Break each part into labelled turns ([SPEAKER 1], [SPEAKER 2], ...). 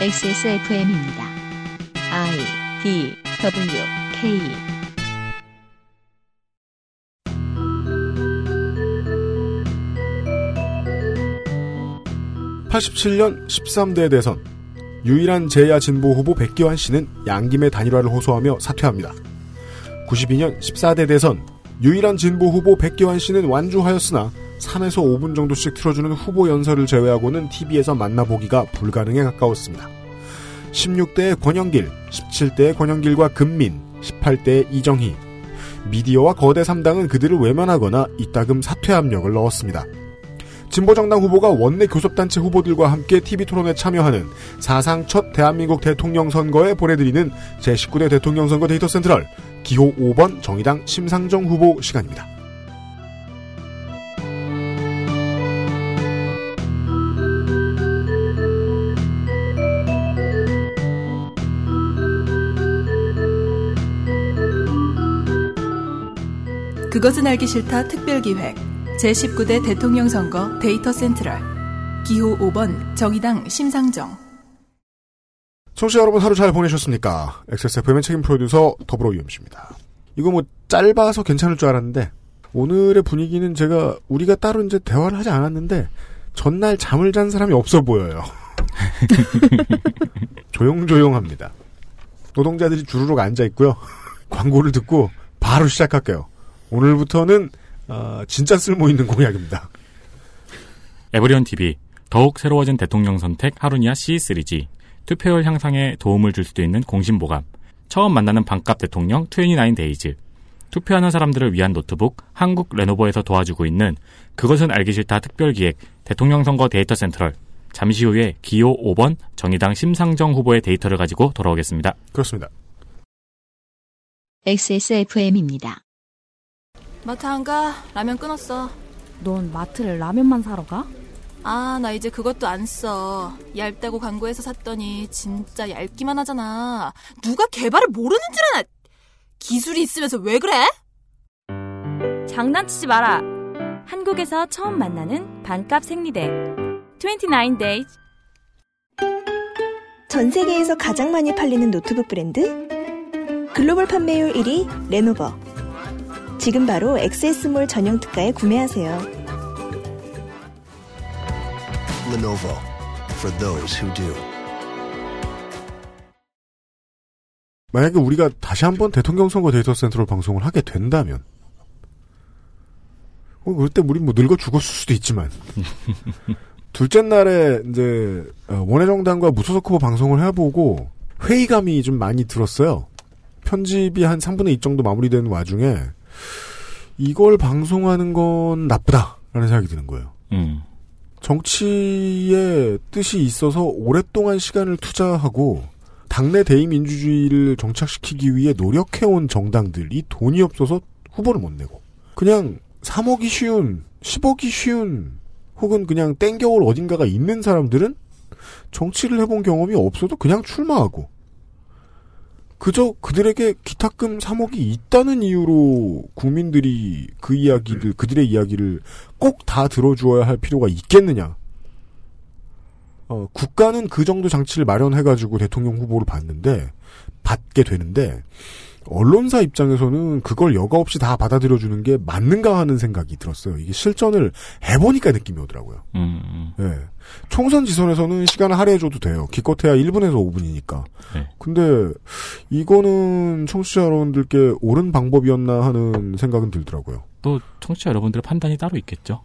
[SPEAKER 1] XSFM입니다. I D W K
[SPEAKER 2] 팔십칠 년 13대 대선 유일한 제야 진보 후보 백기환 씨는 양김의 단일화를 호소하며 사퇴합니다. 92년 14대 대선 유일한 진보 후보 백기환 씨는 완주하였으나 3에서 5분 정도씩 틀어주는 후보 연설을 제외하고는 TV에서 만나보기가 불가능에 가까웠습니다. 16대의 권영길, 17대의 권영길과 금민, 18대의 이정희. 미디어와 거대 3당은 그들을 외면하거나 이따금 사퇴 압력을 넣었습니다. 진보정당 후보가 원내 교섭단체 후보들과 함께 TV 토론에 참여하는 사상 첫 대한민국 대통령 선거에 보내드리는 제19대 대통령 선거 데이터 센트럴 기호 5번 정의당 심상정 후보 시간입니다.
[SPEAKER 3] 그것은 알기 싫다 특별기획 제19대 대통령 선거 데이터 센트럴 기호 5번 정의당 심상정
[SPEAKER 2] 청취자 여러분 하루 잘 보내셨습니까? XSFM의 책임 프로듀서 더불어 유엠씨입니다. 이거 뭐 짧아서 괜찮을 줄 알았는데 오늘의 분위기는 제가 우리가 따로 이제 대화를 하지 않았는데 전날 잠을 잔 사람이 없어 보여요. 조용조용합니다. 노동자들이 주르륵 앉아 있고요. 광고를 듣고 바로 시작할게요. 오늘부터는 아, 진짜 쓸모 있는 공약입니다.
[SPEAKER 4] 에브리온 TV 더욱 새로워진 대통령 선택 하루니아 C 시리즈 투표율 향상에 도움을 줄 수도 있는 공신보감 처음 만나는 반값 대통령 29 데이즈 투표하는 사람들을 위한 노트북 한국 레노버에서 도와주고 있는 그것은 알기 싫다 특별기획 대통령 선거 데이터 센트럴 잠시 후에 기호 5번 정의당 심상정 후보의 데이터를 가지고 돌아오겠습니다.
[SPEAKER 2] 그렇습니다.
[SPEAKER 1] XSFM입니다.
[SPEAKER 5] 마트 안 가? 라면 끊었어.
[SPEAKER 6] 넌 마트를 라면만 사러 가?
[SPEAKER 5] 아, 나 이제 그것도 안 써. 얇다고 광고해서 샀더니 진짜 얇기만 하잖아. 누가 개발을 모르는 줄 아나? 기술이 있으면서 왜 그래?
[SPEAKER 6] 장난치지 마라. 한국에서 처음 만나는 반값 생리대. 29 days.
[SPEAKER 7] 전 세계에서 가장 많이 팔리는 노트북 브랜드? 글로벌 판매율 1위 레노버. 지금 바로 XS몰 전용 특가에 구매하세요.
[SPEAKER 8] Lenovo for those who do.
[SPEAKER 2] 만약에 우리가 다시 한번 대통령 선거 데이터 센터로 방송을 하게 된다면 어, 그때 우리 뭐 늙어 죽었을 수도 있지만 둘째 날에 이제 어, 원외정당과 무소속 후보 방송을 해보고 회의감이 좀 많이 들었어요. 편집이 한 3분의 2 정도 마무리되는 와중에 이걸 방송하는 건 나쁘다라는 생각이 드는 거예요.
[SPEAKER 4] 음.
[SPEAKER 2] 정치에 뜻이 있어서 오랫동안 시간을 투자하고 당내 대의민주주의를 정착시키기 위해 노력해온 정당들이 돈이 없어서 후보를 못 내고 그냥 3억이 쉬운 10억이 쉬운 혹은 그냥 땡겨올 어딘가가 있는 사람들은 정치를 해본 경험이 없어도 그냥 출마하고 그저 그들에게 기탁금 3억이 있다는 이유로 국민들이 그 이야기를 그들의 이야기를 꼭 다 들어주어야 할 필요가 있겠느냐? 어, 국가는 그 정도 장치를 마련해가지고 대통령 후보를 받는데 받게 되는데 언론사 입장에서는 그걸 여과 없이 다 받아들여주는 게 맞는가 하는 생각이 들었어요. 이게 실전을 해보니까 느낌이 오더라고요.
[SPEAKER 4] 음, 음.
[SPEAKER 2] 예. 총선 지선에서는 시간을 할애해줘도 돼요. 기껏해야 1분에서 5분이니까.
[SPEAKER 4] 네.
[SPEAKER 2] 근데 이거는 청취자 여러분들께 옳은 방법이었나 하는 생각은 들더라고요.
[SPEAKER 4] 또 청취자 여러분들의 판단이 따로 있겠죠.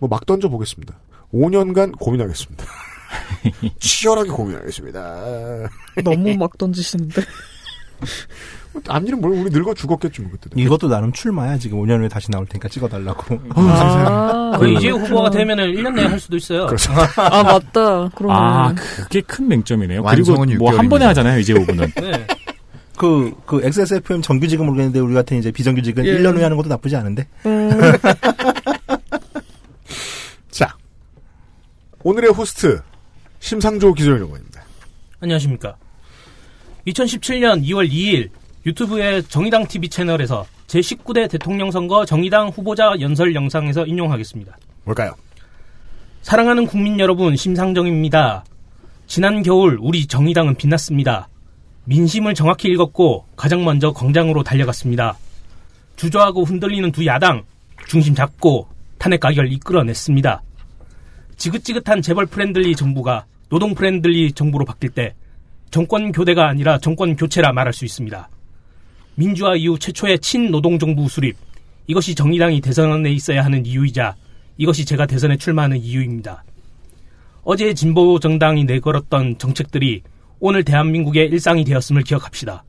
[SPEAKER 2] 뭐 막 던져보겠습니다. 5년간 고민하겠습니다. 치열하게 고민하겠습니다.
[SPEAKER 9] 너무 막 던지시는데.
[SPEAKER 2] 앞일은 뭘 우리 늙어 죽었겠지 뭐 그때.
[SPEAKER 10] 이것도 나름 출마야 지금 5년 후에 다시 나올 테니까 찍어달라고.
[SPEAKER 9] 음. 아,
[SPEAKER 11] 그 이제 후보가 되면은 1년 내에 할 수도 있어요.
[SPEAKER 10] 그렇죠.
[SPEAKER 9] 아, 맞다. 그러면.
[SPEAKER 4] 아, 그게 큰 맹점이네요. 그리고
[SPEAKER 12] 완성은
[SPEAKER 4] 뭐 한
[SPEAKER 12] 6개월입니다.
[SPEAKER 4] 번에 하잖아요, 이제 5분은.
[SPEAKER 11] 네.
[SPEAKER 10] 그, 그 XSFM 정규직은 모르겠는데 우리 같은 이제 비정규직은
[SPEAKER 9] 예.
[SPEAKER 10] 1년 후에 하는 것도 나쁘지 않은데.
[SPEAKER 9] 음,
[SPEAKER 2] 자 오늘의 호스트 심상조 기자연구원입니다.
[SPEAKER 11] 안녕하십니까. 2017년 2월 2일 유튜브의 정의당 TV 채널에서 제19대 대통령 선거 정의당 후보자 연설 영상에서 인용하겠습니다.
[SPEAKER 2] 뭘까요?
[SPEAKER 11] 사랑하는 국민 여러분, 심상정입니다. 지난 겨울 우리 정의당은 빛났습니다. 민심을 정확히 읽었고 가장 먼저 광장으로 달려갔습니다. 주저하고 흔들리는 두 야당 중심 잡고 탄핵 가결 이끌어냈습니다. 지긋지긋한 재벌 프렌들리 정부가 노동 프렌들리 정부로 바뀔 때 정권 교대가 아니라 정권 교체라 말할 수 있습니다. 민주화 이후 최초의 친노동 정부 수립 이것이 정의당이 대선에 있어야 하는 이유이자 이것이 제가 대선에 출마하는 이유입니다. 어제 진보 정당이 내걸었던 정책들이 오늘 대한민국의 일상이 되었음을 기억합시다.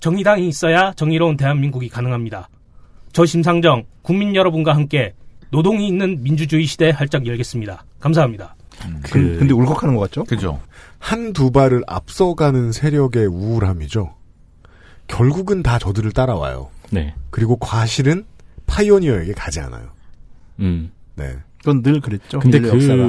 [SPEAKER 11] 정의당이 있어야 정의로운 대한민국이 가능합니다. 저 심상정 국민 여러분과 함께 노동이 있는 민주주의 시대 활짝 열겠습니다. 감사합니다.
[SPEAKER 10] 그- 근데 울컥하는 것 같죠?
[SPEAKER 12] 그죠.
[SPEAKER 2] 한두 발을 앞서가는 세력의 우울함이죠. 결국은 다 저들을 따라와요.
[SPEAKER 4] 네.
[SPEAKER 2] 그리고 과실은 파이오니어에게 가지 않아요.
[SPEAKER 4] 음.
[SPEAKER 2] 네.
[SPEAKER 10] 그건 늘 그랬죠.
[SPEAKER 4] 근데
[SPEAKER 10] 인류
[SPEAKER 4] 그
[SPEAKER 10] 역사가.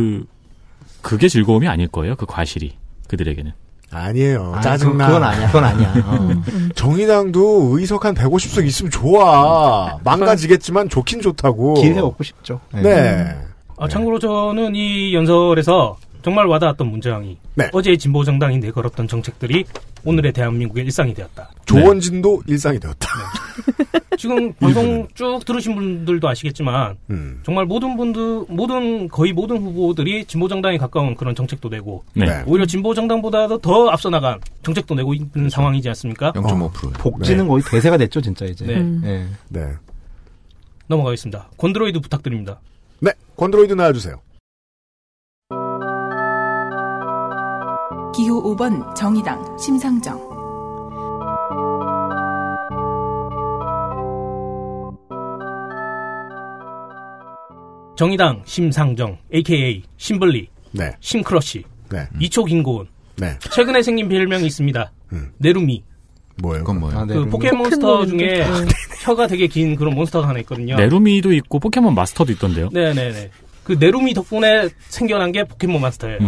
[SPEAKER 4] 그게 즐거움이 아닐 거예요. 그 과실이 그들에게는.
[SPEAKER 2] 아니에요.
[SPEAKER 4] 아,
[SPEAKER 2] 짜증나.
[SPEAKER 4] 그- 그건 아니야. 그건 아니야. 어.
[SPEAKER 2] 정의당도 의석 한 150석 있으면 좋아. 망가지겠지만 좋긴 좋다고.
[SPEAKER 10] 기회 얻고 싶죠.
[SPEAKER 2] 네.
[SPEAKER 11] 아, 참고로 저는 이 연설에서 정말 와닿았던 문장이 어제 진보 정당이 내걸었던 정책들이 오늘의 대한민국의 일상이 되었다.
[SPEAKER 2] 조원진도 일상이 되었다.
[SPEAKER 11] 지금
[SPEAKER 2] 예,
[SPEAKER 11] 방송 쭉 들으신 분들도 아시겠지만
[SPEAKER 2] 음.
[SPEAKER 11] 정말 모든 분들 모든 거의 모든 후보들이 진보 정당에 가까운 그런 정책도 내고
[SPEAKER 12] 네. 네.
[SPEAKER 11] 오히려 진보 정당보다도 더 앞서 나간 정책도 내고 있는
[SPEAKER 2] 그렇죠.
[SPEAKER 11] 상황이지 않습니까? 어,
[SPEAKER 12] 0.5%.
[SPEAKER 10] 어, 복지는 거의 대세가 됐죠, 진짜 이제. 예.
[SPEAKER 11] 네. 음.
[SPEAKER 2] 네.
[SPEAKER 11] 넘어가겠습니다. 곤드로이드 부탁드립니다.
[SPEAKER 2] 네. 건드로이드 나와주세요.
[SPEAKER 3] 기호 5번 정의당 심상정
[SPEAKER 11] 정의당 심상정 AKA 심블리
[SPEAKER 2] 네.
[SPEAKER 11] 심크러쉬
[SPEAKER 2] 네.
[SPEAKER 11] 이초 김고은
[SPEAKER 2] 네.
[SPEAKER 11] 최근에 생긴 별명이 있습니다.
[SPEAKER 2] 음.
[SPEAKER 11] 네루미
[SPEAKER 2] 뭐예요?
[SPEAKER 12] 그건
[SPEAKER 10] 아,
[SPEAKER 12] 뭐예요?
[SPEAKER 11] 그 포켓몬스터 중에 혀가 되게 긴 그런 몬스터가 하나 있거든요.
[SPEAKER 4] 네루미도 있고 포켓몬 마스터도 있던데요.
[SPEAKER 11] 네네네. 그 네루미 덕분에 생겨난 게 포켓몬 마스터예요.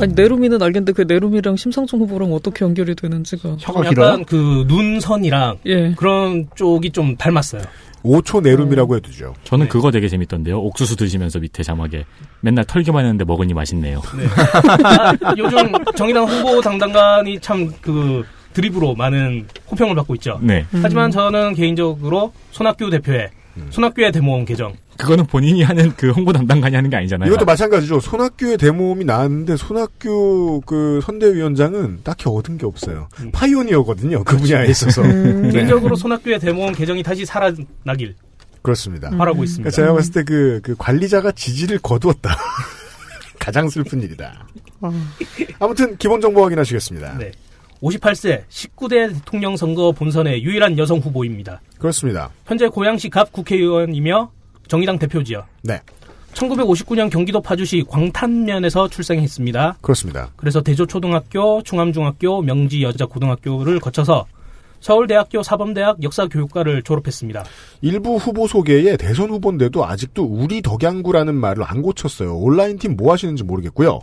[SPEAKER 9] 아니 네루미는 알겠는데 그 네루미랑 심상정 후보랑 어떻게 연결이 되는지가
[SPEAKER 11] 좀 약간 그 눈선이랑
[SPEAKER 9] 예.
[SPEAKER 11] 그런 쪽이 좀 닮았어요.
[SPEAKER 2] 5초 내룸이라고 해두죠.
[SPEAKER 11] 네.
[SPEAKER 4] 저는 그거 되게 재밌던데요. 옥수수 드시면서 밑에 자막에 맨날 털기만 했는데 먹으니 맛있네요.
[SPEAKER 11] 아, 요즘 정의당 후보 담당관이 참 그 드립으로 많은 호평을 받고 있죠.
[SPEAKER 4] 네.
[SPEAKER 11] 하지만 저는 개인적으로 손학규 대표의 손학규의 데모원 계정
[SPEAKER 4] 그거는 본인이 하는 그 홍보 담당관이 하는 게 아니잖아요.
[SPEAKER 2] 이것도 마찬가지죠. 손학규의 대모음이 나왔는데 손학규 그 선대위원장은 딱히 얻은 게 없어요. 파이오니어거든요. 그 분야에 있어서. 네.
[SPEAKER 11] 음. 그렇죠. 개인적으로 손학규의 데모원 계정이 다시 살아나길
[SPEAKER 2] 그렇습니다. 음.
[SPEAKER 11] 바라고 있습니다. 음.
[SPEAKER 2] 제가 봤을 때 그 그 관리자가 지지를 거두었다. 가장 슬픈 일이다.
[SPEAKER 11] 음.
[SPEAKER 2] 아무튼 기본 정보 확인하시겠습니다.
[SPEAKER 11] 네. 58세 19대 대통령 선거 본선의 유일한 여성 후보입니다.
[SPEAKER 2] 그렇습니다.
[SPEAKER 11] 현재 고양시 갑 국회의원이며 정의당 대표지요.
[SPEAKER 2] 네.
[SPEAKER 11] 1959년 경기도 파주시 광탄면에서 출생했습니다.
[SPEAKER 2] 그렇습니다.
[SPEAKER 11] 그래서 대조초등학교, 충암중학교, 명지여자고등학교를 거쳐서 서울대학교 사범대학 역사교육과를 졸업했습니다.
[SPEAKER 2] 일부 후보 소개에 대선 후보인데도 아직도 우리 덕양구라는 말을 안 고쳤어요. 온라인 팀 뭐 하시는지 모르겠고요.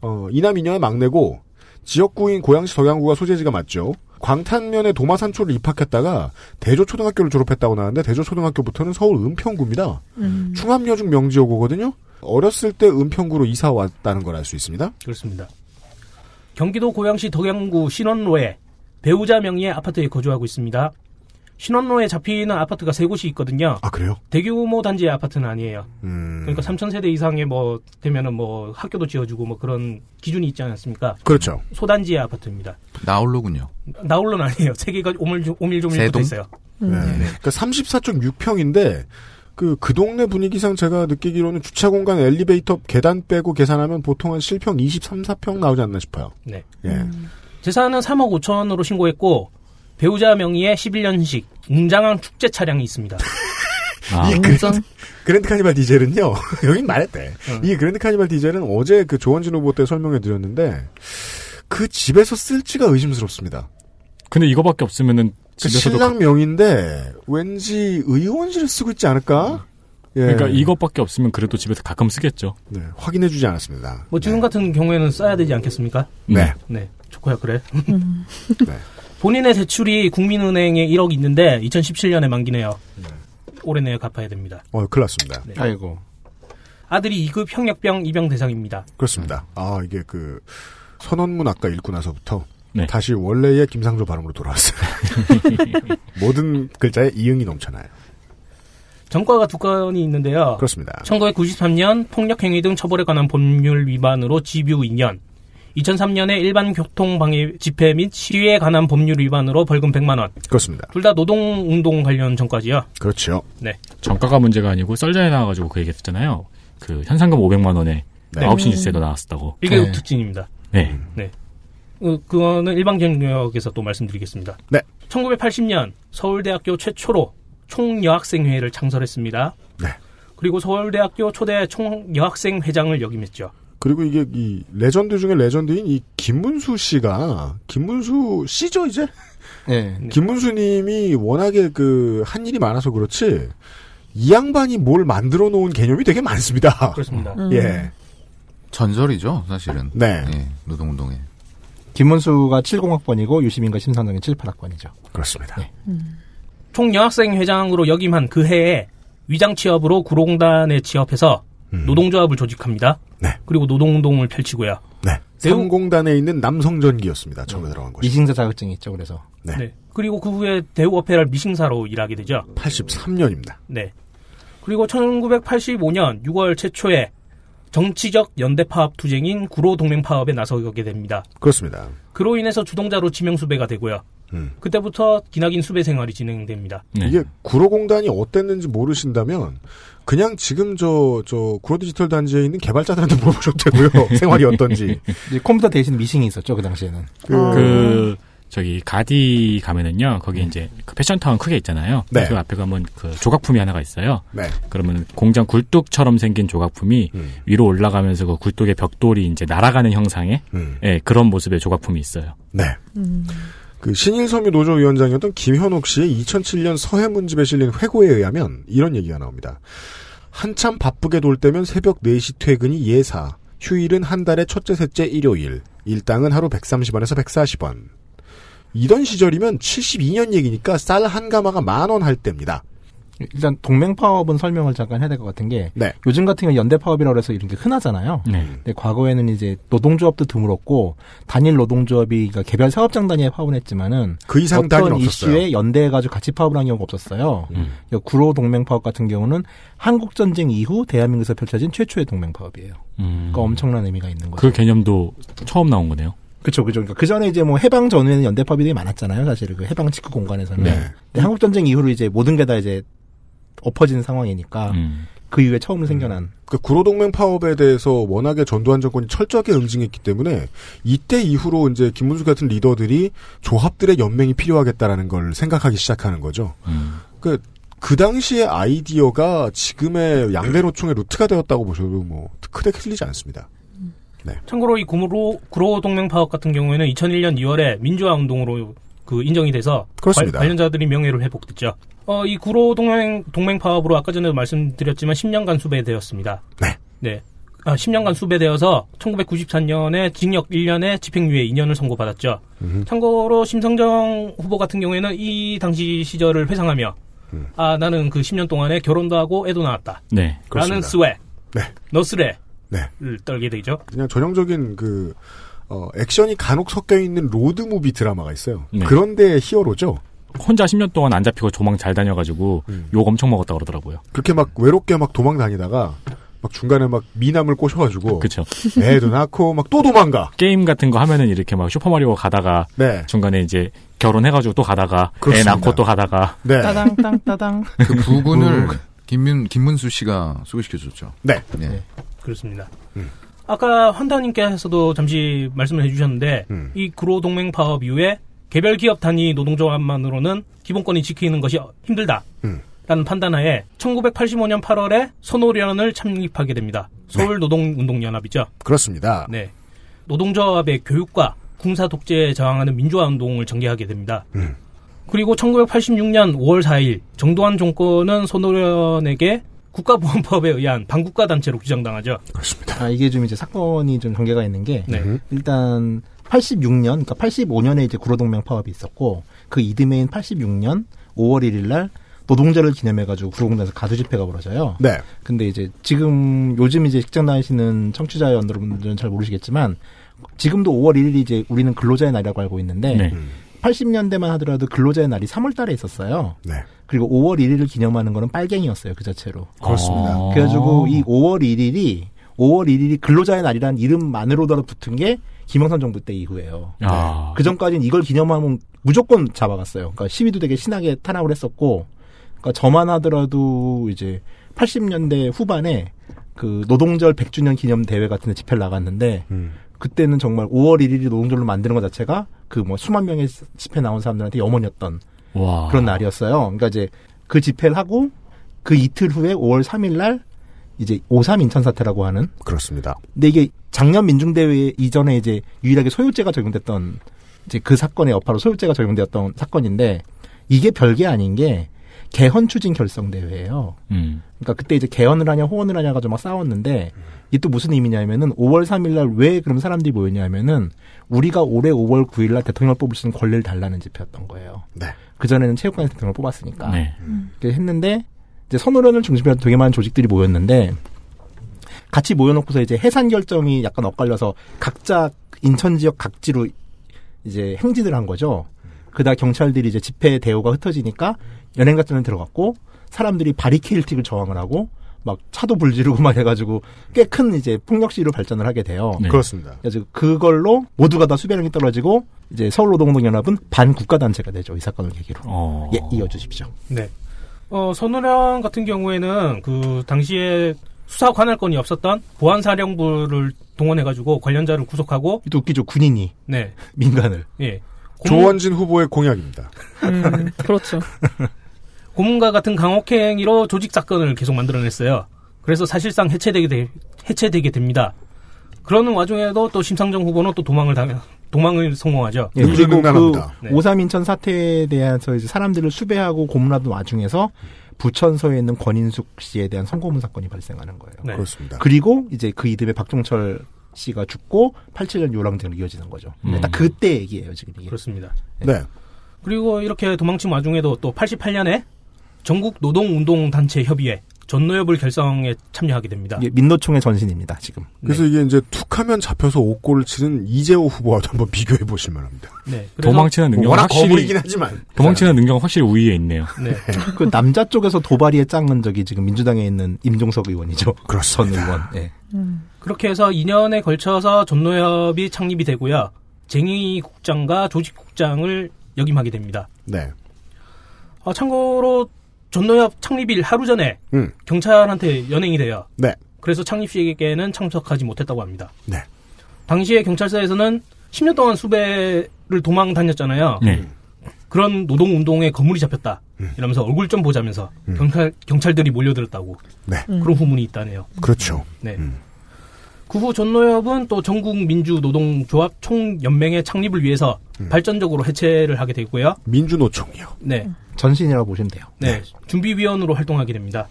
[SPEAKER 2] 어, 이남이녀의 막내고 지역구인 고양시 덕양구가 소재지가 맞죠. 광탄면에 도마산초를 입학했다가 대조초등학교를 졸업했다고 나왔는데 대조초등학교부터는 서울 은평구입니다.
[SPEAKER 12] 음.
[SPEAKER 11] 음.
[SPEAKER 2] 충암여중 명지여고거든요. 어렸을 때 은평구로 이사 왔다는 걸 알 수 있습니다.
[SPEAKER 11] 그렇습니다. 경기도 고양시 덕양구 신원로에 배우자 명의의 아파트에 거주하고 있습니다. 신원로에 잡히는 아파트가 세 곳이 있거든요.
[SPEAKER 2] 아 그래요?
[SPEAKER 11] 대규모 단지의 아파트는 아니에요.
[SPEAKER 2] 음.
[SPEAKER 11] 그러니까 3천 세대 이상의 뭐 되면은 뭐 학교도 지어주고 뭐 그런 기준이 있지 않습니까?
[SPEAKER 2] 그렇죠.
[SPEAKER 11] 소단지의 아파트입니다.
[SPEAKER 12] 나홀로군요.
[SPEAKER 11] 나홀로는 아니에요. 세 개가 오밀 오밀조밀 붙어
[SPEAKER 12] 세동?
[SPEAKER 11] 있어요.
[SPEAKER 4] 음.
[SPEAKER 2] 네. 그러니까 34.6평인데 그, 그 동네 분위기상 제가 느끼기로는 주차 공간 엘리베이터 계단 빼고 계산하면 보통 한 7평, 23, 4평 나오지 않나 싶어요.
[SPEAKER 11] 네.
[SPEAKER 2] 예.
[SPEAKER 11] 재산은 3억 5천으로 신고했고 배우자 명의의 11년식 웅장한 축제 차량이 있습니다.
[SPEAKER 4] 아.
[SPEAKER 2] 이 아, 예, 그랜드, 그랜드 카니발 디젤은요, 여긴 말했대.
[SPEAKER 4] 어.
[SPEAKER 2] 이 그랜드 카니발 디젤은 어제 그 조원진 후보 때 설명해 드렸는데, 그 집에서 쓸지가 의심스럽습니다.
[SPEAKER 4] 근데 이거밖에 없으면은
[SPEAKER 2] 그
[SPEAKER 4] 집에서도
[SPEAKER 2] 신랑 명인데, 왠지 의원실을 쓰고 있지 않을까? 예.
[SPEAKER 4] 그러니까 이것밖에 없으면 그래도 집에서 가끔 쓰겠죠.
[SPEAKER 2] 네, 확인해 주지 않았습니다.
[SPEAKER 11] 뭐 지금 같은 경우에는 써야 되지 않겠습니까?
[SPEAKER 2] 네.
[SPEAKER 11] 네, 좋고요. 그래. 본인의 대출이 국민은행에 1억 있는데 2017년에 만기네요. 올해 내에 갚아야 됩니다.
[SPEAKER 2] 어, 큰일 났습니다.
[SPEAKER 4] 네.
[SPEAKER 10] 아이고.
[SPEAKER 11] 아들이 2급 형약병 입양 대상입니다.
[SPEAKER 2] 그렇습니다. 아, 이게 그, 선언문 아까 읽고 나서부터
[SPEAKER 4] 네.
[SPEAKER 2] 다시 원래의 김상조 발음으로 돌아왔어요. 모든 글자에 이응이 넘쳐나요.
[SPEAKER 11] 전과가 두 건이 있는데요.
[SPEAKER 2] 그렇습니다.
[SPEAKER 11] 1993년 폭력행위 등 처벌에 관한 법률 위반으로 집유 2년, 2003년에 일반 교통방해 집회 및 시위에 관한 법률 위반으로 벌금 100만 원.
[SPEAKER 2] 그렇습니다.
[SPEAKER 11] 둘 다 노동운동 관련 전과지요.
[SPEAKER 2] 그렇죠.
[SPEAKER 11] 네.
[SPEAKER 4] 정가가 문제가 아니고 썰전에 나와가지고 그 얘기했잖아요. 그 현상금 500만 원에
[SPEAKER 11] 네.
[SPEAKER 4] 9시
[SPEAKER 11] 음. 네.
[SPEAKER 4] 뉴스에도 나왔었다고.
[SPEAKER 11] 이게 특징입니다.
[SPEAKER 4] 네.
[SPEAKER 11] 네. 어, 그거는 일반 경력에서 또 말씀드리겠습니다.
[SPEAKER 2] 네.
[SPEAKER 11] 1980년 서울대학교 최초로 총여학생회를 창설했습니다.
[SPEAKER 2] 네.
[SPEAKER 11] 그리고 서울대학교 초대 총여학생 회장을 역임했죠.
[SPEAKER 2] 그리고 이게 이 레전드 중에 레전드인 이 김문수 씨가 김문수 씨죠 이제?
[SPEAKER 10] 네.
[SPEAKER 2] 김문수님이 워낙에 그 한 일이 많아서 그렇지 이 양반이 뭘 만들어 놓은 개념이 되게 많습니다.
[SPEAKER 11] 그렇습니다.
[SPEAKER 2] 예.
[SPEAKER 12] 전설이죠, 사실은.
[SPEAKER 2] 네.
[SPEAKER 12] 노동운동에.
[SPEAKER 10] 김문수가 70학번이고 유시민과 심상정이 7, 8학번이죠. 네.
[SPEAKER 2] 그렇습니다.
[SPEAKER 11] 총여학생 회장으로 역임한 그 해에 위장 취업으로 구로공단에 취업해서
[SPEAKER 2] 음.
[SPEAKER 11] 노동조합을 조직합니다. 그리고 노동운동을 펼치고요.
[SPEAKER 2] 네.
[SPEAKER 11] 매우-
[SPEAKER 2] 삼공단에 있는 남성전기였습니다. 처음에 들어간 것이.
[SPEAKER 10] 음. 이승사 자격증이 있죠. 그래서
[SPEAKER 2] 네.
[SPEAKER 11] 네. 그리고 그 후에 대우오페라 미싱사로 일하게 되죠.
[SPEAKER 2] 83년입니다.
[SPEAKER 11] 네. 그리고 1985년 6월 최초에 정치적 연대파업 투쟁인 구로 동맹 파업에 나서게 됩니다.
[SPEAKER 2] 그렇습니다.
[SPEAKER 11] 그로 인해서 주동자로 지명수배가 되고요.
[SPEAKER 2] 음.
[SPEAKER 11] 그때부터 기나긴 수배 생활이 진행됩니다.
[SPEAKER 10] 네.
[SPEAKER 2] 이게 구로공단이 어땠는지 모르신다면 그냥 지금 저 저 구로디지털 단지에 있는 개발자들한테 물어보셔도 되고요. 생활이 어떤지.
[SPEAKER 10] 이제 컴퓨터 대신 미싱이 있었죠 그 당시에는.
[SPEAKER 4] 그 저기 가디 가면은요 거기 이제 그 패션타운 크게 있잖아요.
[SPEAKER 10] 네.
[SPEAKER 4] 그 앞에 가면 그 조각품이 하나가 있어요.
[SPEAKER 2] 네.
[SPEAKER 4] 그러면 공장 굴뚝처럼 생긴 조각품이 위로 올라가면서 그 굴뚝의 벽돌이 이제 날아가는 형상의
[SPEAKER 2] 음.
[SPEAKER 4] 예, 그런 모습의 조각품이 있어요.
[SPEAKER 2] 네.
[SPEAKER 9] 음.
[SPEAKER 2] 그 신일섬유 노조위원장이었던 김현옥 씨의 2007년 서해문집에 실린 회고에 의하면 이런 얘기가 나옵니다. 한참 바쁘게 돌 때면 새벽 4시 퇴근이 예사, 휴일은 한 달에 첫째, 셋째, 일요일, 일당은 하루 130원에서 140원. 이런 시절이면 72년 얘기니까 쌀 한 가마가 만 원 할 때입니다.
[SPEAKER 10] 일단 동맹 파업은 설명을 잠깐 해야 될 것 같은 게
[SPEAKER 2] 네.
[SPEAKER 10] 요즘 같은 경우 연대 파업이라고 해서 이런 게 흔하잖아요. 근데 과거에는 이제 노동조합도 드물었고 단일 노동조합이 그러니까 개별 사업장 단위에 파업은 했지만은
[SPEAKER 2] 그 이상
[SPEAKER 10] 어떤
[SPEAKER 2] 단위는 없었어요.
[SPEAKER 10] 이슈에 연대해가지고 같이 파업을 한 경우가 없었어요.
[SPEAKER 2] 음.
[SPEAKER 10] 그러니까 구로 동맹 파업 같은 경우는 한국 전쟁 이후 대한민국에서 펼쳐진 최초의 동맹 파업이에요.
[SPEAKER 4] 음.
[SPEAKER 10] 그러니까 엄청난 의미가 있는 거죠.
[SPEAKER 4] 그 개념도 처음 나온 거네요.
[SPEAKER 10] 그렇죠, 그렇죠. 그러니까 그 전에 이제 뭐 해방 전후에는 연대 파업이 되게 많았잖아요, 사실 그 해방 직후 공간에서는.
[SPEAKER 4] 네.
[SPEAKER 10] 근데 한국 전쟁 이후로 이제 모든 게 다 이제 엎어진 상황이니까
[SPEAKER 4] 음.
[SPEAKER 10] 그 이후에 처음 생겨난.
[SPEAKER 2] 그 구로동맹 파업에 대해서 워낙에 전두환 정권이 철저하게 응징했기 때문에 이때 이후로 이제 김문수 같은 리더들이 조합들의 연맹이 필요하겠다라는 걸 생각하기 시작하는 거죠.
[SPEAKER 4] 음.
[SPEAKER 2] 그, 그 당시의 아이디어가 지금의 양대노총의 루트가 되었다고 보셔도 뭐 크게 틀리지 않습니다.
[SPEAKER 11] 참고로 이 구로, 구로 동맹 파업 같은 경우에는 2001년 2월에 민주화 운동으로 그 인정이 돼서
[SPEAKER 2] 그렇습니다.
[SPEAKER 11] 관, 련자들이 명예를 회복됐죠. 어, 이 구로 동맹 동맹 파업으로 아까 전에도 말씀드렸지만 10년간 수배되었습니다.
[SPEAKER 2] 네.
[SPEAKER 11] 아, 10년간 수배되어서 1994년에 징역 1년에 집행유예 2년을 선고받았죠. 참고로 심성정 후보 같은 경우에는 이 당시 시절을 회상하며
[SPEAKER 2] 음.
[SPEAKER 11] 아 나는 그 10년 동안에 결혼도 하고 애도 낳았다.
[SPEAKER 4] 네.
[SPEAKER 11] 라는
[SPEAKER 2] 그렇습니다.
[SPEAKER 11] 스웨,
[SPEAKER 2] 네.
[SPEAKER 11] 너스레를
[SPEAKER 2] 네.
[SPEAKER 11] 떨게 되죠.
[SPEAKER 2] 그냥 전형적인 그, 어, 액션이 간혹 섞여 있는 로드무비 드라마가 있어요.
[SPEAKER 4] 네.
[SPEAKER 2] 그런데 히어로죠.
[SPEAKER 4] 혼자 10년 동안 안 잡히고 조망 잘 다녀가지고 욕 엄청 먹었다 그러더라고요.
[SPEAKER 2] 그렇게 막 외롭게 막 도망다니다가 막 중간에 막 미남을 꼬셔가지고
[SPEAKER 4] 그쵸.
[SPEAKER 2] 애도 낳고 막 또 도망가.
[SPEAKER 4] 게임 같은 거 하면은 이렇게 막 슈퍼마리오 가다가
[SPEAKER 2] 네.
[SPEAKER 4] 중간에 이제 결혼해가지고 또 가다가
[SPEAKER 12] 그렇습니다.
[SPEAKER 4] 애 낳고 또 가다가
[SPEAKER 2] 네.
[SPEAKER 9] 따당 땅 따당.
[SPEAKER 12] 그 부군을
[SPEAKER 4] 음.
[SPEAKER 12] 김민 김문수 씨가 소개시켜줬죠.
[SPEAKER 2] 네.
[SPEAKER 12] 네.
[SPEAKER 11] 그렇습니다.
[SPEAKER 12] 음.
[SPEAKER 11] 아까 환타님께서도 잠시 말씀을 해주셨는데
[SPEAKER 2] 음.
[SPEAKER 11] 이 구로 동맹 파업 이후에 개별 기업 단위 노동조합만으로는 기본권이 지키는 것이 힘들다.
[SPEAKER 2] 음.
[SPEAKER 11] 라는 판단하에 1985년 8월에 선호련을 창립하게 됩니다. 서울 노동운동연합이죠.
[SPEAKER 2] 네. 그렇습니다.
[SPEAKER 11] 네. 노동조합의 교육과 군사 독재에 저항하는 민주화 운동을 전개하게 됩니다.
[SPEAKER 2] 음.
[SPEAKER 11] 그리고 1986년 5월 4일 정도환 정권은 손호련에게 국가보안법에 의한 반국가 단체로 규정당하죠.
[SPEAKER 10] 아, 이게 좀 이제 사건이 좀 전개가 있는 게
[SPEAKER 11] 네.
[SPEAKER 10] 일단 86년, 그러니까 85년에 이제 구로동맹 파업이 있었고 그 이듬해인 86년 5월 1일 날 노동자를 기념해가지고 구로공단에서 가수 집회가 벌어져요.
[SPEAKER 2] 네.
[SPEAKER 10] 근데 이제 지금 요즘 이제 직장 다니시는 청취자 여러분들은 잘 모르시겠지만 지금도 5월 1일이 이제 우리는 근로자의 날이라고 알고 있는데
[SPEAKER 4] 네.
[SPEAKER 10] 80년대만 하더라도 근로자의 날이 3월 달에 있었어요.
[SPEAKER 2] 네.
[SPEAKER 10] 그리고 5월 1일을 기념하는 거는 빨갱이였어요. 그 자체로.
[SPEAKER 2] 그렇습니다. 아.
[SPEAKER 10] 그래가지고 이 5월 1일이 5월 1일이 근로자의 날이라는 이름만으로도 붙은 게 김영삼 정부 때 이후예요.
[SPEAKER 4] 아.
[SPEAKER 10] 그 전까지는 이걸 기념하면 무조건 잡아갔어요. 그러니까 시위도 되게 신나게 탄압을 했었고, 그러니까 저만 하더라도 이제 80년대 후반에 그 노동절 100주년 기념 대회 같은 데 집회를 나갔는데,
[SPEAKER 4] 음.
[SPEAKER 10] 그때는 정말 5월 1일이 노동절로 만드는 것 자체가 그 뭐 수만 명의 집회 나온 사람들한테 염원이었던
[SPEAKER 4] 와.
[SPEAKER 10] 그런 날이었어요. 그러니까 이제 그 집회를 하고 그 이틀 후에 5월 3일 날 이제 5.3 인천 사태라고 하는
[SPEAKER 2] 그렇습니다.
[SPEAKER 10] 근데 이게 작년 민중대회 이전에 이제 유일하게 소유죄가 적용됐던 이제 그 사건의 여파로 소유죄가 적용되었던 사건인데 이게 별게 아닌 게 개헌 추진 결성 대회예요.
[SPEAKER 4] 음.
[SPEAKER 10] 그러니까 그때 이제 개헌을 하냐 호언을 하냐 가지고 막 싸웠는데 이게 또 무슨 의미냐면은 5월 3일 날 왜 그럼 사람들이 모였냐면은 우리가 올해 5월 9일 날 대통령을 뽑을 수 있는 권리를 달라는 집회였던 거예요.
[SPEAKER 2] 네.
[SPEAKER 10] 그 전에는 체육관에서 대통령을 뽑았으니까.
[SPEAKER 4] 네.
[SPEAKER 10] 이렇게 했는데 이제 선호련을 중심으로 해서 되게 많은 조직들이 모였는데 같이 모여놓고서 이제 해산 결정이 약간 엇갈려서 각자 인천 지역 각지로 이제 행진을 한 거죠. 그다 경찰들이 이제 집회 대우가 흩어지니까 연행 같은 데 들어갔고 사람들이 바리케일틱을 저항을 하고 막 차도 불지르고 막 해가지고 꽤 큰 이제 폭력 시위로 발전을 하게 돼요.
[SPEAKER 2] 네. 그렇습니다.
[SPEAKER 10] 그래서 그걸로 모두가 다 수배령이 떨어지고 이제 서울노동운동연합은 반국가 단체가 되죠. 이 사건을 계기로. 예, 이어주십시오.
[SPEAKER 11] 네. 어, 선우량 같은 경우에는 그 당시에 수사 관할권이 없었던 보안사령부를 동원해가지고 관련자를 구속하고
[SPEAKER 10] 또 웃기죠. 군인이
[SPEAKER 11] 네.
[SPEAKER 10] 민간을.
[SPEAKER 11] 예.
[SPEAKER 2] 네. 조원진 후보의 공약입니다.
[SPEAKER 10] 음.
[SPEAKER 9] 음,
[SPEAKER 11] 그렇죠. 고문과 같은 강혹행위로 조직 사건을 계속 만들어냈어요. 그래서 사실상 해체되게 되, 해체되게 됩니다. 그러는 와중에도 또 심상정 후보는 또 도망을 당해 도망을 성공하죠.
[SPEAKER 10] 예, 그리고 그
[SPEAKER 11] 네.
[SPEAKER 10] 5.3 인천 사태에 대해서 이제 사람들을 수배하고 고문하던 와중에서 부천서에 있는 권인숙 씨에 대한 성고문 사건이 발생하는 거예요.
[SPEAKER 11] 네.
[SPEAKER 2] 그렇습니다.
[SPEAKER 10] 그리고 이제 그 이듬해 박종철 씨가 죽고 87년 요랑쟁으로 이어지는 거죠.
[SPEAKER 11] 음.
[SPEAKER 10] 딱 그때 얘기예요, 지금 이게. 예.
[SPEAKER 11] 그렇습니다.
[SPEAKER 2] 네.
[SPEAKER 11] 그리고 이렇게 도망친 와중에도 또 88년에 전국 노동운동단체 협의회 전노협을 결성에 참여하게 됩니다.
[SPEAKER 10] 이게 민노총의 전신입니다, 지금.
[SPEAKER 2] 그래서
[SPEAKER 4] 네.
[SPEAKER 2] 이게 이제 툭하면 잡혀서 옥골을 치는 이재호 후보와도 한번 비교해 보실 만합니다.
[SPEAKER 11] 네.
[SPEAKER 4] 도망치는 능력
[SPEAKER 2] 워낙
[SPEAKER 4] 확실히
[SPEAKER 2] 거물이긴 하지만
[SPEAKER 4] 도망치는 능력은 확실히 우위에 있네요.
[SPEAKER 11] 네.
[SPEAKER 10] 그 남자 쪽에서 도발이에 짱은 적이 지금 민주당에 있는 임종석 의원이죠. 그렇습니다. 전 의원. 예.
[SPEAKER 11] 그렇게 해서 2년에 걸쳐서 전노협이 창립이 되고요. 쟁의 국장과 조직 국장을 역임하게 됩니다.
[SPEAKER 2] 네.
[SPEAKER 11] 아, 참고로 전노협 창립일 하루 전에
[SPEAKER 2] 음.
[SPEAKER 11] 경찰한테 연행이 돼요.
[SPEAKER 2] 네.
[SPEAKER 11] 그래서 창립식에는 참석하지 못했다고 합니다.
[SPEAKER 2] 네.
[SPEAKER 11] 당시에 경찰서에서는 10년 동안 수배를 도망 다녔잖아요.
[SPEAKER 4] 네.
[SPEAKER 11] 그런 노동 운동에 거물이 잡혔다.
[SPEAKER 2] 음.
[SPEAKER 11] 이러면서 얼굴 좀 보자면서 경찰 경찰들이 몰려들었다고.
[SPEAKER 2] 네.
[SPEAKER 11] 그런 후문이 있다네요.
[SPEAKER 2] 그렇죠.
[SPEAKER 11] 네. 그 후 전노협은 또 전국 민주 노동 조합 총연맹의 창립을 위해서 발전적으로 해체를 하게 되고요.
[SPEAKER 2] 음. 민주노총이요.
[SPEAKER 11] 네.
[SPEAKER 10] 전신이라고 보시면 돼요.
[SPEAKER 11] 네. 준비위원으로 활동하게 됩니다.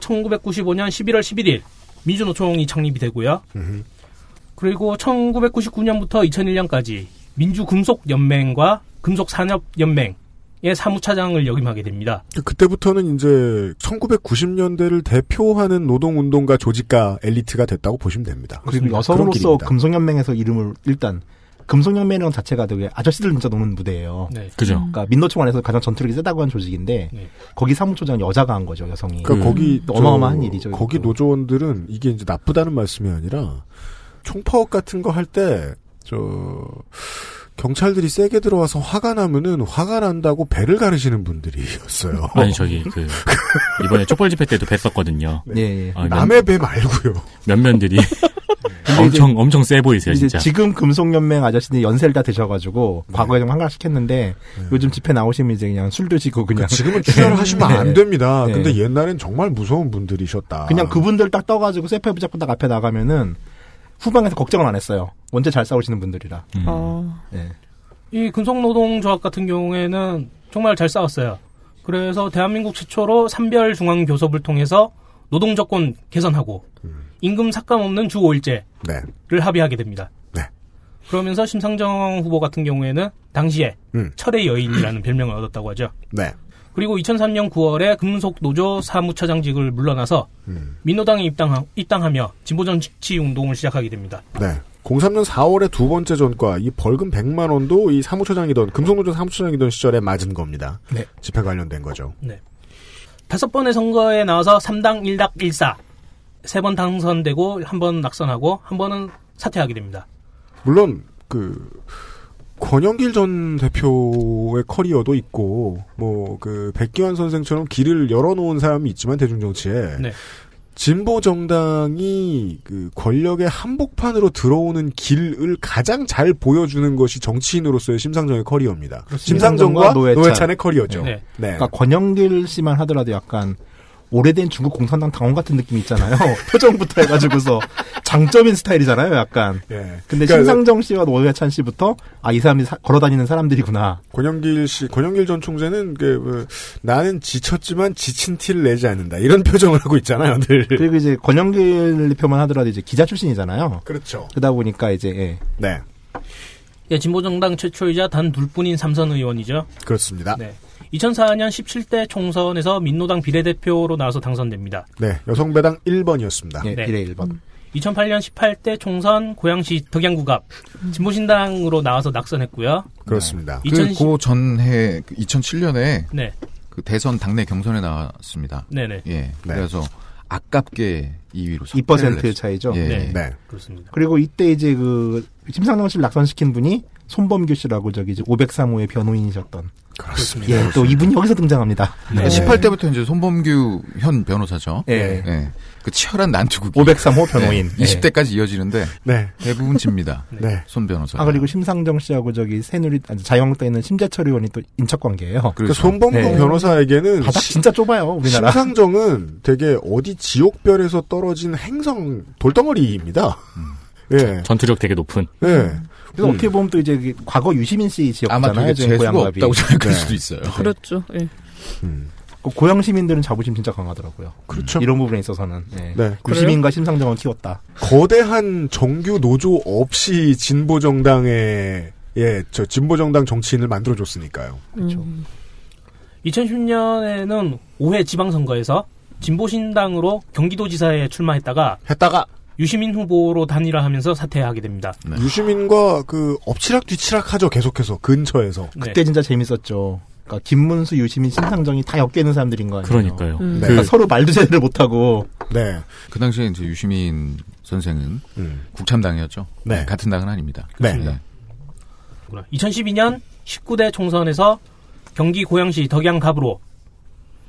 [SPEAKER 11] 1995년 11월 11일 민주노총이 창립이 되고요. 그리고 1999년부터 2001년까지 민주금속연맹과 금속산업연맹의 사무차장을 역임하게 됩니다.
[SPEAKER 2] 그때부터는 이제 1990년대를 대표하는 노동운동가 조직가 엘리트가 됐다고 보시면 됩니다.
[SPEAKER 10] 그리고
[SPEAKER 2] 그런
[SPEAKER 10] 여성으로서
[SPEAKER 2] 길입니다.
[SPEAKER 10] 금속연맹에서 이름을 일단 금속연맹이라는 자체가 되게 아저씨들 진짜 노는 무대예요.
[SPEAKER 11] 네.
[SPEAKER 4] 그죠.
[SPEAKER 10] 그러니까 민노총 안에서 가장 전투력이 세다고 한 조직인데 거기 사무처장 여자가 한 거죠 여성이.
[SPEAKER 2] 그러니까 거기
[SPEAKER 10] 또 어마어마한
[SPEAKER 2] 저-
[SPEAKER 10] 일이죠.
[SPEAKER 2] 거기 노조원들은 이게 이제 나쁘다는 말씀이 아니라 총파업 같은 거 할 때 저 경찰들이 세게 들어와서 화가 나면은 화가 난다고 배를 가르시는 분들이었어요.
[SPEAKER 4] 아니 저기 그 이번에 촛불 집회 때도 뵀었거든요.
[SPEAKER 10] 네.
[SPEAKER 4] 아,
[SPEAKER 2] 남의 배 말고요.
[SPEAKER 4] 면면들이 아, 엄청 엄청 세 보이세요
[SPEAKER 10] 이제
[SPEAKER 4] 진짜.
[SPEAKER 10] 지금 금속연맹 아저씨들이 연세를 다 드셔가지고 과거에 좀 한가시켰는데 요즘 집회 나오시면 이제 그냥 술 드시고 그냥
[SPEAKER 2] 네. 그러니까 지금은 출연을 하시면 안 됩니다.
[SPEAKER 10] 네.
[SPEAKER 2] 근데 옛날엔 정말 무서운 분들이셨다.
[SPEAKER 10] 그냥 그분들 딱 떠가지고 세페 붙잡고 딱 앞에 나가면은 후방에서 걱정을 안 했어요. 원체 잘 싸우시는 분들이라.
[SPEAKER 4] 음.
[SPEAKER 10] 네.
[SPEAKER 11] 이 금속노동조합 같은 경우에는 정말 잘 싸웠어요. 그래서 대한민국 최초로 삼별 중앙 교섭을 통해서 노동 조건 개선하고 임금 삭감 없는 주 5일제를
[SPEAKER 2] 음. 네.
[SPEAKER 11] 합의하게 됩니다. 그러면서 심상정 후보 같은 경우에는 당시에
[SPEAKER 2] 음.
[SPEAKER 11] 철의 여인이라는 별명을 얻었다고 하죠.
[SPEAKER 2] 네.
[SPEAKER 11] 그리고 2003년 9월에 금속노조 사무처장직을
[SPEAKER 2] 음.
[SPEAKER 11] 물러나서 민노당에 입당하, 입당하며 진보정치 운동을 시작하게 됩니다.
[SPEAKER 2] 네. 03년 4월에 두 번째 전과 이 벌금 100만 원도 이 사무처장이던 금속노조 사무처장이던 시절에 맞은 겁니다.
[SPEAKER 11] 네.
[SPEAKER 2] 집회 관련된 거죠.
[SPEAKER 11] 네. 다섯 번의 선거에 나와서 3당 1닭 1사. 세 번 당선되고 한 번 낙선하고 한 번은 사퇴하게 됩니다.
[SPEAKER 2] 물론 그 권영길 전 대표의 커리어도 있고 뭐 그 백기환 선생처럼 길을 열어놓은 사람이 있지만 대중 정치에
[SPEAKER 11] 네.
[SPEAKER 2] 진보 정당이 그 권력의 한복판으로 들어오는 길을 가장 잘 보여주는 것이 정치인으로서의 심상정의 커리어입니다. 심상정과 노회찬. 의 커리어죠.
[SPEAKER 10] 네.
[SPEAKER 2] 네.
[SPEAKER 10] 그러니까 권영길 씨만 하더라도 약간 오래된 중국 공산당 당원 같은 느낌이 있잖아요. 표정부터 해가지고서 장점인 스타일이잖아요, 약간. 근데
[SPEAKER 2] 그러니까
[SPEAKER 10] 심상정 씨와 노회찬 씨부터 아 이 사람이 사- 걸어다니는 사람들이구나.
[SPEAKER 2] 권영길 씨, 권영길 전 총재는 그, 뭐, 나는 지쳤지만 지친 티를 내지 않는다 이런 표정을 하고 있잖아요, 늘.
[SPEAKER 10] 그리고 이제 권영길 대표만 하더라도 이제 기자 출신이잖아요.
[SPEAKER 2] 그렇죠.
[SPEAKER 10] 그러다 보니까 이제 예.
[SPEAKER 2] 네.
[SPEAKER 11] 예, 진보정당 최초이자 단 둘뿐인 삼선 의원이죠.
[SPEAKER 2] 그렇습니다.
[SPEAKER 11] 네. 2004년 17대 총선에서 민노당 비례대표로 나와서 당선됩니다.
[SPEAKER 2] 네, 여성배당 1번이었습니다.
[SPEAKER 11] 네.
[SPEAKER 10] 예, 비례 1번.
[SPEAKER 11] 2008년 18대 총선 고양시 덕양구갑 진보신당으로 나와서 낙선했고요.
[SPEAKER 2] 그렇습니다.
[SPEAKER 11] 네. 이천십-
[SPEAKER 12] 그, 그 전해 2007년에
[SPEAKER 11] 네.
[SPEAKER 12] 그 대선 당내 경선에 나왔습니다.
[SPEAKER 11] 네네.
[SPEAKER 12] 예. 그래서 아깝게 2위로
[SPEAKER 10] 2% 차이죠.
[SPEAKER 12] 예.
[SPEAKER 10] 네.
[SPEAKER 2] 네.
[SPEAKER 11] 그렇습니다.
[SPEAKER 10] 그리고 이때 이제 그 심상정 씨를 낙선시킨 분이 손범규 씨라고 저기 이제 503호의 변호인이셨던.
[SPEAKER 2] 그렇습니다. 네.
[SPEAKER 10] 예, 또 이분이 여기서 등장합니다.
[SPEAKER 11] 네.
[SPEAKER 12] 18대부터 네. 이제 손범규 현 변호사죠.
[SPEAKER 10] 예.
[SPEAKER 12] 그 치열한 난투극.
[SPEAKER 10] 503호 변호인. 예.
[SPEAKER 12] 20대까지 이어지는데
[SPEAKER 2] 네.
[SPEAKER 12] 대부분 집니다.
[SPEAKER 2] 네.
[SPEAKER 12] 손 변호사.
[SPEAKER 10] 아 그리고 심상정 씨하고 저기 새누리 아, 자유한국당에 있는 심재철 의원이 또 인척 관계예요. 네.
[SPEAKER 2] 그러니까 손범규 변호사에게는
[SPEAKER 10] 바닥
[SPEAKER 2] 시-
[SPEAKER 10] 진짜 좁아요 어, 우리나라.
[SPEAKER 2] 심상정은 되게 어디 지옥별에서 떨어진 행성 돌덩어리입니다. 예.
[SPEAKER 4] 전투력 되게 높은.
[SPEAKER 2] 예.
[SPEAKER 10] 음. 그래서 어떻게 보면 또 이제 그 과거 유시민 씨 지역잖아요.
[SPEAKER 12] 아마 되게 재수가 없다고 생각할 수도 있어요.
[SPEAKER 9] 그렇죠. 예.
[SPEAKER 10] 네. 음. 그 고향 시민들은 자부심 진짜 강하더라고요. 음,
[SPEAKER 2] 그렇죠.
[SPEAKER 10] 이런 부분에 있어서는 예.
[SPEAKER 2] 네.
[SPEAKER 10] 유시민과 심상정은 키웠다.
[SPEAKER 2] 거대한 정규 노조 없이 진보 정당의 예, 저 진보 정당 정치인을 만들어 줬으니까요.
[SPEAKER 9] 그렇죠.
[SPEAKER 11] 2010년에는 5회 지방선거에서 진보신당으로 경기도지사에 출마했다가
[SPEAKER 2] 했다가 음.
[SPEAKER 11] 유시민 후보로 단일화하면서 사퇴하게 됩니다.
[SPEAKER 10] 네.
[SPEAKER 2] 유시민과 그 엎치락 뒤치락 하죠. 계속해서 근처에서.
[SPEAKER 10] 그때 진짜 재밌었죠. 그러니까 김문수, 유시민, 심상정이 다 엮이는 사람들인 거예요.
[SPEAKER 12] 그러니까요. 음.
[SPEAKER 10] 그러니까
[SPEAKER 12] 그-
[SPEAKER 10] 서로 말도 제대로 못하고.
[SPEAKER 2] 네.
[SPEAKER 12] 그 당시에 이제 유시민 선생은 국참당이었죠.
[SPEAKER 10] 네.
[SPEAKER 12] 같은 당은 아닙니다.
[SPEAKER 2] 음. 네.
[SPEAKER 11] 2012년 19대 총선에서 경기 고양시 덕양갑으로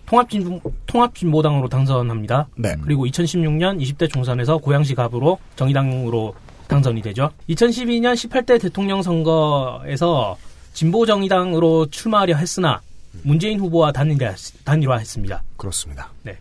[SPEAKER 11] 통합진보, 통합진보당으로 당선합니다.
[SPEAKER 2] 네.
[SPEAKER 11] 그리고 2016년 20대 총선에서 고양시 갑으로 정의당으로 당선이 되죠. 2012년 18대 대통령 선거에서 진보정의당으로 출마하려 했으나 문재인 후보와 단일화, 단일화했습니다.
[SPEAKER 2] 그렇습니다.
[SPEAKER 11] 네.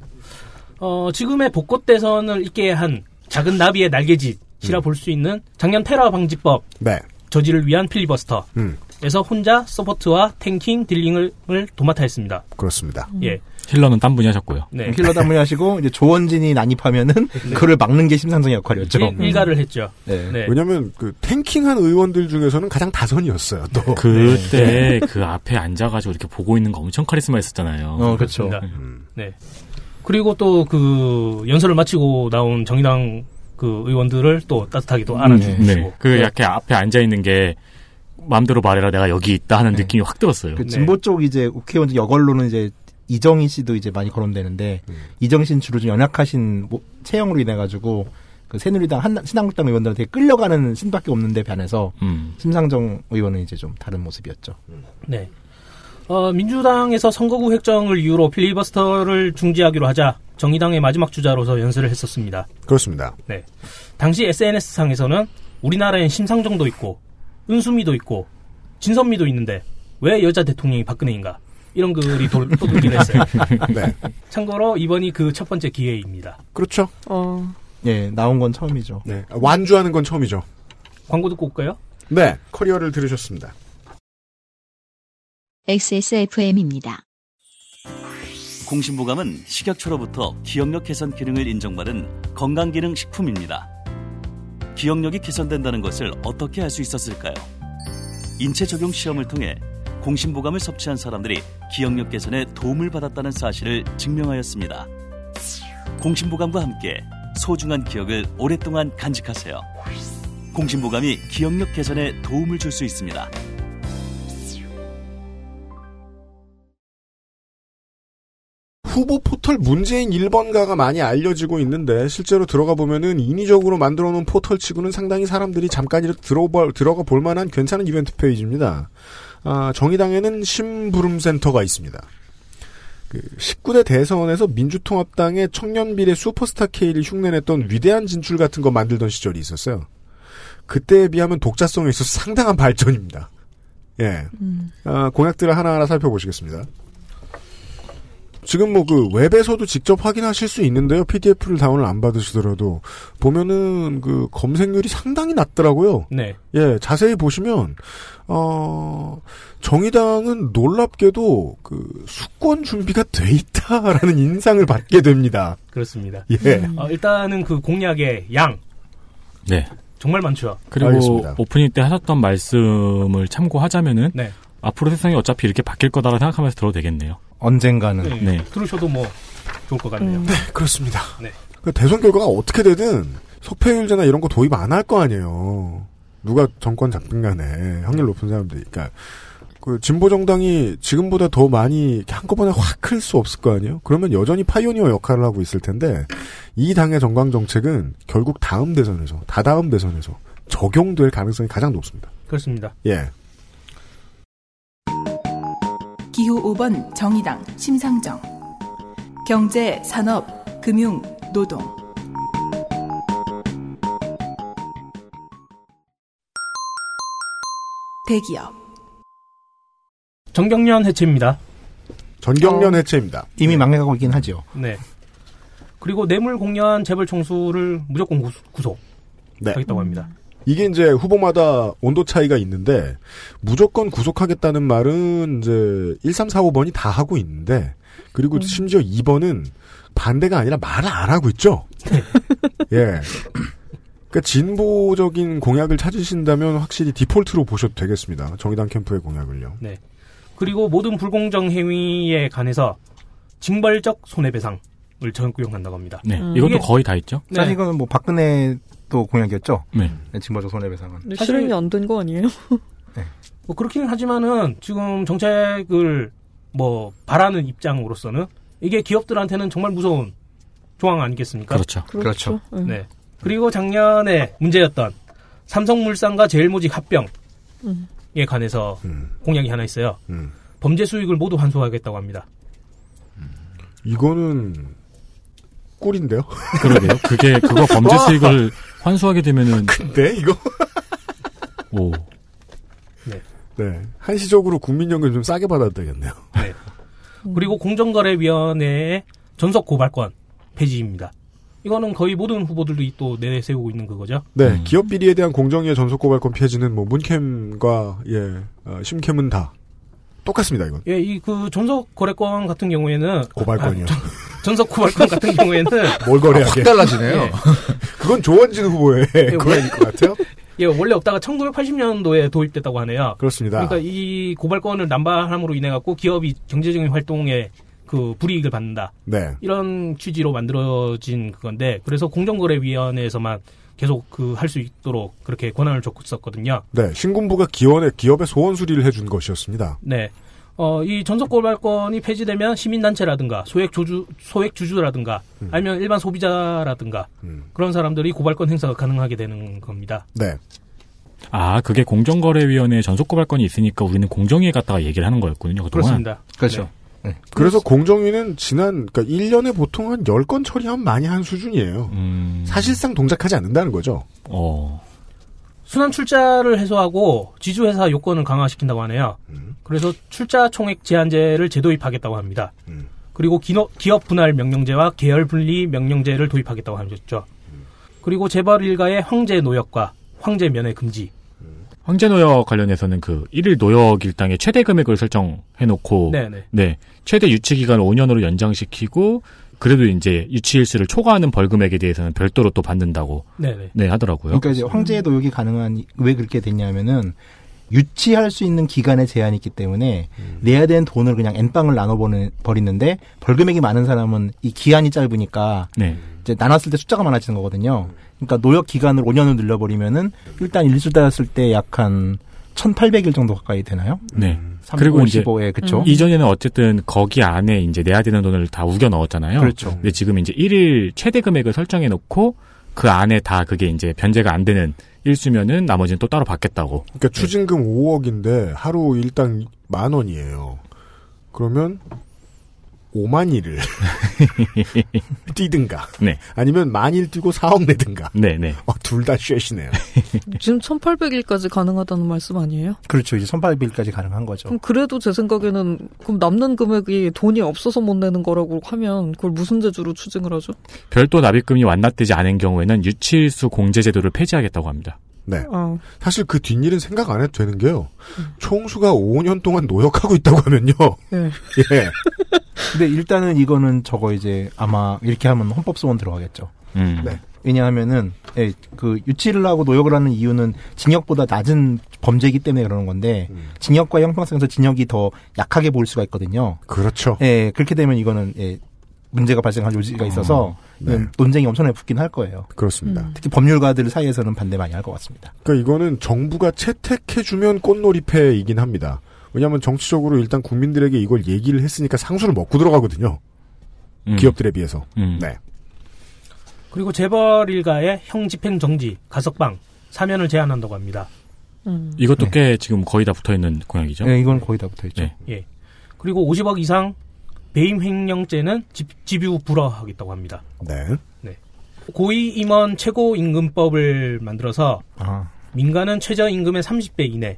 [SPEAKER 11] 어, 지금의 복꽃 대선을 있게 한 작은 나비의 날개짓이라 볼 수 있는 작년 테러 방지법
[SPEAKER 2] 네.
[SPEAKER 11] 저지를 위한 필리버스터
[SPEAKER 2] 음.
[SPEAKER 11] 에서 혼자 서포트와 탱킹, 딜링을 을 도맡아 했습니다.
[SPEAKER 2] 그렇습니다.
[SPEAKER 11] 예.
[SPEAKER 4] 힐러는 딴 분이 하셨고요.
[SPEAKER 11] 네.
[SPEAKER 10] 힐러 담을 하시고 이제 조원진이 난입하면은 그를 막는 게 심상정의 역할이었죠.
[SPEAKER 11] 음. 일, 일가를 했죠.
[SPEAKER 10] 네.
[SPEAKER 2] 왜냐면 그 탱킹한 의원들 중에서는 가장 다선이었어요. 또
[SPEAKER 10] 네.
[SPEAKER 2] 네.
[SPEAKER 4] 그때 그 앞에 앉아가지고 이렇게 보고 있는 거 엄청 카리스마 있었잖아요.
[SPEAKER 10] 어, 그렇죠.
[SPEAKER 2] 음.
[SPEAKER 11] 네. 그리고 또 그 연설을 마치고 나온 정의당 그 의원들을 또 따뜻하게도 안아주시고
[SPEAKER 4] 네. 그 약간 앞에 앉아있는 게 마음대로 말해라 내가 여기 있다 하는
[SPEAKER 11] 네.
[SPEAKER 4] 느낌이 확 들었어요.
[SPEAKER 10] 그 진보 쪽 이제 국회의원 여걸로는 이제 이정희 씨도 이제 많이 거론되는데
[SPEAKER 11] 음.
[SPEAKER 10] 이정희 씨는 주로 좀 연약하신 뭐 체형으로 인해 가지고 그 새누리당 한 신한국당 의원들한테 끌려가는 신밖에 없는데 반해서
[SPEAKER 4] 음.
[SPEAKER 10] 심상정 의원은 이제 좀 다른 모습이었죠.
[SPEAKER 11] 네. 어, 민주당에서 선거구 획정을 이유로 필리버스터를 중지하기로 하자 정의당의 마지막 주자로서 연설을 했었습니다.
[SPEAKER 2] 그렇습니다.
[SPEAKER 11] 네. 당시 SNS상에서는 우리나라엔 심상정도 있고 은수미도 있고 진선미도 있는데 왜 여자 대통령이 박근혜인가 이런 글이 돌, 또 돌긴 했어요.
[SPEAKER 2] 네.
[SPEAKER 11] 참고로 이번이 그 첫 번째 기회입니다.
[SPEAKER 2] 그렇죠.
[SPEAKER 9] 어,
[SPEAKER 10] 예, 나온 건 처음이죠.
[SPEAKER 2] 네. 아, 완주하는 건 처음이죠.
[SPEAKER 11] 광고 듣고 올까요?
[SPEAKER 2] 네. 커리어를 들으셨습니다.
[SPEAKER 1] XSFM입니다.
[SPEAKER 13] 공심보감은 식약처로부터 기억력 개선 기능을 인정받은 건강기능 식품입니다. 기억력이 개선된다는 것을 어떻게 알 수 있었을까요? 인체 적용 시험을 통해 공심보감을 섭취한 사람들이 기억력 개선에 도움을 받았다는 사실을 증명하였습니다. 공심보감과 함께 소중한 기억을 오랫동안 간직하세요. 공신보감이 기억력 개선에 도움을 줄 수 있습니다.
[SPEAKER 2] 후보 포털 문재인 1번가가 많이 알려지고 있는데 실제로 들어가 보면은 인위적으로 만들어 놓은 포털 치고는 상당히 사람들이 잠깐이라도 들어가, 들어가 볼 만한 괜찮은 이벤트 페이지입니다. 아, 정의당에는 심부름센터가 있습니다. 그 19대 대선에서 민주통합당의 청년비례 슈퍼스타 K를 흉내냈던 위대한 진출 같은 거 만들던 시절이 있었어요. 그때에 비하면 독자성에 있어서 상당한 발전입니다. 예.
[SPEAKER 5] 음,
[SPEAKER 2] 아, 공약들을 하나하나 살펴보시겠습니다. 지금 뭐 그 웹에서도 직접 확인하실 수 있는데요. PDF를 다운을 안 받으시더라도 보면은 그 검색률이 상당히 낮더라고요.
[SPEAKER 11] 네.
[SPEAKER 2] 예, 자세히 보시면 어 정의당은 놀랍게도 그 수권 준비가 돼 있다라는 인상을 받게 됩니다.
[SPEAKER 11] 그렇습니다.
[SPEAKER 2] 예.
[SPEAKER 11] 어, 일단은 그 공약의 양
[SPEAKER 4] 네.
[SPEAKER 11] 정말 많죠.
[SPEAKER 4] 그리고 오프닝 때 하셨던 말씀을 참고하자면은
[SPEAKER 11] 네.
[SPEAKER 4] 앞으로 세상이 어차피 이렇게 바뀔 거다라 생각하면서 들어도 되겠네요.
[SPEAKER 10] 언젠가는
[SPEAKER 11] 네. 들으셔도 뭐 좋을 것 같네요.
[SPEAKER 2] 네, 그렇습니다.
[SPEAKER 11] 네.
[SPEAKER 2] 그 대선 결과가 어떻게 되든 석패율제나 이런 거 도입 안 할 거 아니에요. 누가 정권 잡든 간에 확률 높은 사람들. 그러니까 그 진보 정당이 지금보다 더 많이 이렇게 한꺼번에 확 클 수 없을 거 아니에요. 그러면 여전히 파이오니어 역할을 하고 있을 텐데 이 당의 정강 정책은 결국 다음 대선에서 다다음 대선에서 적용될 가능성이 가장 높습니다.
[SPEAKER 11] 그렇습니다.
[SPEAKER 2] 예.
[SPEAKER 3] 기호 5번 정의당 심상정 경제, 산업, 금융, 노동 대기업
[SPEAKER 11] 정경련 해체입니다.
[SPEAKER 2] 전경련 해체입니다.
[SPEAKER 10] 이미 망해가고 있긴 하죠.
[SPEAKER 11] 네. 그리고 뇌물 공연 재벌 총수를 무조건 구수- 구속.
[SPEAKER 2] 네.
[SPEAKER 11] 하겠다고 합니다.
[SPEAKER 2] 이게 이제 후보마다 온도 차이가 있는데 무조건 구속하겠다는 말은 이제 1, 3, 4, 5번이 다 하고 있는데 그리고 심지어 2번은 반대가 아니라 말을 안 하고 있죠. 예. 그러니까 진보적인 공약을 찾으신다면 확실히 디폴트로 보셔도 되겠습니다. 정의당 캠프의 공약을요.
[SPEAKER 11] 네. 그리고 모든 불공정 행위에 관해서 징벌적 손해배상을 적용한다고 합니다. 네.
[SPEAKER 4] 네. 이것도 거의 다 있죠.
[SPEAKER 10] 사실 이거는 뭐 박근혜 또 공약이었죠.
[SPEAKER 4] 네.
[SPEAKER 10] 징벌적 손해배상은.
[SPEAKER 9] 근데
[SPEAKER 11] 사실-
[SPEAKER 9] 실행이 안 된 거 아니에요?
[SPEAKER 11] 뭐 그렇기는 하지만은 지금 정책을 뭐 바라는 입장으로서는 이게 기업들한테는 정말 무서운 조항 아니겠습니까?
[SPEAKER 4] 그렇죠. 그렇죠.
[SPEAKER 9] 그렇죠.
[SPEAKER 11] 네. 그리고 작년에 문제였던 삼성물산과 제일모직 합병에
[SPEAKER 4] 네.
[SPEAKER 9] 음.
[SPEAKER 11] 관해서
[SPEAKER 4] 음.
[SPEAKER 11] 공약이 하나 있어요. 범죄 수익을 모두 환수하겠다고 합니다. 음.
[SPEAKER 2] 이거는 꿀인데요.
[SPEAKER 4] 그러게요. 그게 그거 범죄
[SPEAKER 2] 와.
[SPEAKER 4] 수익을 환수하게 되면은
[SPEAKER 2] 근데 네, 이거
[SPEAKER 4] 오.
[SPEAKER 2] 네. 한시적으로 국민연금 좀 싸게 받아도 되겠네요.
[SPEAKER 4] 음.
[SPEAKER 11] 그리고 공정거래위원회의 전속 고발권 폐지입니다. 이거는 거의 모든 후보들이 또 내세우고 있는 그거죠.
[SPEAKER 2] 네, 기업 비리에 대한 공정위의 전속 고발권 폐지는 뭐 문캠과 예 어, 심캠은 다 똑같습니다 이건.
[SPEAKER 11] 예, 이 그 전속 거래권 같은 경우에는
[SPEAKER 2] 고발권이요.
[SPEAKER 11] 아, 전- 전속 고발권 같은 경우에는
[SPEAKER 2] 뭘 거래하게?
[SPEAKER 11] 아, 확 예.
[SPEAKER 2] 그건 조원진 후보의
[SPEAKER 11] 예,
[SPEAKER 2] 거래일 것 같아요.
[SPEAKER 11] 예, 원래 없다가 1980년도에 도입됐다고 하네요.
[SPEAKER 2] 그렇습니다.
[SPEAKER 11] 그러니까 이 고발권을 남발함으로 인해 갖고 기업이 경제적인 활동에 그 불이익을 받는다.
[SPEAKER 2] 네.
[SPEAKER 11] 이런 취지로 만들어진 그건데 그래서 공정거래위원회에서만 계속 그 할 수 있도록 그렇게 권한을 줬었거든요.
[SPEAKER 2] 네, 신군부가 기원에 기업의 소원 수리를 해준 것이었습니다.
[SPEAKER 11] 네. 어, 이 전속 고발권이 폐지되면 시민단체라든가 소액 주주 소액 주주라든가 아니면 일반 소비자라든가 그런 사람들이 고발권 행사가 가능하게 되는 겁니다.
[SPEAKER 2] 네.
[SPEAKER 4] 아, 그게 공정거래위원회 전속 고발권이 있으니까 우리는 공정위에 갔다가 얘기를 하는 거였군요. 그동안.
[SPEAKER 11] 그렇습니다. 네.
[SPEAKER 10] 그렇죠.
[SPEAKER 4] 네.
[SPEAKER 2] 그래서 공정위는 지난 그러니까 1년에 보통 한 10건 처리하면 많이 한 수준이에요. 사실상 동작하지 않는다는 거죠.
[SPEAKER 4] 어.
[SPEAKER 11] 순환 출자를 해소하고 지주회사 요건을 강화시킨다고 하네요. 그래서 출자 총액 제한제를 재도입하겠다고 합니다. 그리고 기업, 기업 분할 명령제와 계열 분리 명령제를 도입하겠다고 하셨죠. 그리고 재벌 일가의 황제 노역과 황제 면회 금지.
[SPEAKER 4] 황제노역 관련해서는 그 1일 노역 일당의 최대 금액을 설정해놓고
[SPEAKER 11] 네네.
[SPEAKER 4] 네. 최대 유치 기간을 5년으로 연장시키고 그래도 이제 유치일수를 초과하는 벌금액에 대해서는 별도로 또 받는다고
[SPEAKER 11] 네네.
[SPEAKER 4] 네 하더라고요.
[SPEAKER 10] 음. 그러니까 이제 황제의 노역이 가능한 이- 왜 그렇게 됐냐면은 유치할 수 있는 기간의 제한이 있기 때문에 내야 되는 돈을 그냥 엠빵을 나눠 버리는데 벌금액이 많은 사람은 이 기한이 짧으니까
[SPEAKER 4] 네.
[SPEAKER 10] 이제 나눴을 때 숫자가 많아지는 거거든요. 그러니까 노역 기간을 5년을 늘려버리면은 일단 일수다였을 때 약 한 1,800일 정도 가까이 되나요?
[SPEAKER 4] 네.
[SPEAKER 10] 음, 삼-
[SPEAKER 4] 그리고 이제 음.
[SPEAKER 10] 55에 그쵸?
[SPEAKER 4] 이전에는 어쨌든 거기 안에 이제 내야 되는 돈을 다 우겨 넣었잖아요.
[SPEAKER 10] 그렇죠.
[SPEAKER 4] 근데 지금 이제 일일 최대 금액을 설정해 놓고 그 안에 다 그게 이제 변제가 안 되는 일수면은 나머지는 또 따로 받겠다고.
[SPEAKER 2] 그러니까 추징금 5억인데 하루 일당 만 원이에요. 그러면 5만 일을 뛰든가.
[SPEAKER 4] 네.
[SPEAKER 2] 아니면 만일 뛰고 4억 내든가. 아,
[SPEAKER 4] 네, 네.
[SPEAKER 2] 둘다 쉐시네요.
[SPEAKER 9] 지금 1800일까지 가능하다는 말씀 아니에요?
[SPEAKER 10] 그렇죠. 이제 1,800일까지 가능한 거죠.
[SPEAKER 9] 그럼 그래도 제 생각에는 그럼 남는 금액이 돈이 없어서 못 내는 거라고 하면 그걸 무슨 재주로 추징을 하죠?
[SPEAKER 4] 별도 납입금이 완납되지 않은 경우에는 유치일수 공제제도를 폐지하겠다고 합니다.
[SPEAKER 2] 네.
[SPEAKER 9] 어.
[SPEAKER 2] 사실 그 뒷일은 생각 안 해도 되는 게요. 총수가 5년 동안 노역하고 있다고 하면요.
[SPEAKER 9] 예.
[SPEAKER 2] 예.
[SPEAKER 10] 근데 일단은 이거는 저거 이제 아마 이렇게 하면 헌법소원 들어가겠죠.
[SPEAKER 4] 음.
[SPEAKER 2] 네.
[SPEAKER 10] 왜냐하면은 예, 그 유치를 하고 노역을 하는 이유는 징역보다 낮은 범죄이기 때문에 그러는 건데
[SPEAKER 2] 음.
[SPEAKER 10] 징역과 형평성에서 징역이 더 약하게 보일 수가 있거든요.
[SPEAKER 2] 그렇죠.
[SPEAKER 10] 예, 그렇게 되면 이거는 예, 문제가 발생할 요지가 있어서
[SPEAKER 2] 어, 네.
[SPEAKER 10] 이건 논쟁이 엄청나게 붙긴 할 거예요.
[SPEAKER 2] 그렇습니다.
[SPEAKER 10] 특히 법률가들 사이에서는 반대 많이 할 것 같습니다.
[SPEAKER 2] 그러니까 이거는 정부가 채택해주면 꽃놀이패이긴 합니다. 왜냐하면 정치적으로 일단 국민들에게 이걸 얘기를 했으니까 상수를 먹고 들어가거든요. 기업들에 비해서. 네.
[SPEAKER 11] 그리고 재벌 일가의 형집행 정지, 가석방, 사면을 제한한다고 합니다.
[SPEAKER 4] 이것도 꽤 지금 거의 다 붙어 있는 공약이죠.
[SPEAKER 10] 네, 이건 거의 다 붙어 있죠.
[SPEAKER 4] 네.
[SPEAKER 11] 예. 그리고 50억 이상 배임 횡령죄는 집, 집유 불허하겠다고 합니다.
[SPEAKER 2] 네.
[SPEAKER 11] 네. 고위 임원 최고 임금법을 만들어서
[SPEAKER 10] 아.
[SPEAKER 11] 민간은 최저 임금의 30배 이내,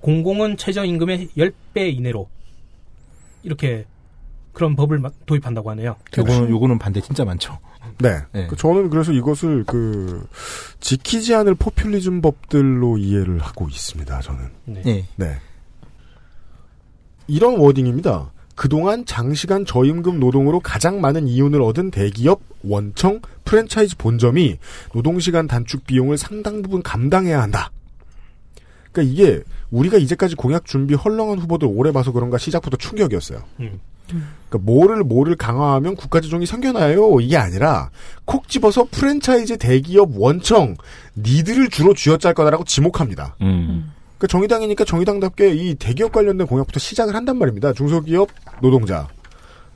[SPEAKER 11] 공공은 최저 임금의 10배 이내로 이렇게 그런 법을 마- 도입한다고 하네요.
[SPEAKER 2] 그렇죠.
[SPEAKER 10] 요거는 요거는 반대 진짜 많죠.
[SPEAKER 2] 네.
[SPEAKER 10] 네.
[SPEAKER 2] 그 저는 그래서 이것을 그 지키지 않을 포퓰리즘 법들로 이해를 하고 있습니다. 저는.
[SPEAKER 11] 네.
[SPEAKER 2] 예.
[SPEAKER 10] 네.
[SPEAKER 2] 이런 워딩입니다. 그동안 장시간 저임금 노동으로 가장 많은 이윤을 얻은 대기업, 원청, 프랜차이즈 본점이 노동시간 단축 비용을 상당 부분 감당해야 한다. 그러니까 이게 우리가 이제까지 공약 준비 헐렁한 후보들 오래 봐서 그런가 시작부터 충격이었어요.
[SPEAKER 11] 음.
[SPEAKER 2] 그러니까 뭐를 뭐를 강화하면 국가재정이 생겨나요 이게 아니라 콕 집어서 프랜차이즈 대기업 원청 니들을 주로 쥐어짤 거다라고 지목합니다. 그러니까 정의당이니까 정의당답게 이 대기업 관련된 공약부터 시작을 한단 말입니다. 중소기업 노동자.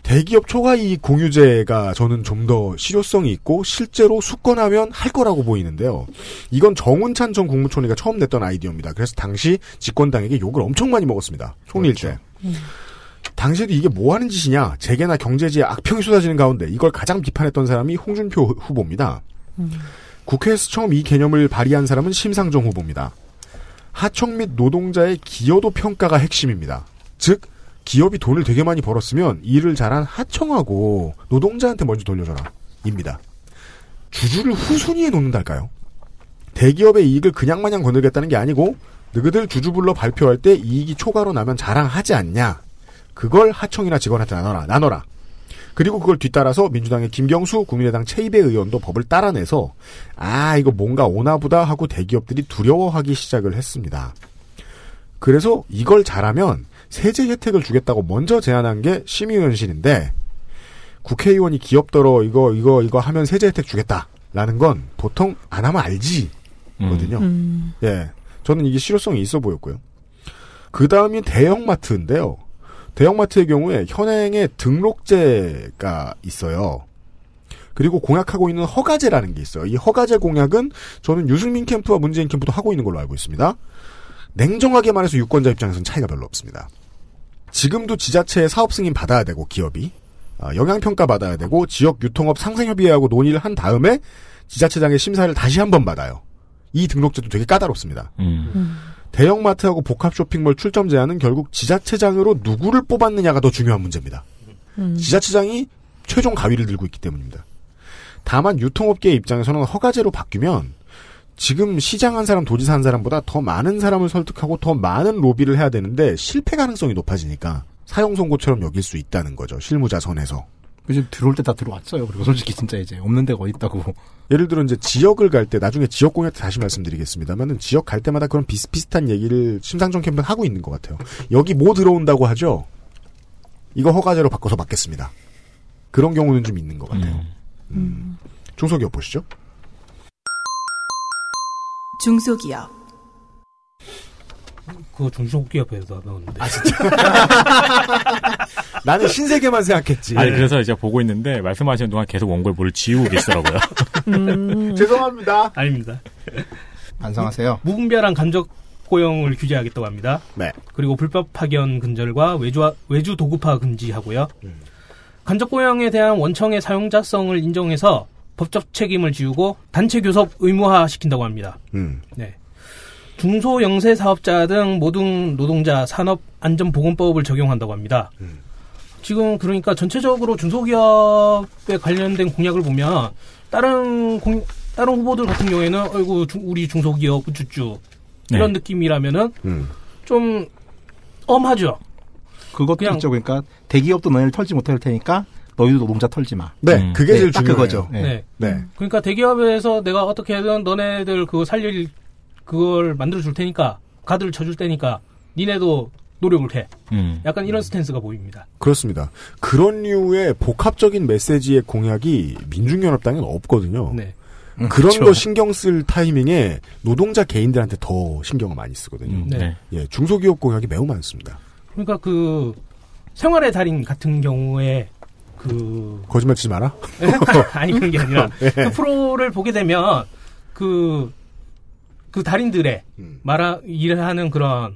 [SPEAKER 2] 대기업 초과이익 공유제가 저는 좀 더 실효성이 있고 실제로 숙건하면 할 거라고 보이는데요. 이건 정운찬 전 국무총리가 처음 냈던 아이디어입니다. 그래서 당시 집권당에게 욕을 엄청 많이 먹었습니다. 총리일 때.
[SPEAKER 11] 그렇죠.
[SPEAKER 2] 당시에도 이게 뭐 하는 짓이냐. 재계나 경제지에 악평이 쏟아지는 가운데 이걸 가장 비판했던 사람이 홍준표 후보입니다.
[SPEAKER 11] 음.
[SPEAKER 2] 국회에서 처음 이 개념을 발의한 사람은 심상정 후보입니다. 하청 및 노동자의 기여도 평가가 핵심입니다. 즉 기업이 돈을 되게 많이 벌었으면 일을 잘한 하청하고 노동자한테 먼저 돌려줘라 입니다. 주주를 후순위에 놓는달까요? 대기업의 이익을 그냥 마냥 거느겠다는 게 아니고 너희들 주주 불러 발표할 때 이익이 초과로 나면 자랑하지 않냐? 그걸 하청이나 직원한테 나눠라 나눠라. 그리고 그걸 뒤따라서 민주당의 김경수, 국민의당 최이배 의원도 법을 따라내서 아 이거 뭔가 오나보다 하고 대기업들이 두려워하기 시작을 했습니다. 그래서 이걸 잘하면 세제 혜택을 주겠다고 먼저 제안한 게 심의위원실인데 국회의원이 기업더러 이거 이거 이거 하면 세제 혜택 주겠다라는 건 보통 안 하면 알지거든요.
[SPEAKER 9] 음.
[SPEAKER 2] 예, 저는 이게 실효성이 있어 보였고요. 그 다음이 대형마트인데요. 대형마트의 경우에 현행에 등록제가 있어요. 그리고 공약하고 있는 허가제라는 게 있어요. 이 허가제 공약은 저는 유승민 캠프와 문재인 캠프도 하고 있는 걸로 알고 있습니다. 냉정하게 말해서 유권자 입장에서는 차이가 별로 없습니다. 지금도 지자체의 사업 승인 받아야 되고 기업이 아, 영향평가 받아야 되고 지역 유통업 상생협의회하고 논의를 한 다음에 지자체장의 심사를 다시 한 번 받아요. 이 등록제도 되게 까다롭습니다.
[SPEAKER 12] 음.
[SPEAKER 2] 대형마트하고 복합쇼핑몰 출점 제한은 결국 지자체장으로 누구를 뽑았느냐가 더 중요한 문제입니다. 음.
[SPEAKER 4] 음.
[SPEAKER 2] 지자체장이 최종 가위를 들고 있기 때문입니다. 다만 유통업계의 입장에서는 허가제로 바뀌면 지금 시장 한 사람, 도지사 한 사람보다 더 많은 사람을 설득하고 더 많은 로비를 해야 되는데 실패 가능성이 높아지니까 사형 선고처럼 여길 수 있다는 거죠. 실무자 선에서.
[SPEAKER 10] 요즘 그 들어올 때 다 들어왔어요. 그리고 솔직히 진짜 이제 없는 데가 어디 있다고.
[SPEAKER 2] 예를 들어 이제 지역을 갈 때 나중에 지역 공약 때 다시 말씀드리겠습니다만은 지역 갈 때마다 그런 비슷비슷한 얘기를 심상정 캠프는 하고 있는 것 같아요. 여기 뭐 들어온다고 하죠. 이거 허가제로 바꿔서 받겠습니다. 그런 경우는 좀 있는 것 같아요. 음. 중소기업 보시죠.
[SPEAKER 3] 중소기업.
[SPEAKER 11] 그거 중소기업에서 나왔는데. 아,
[SPEAKER 2] 나는 신세계만 생각했지.
[SPEAKER 4] 아니 그래서 이제 보고 있는데 말씀하시는 동안 계속 원고에 뭘 지우고 계시더라고요.
[SPEAKER 2] 죄송합니다.
[SPEAKER 11] 음. 아닙니다.
[SPEAKER 10] 반성하세요.
[SPEAKER 11] 무분별한 간접 고용을 규제하겠다고 합니다.
[SPEAKER 2] 네.
[SPEAKER 11] 그리고 불법 파견 근절과 외주 외주 도급화 금지하고요. 간접 고용에 대한 원청의 사용자성을 인정해서 법적 책임을 지우고 단체 교섭 의무화 시킨다고 합니다.
[SPEAKER 2] 음.
[SPEAKER 11] 네. 중소 영세 사업자 등 모든 노동자 산업 안전보건법을 적용한다고 합니다. 지금 그러니까 전체적으로 중소기업에 관련된 공약을 보면 다른 공- 다른 후보들 같은 경우에는 아이고 중- 우리 중소기업 우쭈쭈 이런 느낌이라면은
[SPEAKER 2] 음.
[SPEAKER 11] 좀 엄하죠.
[SPEAKER 10] 그것도
[SPEAKER 11] 그냥-
[SPEAKER 10] 있죠. 그러니까 대기업도 너희를 털지 못할 테니까 너희도 노동자 털지 마.
[SPEAKER 2] 네, 그게 제일
[SPEAKER 10] 음. 딱
[SPEAKER 2] 중요해요.
[SPEAKER 10] 그거죠. 네.
[SPEAKER 11] 네. 그러니까 대기업에서 내가 어떻게든 너네들 그거 살릴 그걸 만들어 줄 테니까 가드를 쳐줄 테니까 니네도 노력을 해.
[SPEAKER 4] 음.
[SPEAKER 11] 약간 이런 스탠스가 보입니다.
[SPEAKER 2] 그렇습니다. 그런 류의 복합적인 메시지의 공약이 민중연합당에는 없거든요.
[SPEAKER 11] 음,
[SPEAKER 2] 그런
[SPEAKER 11] 그쵸.
[SPEAKER 2] 거 신경 쓸 타이밍에 노동자 개인들한테 더 신경을 많이 쓰거든요.
[SPEAKER 11] 음, 네.
[SPEAKER 2] 예, 중소기업 공약이 매우 많습니다.
[SPEAKER 11] 그러니까 그 생활의 달인 같은 경우에 그
[SPEAKER 2] 거짓말 치지 마라.
[SPEAKER 11] 아니 그런 게 아니라
[SPEAKER 4] 네.
[SPEAKER 2] 예.
[SPEAKER 11] 그 프로를 보게 되면 그, 그 달인들의
[SPEAKER 4] 음.
[SPEAKER 11] 말하, 일하는 그런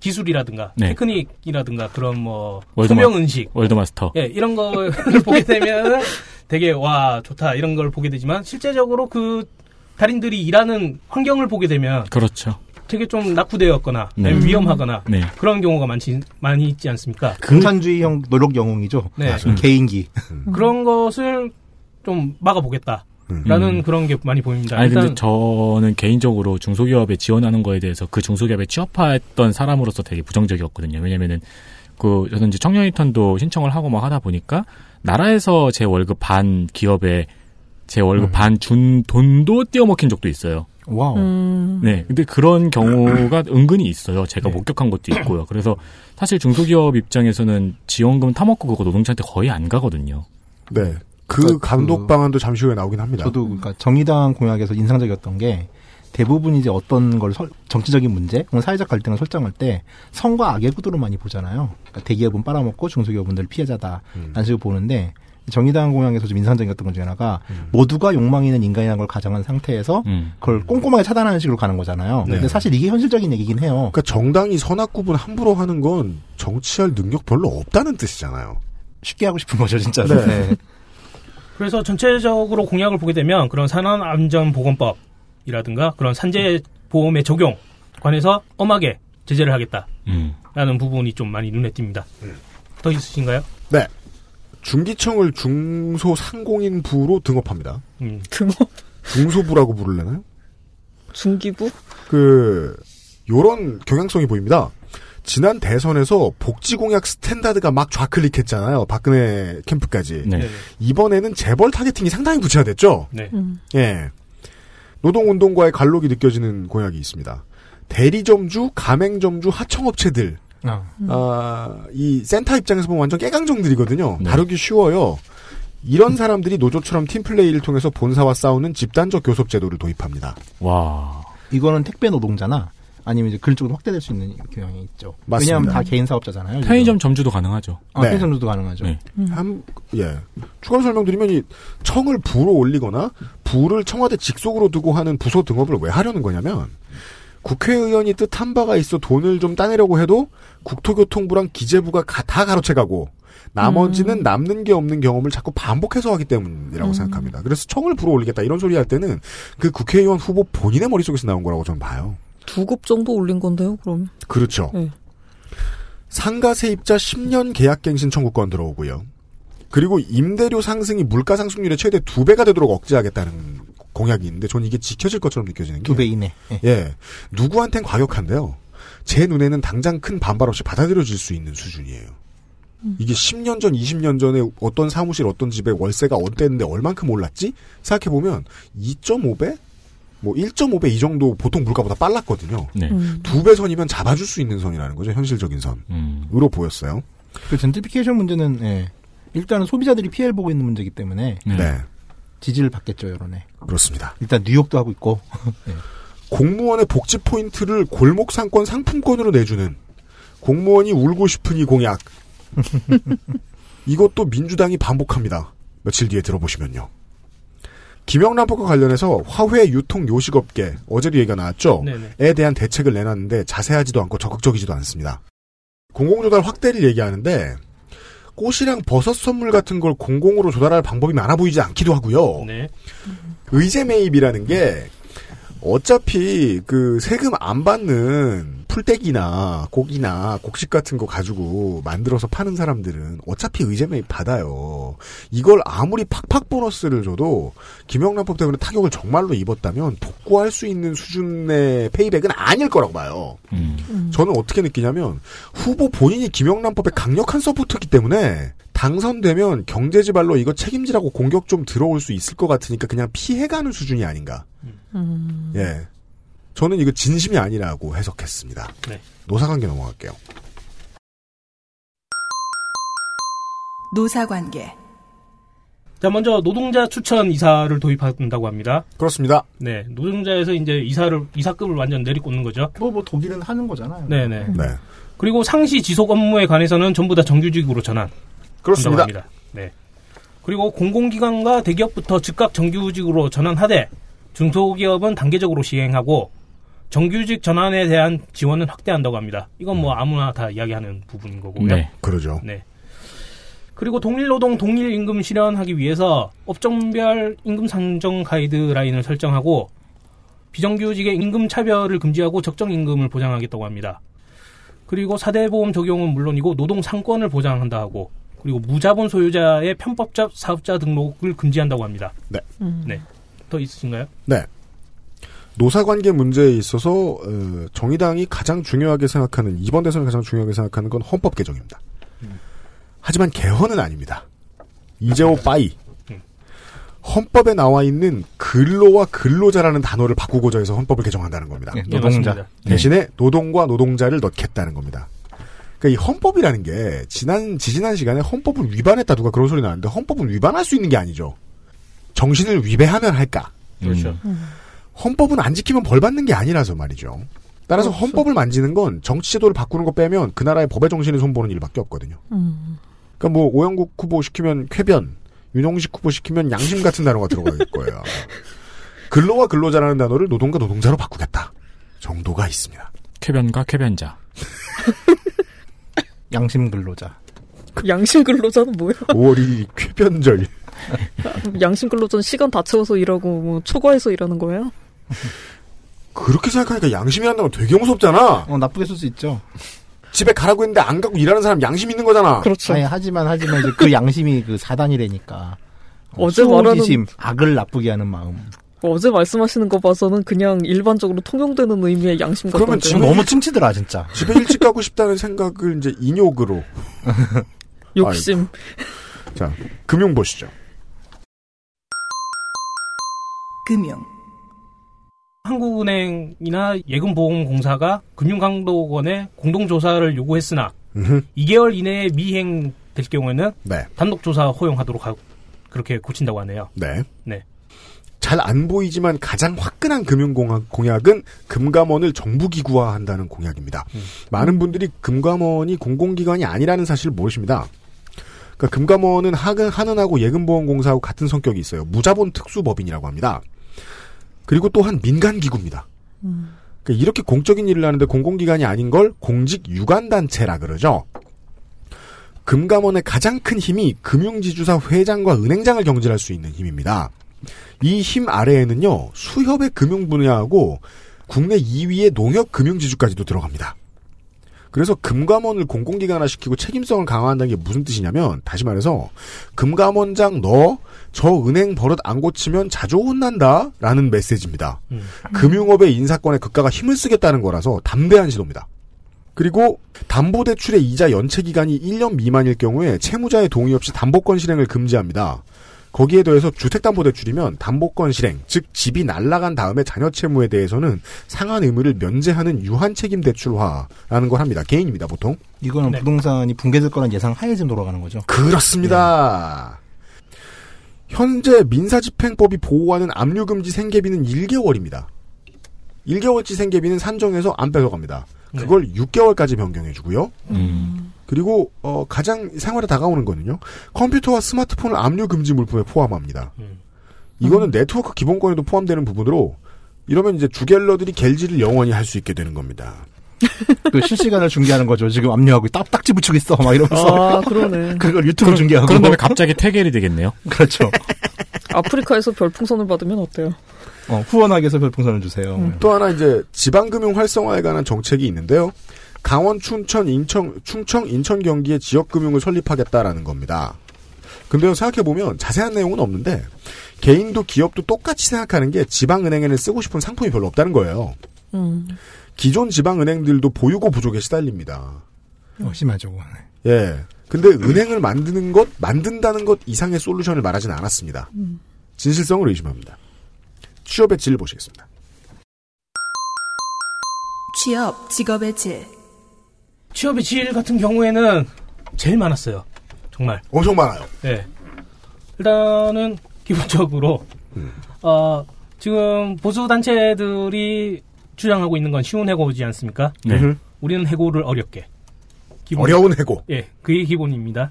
[SPEAKER 11] 기술이라든가
[SPEAKER 4] 네.
[SPEAKER 11] 테크닉이라든가 그런 뭐
[SPEAKER 4] 월드마-
[SPEAKER 11] 투명 은식
[SPEAKER 4] 월드마스터.
[SPEAKER 11] 예, 이런 거를 보게 되면 되게 와 좋다 이런 걸 보게 되지만 실제적으로 그 달인들이 일하는 환경을 보게 되면
[SPEAKER 4] 그렇죠.
[SPEAKER 11] 되게 좀 낙후되었거나
[SPEAKER 10] 네.
[SPEAKER 11] 아니면 위험하거나
[SPEAKER 10] 네.
[SPEAKER 11] 그런 경우가 많지 많이 있지 않습니까?
[SPEAKER 10] 그
[SPEAKER 4] 그
[SPEAKER 10] 공산주의형 노력 영웅이죠.
[SPEAKER 11] 네.
[SPEAKER 10] 음. 개인기.
[SPEAKER 11] 그런 것을 좀 막아보겠다라는
[SPEAKER 4] 음.
[SPEAKER 11] 그런 게 많이 보입니다.
[SPEAKER 4] 아니
[SPEAKER 11] 네, 일단
[SPEAKER 4] 근데 저는 개인적으로 중소기업에 지원하는 거에 대해서 그 중소기업에 취업했던 사람으로서 되게 부정적이었거든요. 왜냐면은 그 저는 이제 청년 인턴도 신청을 하고 막 하다 보니까 나라에서 제 월급 반 기업에 제
[SPEAKER 11] 음.
[SPEAKER 4] 월급 반 준 돈도 띄어먹힌 적도 있어요.
[SPEAKER 10] 와우.
[SPEAKER 9] 음.
[SPEAKER 4] 네. 근데 그런 경우가 은근히 있어요.
[SPEAKER 11] 네.
[SPEAKER 4] 제가 목격한 것도 있고요. 그래서 사실 중소기업 입장에서는 지원금 타먹고 그거 노동자한테 거의 안 가거든요.
[SPEAKER 2] 네. 그 감독 방안도 잠시 후에 나오긴 합니다.
[SPEAKER 10] 저도 그러니까 정의당 공약에서 인상적이었던 게 대부분 이제 어떤 걸 설- 정치적인 문제 혹은 사회적 갈등을 설정할 때 선과 악의 구도로 많이 보잖아요. 그러니까 대기업은 빨아먹고 중소기업분들 피해자다.
[SPEAKER 2] 음.
[SPEAKER 10] 라는 식으로 보는데 정의당 공약에서 좀 인상적이었던 것 중에 하나가 모두가 욕망 있는 인간이라는 걸 가정한 상태에서 그걸 꼼꼼하게 차단하는 식으로 가는 거잖아요.
[SPEAKER 2] 네.
[SPEAKER 10] 근데 사실 이게 현실적인 얘기긴 해요.
[SPEAKER 2] 그러니까 정당이 선악 구분 함부로 하는 건 정치할 능력 별로 없다는 뜻이잖아요.
[SPEAKER 10] 쉽게 하고 싶은 거죠, 진짜.
[SPEAKER 2] 네.
[SPEAKER 11] 그래서 전체적으로 공약을 보게 되면 그런 산업안전보건법이라든가 그런 산재보험의 적용 관해서 엄하게 제재를 하겠다라는
[SPEAKER 4] 음.
[SPEAKER 11] 부분이 좀 많이 눈에 띕니다. 더 있으신가요?
[SPEAKER 2] 네. 중기청을 중소상공인부로 등업합니다.
[SPEAKER 11] 음.
[SPEAKER 9] 등업?
[SPEAKER 2] 중소부라고 부르려나요?
[SPEAKER 9] 중기부?
[SPEAKER 2] 그 요런 경향성이 보입니다. 지난 대선에서 복지공약 스탠다드가 막 좌클릭했잖아요. 박근혜 캠프까지.
[SPEAKER 4] 네.
[SPEAKER 2] 이번에는 재벌 타겟팅이 상당히 구체화됐죠.
[SPEAKER 11] 네.
[SPEAKER 2] 예. 노동운동과의 갈록이 느껴지는 공약이 있습니다. 대리점주, 가맹점주, 하청업체들.
[SPEAKER 10] 어. 음.
[SPEAKER 2] 아, 이 센터 입장에서 보면 완전 깨강정들이거든요.
[SPEAKER 10] 네.
[SPEAKER 2] 다루기 쉬워요. 이런 사람들이 노조처럼 팀플레이를 통해서 본사와 싸우는 집단적 교섭 제도를 도입합니다.
[SPEAKER 4] 와.
[SPEAKER 10] 이거는 택배 노동자나 아니면 이제 그쪽으로 확대될 수 있는 경향이 있죠. 왜냐하면 다 개인 사업자잖아요. 지금.
[SPEAKER 4] 편의점 점주도 가능하죠.
[SPEAKER 10] 아, 편의점도 가능하죠.
[SPEAKER 4] 네.
[SPEAKER 2] 한, 예. 추가로 설명드리면 이 청을 부로 올리거나 부를 청와대 직속으로 두고 하는 부서 등업을 왜 하려는 거냐면 국회의원이 뜻한 바가 있어 돈을 좀 따내려고 해도 국토교통부랑 기재부가 가- 다 가로채가고 나머지는 남는 게 없는 경험을 자꾸 반복해서 하기 때문이라고 생각합니다. 그래서 청을 부로 올리겠다 이런 소리 할 때는 그 국회의원 후보 본인의 머릿속에서 나온 거라고 저는 봐요.
[SPEAKER 9] 두 급 정도 올린 건데요, 그럼.
[SPEAKER 2] 그렇죠.
[SPEAKER 9] 네.
[SPEAKER 2] 상가 세입자 10년 계약갱신 청구권 들어오고요. 그리고 임대료 상승이 물가 상승률의 최대 두 배가 되도록 억제하겠다는 공약이 있는데 저는 이게 지켜질 것처럼 느껴지는 게
[SPEAKER 10] 두배 이내. 예.
[SPEAKER 2] 예. 누구한텐 과격한데요. 제 눈에는 당장 큰 반발 없이 받아들여질 수 있는 수준이에요. 이게 10년 전, 20년 전에 어떤 사무실, 어떤 집에 월세가 어땠는데 얼만큼 올랐지? 생각해보면 2.5배? 뭐 1.5배 이 정도 보통 물가보다 빨랐거든요.
[SPEAKER 4] 네. 음.
[SPEAKER 2] 두 배 선이면 잡아줄 수 있는 선이라는 거죠. 현실적인 선으로 보였어요.
[SPEAKER 10] 그 젠트리피케이션 문제는 예. 일단은 소비자들이 피해를 보고 있는 문제이기 때문에
[SPEAKER 2] 네.
[SPEAKER 10] 지지를 받겠죠 여론에.
[SPEAKER 2] 그렇습니다. 네.
[SPEAKER 10] 일단 뉴욕도 하고 있고
[SPEAKER 2] 공무원의 복지 포인트를 골목 상권 상품권으로 내주는 공무원이 울고 싶은 이 공약. 이것도 민주당이 반복합니다. 며칠 뒤에 들어보시면요. 김영란법과 관련해서 화훼 유통 요식업계 어제도 얘기가 나왔죠.
[SPEAKER 11] 네네.
[SPEAKER 2] 에 대한 대책을 내놨는데 자세하지도 않고 적극적이지도 않습니다. 공공조달 확대를 얘기하는데 꽃이랑 버섯 선물 같은 걸 공공으로 조달할 방법이 많아 보이지 않기도 하고요.
[SPEAKER 11] 네.
[SPEAKER 2] 의제 매입이라는 게 어차피 그 세금 안 받는 풀떼기나 고기나 곡식 같은 거 가지고 만들어서 파는 사람들은 어차피 의제 매입 받아요. 이걸 아무리 팍팍 보너스를 줘도 김영란법 때문에 타격을 정말로 입었다면 복구할 수 있는 수준의 페이백은 아닐 거라고 봐요. 저는 어떻게 느끼냐면 후보 본인이 김영란법에 강력한 서포터기 때문에 당선되면 경제지발로 이거 책임지라고 공격 좀 들어올 수 있을 것 같으니까 그냥 피해가는 수준이 아닌가. 예. 저는 이거 진심이 아니라고 해석했습니다.
[SPEAKER 11] 네.
[SPEAKER 2] 노사관계 넘어갈게요.
[SPEAKER 3] 노사관계.
[SPEAKER 11] 자, 먼저 노동자 추천 이사를 도입한다고 합니다.
[SPEAKER 2] 그렇습니다.
[SPEAKER 11] 네, 노동자에서 이제 이사를 이사급을 완전 내리꽂는 거죠.
[SPEAKER 10] 뭐 뭐 독일은 하는 거잖아요.
[SPEAKER 11] 네네.
[SPEAKER 2] 네.
[SPEAKER 11] 그리고 상시 지속 업무에 관해서는 전부 다 정규직으로 전환.
[SPEAKER 2] 그렇습니다.
[SPEAKER 11] 한다고 합니다. 네. 그리고 공공기관과 대기업부터 즉각 정규직으로 전환하되 중소기업은 단계적으로 시행하고 정규직 전환에 대한 지원은 확대한다고 합니다. 이건 뭐 아무나 다 이야기하는 부분인 거고요.
[SPEAKER 4] 네.
[SPEAKER 2] 그러죠.
[SPEAKER 11] 네. 그리고 동일노동 동일임금 실현하기 위해서 업종별 임금 산정 가이드라인을 설정하고 비정규직의 임금 차별을 금지하고 적정 임금을 보장하겠다고 합니다. 그리고 사대보험 적용은 물론이고 노동 상권을 보장한다 하고 그리고 무자본 소유자의 편법적 사업자 등록을 금지한다고 합니다.
[SPEAKER 2] 네.
[SPEAKER 11] 네. 더 있으신가요?
[SPEAKER 2] 네. 노사관계 문제에 있어서 어, 정의당이 가장 중요하게 생각하는 이번 대선을 가장 중요하게 생각하는 건 헌법 개정입니다. 하지만 개헌은 아닙니다. 이재호
[SPEAKER 10] 네.
[SPEAKER 2] 빠이 헌법에 나와 있는 근로와 근로자라는 단어를 바꾸고자 해서 헌법을 개정한다는 겁니다.
[SPEAKER 10] 네, 노동자. 네, 맞습니다.
[SPEAKER 2] 대신에 노동과 노동자를 넣겠다는 겁니다. 그러니까 이 헌법이라는 게 지난 지지난 시간에 헌법을 위반했다 누가 그런 소리 나는데 헌법은 위반할 수 있는 게 아니죠. 정신을 위배하면 할까?
[SPEAKER 10] 음.
[SPEAKER 11] 그렇죠.
[SPEAKER 2] 헌법은 안 지키면 벌 받는 게 아니라서 말이죠. 따라서
[SPEAKER 4] 그렇죠.
[SPEAKER 2] 헌법을 만지는 건 정치 제도를 바꾸는 거 빼면 그 나라의 법의 정신을 손보는 일밖에 없거든요.
[SPEAKER 9] 음.
[SPEAKER 2] 그러니까 뭐 오영국 후보 시키면 쾌변, 윤홍식 후보 시키면 양심 같은 단어가 들어갈 거예요. 근로와 근로자라는 단어를 노동과 노동자로 바꾸겠다 정도가 있습니다.
[SPEAKER 4] 쾌변과 쾌변자.
[SPEAKER 10] 양심 근로자.
[SPEAKER 9] 그 양심 근로자는 뭐야?
[SPEAKER 2] 5월 1일 쾌변절.
[SPEAKER 9] 양심 근로자는 시간 다 채워서 일하고 뭐 초과해서 일하는 거예요?
[SPEAKER 2] 그렇게 생각하니까 양심이라는 단어 되게 무섭잖아.
[SPEAKER 10] 어 나쁘게 쓸 수 있죠.
[SPEAKER 2] 집에 가라고 했는데 안 가고 일하는 사람 양심 있는 거잖아.
[SPEAKER 4] 그렇죠.
[SPEAKER 10] 아니, 하지만 하지만 이제 그 양심이 그 사단이래니까.
[SPEAKER 9] 어제
[SPEAKER 10] 수호지심, 악을 나쁘게 하는 마음.
[SPEAKER 9] 어제 말씀하시는 거 봐서는 그냥 일반적으로 통용되는 의미의 양심 같던데.
[SPEAKER 10] 그러면 지금 너무 찜치더라 진짜.
[SPEAKER 2] 집에 일찍 가고 싶다는 생각을 이제 인욕으로.
[SPEAKER 9] 욕심.
[SPEAKER 2] 아이고. 자, 금융 보시죠.
[SPEAKER 3] 금융.
[SPEAKER 11] 한국은행이나 예금보험공사가 금융감독원에 공동조사를 요구했으나 2개월 이내에 미행될 경우에는
[SPEAKER 2] 네.
[SPEAKER 11] 단독조사 허용하도록 하고 그렇게 고친다고 하네요.
[SPEAKER 2] 네.
[SPEAKER 11] 네.
[SPEAKER 2] 잘 안 보이지만 가장 화끈한 금융공약은 금감원을 정부기구화한다는 공약입니다. 많은 분들이 금감원이 공공기관이 아니라는 사실을 모르십니다. 그러니까 금감원은 하근, 한은하고 예금보험공사하고 같은 성격이 있어요. 무자본 특수법인이라고 합니다. 그리고 또한 민간기구입니다.
[SPEAKER 9] 음.
[SPEAKER 2] 그러니까 이렇게 공적인 일을 하는데 공공기관이 아닌 걸 공직 유관단체라 그러죠. 금감원의 가장 큰 힘이 금융지주사 회장과 은행장을 경질할 수 있는 힘입니다. 이 힘 아래에는요 수협의 금융 분야하고 국내 2위의 농협 금융지주까지도 들어갑니다. 그래서 금감원을 공공기관화시키고 책임성을 강화한다는 게 무슨 뜻이냐면 다시 말해서 금감원장 너 저 은행 버릇 안 고치면 자주 혼난다라는 음.
[SPEAKER 11] 음.
[SPEAKER 2] 메시지입니다. 금융업의 인사권의 극가가 힘을 쓰겠다는 거라서 담대한 시도입니다. 그리고 담보대출의 이자 연체 기간이 1년 미만일 경우에 채무자의 동의 없이 담보권 실행을 금지합니다. 거기에 더해서 주택담보대출이면 담보권 실행, 즉 집이 날라간 다음에 자녀 채무에 대해서는 상한 의무를 면제하는 유한책임 대출화라는 걸 합니다. 개인입니다, 보통.
[SPEAKER 10] 이거는 부동산이 붕괴될 거란 예상 하에 지금 돌아가는 거죠. 네.
[SPEAKER 2] 그렇습니다. 현재 민사집행법이 보호하는 압류금지 생계비는 1개월입니다. 1개월치 생계비는 산정해서 안 뺏어갑니다. 그걸 6개월까지 변경해주고요. 그리고 어, 가장 생활에 다가오는 거는요. 컴퓨터와 스마트폰을 압류금지 물품에 포함합니다. 이거는 네트워크 기본권에도 포함되는 부분으로 이러면 이제 주갤러들이 갤지를 영원히 할 수 있게 되는 겁니다.
[SPEAKER 10] 그 실시간을 중계하는 거죠. 지금 압류하고 딱 딱지 붙이겠어. 막 이러면서.
[SPEAKER 9] 아, 그러네.
[SPEAKER 10] 그걸 유튜브 중계하고.
[SPEAKER 4] 그런 다음에 갑자기 퇴계리 되겠네요.
[SPEAKER 10] 그렇죠.
[SPEAKER 9] 아프리카에서 별풍선을 받으면 어때요?
[SPEAKER 10] 어, 후원하게 해서 별풍선을 주세요.
[SPEAKER 2] 음. 또 하나 이제 지방금융 활성화에 관한 정책이 있는데요. 강원, 춘천, 인천, 충청, 인천 경기에 지역금융을 설립하겠다라는 겁니다. 근데 생각해보면 자세한 내용은 없는데 개인도 기업도 똑같이 생각하는 게 지방은행에는 쓰고 싶은 상품이 별로 없다는 거예요.
[SPEAKER 9] 음.
[SPEAKER 2] 기존 지방은행들도 보유고 부족에 시달립니다.
[SPEAKER 10] 어, 심하죠.
[SPEAKER 2] 예. 근데 은행을 만드는 것, 만든다는 것 이상의 솔루션을 말하진 않았습니다.
[SPEAKER 9] 음.
[SPEAKER 2] 진실성을 의심합니다. 취업의 질 보시겠습니다.
[SPEAKER 3] 취업, 직업의 질.
[SPEAKER 11] 취업의 질 같은 경우에는 제일 많았어요. 정말.
[SPEAKER 2] 엄청 많아요.
[SPEAKER 11] 네. 일단은 기본적으로
[SPEAKER 2] 음.
[SPEAKER 11] 어, 지금 보수 단체들이 주장하고 있는 건 쉬운 해고지 않습니까?
[SPEAKER 2] 네. 으흠.
[SPEAKER 11] 우리는 해고를 어렵게.
[SPEAKER 2] 어려운 해고. 음.
[SPEAKER 11] 예, 그게 기본입니다.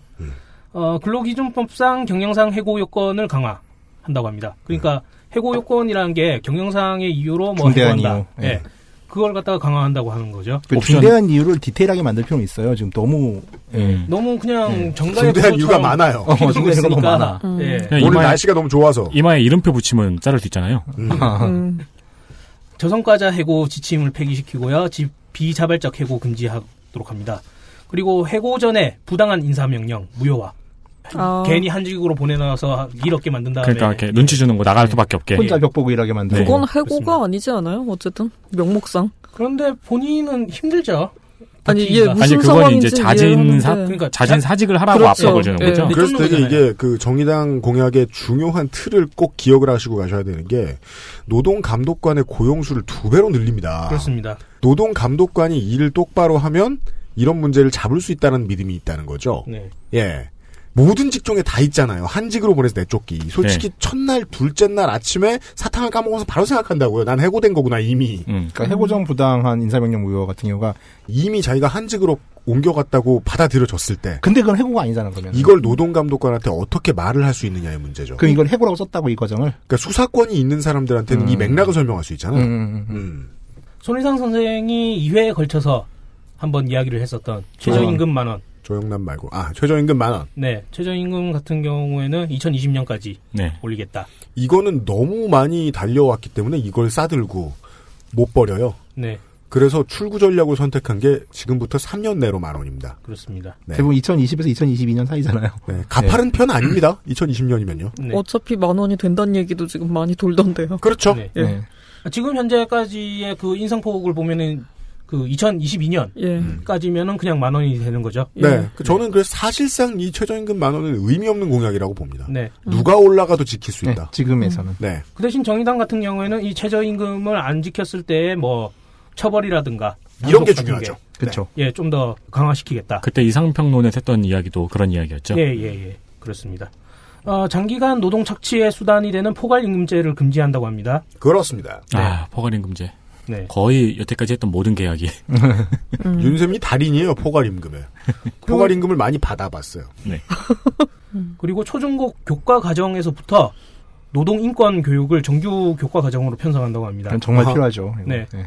[SPEAKER 11] 어, 근로기준법상 경영상 해고 요건을 강화한다고 합니다.
[SPEAKER 2] 음.
[SPEAKER 11] 그러니까 해고 요건이라는 게 경영상의 이유로 뭐
[SPEAKER 10] 중대한
[SPEAKER 11] 해고한다.
[SPEAKER 10] 이유. 예.
[SPEAKER 11] 예. 그걸 갖다가 강화한다고 하는 거죠.
[SPEAKER 10] 그 중대한 이유를 디테일하게 만들 필요는 있어요. 지금 너무 예.
[SPEAKER 4] 음.
[SPEAKER 11] 너무 그냥 정가의 그러니까.
[SPEAKER 2] 중대한 음. 이유가 많아요.
[SPEAKER 10] 어, 중대한 이유가 너무 많아.
[SPEAKER 11] 예.
[SPEAKER 2] 오늘 날씨가 너무 좋아서
[SPEAKER 4] 이마에 이름표 붙이면 자를 수 있잖아요.
[SPEAKER 11] 음. 저성과자 해고 지침을 폐기시키고요. 지- 비자발적 해고 금지하도록 합니다. 그리고 해고 전에 부당한 인사명령 무효화.
[SPEAKER 9] 아.
[SPEAKER 11] 괜히 한직으로 보내놔서 일 없게 만든 다음에
[SPEAKER 4] 그러니까 이렇게 눈치 주는 거 나갈 수밖에 없게.
[SPEAKER 10] 아, 네. 혼자 벽 보고 일하게
[SPEAKER 4] 네.
[SPEAKER 10] 만드는.
[SPEAKER 9] 그건 해고가 아니지 않아요? 어쨌든 명목상.
[SPEAKER 11] 그런데 본인은 힘들죠.
[SPEAKER 9] 아니
[SPEAKER 11] 버티기가.
[SPEAKER 9] 이게 무슨
[SPEAKER 4] 아니 그건
[SPEAKER 9] 상황인지
[SPEAKER 4] 이제 자진 사
[SPEAKER 9] 이해하는데.
[SPEAKER 4] 그러니까 자진 사직을 하라고
[SPEAKER 9] 그렇죠.
[SPEAKER 4] 압박을 주는 거죠.
[SPEAKER 2] 그래서 되게
[SPEAKER 9] 네.
[SPEAKER 2] 이게 그 정의당 공약의 중요한 틀을 꼭 기억을 하시고 가셔야 되는 게 노동 감독관의 고용 수를 두 배로 늘립니다.
[SPEAKER 11] 그렇습니다.
[SPEAKER 2] 노동 감독관이 일을 똑바로 하면 이런 문제를 잡을 수 있다는 믿음이 있다는 거죠.
[SPEAKER 11] 네.
[SPEAKER 2] 예. 모든 직종에 다 있잖아요. 한직으로 보내서 내쫓기. 솔직히 첫날, 둘째 날 아침에 사탕을 까먹어서 바로 생각한다고요. 난 해고된 거구나, 이미.
[SPEAKER 10] 그러니까 해고 전 부당한 인사명령 무효 같은 경우가
[SPEAKER 2] 이미 자기가 한직으로 옮겨갔다고 받아들여졌을 때
[SPEAKER 10] 근데 그건 해고가 아니잖아 그러면.
[SPEAKER 2] 이걸 노동감독관한테 어떻게 말을 할 수 있느냐의 문제죠.
[SPEAKER 10] 그럼 이걸 해고라고 썼다고 이 과정을. 음.
[SPEAKER 2] 그러니까 수사권이 있는 사람들한테는 이 맥락을 설명할 수 있잖아요. 음.
[SPEAKER 11] 손희상 선생이 2회에 걸쳐서 한번 이야기를 했었던 최저임금 만 원.
[SPEAKER 2] 조영남 말고 아 최저임금 만 원.
[SPEAKER 11] 네, 최저임금 같은 경우에는 2020년까지
[SPEAKER 4] 네.
[SPEAKER 11] 올리겠다.
[SPEAKER 2] 이거는 너무 많이 달려왔기 때문에 이걸 싸들고 못 버려요.
[SPEAKER 11] 네,
[SPEAKER 2] 그래서 출구 전략을 선택한 게 지금부터 3년 내로 만 원입니다.
[SPEAKER 11] 그렇습니다.
[SPEAKER 2] 네.
[SPEAKER 10] 대부분 2020에서 2022년 사이잖아요.
[SPEAKER 2] 네, 가파른 편 아닙니다. 2020년이면요.
[SPEAKER 11] 네.
[SPEAKER 9] 어차피 만 원이 된다는 얘기도 지금 많이 돌던데요.
[SPEAKER 2] 그렇죠.
[SPEAKER 11] 네.
[SPEAKER 9] 예.
[SPEAKER 11] 지금 현재까지의 그 인상폭을 보면은 그
[SPEAKER 9] 예.
[SPEAKER 11] 2022년까지면은 그냥 만 원이 되는 거죠.
[SPEAKER 2] 음.
[SPEAKER 10] 예.
[SPEAKER 2] 네, 그 저는 그래서 사실상 이 최저임금 만 원은 의미 없는 공약이라고 봅니다.
[SPEAKER 11] 네.
[SPEAKER 2] 누가 올라가도 지킬 수 있다.
[SPEAKER 10] 지금에서는.
[SPEAKER 2] 네.
[SPEAKER 11] 그 대신 정의당 같은 경우에는 이 최저임금을 안 지켰을 때 뭐 처벌이라든가
[SPEAKER 2] 이런 게
[SPEAKER 11] 단속 같은
[SPEAKER 2] 중요하죠.
[SPEAKER 11] 게,
[SPEAKER 10] 그렇죠.
[SPEAKER 11] 예, 좀 더 강화시키겠다.
[SPEAKER 4] 그때 이상평론에 했던 이야기도 그런 이야기였죠.
[SPEAKER 2] 그렇죠.
[SPEAKER 11] 예, 예, 예. 그렇습니다. 어, 장기간 노동 착취의 수단이 되는 포괄임금제를 금지한다고 합니다.
[SPEAKER 2] 그렇습니다.
[SPEAKER 4] 아 포괄임금제.
[SPEAKER 11] 네.
[SPEAKER 4] 거의 여태까지 했던 모든 계약이.
[SPEAKER 9] 음.
[SPEAKER 10] 음.
[SPEAKER 2] 윤쌤이 달인이에요 포괄임금에. 포괄임금을 많이 받아봤어요.
[SPEAKER 4] 네.
[SPEAKER 11] 그리고 초중고 교과 과정에서부터 노동 인권 교육을 정규 교과 과정으로 편성한다고 합니다.
[SPEAKER 10] 그건 정말 필요하죠. 이거.
[SPEAKER 11] 네.
[SPEAKER 10] 네.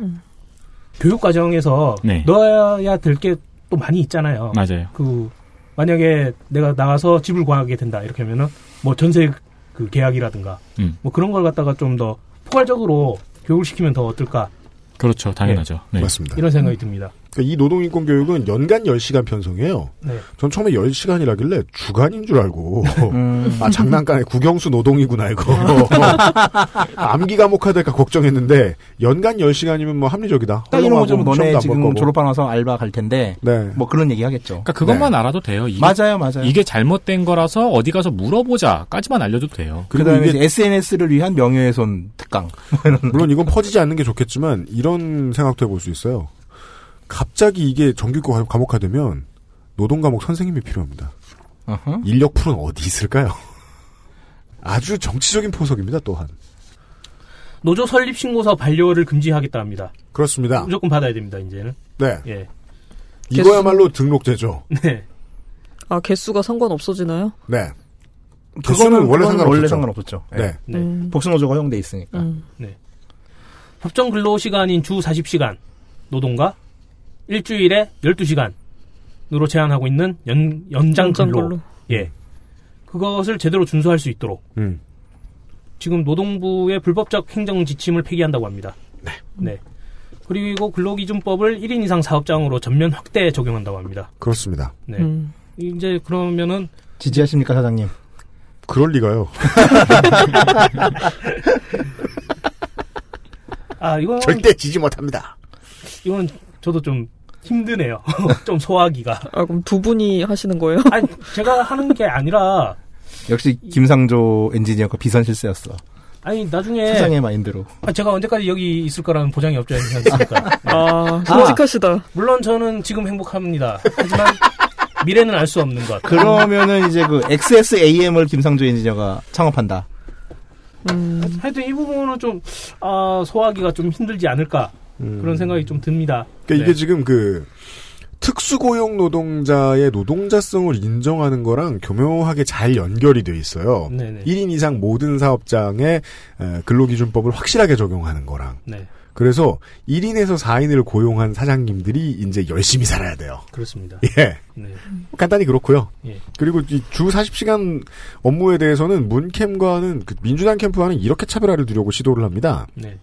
[SPEAKER 11] 교육 과정에서
[SPEAKER 4] 네.
[SPEAKER 11] 넣어야 될 게 또 많이 있잖아요.
[SPEAKER 4] 맞아요.
[SPEAKER 11] 그 만약에 내가 나가서 집을 구하게 된다 이렇게 하면은 뭐 전세 그 계약이라든가
[SPEAKER 4] 음.
[SPEAKER 11] 뭐 그런 걸 갖다가 좀 더 포괄적으로 교육을 시키면 더 어떨까
[SPEAKER 4] 그렇죠. 당연하죠. 네.
[SPEAKER 2] 맞습니다.
[SPEAKER 11] 이런 생각이 듭니다.
[SPEAKER 2] 그러니까 이 노동인권 교육은 연간 10시간 편성이에요.
[SPEAKER 11] 네.
[SPEAKER 2] 전 처음에 10시간이라길래 주간인 줄 알고
[SPEAKER 10] 음.
[SPEAKER 2] 아 장난감에 국영수 노동이구나 이거 암기 과목 하될까 걱정했는데 연간 10시간이면 뭐 합리적이다.
[SPEAKER 10] 따지는
[SPEAKER 2] 헐렁하고
[SPEAKER 10] 거좀
[SPEAKER 2] 시험도
[SPEAKER 10] 너네
[SPEAKER 2] 안볼
[SPEAKER 10] 지금
[SPEAKER 2] 거고. 네.
[SPEAKER 10] 졸업반 와서 알바 갈 텐데 뭐 그런 얘기 하겠죠.
[SPEAKER 4] 그러니까 그것만 알아도 돼요. 이게,
[SPEAKER 10] 맞아요, 맞아요.
[SPEAKER 4] 이게 잘못된 거라서 어디 가서 물어보자까지만 알려도 돼요.
[SPEAKER 10] 그다음에 이제 SNS를 위한 명예훼손 특강.
[SPEAKER 2] 물론 이건 퍼지지 않는 게 좋겠지만 이런 생각도 해볼 수 있어요. 갑자기 이게 정규과 과목화되면 노동 과목 선생님이 필요합니다. 인력 풀은 어디 있을까요? 아주 정치적인 포석입니다. 또한
[SPEAKER 11] 노조 설립 신고서 반려를 금지하겠다 합니다.
[SPEAKER 2] 그렇습니다.
[SPEAKER 11] 무조건 받아야 됩니다. 이제는.
[SPEAKER 2] 네.
[SPEAKER 11] 예.
[SPEAKER 2] 이거야말로 등록제죠.
[SPEAKER 11] 네.
[SPEAKER 9] 아, 개수가 상관 없어지나요?
[SPEAKER 2] 네.
[SPEAKER 10] 그거는
[SPEAKER 2] 개수는 원래
[SPEAKER 10] 그건 원래
[SPEAKER 2] 상관없었죠.
[SPEAKER 10] 상관없었죠. 예.
[SPEAKER 2] 네.
[SPEAKER 11] 네.
[SPEAKER 10] 복수노조가 허용돼 있으니까.
[SPEAKER 11] 네. 법정 근로 시간인 주 40시간 노동과 일주일에 12시간으로 제한하고 있는 연, 연장
[SPEAKER 9] 연장
[SPEAKER 11] 근로.
[SPEAKER 9] 근로.
[SPEAKER 11] 예. 그것을 제대로 준수할 수 있도록
[SPEAKER 2] 음.
[SPEAKER 11] 지금 노동부의 불법적 행정 지침을 폐기한다고 합니다. 네. 그리고 근로기준법을 1인 이상 사업장으로 전면 확대 적용한다고 합니다.
[SPEAKER 2] 그렇습니다.
[SPEAKER 11] 네.
[SPEAKER 9] 음.
[SPEAKER 11] 이제 그러면은
[SPEAKER 10] 지지하십니까 사장님?
[SPEAKER 2] 그럴 리가요.
[SPEAKER 11] 아, 이건
[SPEAKER 2] 절대 지지 못합니다.
[SPEAKER 11] 이건 저도 좀 힘드네요. 좀 소화하기가.
[SPEAKER 9] 아, 그럼 두 분이 하시는 거예요?
[SPEAKER 11] 아니, 제가 하는 게 아니라
[SPEAKER 10] 역시 김상조 엔지니어가 비선 실세였어.
[SPEAKER 11] 아니 나중에
[SPEAKER 10] 사장의 마인드로.
[SPEAKER 11] 아, 제가 언제까지 여기 있을 거라는 보장이 없지 않습니까?
[SPEAKER 9] 아, 솔직하시다.
[SPEAKER 11] 물론 저는 지금 행복합니다. 하지만 미래는 알 수 없는 것.
[SPEAKER 10] 그러면은 이제 그 XSAM을 김상조 엔지니어가 창업한다.
[SPEAKER 9] 음.
[SPEAKER 11] 하여튼 이 부분은 좀 아, 소화하기가 좀 힘들지 않을까 그런 생각이 좀 듭니다.
[SPEAKER 2] 음. 그러니까
[SPEAKER 10] 네.
[SPEAKER 2] 이게 지금 그 특수고용 노동자의 노동자성을 인정하는 거랑 교묘하게 잘 연결이 돼 있어요.
[SPEAKER 11] 네네.
[SPEAKER 2] 1인 이상 모든 사업장에 에, 근로기준법을 확실하게 적용하는 거랑.
[SPEAKER 11] 네.
[SPEAKER 2] 그래서 1인에서 4인을 고용한 사장님들이 이제 열심히 살아야 돼요.
[SPEAKER 11] 그렇습니다.
[SPEAKER 2] 예.
[SPEAKER 11] 네.
[SPEAKER 9] 음.
[SPEAKER 2] 간단히 그렇고요.
[SPEAKER 11] 예.
[SPEAKER 2] 그리고 이 주 40시간 업무에 대해서는 문캠과는 그 민주당 캠프와는 이렇게 차별화를 두려고 시도를 합니다.
[SPEAKER 11] 네.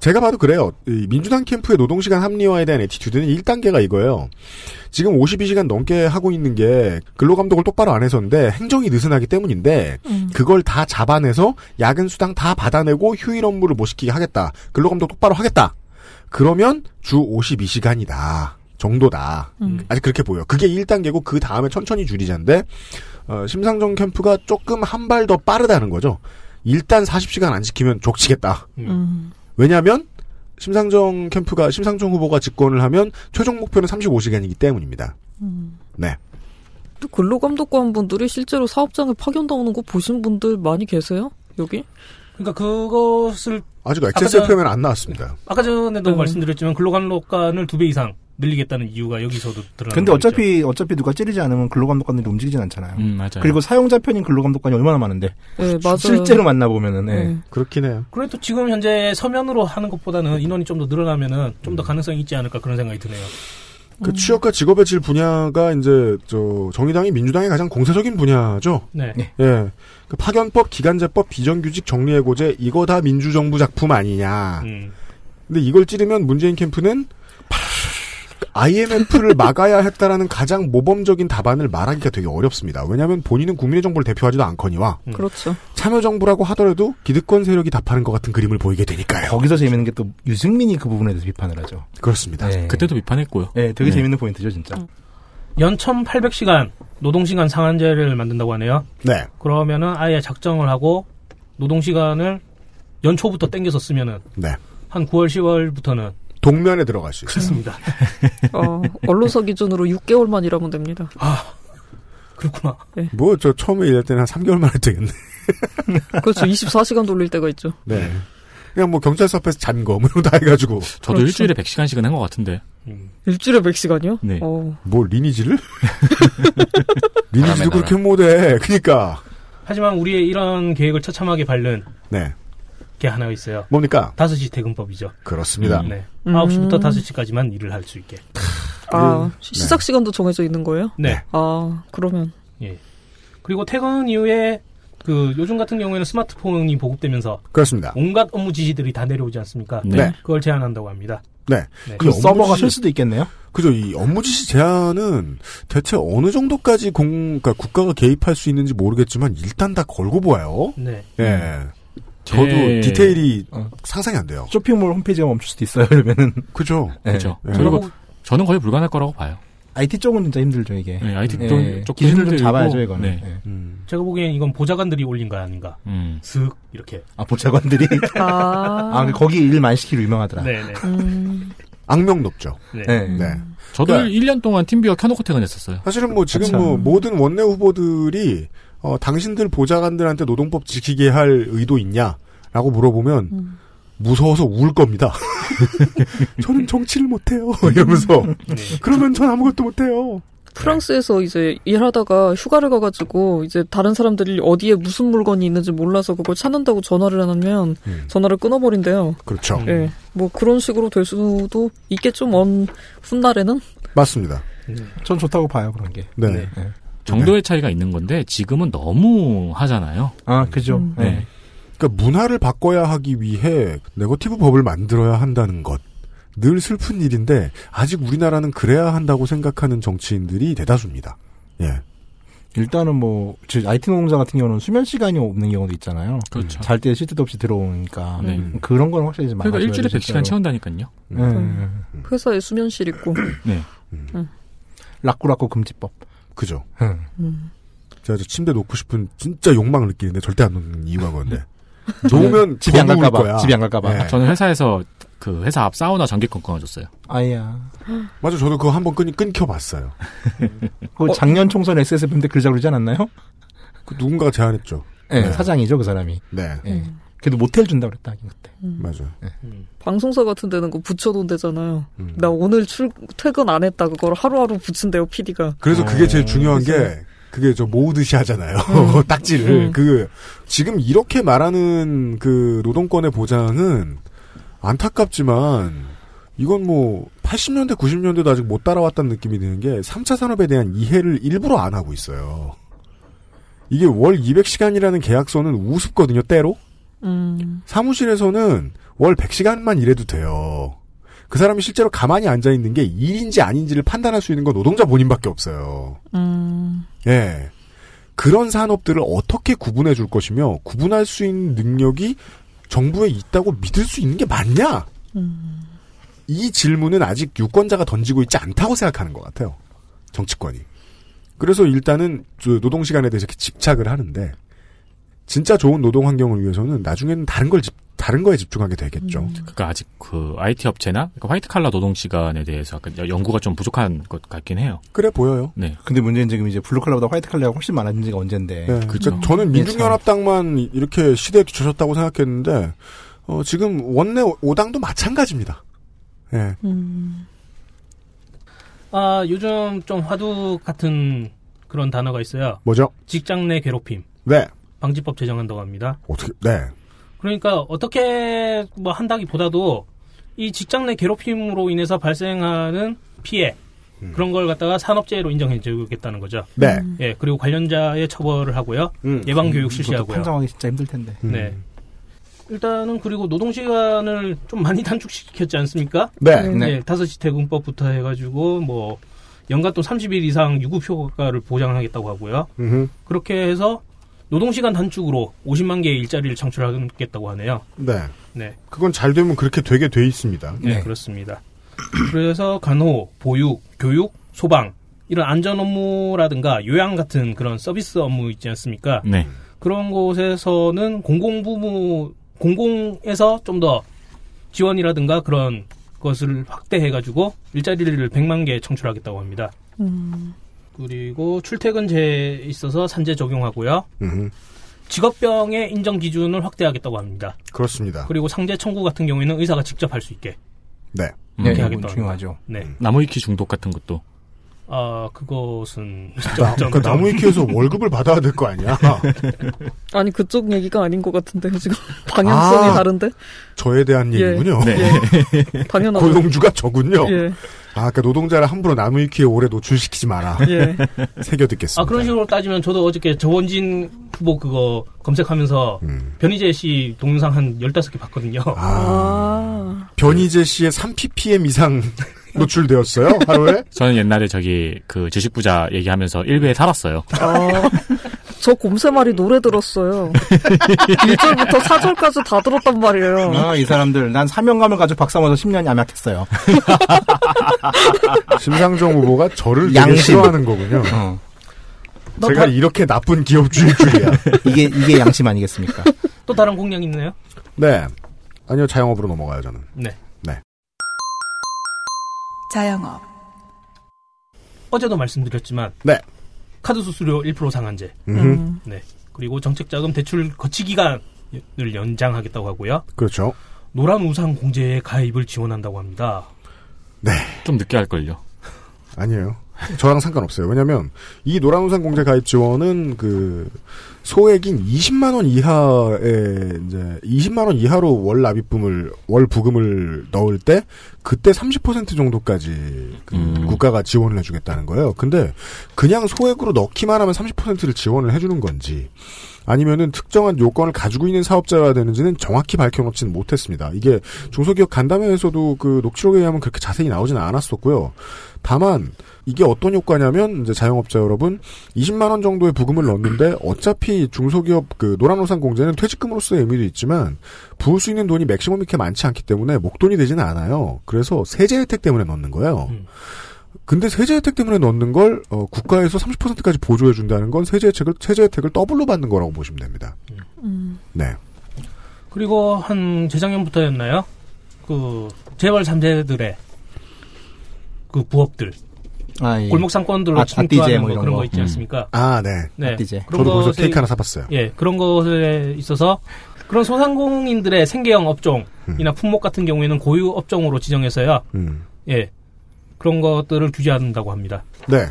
[SPEAKER 2] 제가 봐도 그래요. 이 민주당 캠프의 노동시간 합리화에 대한 에티튜드는 1단계가 이거예요. 지금 52시간 넘게 하고 있는 게 근로감독을 똑바로 안 해서인데 행정이 느슨하기 때문인데 그걸 다 잡아내서 야근 수당 다 받아내고 휴일 업무를 못 시키게 하겠다. 근로감독 똑바로 하겠다. 그러면 주 52시간이다. 정도다.
[SPEAKER 14] 음.
[SPEAKER 2] 아직 그렇게 보여. 요 그게 1단계고 그 다음에 천천히 줄이자인데 어, 심상정 캠프가 조금 한 발 더 빠르다는 거죠. 일단 40시간 안 지키면 족치겠다.
[SPEAKER 11] 음.
[SPEAKER 2] 왜냐하면 심상정 캠프가 심상정 후보가 집권을 하면 최종 목표는 35시간이기 때문입니다. 네.
[SPEAKER 9] 음. 또 근로감독관 분들이 실제로 사업장에 파견당하는 거 보신 분들 많이 계세요? 여기?
[SPEAKER 11] 그러니까 그것을
[SPEAKER 2] 아직
[SPEAKER 11] 아까
[SPEAKER 2] XS
[SPEAKER 11] 전-
[SPEAKER 2] 표면 안 나왔습니다.
[SPEAKER 11] 아까 전에도
[SPEAKER 9] 네.
[SPEAKER 11] 말씀드렸지만 근로감독관을 두 배 이상 늘리겠다는 이유가 여기서도 드러나.
[SPEAKER 10] 근데 어차피 어차피 누가 찌르지 않으면 근로감독관들이 움직이진 않잖아요.
[SPEAKER 4] 음, 맞아요.
[SPEAKER 10] 그리고 사용자 편인 근로감독관이 얼마나 많은데.
[SPEAKER 9] 네, 맞아요.
[SPEAKER 10] 실제로 만나 보면은 예.
[SPEAKER 9] 음.
[SPEAKER 2] 그렇긴 해요.
[SPEAKER 11] 그래도 지금 현재 서면으로 하는 것보다는 인원이 좀 더 늘어나면은 좀
[SPEAKER 2] 음.
[SPEAKER 11] 더 가능성이 있지 않을까 그런 생각이 드네요. 음.
[SPEAKER 2] 그 취업과 직업의 질 분야가 이제 저 정의당이 민주당의 가장 공세적인 분야죠.
[SPEAKER 11] 네.
[SPEAKER 2] 예. 그 파견법, 기간제법, 비정규직 정리해고제 이거 다 민주정부 작품 아니냐.
[SPEAKER 11] 음.
[SPEAKER 2] 근데 이걸 찌르면 문재인 캠프는 IMF를 막아야 했다라는 가장 모범적인 답안을 말하기가 되게 어렵습니다. 왜냐하면 본인은 국민의 정부를 대표하지도 않거니와
[SPEAKER 11] 음.
[SPEAKER 9] 그렇죠.
[SPEAKER 2] 참여정부라고 하더라도 기득권 세력이 답하는 것 같은 그림을 보이게 되니까요.
[SPEAKER 10] 거기서 재밌는 게 또 유승민이 그 부분에 대해서 비판을 하죠.
[SPEAKER 2] 그렇습니다.
[SPEAKER 4] 그때도 비판했고요.
[SPEAKER 10] 예, 되게
[SPEAKER 11] 네.
[SPEAKER 10] 재밌는 포인트죠, 진짜.
[SPEAKER 11] 연 1,800시간 노동시간 상한제를 만든다고 하네요.
[SPEAKER 2] 네.
[SPEAKER 11] 그러면은 아예 작정을 하고 노동시간을 연초부터 땡겨서 쓰면은
[SPEAKER 2] 네.
[SPEAKER 11] 한 9월 10월부터는
[SPEAKER 2] 동면에 들어갈 수 있어요.
[SPEAKER 11] 그렇습니다.
[SPEAKER 9] 어, 언론사 기준으로 6개월만 일하면 됩니다.
[SPEAKER 11] 그렇구나.
[SPEAKER 9] 네.
[SPEAKER 2] 뭐 저 처음에 일할 때는 한 3개월 만에 되겠네.
[SPEAKER 9] 그렇죠. 24시간 돌릴 때가 있죠.
[SPEAKER 2] 네. 그냥 뭐 경찰서 앞에서 잔거 뭐 이런 거 다 해가지고. 음.
[SPEAKER 4] 저도
[SPEAKER 10] 그렇죠.
[SPEAKER 4] 일주일에 100시간씩은 한 것 같은데.
[SPEAKER 9] 그렇죠. 일주일에 100시간이요?
[SPEAKER 4] 네.
[SPEAKER 9] 어.
[SPEAKER 2] 뭐 리니지를? 리니지도
[SPEAKER 4] 바람에
[SPEAKER 2] 그렇게 못해. 그러니까. 그니까.
[SPEAKER 11] 하지만 우리의 이런 계획을 처참하게 밟는
[SPEAKER 2] 네.
[SPEAKER 11] 게 하나 있어요.
[SPEAKER 2] 뭡니까?
[SPEAKER 11] 5시 퇴근법이죠.
[SPEAKER 2] 그렇습니다.
[SPEAKER 11] 네.
[SPEAKER 9] 음.
[SPEAKER 11] 9시부터 5시까지만 일을 할 수 있게.
[SPEAKER 9] 아,
[SPEAKER 2] 그,
[SPEAKER 11] 음.
[SPEAKER 9] 시-
[SPEAKER 2] 네.
[SPEAKER 9] 시작 시간도 정해져 있는 거예요?
[SPEAKER 11] 네.
[SPEAKER 9] 아, 그러면.
[SPEAKER 11] 예. 그리고 퇴근 이후에 그 요즘 같은 경우에는 스마트폰이 보급되면서
[SPEAKER 2] 그렇습니다.
[SPEAKER 11] 온갖 업무 지시들이 다 내려오지 않습니까?
[SPEAKER 2] 네.
[SPEAKER 11] 그걸 제한한다고 합니다.
[SPEAKER 2] 네.
[SPEAKER 10] 네.
[SPEAKER 2] 이
[SPEAKER 10] 그럼 서버가
[SPEAKER 2] 업무지-
[SPEAKER 10] 쉴 수도 있겠네요.
[SPEAKER 2] 그죠. 이 업무 지시 제한은 대체 어느 정도까지 공, 그러니까 국가가 개입할 수 있는지 모르겠지만 일단 다 걸고 보아요.
[SPEAKER 11] 네.
[SPEAKER 2] 예. 저도
[SPEAKER 10] 제-
[SPEAKER 2] 디테일이
[SPEAKER 10] 어.
[SPEAKER 2] 상상이 안 돼요.
[SPEAKER 10] 쇼핑몰 홈페이지가 멈출 수도 있어요. 그러면은
[SPEAKER 2] 그죠.
[SPEAKER 10] 네.
[SPEAKER 4] 그죠.
[SPEAKER 10] 네.
[SPEAKER 4] 그리고
[SPEAKER 10] 그러고-
[SPEAKER 4] 그렇죠. 저는 거의 불가능할 거라고 봐요.
[SPEAKER 10] IT 쪽은 진짜 힘들죠 이게.
[SPEAKER 4] 네, IT
[SPEAKER 10] 예,
[SPEAKER 4] 쪽은 조금
[SPEAKER 10] 기준을 좀
[SPEAKER 4] 힘들고,
[SPEAKER 10] 잡아야죠 이거는.
[SPEAKER 4] 네.
[SPEAKER 10] 예.
[SPEAKER 2] 음.
[SPEAKER 11] 음. 제가 보기엔 이건 보좌관들이 올린 거 아닌가.
[SPEAKER 4] 음.
[SPEAKER 11] 슥 이렇게.
[SPEAKER 10] 아 보좌관들이
[SPEAKER 9] 아.
[SPEAKER 10] 아, 근데 거기 일 많이 시키로 유명하더라.
[SPEAKER 11] 네네.
[SPEAKER 10] 음.
[SPEAKER 2] 악명 높죠.
[SPEAKER 11] 네.
[SPEAKER 4] 저도 1년 동안 팀비어 켜놓고 퇴근했었어요.
[SPEAKER 2] 그러니까 사실은 뭐 지금
[SPEAKER 10] 그렇죠.
[SPEAKER 2] 뭐 모든 원내 후보들이 어, 당신들 보좌관들한테 노동법 지키게 할 의도 있냐라고 물어보면 무서워서 울 겁니다. 저는 정치를 못해요. 이러면서 그러면 전 아무것도 못해요.
[SPEAKER 9] 프랑스에서 이제 일하다가 휴가를 가가지고 이제 다른 사람들이 어디에 무슨 물건이 있는지 몰라서 그걸 찾는다고 전화를 하면 전화를 끊어버린대요.
[SPEAKER 2] 음. 그렇죠.
[SPEAKER 9] 예. 뭐 그런 식으로 될 수도 있겠죠. 먼 훗날에는.
[SPEAKER 2] 맞습니다.
[SPEAKER 10] 전 좋다고 봐요 그런 게.
[SPEAKER 2] 네.
[SPEAKER 4] 정도의 차이가 있는 건데 지금은 너무 하잖아요.
[SPEAKER 10] 아 그죠.
[SPEAKER 4] 네.
[SPEAKER 2] 그러니까 문화를 바꿔야 하기 위해 네거티브 법을 만들어야 한다는 것. 늘 슬픈 일인데 아직 우리나라는 그래야 한다고 생각하는 정치인들이 대다수입니다. 예.
[SPEAKER 10] 일단은 뭐, 즉, IT 노동자 같은 경우는 수면 시간이 없는 경우도 있잖아요.
[SPEAKER 4] 그렇죠.
[SPEAKER 10] 잘 때 쉴 때도 없이 들어오니까.
[SPEAKER 4] 네.
[SPEAKER 10] 음, 그런 건 확실히 좀
[SPEAKER 4] 그러니까
[SPEAKER 10] 많아져요. 네.
[SPEAKER 4] 일주일에 100시간 채운다니까요.
[SPEAKER 2] 음.
[SPEAKER 9] 회사에 수면실 있고. 음.
[SPEAKER 4] 네.
[SPEAKER 10] 락구락구 금지법.
[SPEAKER 2] 그죠.
[SPEAKER 10] 음.
[SPEAKER 2] 제가 저 침대 놓고 싶은 진짜 욕망을 느끼는데 절대 안 놓는 이유가 그건데. 놓으면
[SPEAKER 10] 집에 안
[SPEAKER 2] 더 누울
[SPEAKER 10] 갈까봐,
[SPEAKER 2] 거야. 예.
[SPEAKER 10] 집에 안 갈까봐. 네.
[SPEAKER 4] 저는 회사에서 그 회사 앞 사우나 전기권 끊어줬어요.
[SPEAKER 10] 아야.
[SPEAKER 2] 맞아, 저도 그거 한번 끊, 끊겨봤어요.
[SPEAKER 10] 그 작년 총선 SSFM 때 글자 그러지 않았나요?
[SPEAKER 2] 어. 그 누군가가 제안했죠.
[SPEAKER 10] 네,
[SPEAKER 2] 네.
[SPEAKER 10] 사장이죠, 그 사람이.
[SPEAKER 2] 네.
[SPEAKER 10] 예. 그래도 모텔 준다 그랬다, 하긴 그때. 네.
[SPEAKER 2] 맞아.
[SPEAKER 9] 방송사 같은 데는 그거 붙여놓은대잖아요.
[SPEAKER 2] 음.
[SPEAKER 9] 나 오늘 출, 퇴근 안 했다. 그걸 하루하루 붙인대요, PD가.
[SPEAKER 2] 그래서 어, 그게 제일 중요한 게 그게 저 모으듯이 하잖아요. 딱지를.
[SPEAKER 9] 음.
[SPEAKER 2] 그 지금 이렇게 말하는 그 노동권의 보장은 안타깝지만 이건 뭐 80년대 90년대도 아직 못 따라왔다는 느낌이 드는 게 3차 산업에 대한 이해를 일부러 안 하고 있어요. 이게 월 200시간이라는 계약서는 우습거든요, 때로.
[SPEAKER 9] 음.
[SPEAKER 2] 사무실에서는 월 100시간만 일해도 돼요. 그 사람이 실제로 가만히 앉아 있는 게 일인지 아닌지를 판단할 수 있는 건 노동자 본인밖에 없어요.
[SPEAKER 9] 음.
[SPEAKER 2] 예. 그런 산업들을 어떻게 구분해 줄 것이며 구분할 수 있는 능력이 정부에 있다고 믿을 수 있는 게 맞냐?
[SPEAKER 5] 음.
[SPEAKER 2] 이 질문은 아직 유권자가 던지고 있지 않다고 생각하는 것 같아요. 정치권이. 그래서 일단은 저 노동 시간에 대해서 이렇게 집착을 하는데 진짜 좋은 노동 환경을 위해서는 나중에는 다른 걸 집- 다른 거에 집중하게 되겠죠.
[SPEAKER 4] 그러니까 아직 그 IT 업체나 그러니까 화이트 칼라 노동 시간에 대해서 약간 연구가 좀 부족한 것 같긴 해요.
[SPEAKER 2] 그래 보여요.
[SPEAKER 4] 네.
[SPEAKER 10] 근데 문제는 지금 이제 블루칼라보다 화이트칼라가 훨씬 많아진 지가 언젠데.
[SPEAKER 2] 네, 그죠. 저는 민중연합당만 이렇게 시대에 뒤처졌다고 생각했는데 어, 지금 원내 오- 오당도 마찬가지입니다. 예.
[SPEAKER 11] 음. 아 요즘 좀 화두 같은 그런 단어가 있어요.
[SPEAKER 2] 뭐죠?
[SPEAKER 11] 직장 내 괴롭힘
[SPEAKER 2] 네.
[SPEAKER 11] 방지법 제정한다고 합니다.
[SPEAKER 2] 어떻게? 네.
[SPEAKER 11] 그러니까 어떻게 뭐 한다기보다도 이 직장 내 괴롭힘으로 인해서 발생하는 피해
[SPEAKER 10] 음.
[SPEAKER 11] 그런 걸 갖다가 산업재해로 인정해주겠다는 거죠.
[SPEAKER 10] 네.
[SPEAKER 11] 예 그리고 관련자의 처벌을 하고요. 예방
[SPEAKER 10] 음,
[SPEAKER 11] 교육
[SPEAKER 10] 그것도
[SPEAKER 11] 실시하고요.
[SPEAKER 10] 판정하기 진짜 힘들 텐데.
[SPEAKER 2] 음.
[SPEAKER 11] 네. 일단은 그리고 노동 시간을 좀 많이 단축시켰지 않습니까? 예,
[SPEAKER 10] 네. 네.
[SPEAKER 11] 5시 퇴근법부터 해가지고 뭐 연간 또 30일 이상 유급휴가를 보장하겠다고 하고요. 그렇게 해서 노동 시간 단축으로 50만 개의 일자리를 창출하겠다고 하네요.
[SPEAKER 2] 네.
[SPEAKER 11] 네.
[SPEAKER 2] 그건 잘 되면 그렇게 되게 돼 있습니다.
[SPEAKER 11] 네, 그렇습니다. 그래서 간호, 보육, 교육, 소방 이런 안전 업무라든가 요양 같은 그런 서비스 업무 있지 않습니까?
[SPEAKER 4] 네.
[SPEAKER 11] 그런 곳에서는 공공부무 공공에서 좀 더 지원이라든가 그런 것을 확대해 가지고 일자리를 100만 개 창출하겠다고 합니다. 음. 그리고 출퇴근제에 있어서 산재 적용하고요.
[SPEAKER 2] 음,
[SPEAKER 11] 직업병의 인정 기준을 확대하겠다고 합니다.
[SPEAKER 2] 그렇습니다.
[SPEAKER 11] 그리고 상재 청구 같은 경우에는 의사가 직접 할 수 있게
[SPEAKER 2] 네.
[SPEAKER 11] 그렇게
[SPEAKER 4] 음.
[SPEAKER 11] 하겠다고 합니다. 네.
[SPEAKER 4] 나무위키 중독 같은 것도.
[SPEAKER 11] 아, 그것은
[SPEAKER 2] 나, 그러니까 나무위키에서 월급을 받아야 될 거 아니야?
[SPEAKER 9] 아니 그쪽 얘기가 아닌 것 같은데요 지금 방향성이
[SPEAKER 2] 아,
[SPEAKER 9] 다른데
[SPEAKER 2] 저에 대한
[SPEAKER 9] 예.
[SPEAKER 2] 얘기군요.
[SPEAKER 9] 네. 예. 당연하죠.
[SPEAKER 2] 고용주가 저군요.
[SPEAKER 9] 예.
[SPEAKER 2] 아, 그러니까 노동자를 함부로 나무위키에 오래 노출시키지 마라.
[SPEAKER 11] 예.
[SPEAKER 2] 새겨 듣겠습니다.
[SPEAKER 11] 아 그런 식으로 따지면 저도 어저께 저원진 후보 그거 검색하면서
[SPEAKER 2] 음.
[SPEAKER 11] 변희재 씨 동영상 한 15개 봤거든요.
[SPEAKER 9] 아.
[SPEAKER 2] 변희재 씨의 3ppm 이상 노출되었어요 하루에?
[SPEAKER 4] 저는 옛날에 저기 그 주식부자 얘기하면서 일베에 살았어요.
[SPEAKER 9] 아, 저 곰새말이 노래 들었어요 1절부터 4절까지 다 들었단 말이에요
[SPEAKER 10] 아,
[SPEAKER 2] 예.
[SPEAKER 10] 이 사람들. 난 사명감을 가지고 박사 모서 10년 암약했어요.
[SPEAKER 2] 심상정 후보가 저를 되게
[SPEAKER 10] 양심.
[SPEAKER 2] 싫어하는 거군요.
[SPEAKER 10] 어.
[SPEAKER 11] 너
[SPEAKER 2] 제가
[SPEAKER 11] 다-
[SPEAKER 2] 이렇게 나쁜 기업주일 줄이야.
[SPEAKER 10] 이게, 이게 양심 아니겠습니까?
[SPEAKER 11] 또 다른 공략 있나요?
[SPEAKER 2] 네. 아니요, 자영업으로 넘어가요, 저는.
[SPEAKER 11] 네.
[SPEAKER 2] 네.
[SPEAKER 3] 자영업.
[SPEAKER 11] 어제도 말씀드렸지만
[SPEAKER 2] 네.
[SPEAKER 11] 카드 수수료 1% 상한제.
[SPEAKER 2] 음흠.
[SPEAKER 11] 네. 그리고 정책자금 대출 거치 기간을 연장하겠다고 하고요.
[SPEAKER 2] 그렇죠.
[SPEAKER 11] 노란 우상 공제에 가입을 지원한다고 합니다.
[SPEAKER 2] 네.
[SPEAKER 4] 좀 늦게 할걸요.
[SPEAKER 2] 아니에요. 저랑 상관없어요. 왜냐면, 이 노란우산 공제 가입 지원은, 그, 소액인 20만원 이하에, 이제, 20만원 이하로 월 납입금을, 월 부금을 넣을 때, 그때 30% 정도까지 그 국가가 지원을 해주겠다는 거예요. 근데, 그냥 소액으로 넣기만 하면 30%를 지원을 해주는 건지, 아니면은 특정한 요건을 가지고 있는 사업자여야 되는지는 정확히 밝혀놓지는 못했습니다. 이게 중소기업 간담회에서도 그 녹취록에 의하면 그렇게 자세히 나오지는 않았었고요. 다만 이게 어떤 효과냐면 이제 자영업자 여러분 20만 원 정도의 부금을 넣는데 어차피 중소기업 그 노란우산 공제는 퇴직금으로서의 의미도 있지만 부을 수 있는 돈이 맥시멈이 그렇게 많지 않기 때문에 목돈이 되지는 않아요. 그래서 세제 혜택 때문에 넣는 거예요. 근데 세제 혜택 때문에 넣는 걸 어, 국가에서 30%까지 보조해 준다는 건 세제 혜택을 세제 혜택을 더블로 받는 거라고 보시면 됩니다. 네.
[SPEAKER 11] 그리고 한 재작년부터였나요? 그 재벌 3세들의 그 부업들
[SPEAKER 10] 아, 예.
[SPEAKER 11] 골목 상권들로
[SPEAKER 10] 아,
[SPEAKER 11] 침투하는
[SPEAKER 10] 아띠제 뭐
[SPEAKER 11] 거
[SPEAKER 10] 이런
[SPEAKER 11] 그런 거,
[SPEAKER 10] 거.
[SPEAKER 11] 있지
[SPEAKER 10] 음.
[SPEAKER 11] 않습니까?
[SPEAKER 2] 아, 네.
[SPEAKER 11] 네.
[SPEAKER 10] 아띠제.
[SPEAKER 11] 그런
[SPEAKER 2] 저도 거기서
[SPEAKER 11] 것에-
[SPEAKER 2] 케이크 하나 사봤어요.
[SPEAKER 11] 예, 그런 것에 있어서 그런 소상공인들의 생계형 업종이나 품목 같은 경우에는 고유 업종으로 지정해서요.
[SPEAKER 2] 음.
[SPEAKER 11] 예. 그런 것들을 규제한다고 합니다.
[SPEAKER 2] 네.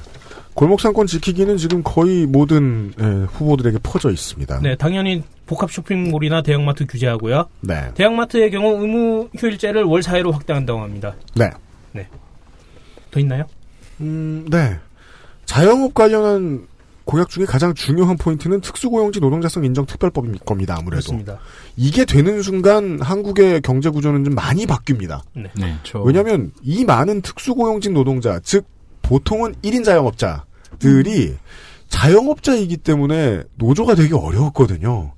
[SPEAKER 2] 골목상권 지키기는 지금 거의 모든 예, 후보들에게 퍼져 있습니다.
[SPEAKER 11] 네, 당연히 복합 쇼핑몰이나 대형마트 규제하고요.
[SPEAKER 2] 네.
[SPEAKER 11] 대형마트의 경우 의무 휴일제를 월 4회로 확대한다고 합니다.
[SPEAKER 2] 네.
[SPEAKER 11] 더 있나요?
[SPEAKER 2] 음, 네. 자영업 관련한 공약 중에 가장 중요한 포인트는 특수고용직 노동자성 인정 특별법인 겁니다. 아무래도
[SPEAKER 11] 그렇습니다.
[SPEAKER 2] 이게 되는 순간 한국의 경제 구조는 좀 많이 바뀝니다.
[SPEAKER 11] 네.
[SPEAKER 2] 왜냐하면 이 많은 특수고용직 노동자, 즉 보통은 1인 자영업자들이 자영업자이기 때문에 노조가 되기 어려웠거든요.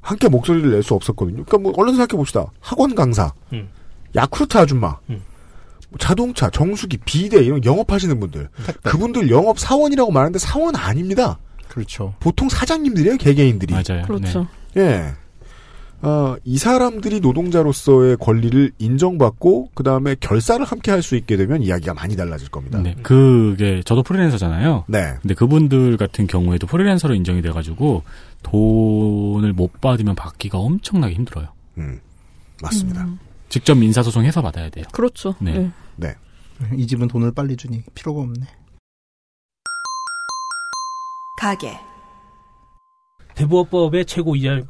[SPEAKER 2] 함께 목소리를 낼 수 없었거든요. 그러니까 뭐 얼른 생각해 봅시다. 학원 강사,
[SPEAKER 11] 음.
[SPEAKER 2] 야쿠르트 아줌마,
[SPEAKER 11] 음.
[SPEAKER 2] 뭐 자동차, 정수기, 비대 이런 영업하시는 분들, 그분들 영업 사원이라고 말하는데 사원 아닙니다.
[SPEAKER 10] 그렇죠.
[SPEAKER 2] 보통 사장님들이에요 개개인들이. 맞아요.
[SPEAKER 9] 그렇죠.
[SPEAKER 2] 예. 어, 이 사람들이 노동자로서의 권리를 인정받고 그 다음에 결사를 함께 할 수 있게 되면 이야기가 많이 달라질
[SPEAKER 10] 음.
[SPEAKER 2] 겁니다.
[SPEAKER 4] 네, 그게 저도 프리랜서잖아요.
[SPEAKER 2] 네.
[SPEAKER 4] 근데 그분들 같은 경우에도 프리랜서로 인정이 돼가지고 돈을 못 받으면 받기가 엄청나게 힘들어요.
[SPEAKER 2] 음, 맞습니다.
[SPEAKER 4] 직접 민사소송 해서 받아야 돼요.
[SPEAKER 9] 음, 그렇죠.
[SPEAKER 4] 네.
[SPEAKER 9] 예.
[SPEAKER 2] 네.
[SPEAKER 10] 이 집은 돈을 빨리 주니 필요가 없네.
[SPEAKER 3] 가게.
[SPEAKER 11] 대부업법의 최고 이자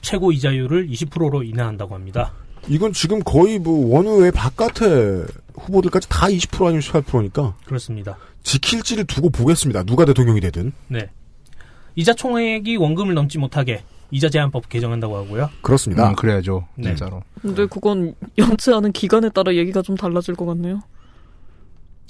[SPEAKER 11] 최고 이자율을 20%로 인하한다고 합니다.
[SPEAKER 2] 이건 지금 거의 뭐 원외 바깥에 후보들까지 다 20% 아니면 18%니까
[SPEAKER 11] 그렇습니다.
[SPEAKER 2] 지킬지를 두고 보겠습니다. 누가 대통령이 되든
[SPEAKER 11] 네. 이자 총액이 원금을 넘지 못하게 이자 제한법 개정한다고 하고요.
[SPEAKER 2] 그렇습니다.
[SPEAKER 10] 음, 그래야죠.
[SPEAKER 11] 네.
[SPEAKER 10] 진짜로.
[SPEAKER 9] 근데 그건 연체하는 기간에 따라 얘기가 좀 달라질 것 같네요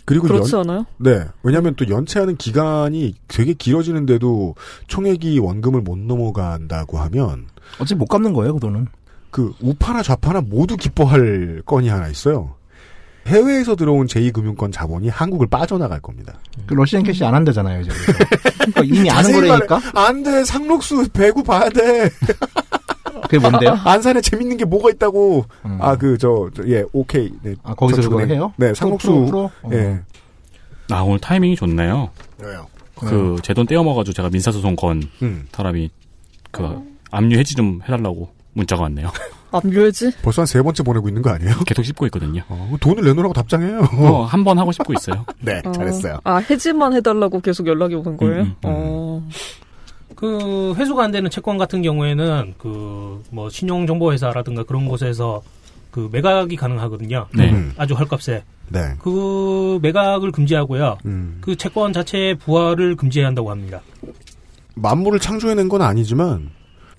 [SPEAKER 2] 그리고
[SPEAKER 9] 그렇지
[SPEAKER 2] 연-
[SPEAKER 9] 않아요?
[SPEAKER 2] 네. 왜냐하면 또 연체하는 기간이 되게 길어지는데도 총액이 원금을 못 넘어간다고 하면
[SPEAKER 10] 어차피 못 갚는 거예요, 그 돈은.
[SPEAKER 2] 그 우파나 좌파나 모두 기뻐할 건이 하나 있어요. 해외에서 들어온 제2금융권 자본이 한국을 빠져나갈 겁니다.
[SPEAKER 10] 그 러시안 캐시 안 한다잖아요, 이제. 그러니까 이미 아는
[SPEAKER 2] 자세히 말해.
[SPEAKER 10] 거라니까?
[SPEAKER 2] 안 돼. 상록수 배구 봐야 돼.
[SPEAKER 10] 그게 뭔데요? 음.
[SPEAKER 2] 안산에 재밌는 게 뭐가 있다고. 아, 그, 저, 저, 예, 오케이. 네.
[SPEAKER 10] 아, 거기서 그걸
[SPEAKER 2] 저축은행.
[SPEAKER 10] 해요?
[SPEAKER 2] 네, 상록수.
[SPEAKER 10] 프로, 프로? 어.
[SPEAKER 2] 예.
[SPEAKER 4] 아, 오늘 타이밍이 좋네요.
[SPEAKER 2] 왜요?
[SPEAKER 4] 그, 제 돈 떼어먹어가지고 제가 민사소송 건
[SPEAKER 2] 네. 음.
[SPEAKER 4] 사람이 그, 압류 해지 좀 해달라고 문자가 왔네요.
[SPEAKER 9] 압류해지?
[SPEAKER 2] 벌써 한 세 번째 보내고 있는 거 아니에요?
[SPEAKER 4] 계속 씹고 있거든요.
[SPEAKER 2] 돈을 내놓으라고 답장해요.
[SPEAKER 4] 어, 한 번 하고 싶고 있어요.
[SPEAKER 2] 네, 잘했어요.
[SPEAKER 9] 아, 해지만 해달라고 계속 연락이 오는 거예요?
[SPEAKER 11] 음,
[SPEAKER 9] 어.
[SPEAKER 11] 그 회수가 안 되는 채권 같은 경우에는 그 뭐 신용정보회사라든가 그런 곳에서 그 매각이 가능하거든요.
[SPEAKER 2] 네.
[SPEAKER 11] 아주 헐값에.
[SPEAKER 2] 네.
[SPEAKER 11] 그 매각을 금지하고요.
[SPEAKER 2] 음.
[SPEAKER 11] 그 채권 자체의 부활을 금지해야 한다고 합니다.
[SPEAKER 2] 만물을 창조해낸 건 아니지만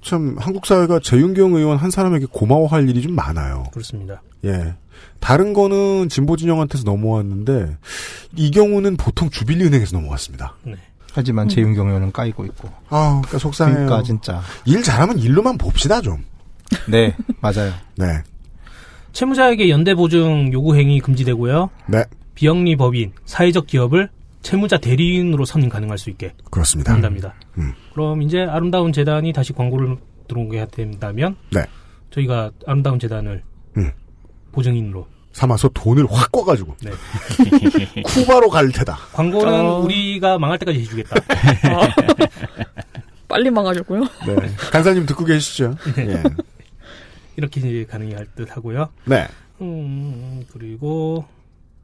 [SPEAKER 2] 참 한국 사회가 재윤경 의원 한 사람에게 고마워할 일이 좀 많아요.
[SPEAKER 11] 그렇습니다.
[SPEAKER 2] 예. 다른 거는 진보 진영한테서 넘어왔는데 이 경우는 보통 주빌리 은행에서 넘어왔습니다.
[SPEAKER 11] 네.
[SPEAKER 10] 하지만
[SPEAKER 2] 음.
[SPEAKER 10] 재윤경 의원은 까이고 있고.
[SPEAKER 2] 아, 그러니까 속상해요.
[SPEAKER 10] 그러니까 진짜.
[SPEAKER 2] 일 잘하면 일로만 봅시다 좀.
[SPEAKER 10] 네, 맞아요.
[SPEAKER 2] 네.
[SPEAKER 11] 채무자에게 연대보증 요구 행위 금지되고요.
[SPEAKER 2] 네.
[SPEAKER 11] 비영리 법인, 사회적 기업을 채무자 대리인으로 선임 가능할 수 있게
[SPEAKER 2] 그렇습니다.
[SPEAKER 11] 한답니다.
[SPEAKER 2] 음.
[SPEAKER 11] 그럼 이제 아름다운 재단이 다시 광고를 들어오게 된다면
[SPEAKER 2] 네.
[SPEAKER 11] 저희가 아름다운 재단을
[SPEAKER 2] 음.
[SPEAKER 11] 보증인으로
[SPEAKER 2] 삼아서 돈을 확 꿔가지고
[SPEAKER 11] 네.
[SPEAKER 2] 쿠바로 갈 테다.
[SPEAKER 11] 광고는
[SPEAKER 2] 어.
[SPEAKER 11] 우리가 망할 때까지 해주겠다.
[SPEAKER 9] 빨리 망하려고요?
[SPEAKER 2] 네. 간사님 듣고 계시죠?
[SPEAKER 11] 네.
[SPEAKER 2] 예.
[SPEAKER 11] 이렇게 이제 가능할 듯 하고요.
[SPEAKER 2] 네.
[SPEAKER 11] 음, 그리고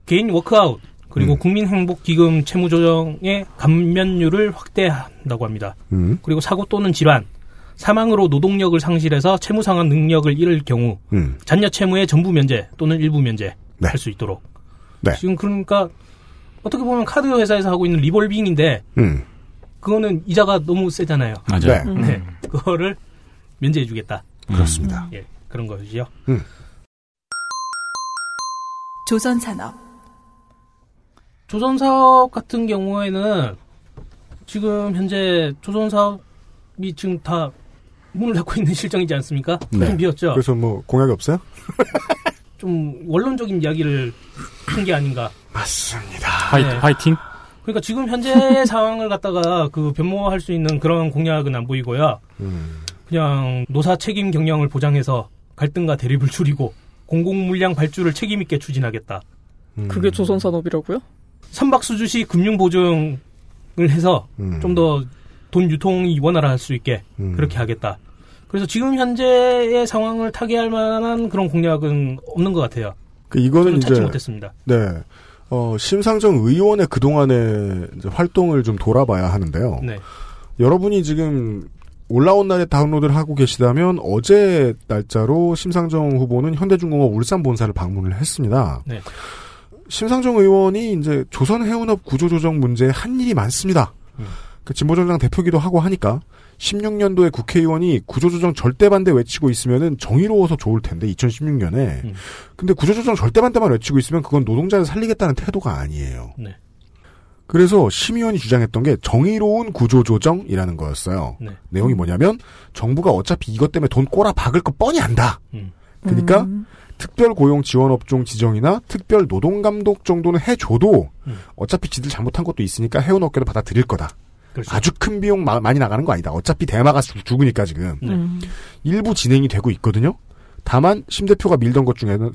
[SPEAKER 11] 개인 워크아웃 그리고 국민행복기금 채무조정의 감면율을 확대한다고 합니다.
[SPEAKER 2] 음.
[SPEAKER 11] 그리고 사고 또는 질환, 사망으로 노동력을 상실해서 채무상환 능력을 잃을 경우
[SPEAKER 2] 음.
[SPEAKER 11] 잔여 채무의 전부 면제 또는 일부 면제
[SPEAKER 2] 네.
[SPEAKER 11] 할 수 있도록.
[SPEAKER 2] 네.
[SPEAKER 11] 지금 그러니까 어떻게 보면 카드 회사에서 하고 있는 리볼빙인데
[SPEAKER 2] 음.
[SPEAKER 11] 그거는 이자가 너무 세잖아요.
[SPEAKER 2] 맞아요. 네.
[SPEAKER 11] 네. 그거를 면제해주겠다.
[SPEAKER 2] 그렇습니다.
[SPEAKER 11] 예, 그런 것이죠.
[SPEAKER 3] 조선산업
[SPEAKER 11] 조선사업 같은 경우에는 지금 현재 조선사업이 지금 다 문을 닫고 있는 실정이지 않습니까?
[SPEAKER 2] 네.
[SPEAKER 11] 좀 비었죠.
[SPEAKER 2] 그래서 뭐 공약이 없어요?
[SPEAKER 11] 좀 원론적인 이야기를 한 게 아닌가.
[SPEAKER 2] 맞습니다.
[SPEAKER 4] 아, 화이,
[SPEAKER 11] 네.
[SPEAKER 4] 화이팅.
[SPEAKER 11] 그러니까 지금 현재 상황을 갖다가 그 변모할 수 있는 그런 공약은 안 보이고요.
[SPEAKER 2] 음.
[SPEAKER 11] 그냥 노사 책임 경영을 보장해서 갈등과 대립을 줄이고 공공 물량 발주를 책임 있게 추진하겠다.
[SPEAKER 9] 그게 조선산업이라고요?
[SPEAKER 11] 선박 수주시 금융 보증을 해서
[SPEAKER 9] 음.
[SPEAKER 11] 좀 더 돈 유통이 원활할 수 있게
[SPEAKER 9] 음.
[SPEAKER 11] 그렇게 하겠다. 그래서 지금 현재의 상황을 타개할 만한 그런 공약은 없는 것 같아요.
[SPEAKER 2] 그 이거는
[SPEAKER 11] 저는
[SPEAKER 2] 이제
[SPEAKER 11] 찾지 못했습니다.
[SPEAKER 2] 네. 어, 심상정 의원의 그동안의 이제 활동을 좀 돌아봐야 하는데요.
[SPEAKER 11] 네.
[SPEAKER 2] 여러분이 지금 올라온 날에 다운로드를 하고 계시다면 어제 날짜로 심상정 후보는 현대중공업 울산 본사를 방문을 했습니다.
[SPEAKER 11] 네.
[SPEAKER 2] 심상정 의원이 이제 조선해운업 구조조정 문제에 한 일이 많습니다. 그 진보정당 대표기도 하고 하니까 16년도에 국회의원이 구조조정 절대반대 외치고 있으면은 정의로워서 좋을 텐데 2016년에 근데 구조조정 절대반대만 외치고 있으면 그건 노동자를 살리겠다는 태도가 아니에요.
[SPEAKER 11] 네.
[SPEAKER 2] 그래서 심의원이 주장했던 게 정의로운 구조조정이라는 거였어요.
[SPEAKER 11] 네.
[SPEAKER 2] 내용이 뭐냐면 정부가 어차피 이것 때문에 돈 꼬라 박을 거 뻔히 안다.
[SPEAKER 11] 음.
[SPEAKER 2] 그러니까 특별 고용 지원 업종 지정이나 특별 노동 감독 정도는 해줘도
[SPEAKER 11] 음.
[SPEAKER 2] 어차피 지들 잘못한 것도 있으니까 해운 업계도 받아들일 거다.
[SPEAKER 11] 그렇죠.
[SPEAKER 2] 아주 큰 비용 마- 많이 나가는 거 아니다. 어차피 대마가 죽- 죽으니까 지금
[SPEAKER 11] 네.
[SPEAKER 9] 음.
[SPEAKER 2] 일부 진행이 되고 있거든요. 다만 심 대표가 밀던 것 중에는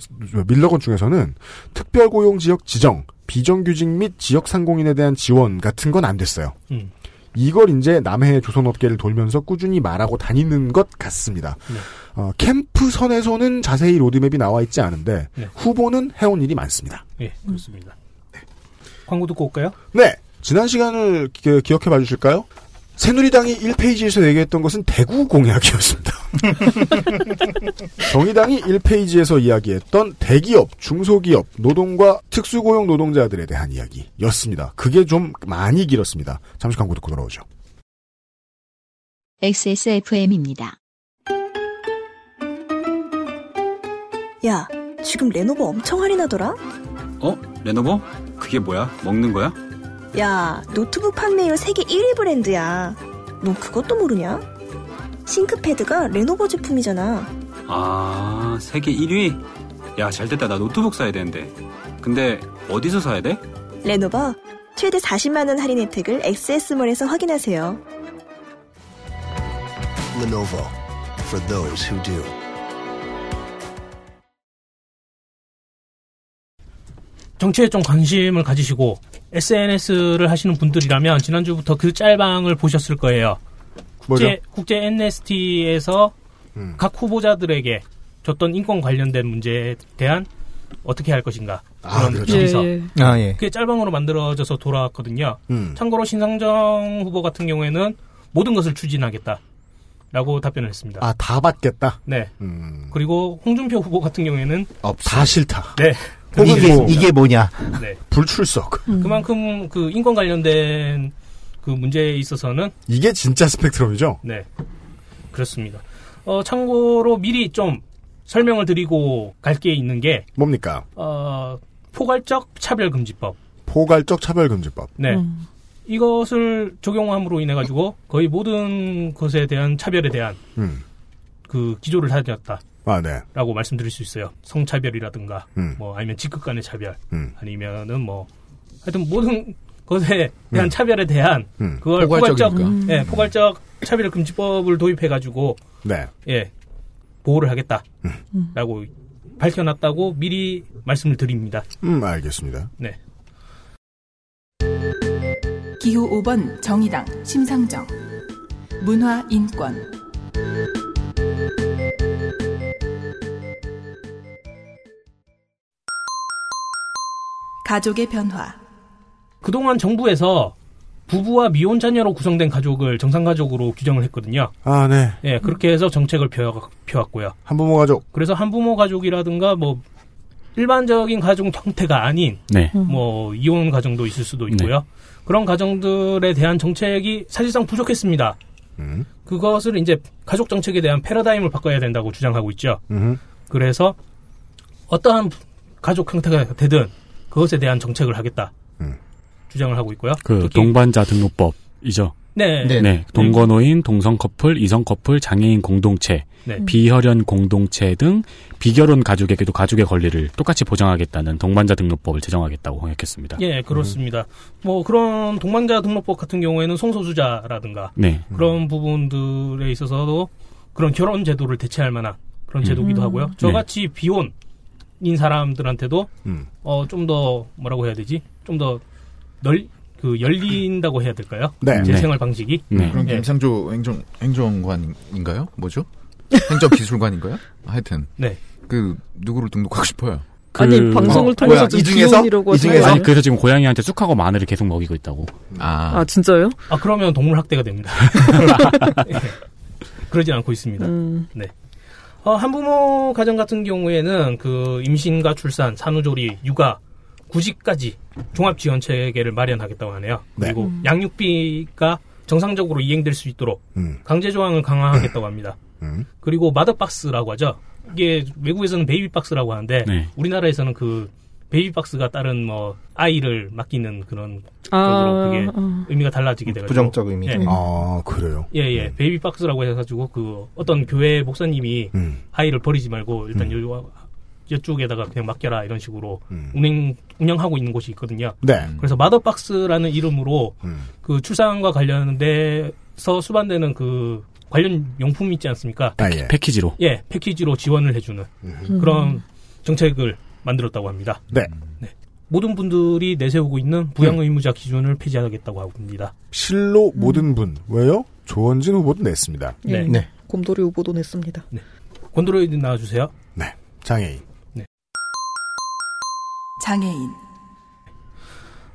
[SPEAKER 2] 밀던 것 중에서는 특별 고용 지역 지정, 비정규직 및 지역 상공인에 대한 지원 같은 건 안 됐어요.
[SPEAKER 11] 음.
[SPEAKER 2] 이걸 이제 남해 조선업계를 돌면서 꾸준히 말하고 다니는 것 같습니다.
[SPEAKER 11] 네.
[SPEAKER 2] 어, 캠프 선에서는 자세히 로드맵이 나와 있지 않은데
[SPEAKER 11] 네.
[SPEAKER 2] 후보는 해온 일이 많습니다.
[SPEAKER 10] 음.
[SPEAKER 11] 예, 그렇습니다. 광고 듣고 올까요?
[SPEAKER 2] 네, 지난 시간을 기, 기억해 봐주실까요? 새누리당이 1페이지에서 얘기했던 것은 대구 공약이었습니다. 정의당이 1페이지에서 이야기했던 대기업, 중소기업, 노동과 특수고용 노동자들에 대한 이야기였습니다. 그게 좀 많이 길었습니다. 잠시 광고 듣고 돌아오죠.
[SPEAKER 1] XSFM입니다.
[SPEAKER 7] 야, 지금 레노버 엄청 할인하더라?
[SPEAKER 14] 어? 레노버? 그게 뭐야? 먹는 거야?
[SPEAKER 7] 야, 노트북 판매율 세계 1위 브랜드야. 너 그것도 모르냐? 싱크패드가 레노버 제품이잖아.
[SPEAKER 14] 아, 세계 1위? 야, 잘 됐다. 나 노트북 사야 되는데. 근데 어디서 사야 돼?
[SPEAKER 7] 레노버 최대 40만 원 할인 혜택을 XS몰에서 확인하세요.
[SPEAKER 8] Lenovo for those who do.
[SPEAKER 11] 정치에 좀 관심을 가지시고 SNS를 하시는 분들이라면 지난주부터 그 짤방을 보셨을 거예요.
[SPEAKER 2] 뭐죠?
[SPEAKER 10] 음.
[SPEAKER 11] 국제, 국제 NST에서 각 후보자들에게 줬던 인권 관련된 문제에 대한 어떻게 할 것인가
[SPEAKER 10] 아,
[SPEAKER 11] 그런
[SPEAKER 10] 그렇죠.
[SPEAKER 11] 질서
[SPEAKER 10] 예, 예. 아, 예.
[SPEAKER 11] 그게 짤방으로 만들어져서 돌아왔거든요.
[SPEAKER 10] 음.
[SPEAKER 11] 참고로 신상정 후보 같은 경우에는 모든 것을 추진하겠다라고 답변을 했습니다.
[SPEAKER 2] 아, 다 받겠다?
[SPEAKER 11] 네.
[SPEAKER 2] 음.
[SPEAKER 11] 그리고 홍준표 후보 같은 경우에는
[SPEAKER 2] 어, 다 싫다.
[SPEAKER 11] 네.
[SPEAKER 2] 이게- 이게 뭐냐.
[SPEAKER 11] 네.
[SPEAKER 2] 불출석.
[SPEAKER 11] 그만큼 그 인권 관련된 그 문제에 있어서는
[SPEAKER 2] 이게 진짜 스펙트럼이죠?
[SPEAKER 11] 네. 그렇습니다. 어, 참고로 미리 좀 설명을 드리고 갈 게 있는 게
[SPEAKER 2] 뭡니까?
[SPEAKER 11] 어, 포괄적 차별금지법.
[SPEAKER 2] 포괄적 차별금지법.
[SPEAKER 11] 네. 이것을 적용함으로 인해 가지고 거의 모든 것에 대한 차별에 대한
[SPEAKER 2] 음.
[SPEAKER 11] 그 기조를 다졌다.
[SPEAKER 2] 아, 네.
[SPEAKER 11] 라고 말씀드릴 수 있어요. 성차별이라든가,
[SPEAKER 2] 음.
[SPEAKER 11] 뭐 아니면 직급 간의 차별,
[SPEAKER 2] 음.
[SPEAKER 11] 아니면은 뭐 하여튼 모든 것에 대한
[SPEAKER 2] 음.
[SPEAKER 11] 차별에 대한
[SPEAKER 2] 음.
[SPEAKER 11] 그걸 포괄적,
[SPEAKER 2] 포괄적이니까.
[SPEAKER 11] 예, 포괄적 차별 금지법을 도입해 가지고
[SPEAKER 2] 네.
[SPEAKER 11] 예 보호를
[SPEAKER 2] 음.
[SPEAKER 11] 하겠다라고 밝혀놨다고 미리 말씀을 드립니다.
[SPEAKER 2] 음, 알겠습니다.
[SPEAKER 11] 네.
[SPEAKER 3] 기호 5번 정의당 심상정 문화 인권 가족의 변화
[SPEAKER 11] 그동안 정부에서 부부와 미혼 자녀로 구성된 가족을 정상 가족으로 규정을 했거든요.
[SPEAKER 2] 아, 네.
[SPEAKER 11] 예, 그렇게 해서 정책을 펴, 펴왔고요.
[SPEAKER 2] 한부모 가족.
[SPEAKER 11] 그래서 한부모 가족이라든가 뭐 일반적인 가족 형태가 아닌
[SPEAKER 4] 네.
[SPEAKER 11] 뭐 이혼 가정도 있을 수도 있고요. 그런 가정들에 대한 정책이 사실상 부족했습니다.
[SPEAKER 2] 음,
[SPEAKER 11] 그것을 이제 가족 정책에 대한 패러다임을 바꿔야 된다고 주장하고 있죠.
[SPEAKER 2] 음.
[SPEAKER 11] 그래서 어떠한 가족 형태가 되든 그것에 대한 정책을 하겠다 주장을 하고 있고요.
[SPEAKER 4] 음. 그
[SPEAKER 11] 특히-
[SPEAKER 4] 동반자 등록법이죠.
[SPEAKER 11] 네.
[SPEAKER 4] 네.
[SPEAKER 11] 네네.
[SPEAKER 4] 동거노인, 동성 커플, 이성 커플, 장애인 공동체,
[SPEAKER 11] 네.
[SPEAKER 4] 비혈연 공동체 등 비결혼 가족에게도 가족의 권리를 똑같이 보장하겠다는 동반자 등록법을 제정하겠다고 공약했습니다.
[SPEAKER 11] 예, 그렇습니다. 뭐 그런 동반자 등록법 같은 경우에는 성소수자라든가
[SPEAKER 4] 네.
[SPEAKER 11] 그런 부분들에 있어서도 그런 결혼 제도를 대체할 만한 그런 제도기도
[SPEAKER 4] 음.
[SPEAKER 11] 하고요. 저같이 비혼인 사람들한테도
[SPEAKER 2] 음.
[SPEAKER 11] 어, 좀 더 뭐라고 해야 되지? 좀 더 널, 그 열린다고 해야 될까요?
[SPEAKER 12] 네.
[SPEAKER 11] 제
[SPEAKER 12] 네.
[SPEAKER 11] 생활 방식이.
[SPEAKER 12] 그럼
[SPEAKER 11] 예.
[SPEAKER 12] 김상조 행정 행정관인가요? 뭐죠? 행정기술관인가요? 하여튼
[SPEAKER 11] 네.
[SPEAKER 12] 그 누구를 등록하고 싶어요?
[SPEAKER 2] 그
[SPEAKER 9] 아니, 방송을 통해서
[SPEAKER 12] 그 이
[SPEAKER 9] 지금
[SPEAKER 12] 중에서
[SPEAKER 9] 비혼이라고
[SPEAKER 12] 이 중에서
[SPEAKER 9] 하잖아요.
[SPEAKER 4] 아니 그래서 지금 고양이한테 쑥하고 마늘을 계속 먹이고 있다고.
[SPEAKER 12] 아,
[SPEAKER 9] 아 진짜요?
[SPEAKER 11] 아, 그러면 동물 학대가 됩니다. 예. 그러진 않고 있습니다.
[SPEAKER 9] 음.
[SPEAKER 11] 네. 어, 한부모 가정 같은 경우에는 그 임신과 출산, 산후조리, 육아, 구직까지 종합 지원 체계를 마련하겠다고 하네요.
[SPEAKER 2] 네.
[SPEAKER 11] 그리고
[SPEAKER 2] 음.
[SPEAKER 11] 양육비가 정상적으로 이행될 수 있도록
[SPEAKER 2] 음.
[SPEAKER 11] 강제 조항을 강화하겠다고 합니다.
[SPEAKER 2] 음.
[SPEAKER 11] 그리고 마더박스라고 하죠. 이게 외국에서는 베이비박스라고 하는데
[SPEAKER 4] 네.
[SPEAKER 11] 우리나라에서는 그 베이비박스가 다른 뭐 아이를 맡기는 그런
[SPEAKER 9] 아,
[SPEAKER 11] 쪽으로 그게
[SPEAKER 9] 아.
[SPEAKER 11] 의미가 달라지게 돼가지고
[SPEAKER 10] 부정적 의미.
[SPEAKER 11] 예.
[SPEAKER 2] 아, 그래요.
[SPEAKER 11] 예, 예. 베이비박스라고 해가지고, 그, 어떤 교회 목사님이 아이를 버리지 말고, 일단 요, 이쪽에다가 그냥 맡겨라, 이런 식으로 운행, 운영하고 있는 곳이 있거든요.
[SPEAKER 2] 네.
[SPEAKER 4] 음.
[SPEAKER 11] 그래서 마더박스라는 이름으로,
[SPEAKER 2] 음.
[SPEAKER 11] 그 출산과 관련돼서 수반되는 그, 관련 용품 있지 않습니까?
[SPEAKER 4] 아, 예. 패키지로.
[SPEAKER 11] 예, 패키지로 지원을 해주는 그런 정책을 만들었다고 합니다.
[SPEAKER 2] 네.
[SPEAKER 11] 모든 분들이 내세우고 있는 부양 의무자 기준을 폐지하겠다고 합니다.
[SPEAKER 2] 실로 모든 분. 왜요? 조원진 후보도 냈습니다.
[SPEAKER 11] 음. 네.
[SPEAKER 9] 네. 곰돌이 후보도 냈습니다.
[SPEAKER 11] 곤드로이드 나와주세요.
[SPEAKER 2] 네. 장애인.
[SPEAKER 3] 장애인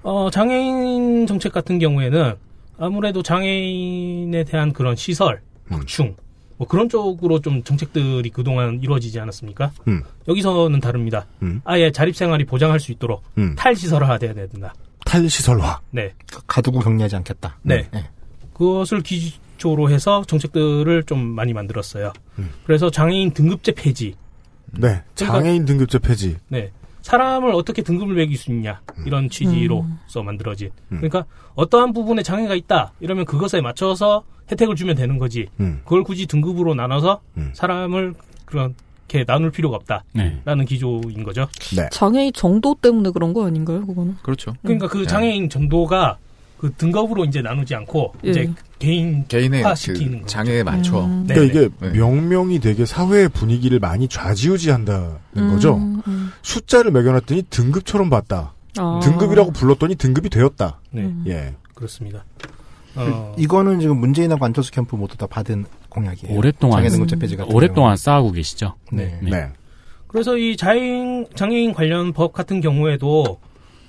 [SPEAKER 11] 어, 장애인 정책 같은 경우에는 아무래도 장애인에 대한 그런 시설,
[SPEAKER 2] 음.
[SPEAKER 11] 확충, 뭐 그런 쪽으로 좀 정책들이 그동안 이루어지지 않았습니까?
[SPEAKER 2] 음.
[SPEAKER 11] 여기서는 다릅니다.
[SPEAKER 2] 음.
[SPEAKER 11] 아예 자립생활이 보장할 수 있도록
[SPEAKER 2] 음.
[SPEAKER 11] 탈시설화돼야 된다.
[SPEAKER 2] 탈시설화.
[SPEAKER 11] 네.
[SPEAKER 10] 가두고 격리하지 않겠다.
[SPEAKER 2] 음.
[SPEAKER 11] 네. 그것을 기초로 해서 정책들을 좀 많이 만들었어요.
[SPEAKER 2] 음.
[SPEAKER 11] 그래서 장애인 등급제 폐지, 그러니까
[SPEAKER 2] 네. 장애인 등급제 폐지.
[SPEAKER 11] 네. 사람을 어떻게 등급을 매길 수 있냐 이런 취지로서 만들어진 그러니까 어떠한 부분에 장애가 있다 이러면 그것에 맞춰서 혜택을 주면 되는 거지
[SPEAKER 2] 음.
[SPEAKER 11] 그걸 굳이 등급으로 나눠서 사람을 그렇게 나눌 필요가
[SPEAKER 4] 네.
[SPEAKER 11] 없다라는 기조인 거죠
[SPEAKER 2] 네.
[SPEAKER 9] 장애인 정도 때문에 그런 거 아닌가요? 그거는
[SPEAKER 12] 그렇죠
[SPEAKER 11] 그러니까 그 장애인 정도가 그 등급으로 이제 나누지 않고 이제
[SPEAKER 9] 예.
[SPEAKER 11] 개인
[SPEAKER 12] 개인의
[SPEAKER 11] 화 시키는
[SPEAKER 12] 그
[SPEAKER 11] 거죠. 네,
[SPEAKER 12] 장애에 맞춰
[SPEAKER 2] 그러니까 이게
[SPEAKER 10] 네.
[SPEAKER 2] 명명이 되게 사회의 분위기를 많이 좌지우지한다는
[SPEAKER 11] 음,
[SPEAKER 2] 거죠. 숫자를 매겨놨더니 등급처럼 봤다.
[SPEAKER 11] 아.
[SPEAKER 2] 등급이라고 불렀더니 등급이 되었다.
[SPEAKER 11] 네.
[SPEAKER 2] 예.
[SPEAKER 11] 그렇습니다. 어,
[SPEAKER 10] 이거는 지금 문재인하고 안철수 캠프 모두 다 받은 공약이에요.
[SPEAKER 4] 오랫동안
[SPEAKER 10] 장애등급 제폐제 같은
[SPEAKER 4] 오랫동안 싸우고 계시죠.
[SPEAKER 10] 네.
[SPEAKER 11] 그래서 이 자인, 장애인 관련 법 같은 경우에도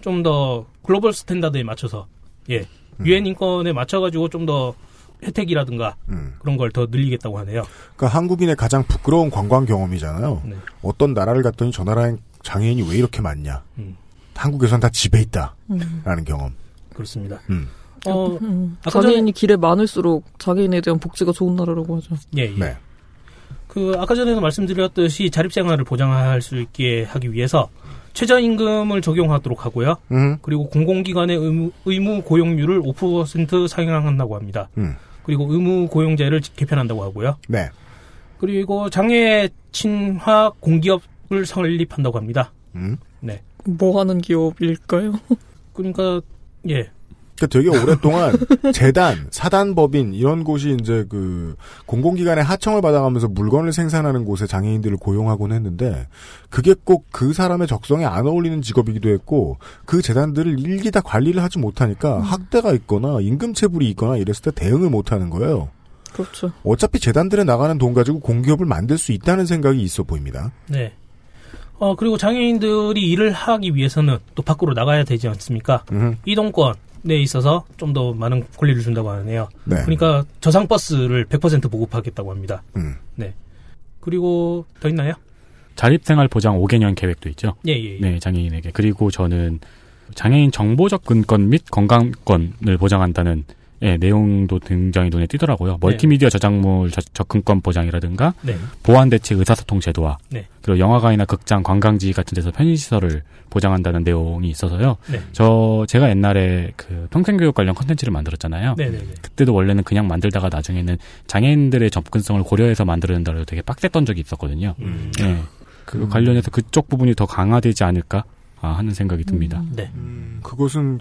[SPEAKER 11] 좀 더 글로벌 스탠다드에 맞춰서 예 유엔 인권에 맞춰가지고 좀 더 혜택이라든가 그런 걸 더 늘리겠다고 하네요.
[SPEAKER 2] 그러니까 한국인의 가장 부끄러운 관광 경험이잖아요.
[SPEAKER 11] 네.
[SPEAKER 2] 어떤 나라를 갔더니 저 나라엔 장애인이 왜 이렇게 많냐.
[SPEAKER 11] 음.
[SPEAKER 2] 한국에선 다 집에 있다.
[SPEAKER 9] 음.
[SPEAKER 2] 라는 경험.
[SPEAKER 11] 그렇습니다.
[SPEAKER 2] 음.
[SPEAKER 11] 어, 아까 전에
[SPEAKER 9] 장애인이 길에 많을수록 장애인에 대한 복지가 좋은 나라라고 하죠.
[SPEAKER 11] 예, 예. 그 아까 전에도 말씀드렸듯이 자립생활을 보장할 수 있게 하기 위해서 최저임금을 적용하도록 하고요.
[SPEAKER 2] 음.
[SPEAKER 11] 그리고 공공기관의 의무, 의무 고용률을 5% 상향한다고 합니다.
[SPEAKER 2] 음.
[SPEAKER 11] 그리고 의무 고용제를 개편한다고 하고요.
[SPEAKER 2] 네.
[SPEAKER 11] 그리고 장애 친화 공기업을 설립한다고 합니다.
[SPEAKER 2] 음.
[SPEAKER 11] 네.
[SPEAKER 9] 뭐 하는 기업일까요?
[SPEAKER 11] 그러니까 예.
[SPEAKER 2] 그러니까 되게 오랫동안 재단, 사단법인 이런 곳이 이제 그 공공기관의 하청을 받아가면서 물건을 생산하는 곳에 장애인들을 고용하곤 했는데 그게 꼭 그 사람의 적성에 안 어울리는 직업이기도 했고 그 재단들을 일기 다 관리를 하지 못하니까 학대가 있거나 임금체불이 있거나 이랬을 때 대응을 못하는 거예요.
[SPEAKER 9] 그렇죠.
[SPEAKER 2] 어차피 재단들에 나가는 돈 가지고 공기업을 만들 수 있다는 생각이 있어 보입니다.
[SPEAKER 11] 네. 어, 그리고 장애인들이 일을 하기 위해서는 또 밖으로 나가야 되지 않습니까?
[SPEAKER 2] 음.
[SPEAKER 11] 이동권에 있어서 좀 더 많은 권리를 준다고 하네요.
[SPEAKER 2] 네.
[SPEAKER 11] 그러니까 저상버스를 100% 보급하겠다고 합니다.
[SPEAKER 2] 음.
[SPEAKER 11] 네. 그리고 더 있나요?
[SPEAKER 4] 자립생활 보장 5개년 계획도 있죠.
[SPEAKER 11] 예, 예, 예.
[SPEAKER 4] 네, 장애인에게. 그리고 저는 장애인 정보적 근권 및 건강권을 보장한다는 예, 내용도 굉장히 눈에 띄더라고요. 멀티미디어 저작물 저- 접근권 보장이라든가
[SPEAKER 11] 네.
[SPEAKER 2] 음.
[SPEAKER 4] 보안 대책 의사소통 제도화,
[SPEAKER 11] 네.
[SPEAKER 4] 그리고 영화관이나 극장, 관광지 같은 데서 편의시설을 보장한다는 내용이 있어서요.
[SPEAKER 11] 네.
[SPEAKER 4] 저 제가 옛날에 그 평생교육 관련 컨텐츠를 만들었잖아요.
[SPEAKER 11] 네, 네, 네.
[SPEAKER 4] 그때도 원래는 그냥 만들다가 나중에는 장애인들의 접근성을 고려해서 만들어낸다고 되게 빡셌던 적이 있었거든요.
[SPEAKER 11] 음.
[SPEAKER 4] 네. 그 관련해서 그쪽 부분이 더 강화되지 않을까 아, 하는 생각이 듭니다.
[SPEAKER 11] 네.
[SPEAKER 2] 그것은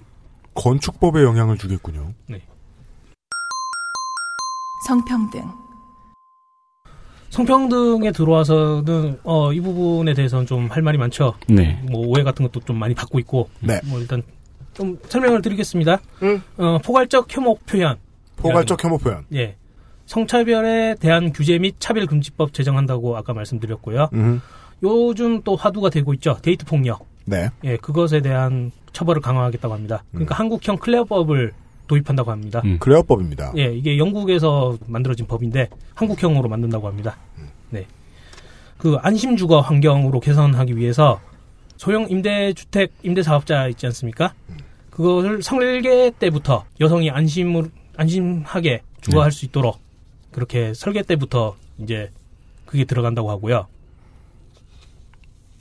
[SPEAKER 2] 건축법에 영향을 주겠군요.
[SPEAKER 3] 성평등.
[SPEAKER 11] 성평등에 들어와서는 어, 이 부분에 대해서는 좀 할 말이 많죠.
[SPEAKER 4] 네.
[SPEAKER 11] 뭐 오해 같은 것도 좀 많이 받고 있고.
[SPEAKER 2] 네.
[SPEAKER 11] 뭐 일단 좀 설명을 드리겠습니다. 어, 포괄적 혐오 표현.
[SPEAKER 2] 포괄적 혐오 표현.
[SPEAKER 11] 예. 성차별에 대한 규제 및 차별금지법 제정한다고 아까 말씀드렸고요.
[SPEAKER 2] 음.
[SPEAKER 11] 요즘 또 화두가 되고 있죠. 데이트 폭력.
[SPEAKER 2] 네.
[SPEAKER 11] 예, 그것에 대한 처벌을 강화하겠다고 합니다.
[SPEAKER 2] 음.
[SPEAKER 11] 그러니까 한국형 클레어법을 도입한다고 합니다.
[SPEAKER 2] 클레어법입니다.
[SPEAKER 11] 예, 이게 영국에서 만들어진 법인데 한국형으로 만든다고 합니다. 네. 그 안심 주거 환경으로 개선하기 위해서 소형 임대 주택 임대 사업자 있지 않습니까? 그것을 설계 때부터 여성이 안심을 안심하게 주거할 수 있도록 그렇게 설계 때부터 이제 그게 들어간다고 하고요.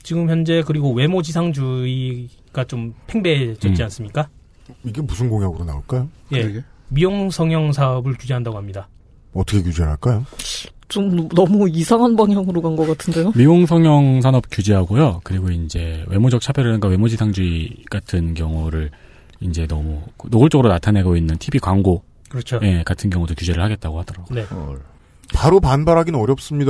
[SPEAKER 11] 지금 현재 그리고 외모 지상주의가 좀 팽배해졌지
[SPEAKER 2] 음.
[SPEAKER 11] 않습니까?
[SPEAKER 2] 이게 무슨 공약으로 나올까요?
[SPEAKER 11] 예. 미용 성형 사업을 규제한다고 합니다.
[SPEAKER 2] 어떻게 규제를 할까요?
[SPEAKER 9] 좀 너무 이상한 방향으로 간 것 같은데요?
[SPEAKER 4] 미용 성형 산업 규제하고요. 그리고 이제 외모적 차별이라든가 외모지상주의 같은 경우를 이제 너무 노골적으로 나타내고 있는 TV 광고
[SPEAKER 11] 그렇죠.
[SPEAKER 4] 예, 같은 경우도 규제를 하겠다고 하더라고요.
[SPEAKER 11] 네.
[SPEAKER 2] 어. 바로 반발하긴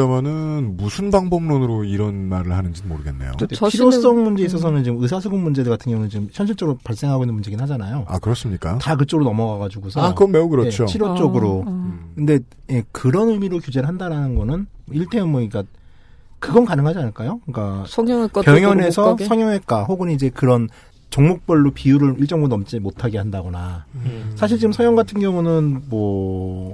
[SPEAKER 2] 어렵습니다만은 무슨 방법론으로 이런 말을 하는지 는 모르겠네요.
[SPEAKER 10] 근데 필요성
[SPEAKER 9] 음.
[SPEAKER 10] 문제에 있어서는 음. 지금 의사소급 문제 같은 경우는 지금 현실적으로 발생하고 있는 문제긴 하잖아요.
[SPEAKER 2] 아 그렇습니까?
[SPEAKER 10] 다 그쪽으로 넘어가가지고서
[SPEAKER 2] 아, 그건 매우 그렇죠.
[SPEAKER 10] 예, 치료
[SPEAKER 2] 아,
[SPEAKER 9] 어,
[SPEAKER 10] 쪽으로.
[SPEAKER 2] 아.
[SPEAKER 10] 근데 예, 그런 의미로 규제를 한다라는 거는 일태면 뭐 그러니까 그건 가능하지 않을까요? 그러니까
[SPEAKER 9] 성형외과 쪽으로 못
[SPEAKER 10] 병원에서
[SPEAKER 9] 가게?
[SPEAKER 10] 성형외과 혹은 이제 그런 종목별로 비율을 일정 부분 넘지 못하게 한다거나
[SPEAKER 2] 음.
[SPEAKER 10] 사실 지금 서양 같은 경우는 뭐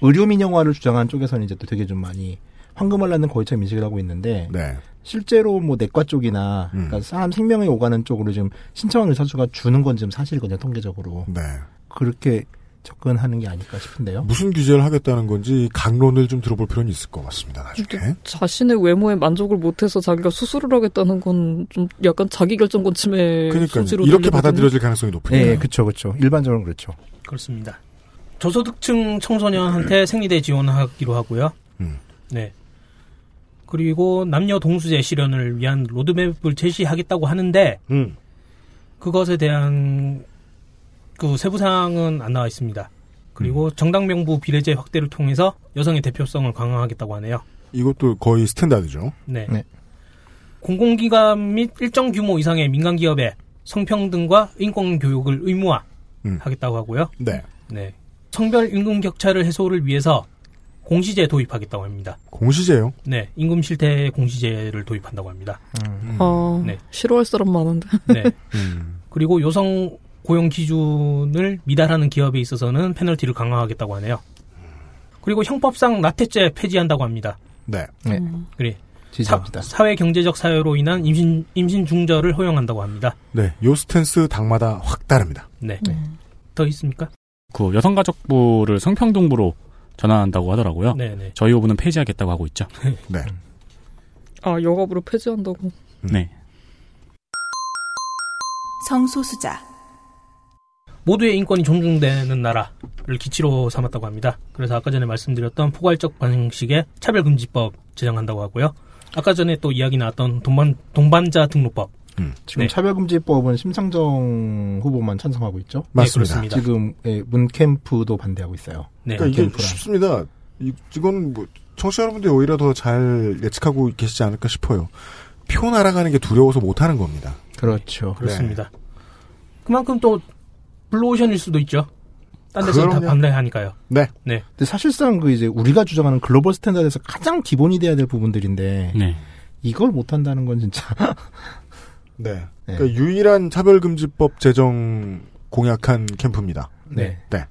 [SPEAKER 10] 의료 민영화를 주장한 쪽에서는 이제 또 되게 좀 많이 황금을 낳는 거위처럼 인식을 하고 있는데
[SPEAKER 2] 네.
[SPEAKER 10] 실제로 뭐 내과 쪽이나
[SPEAKER 2] 음.
[SPEAKER 10] 그러니까 사람 생명에 오가는 쪽으로 지금 신청한 의사 수가 주는 건 지금 사실이거든요 통계적으로
[SPEAKER 2] 네.
[SPEAKER 10] 그렇게 접근하는 게 아닐까 싶은데요.
[SPEAKER 2] 무슨 규제를 하겠다는 건지 강론을 좀 들어볼 필요는 있을 것 같습니다. 나중에.
[SPEAKER 9] 자신의 외모에 만족을 못해서 자기가 수술을 하겠다는 건 좀 약간 자기 결정권 침해
[SPEAKER 2] 그러니까요.
[SPEAKER 9] 소지로
[SPEAKER 2] 이렇게
[SPEAKER 9] 들리거든요.
[SPEAKER 2] 받아들여질 가능성이 높으니까요.
[SPEAKER 10] 네, 그렇죠, 그렇죠. 일반적으로는 그렇죠.
[SPEAKER 11] 그렇습니다. 저소득층
[SPEAKER 2] 음.
[SPEAKER 11] 청소년한테 생리대 지원하기로 하고요. 네. 그리고 남녀 동수제 실현을 위한 로드맵을 제시하겠다고 하는데
[SPEAKER 2] 음.
[SPEAKER 11] 그것에 대한 그 세부 사항은 안 나와 있습니다.
[SPEAKER 2] 음.
[SPEAKER 11] 그리고 정당 명부 비례제 확대를 통해서 여성의 대표성을 강화하겠다고 하네요.
[SPEAKER 2] 이것도 거의 스탠다드죠.
[SPEAKER 11] 네. 공공기관 및 일정 규모 이상의 민간 기업에 성평등과 인권 교육을 의무화하겠다고 하고요.
[SPEAKER 2] 네.
[SPEAKER 11] 네. 성별 임금 격차를 해소를 위해서 공시제 도입하겠다고 합니다.
[SPEAKER 2] 공시제요?
[SPEAKER 11] 네, 임금 실태 공시제를 도입한다고 합니다.
[SPEAKER 10] 음.
[SPEAKER 2] 음.
[SPEAKER 9] 아,
[SPEAKER 11] 네.
[SPEAKER 9] 싫어할 사람 많은데.
[SPEAKER 11] 네. 그리고 여성 고용 기준을 미달하는 기업에 있어서는 페널티를 강화하겠다고 하네요. 그리고 형법상 나태죄 폐지한다고 합니다. 음.
[SPEAKER 2] 네.
[SPEAKER 10] 네.
[SPEAKER 11] 그래.
[SPEAKER 10] 지지합니다.
[SPEAKER 11] 사, 회 경제적 사유로 인한 임신 임신 중절을 허용한다고 합니다.
[SPEAKER 2] 네, 요 스탠스 당마다 확 다릅니다.
[SPEAKER 11] 네. 더 있습니까?
[SPEAKER 4] 그 여성가족부를 성평등부로 전환한다고 하더라고요.
[SPEAKER 11] 네네.
[SPEAKER 4] 저희 오부는 폐지하겠다고 하고 있죠.
[SPEAKER 2] 네.
[SPEAKER 9] 아, 여가부로 폐지한다고.
[SPEAKER 4] 네.
[SPEAKER 3] 성소수자
[SPEAKER 11] 모두의 인권이 존중되는 나라를 기치로 삼았다고 합니다. 그래서 아까 전에 말씀드렸던 포괄적 방식의 차별금지법 제정한다고 하고요. 아까 전에 또 이야기 나왔던 동반, 동반자 등록법.
[SPEAKER 2] 네.
[SPEAKER 10] 음,
[SPEAKER 11] 네.
[SPEAKER 10] 지금 차별금지법은 심상정 후보만 찬성하고 있죠?
[SPEAKER 2] 맞습니다. 네, 그렇습니다.
[SPEAKER 10] 지금 예, 문캠프도 반대하고 네, 있어요.
[SPEAKER 2] 그러니까 이게 쉽습니다. 이, 이건 뭐 청취자 여러분들이 오히려 더 잘 예측하고 계시지 않을까 싶어요. 표 날아가는 게 두려워서 못하는 겁니다.
[SPEAKER 10] 그렇죠.
[SPEAKER 11] 그렇습니다. 그만큼 또 블루오션일 수도 있죠. 딴 데서는 다
[SPEAKER 10] 그럼요.
[SPEAKER 11] 반대하니까요.
[SPEAKER 2] 네.
[SPEAKER 11] 네.
[SPEAKER 10] 근데 사실상 그 이제 우리가 주장하는 글로벌 스탠다드에서 가장 기본이 돼야 될 부분들인데
[SPEAKER 4] 네.
[SPEAKER 10] 이걸 못 한다는 건 진짜
[SPEAKER 2] 네. 그러니까 유일한 차별금지법 제정 공약한 캠프입니다.
[SPEAKER 11] 네.
[SPEAKER 2] 네.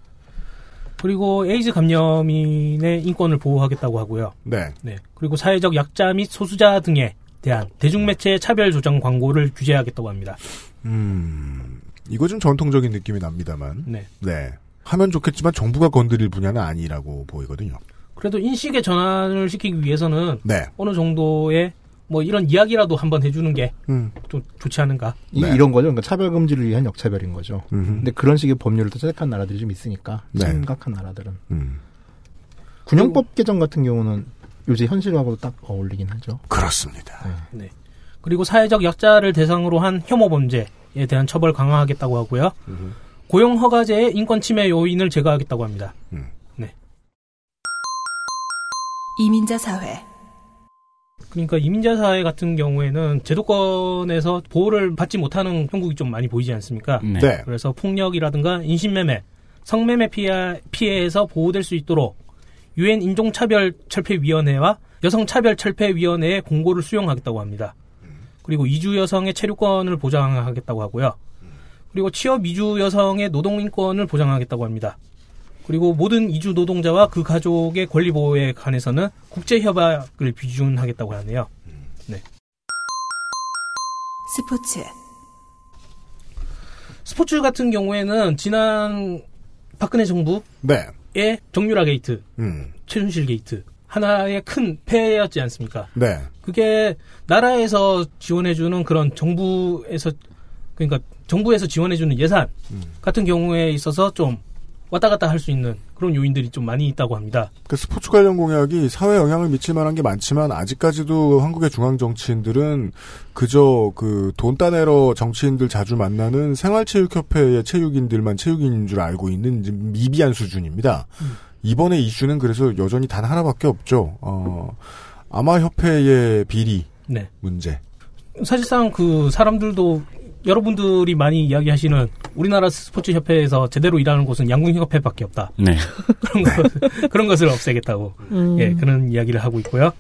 [SPEAKER 11] 그리고 에이즈 감염인의 인권을 보호하겠다고 하고요.
[SPEAKER 2] 네.
[SPEAKER 11] 네. 그리고 사회적 약자 및 소수자 등에 대한 대중매체 차별 조정 광고를 규제하겠다고 합니다.
[SPEAKER 2] 음, 이거 좀 전통적인 느낌이 납니다만.
[SPEAKER 11] 네.
[SPEAKER 2] 하면 좋겠지만 정부가 건드릴 분야는 아니라고 보이거든요.
[SPEAKER 11] 그래도 인식의 전환을 시키기 위해서는
[SPEAKER 2] 네.
[SPEAKER 11] 어느 정도의 뭐 이런 이야기라도 한번 해주는 게
[SPEAKER 2] 음. 네.
[SPEAKER 11] 좀 좋지 않은가.
[SPEAKER 10] 이, 이런 거죠. 그러니까 차별 금지를 위한 역차별인 거죠. 근데 그런 식의 법률을 또 채택한 나라들이 좀 있으니까
[SPEAKER 11] 네.
[SPEAKER 10] 심각한 나라들은
[SPEAKER 2] 음.
[SPEAKER 10] 군용법 개정 같은 경우는 요새 현실하고 딱 어울리긴 하죠.
[SPEAKER 2] 그렇습니다.
[SPEAKER 11] 네. 그리고 사회적 약자를 대상으로 한 혐오 범죄에 대한 처벌 강화하겠다고 하고요. 고용 허가제의 인권 침해 요인을 제거하겠다고 합니다.
[SPEAKER 3] 이민자 사회
[SPEAKER 11] 그러니까 이민자 사회 같은 경우에는 제도권에서 보호를 받지 못하는 형국이 좀 많이 보이지 않습니까?
[SPEAKER 4] 네. 네.
[SPEAKER 11] 그래서 폭력이라든가 인신매매, 성매매 피해, 피해에서 보호될 수 있도록 유엔 인종차별 철폐위원회와 여성차별 철폐위원회의 공고를 수용하겠다고 합니다. 그리고 이주 여성의 체류권을 보장하겠다고 하고요. 그리고 취업 이주 여성의 노동 인권을 보장하겠다고 합니다. 그리고 모든 이주 노동자와 그 가족의 권리 보호에 관해서는 국제 협약을 비준하겠다고 하네요. 네.
[SPEAKER 3] 스포츠
[SPEAKER 11] 스포츠 같은 경우에는 지난 박근혜 정부의
[SPEAKER 2] 네.
[SPEAKER 11] 정유라 게이트,
[SPEAKER 2] 음.
[SPEAKER 11] 최순실 게이트 하나의 큰 폐해였지 않습니까?
[SPEAKER 2] 네.
[SPEAKER 11] 그게 나라에서 지원해주는 그런 정부에서 그러니까 정부에서 지원해주는 예산 같은 경우에 있어서 좀 왔다 갔다 할 수 있는 그런 요인들이 좀 많이 있다고 합니다.
[SPEAKER 2] 그 스포츠 관련 공약이 사회 영향을 미칠 만한 게 많지만 아직까지도 한국의 중앙 정치인들은 그저 그 돈 따내러 정치인들 자주 만나는 생활체육협회의 체육인들만 체육인인 줄 알고 있는 이제 미비한 수준입니다.
[SPEAKER 10] 음.
[SPEAKER 2] 이번에 이슈는 그래서 여전히 단 하나밖에 없죠. 어, 아마 협회의 비리
[SPEAKER 11] 네.
[SPEAKER 2] 문제.
[SPEAKER 11] 사실상 그 사람들도 여러분들이 많이 이야기하시는 우리나라 스포츠 협회에서 제대로 일하는 곳은 양궁 협회밖에 없다.
[SPEAKER 4] 네.
[SPEAKER 11] 그런 것 그런 것을 없애겠다고
[SPEAKER 9] 음.
[SPEAKER 11] 예 그런 이야기를 하고 있고요.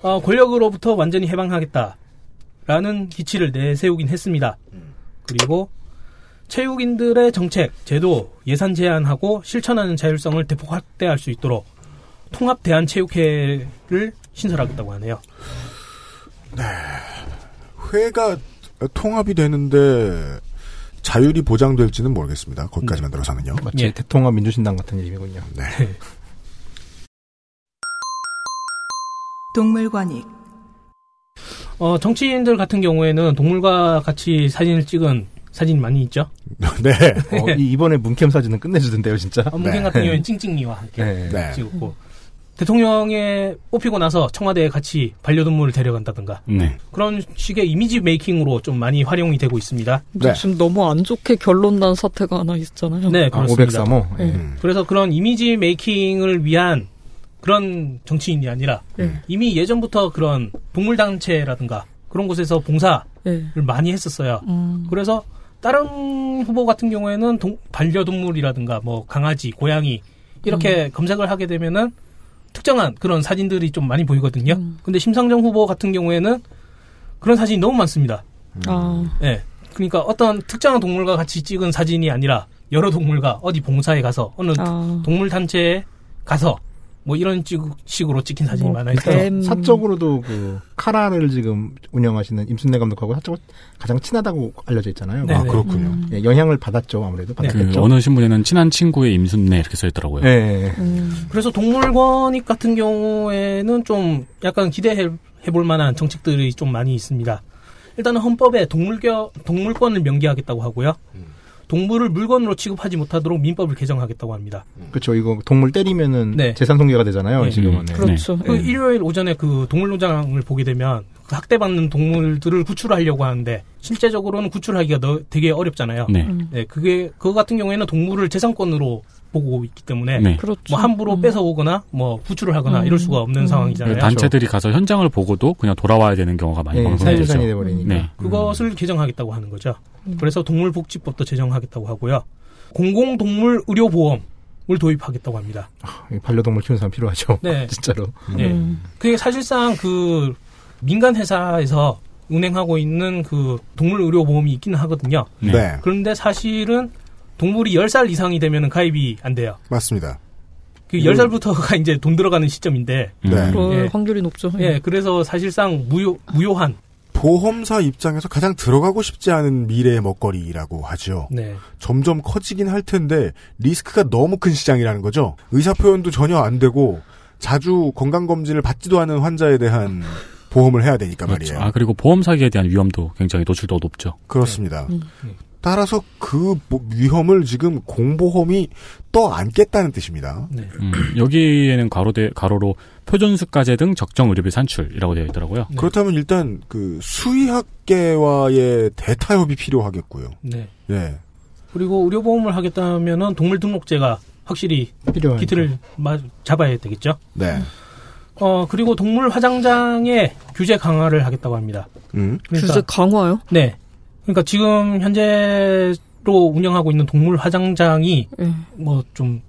[SPEAKER 11] 어, 권력으로부터 완전히 해방하겠다라는 기치를 내세우긴 했습니다. 그리고 체육인들의 정책, 제도, 예산 제한하고 실천하는 자율성을 대폭 확대할 수 있도록 통합 대한 체육회를 신설하겠다고 하네요.
[SPEAKER 2] 회가 통합이 되는데 자율이 보장될지는 모르겠습니다. 거기까지만 들어서는요.
[SPEAKER 10] 마치
[SPEAKER 11] 예.
[SPEAKER 10] 대통합 음. 예, 민주신당 같은 이름이군요.
[SPEAKER 2] 네.
[SPEAKER 3] 동물권익
[SPEAKER 11] 어, 정치인들 같은 경우에는 동물과 같이 사진을 찍은 사진 많이 있죠.
[SPEAKER 2] 네.
[SPEAKER 10] 어, 이- 이번에 문캠 사진은 끝내주던데요, 진짜.
[SPEAKER 11] 아, 문캠 같은 경우에는 찡찡이와 함께
[SPEAKER 10] 네. 네.
[SPEAKER 11] 찍었고 대통령에 뽑히고 나서 청와대에 같이 반려동물을 데려간다든가
[SPEAKER 4] 네.
[SPEAKER 11] 그런 식의 이미지 메이킹으로 좀 많이 활용이 되고 있습니다.
[SPEAKER 9] 네. 지금 너무 안 좋게 결론 난 사태가 하나 있잖아요.
[SPEAKER 11] 네, 그렇습니다.
[SPEAKER 9] 네.
[SPEAKER 11] 그래서 그런 이미지 메이킹을 위한 그런 정치인이 아니라
[SPEAKER 9] 네.
[SPEAKER 11] 이미 예전부터 그런 동물 단체라든가 그런 곳에서 봉사를
[SPEAKER 9] 네.
[SPEAKER 11] 많이 했었어요.
[SPEAKER 9] 음.
[SPEAKER 11] 그래서 다른 후보 같은 경우에는 동- 반려동물이라든가 뭐 강아지, 고양이 이렇게 검색을 하게 되면은 특정한 그런 사진들이 좀 많이 보이거든요. 근데 심상정 후보 같은 경우에는 그런 사진이 너무 많습니다.
[SPEAKER 2] 음.
[SPEAKER 9] 아.
[SPEAKER 11] 예. 그러니까 어떤 특정한 동물과 같이 찍은 사진이 아니라 여러 동물과 어디 봉사에 가서 어느
[SPEAKER 9] 아.
[SPEAKER 11] 동물 단체에 가서 뭐 이런 찍- 식으로 찍힌 사진이
[SPEAKER 10] 뭐
[SPEAKER 11] 많아 있어요.
[SPEAKER 10] 사적으로도 그 카라를 지금 운영하시는 임순례 감독하고 사적 으로 가장 친하다고 알려져 있잖아요.
[SPEAKER 11] 아, 네네. 네. 그렇군요.
[SPEAKER 10] 예, 영향을 받았죠 아무래도 받았겠죠.
[SPEAKER 4] 그 어느 신문에는 친한 친구의 임순례 이렇게 써 있더라고요.
[SPEAKER 10] 그렇죠. 네.
[SPEAKER 11] 그래서 동물권익 같은 경우에는 좀 약간 기대해 볼 만한 정책들이 좀 많이 있습니다. 일단은 헌법에 동물겨, 동물권을 명기하겠다고 하고요. 동물을 물건으로 취급하지 못하도록 민법을 개정하겠다고 합니다.
[SPEAKER 10] 그렇죠. 이거 동물 때리면은
[SPEAKER 11] 네.
[SPEAKER 10] 재산 손괴가 되잖아요.
[SPEAKER 11] 예.
[SPEAKER 10] 지금은. 네.
[SPEAKER 4] 그렇죠. 네.
[SPEAKER 11] 그 일요일 오전에 그 동물농장을 보게 되면 그 학대받는 동물들을 구출하려고 하는데 실제적으로는 구출하기가 너- 되게 어렵잖아요.
[SPEAKER 4] 네.
[SPEAKER 11] 그게 그거 같은 경우에는 동물을 재산권으로 보고 있기 때문에
[SPEAKER 4] 네.
[SPEAKER 11] 뭐 함부로 뺏어오거나 뭐 구출을 하거나
[SPEAKER 4] 음.
[SPEAKER 11] 이럴 수가 없는 상황이잖아요.
[SPEAKER 4] 단체들이 가서 현장을 보고도 그냥 돌아와야 되는 경우가 많이
[SPEAKER 10] 네,
[SPEAKER 4] 방송되죠.
[SPEAKER 10] 사유산이 돼버리니까.
[SPEAKER 4] 네.
[SPEAKER 11] 그것을 개정하겠다고 하는 거죠.
[SPEAKER 4] 음.
[SPEAKER 11] 그래서 동물복지법도 제정하겠다고 하고요. 공공동물 의료보험을 도입하겠다고 합니다.
[SPEAKER 10] 이 반려동물 키우는 사람 필요하죠.
[SPEAKER 11] 네.
[SPEAKER 10] 진짜로. 음.
[SPEAKER 11] 예. 그게 사실상 그 민간 회사에서 운행하고 있는 그 동물 의료 보험이 있기는 하거든요.
[SPEAKER 2] 네.
[SPEAKER 11] 그런데 사실은 동물이 10살 이상이 되면 가입이 안 돼요.
[SPEAKER 2] 맞습니다.
[SPEAKER 11] 그 10살부터가 이제 돈 들어가는 시점인데.
[SPEAKER 2] 네. 그럴
[SPEAKER 11] 확률이 높죠. 예. 그래서 사실상 무효 무효한
[SPEAKER 2] 보험사 입장에서 가장 들어가고 싶지 않은 미래의 먹거리라고 하죠.
[SPEAKER 11] 네.
[SPEAKER 2] 점점 커지긴 할 텐데 리스크가 너무 큰 시장이라는 거죠. 의사 표현도 전혀 안 되고 자주 건강 검진을 받지도 않은 환자에 대한 보험을 해야 되니까 그러니까 말이에요.
[SPEAKER 4] 아 그리고 보험 사기에 대한 위험도 굉장히 노출도 높죠.
[SPEAKER 2] 그렇습니다.
[SPEAKER 11] 네.
[SPEAKER 2] 따라서 그 뭐- 위험을 지금 공보험이 떠 안겠다는 뜻입니다.
[SPEAKER 11] 네.
[SPEAKER 4] 음, 여기에는 가로대, 가로로 표준수가제 등 적정 의료비 산출이라고 되어 있더라고요.
[SPEAKER 11] 네.
[SPEAKER 2] 그렇다면 일단 그 수의학계와의 대타협이 필요하겠고요.
[SPEAKER 11] 네.
[SPEAKER 2] 예.
[SPEAKER 11] 그리고 의료 보험을 하겠다면은 동물 등록제가 확실히
[SPEAKER 10] 필요하니까.
[SPEAKER 11] 기틀을 마- 잡아야 되겠죠.
[SPEAKER 2] 네.
[SPEAKER 11] 어, 그리고 동물 화장장의 규제 강화를 하겠다고 합니다.
[SPEAKER 2] 음.
[SPEAKER 10] 그러니까
[SPEAKER 11] 규제 강화요? 그러니까 네. 그러니까 지금 현재로 운영하고 있는 동물 화장장이 뭐 좀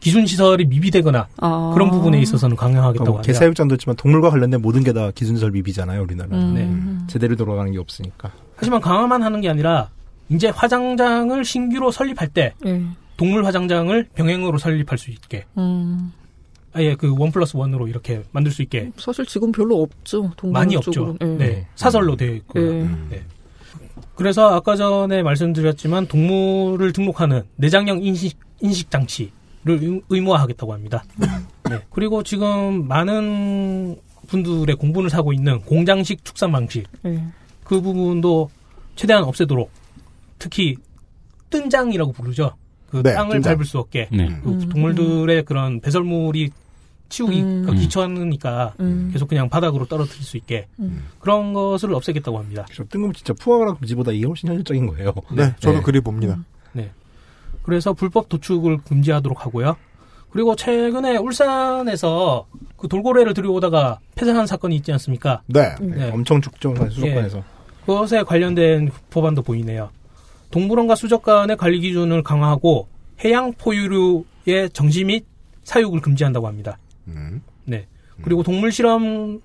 [SPEAKER 11] 기준 시설이 미비되거나 그런 부분에 있어서는 강화하겠다고 합니다.
[SPEAKER 10] 개사육장도 있지만 동물과 관련된 모든 게 다 기준설 미비잖아요. 우리나라는.
[SPEAKER 11] 음. 네.
[SPEAKER 10] 제대로 돌아가는 게 없으니까.
[SPEAKER 11] 하지만 강화만 하는 게 아니라 이제 화장장을 신규로 설립할 때 동물 화장장을 병행으로 설립할 수 있게
[SPEAKER 9] 예. 음.
[SPEAKER 11] 아예 그원 플러스 원으로 이렇게 만들 수 있게
[SPEAKER 9] 사실 지금 별로 없죠. 동물
[SPEAKER 11] 많이 없죠.
[SPEAKER 9] 쪽으로는. 예.
[SPEAKER 11] 네. 사설로 되어 있고요.
[SPEAKER 9] 예.
[SPEAKER 11] 네. 그래서 아까 전에 말씀드렸지만 동물을 등록하는 내장형 인식 인식 장치를 의- 의무화하겠다고 합니다.
[SPEAKER 9] 음.
[SPEAKER 11] 네. 그리고 지금 많은 분들의 공분을 사고 있는 공장식 축산 방식
[SPEAKER 9] 예.
[SPEAKER 11] 그 부분도 최대한 없애도록 특히 뜬장이라고 부르죠. 그
[SPEAKER 9] 네,
[SPEAKER 11] 땅을
[SPEAKER 9] 뜬장.
[SPEAKER 11] 밟을 수 없게
[SPEAKER 4] 네.
[SPEAKER 11] 그
[SPEAKER 9] 음.
[SPEAKER 11] 동물들의 그런 배설물이 치우기가 그러니까
[SPEAKER 9] 음.
[SPEAKER 11] 귀찮으니까
[SPEAKER 9] 음.
[SPEAKER 11] 계속 그냥 바닥으로 떨어뜨릴 수 있게
[SPEAKER 9] 음.
[SPEAKER 11] 그런 것을 없애겠다고 합니다.
[SPEAKER 10] 뜬금없이 진짜 푸아그라 금지보다 이게 훨씬 현실적인 거예요.
[SPEAKER 2] 네, 저도 그리 봅니다.
[SPEAKER 11] 네. 그래서 불법 도축을 금지하도록 하고요. 그리고 최근에 울산에서 그 돌고래를 들여오다가 폐쇄한 사건이 있지 않습니까?
[SPEAKER 2] 네.
[SPEAKER 10] 음. 엄청 죽죠. 사실 수도권에서.
[SPEAKER 11] 예. 그것에 관련된 법안도 보이네요. 동물원과 수족관의 관리 기준을 강화하고 해양 포유류의 정지 및 사육을 금지한다고 합니다.
[SPEAKER 2] 음.
[SPEAKER 11] 네. 그리고 동물 실험을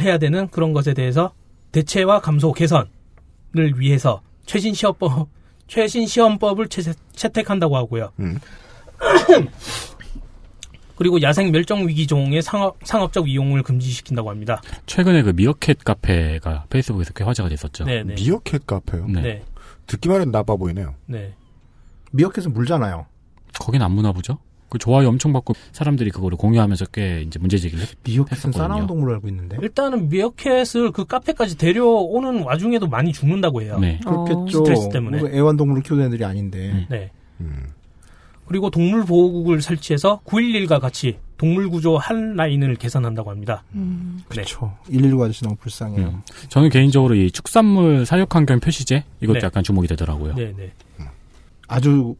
[SPEAKER 11] 해야 되는 그런 것에 대해서 대체와 감소 개선을 위해서 최신 시험법 최신 시험법을 채- 채택한다고 하고요. 그리고 야생 멸종 위기종의 상업, 상업적 이용을 금지시킨다고 합니다.
[SPEAKER 4] 최근에 그 미어캣 카페가 페이스북에서 꽤 화제가 됐었죠.
[SPEAKER 11] 네, 네.
[SPEAKER 2] 미어캣 카페요?
[SPEAKER 4] 네.
[SPEAKER 11] 네.
[SPEAKER 2] 듣기만 해도 나빠 보이네요.
[SPEAKER 11] 네.
[SPEAKER 10] 미어캣은 물잖아요.
[SPEAKER 4] 거긴 안 무나 보죠? 그 좋아요 엄청 받고 사람들이 그거를 공유하면서 꽤 이제 문제 제기를 했-
[SPEAKER 10] 미어캣은 싸나운
[SPEAKER 4] 했었거든요.
[SPEAKER 10] 동물로 알고 있는데.
[SPEAKER 11] 일단은 미어캣을 그 카페까지 데려오는 와중에도 많이 죽는다고 해요.
[SPEAKER 4] 네.
[SPEAKER 10] 그렇겠죠.
[SPEAKER 11] 어.
[SPEAKER 10] 뭐
[SPEAKER 11] 스트레스 때문에.
[SPEAKER 10] 뭔가 애완동물을 키우는 애들이 아닌데.
[SPEAKER 11] 네. 그리고 동물보호국을 설치해서 911과 같이 동물구조 한 라인을 개선한다고 합니다. 네.
[SPEAKER 10] 그렇죠. 119 아저씨 너무
[SPEAKER 4] 음.
[SPEAKER 10] 불쌍해요.
[SPEAKER 4] 저는 개인적으로 이 축산물 사육환경 표시제 이것도
[SPEAKER 10] 네.
[SPEAKER 4] 약간 주목이 되더라고요.
[SPEAKER 11] 네, 네.
[SPEAKER 10] 아주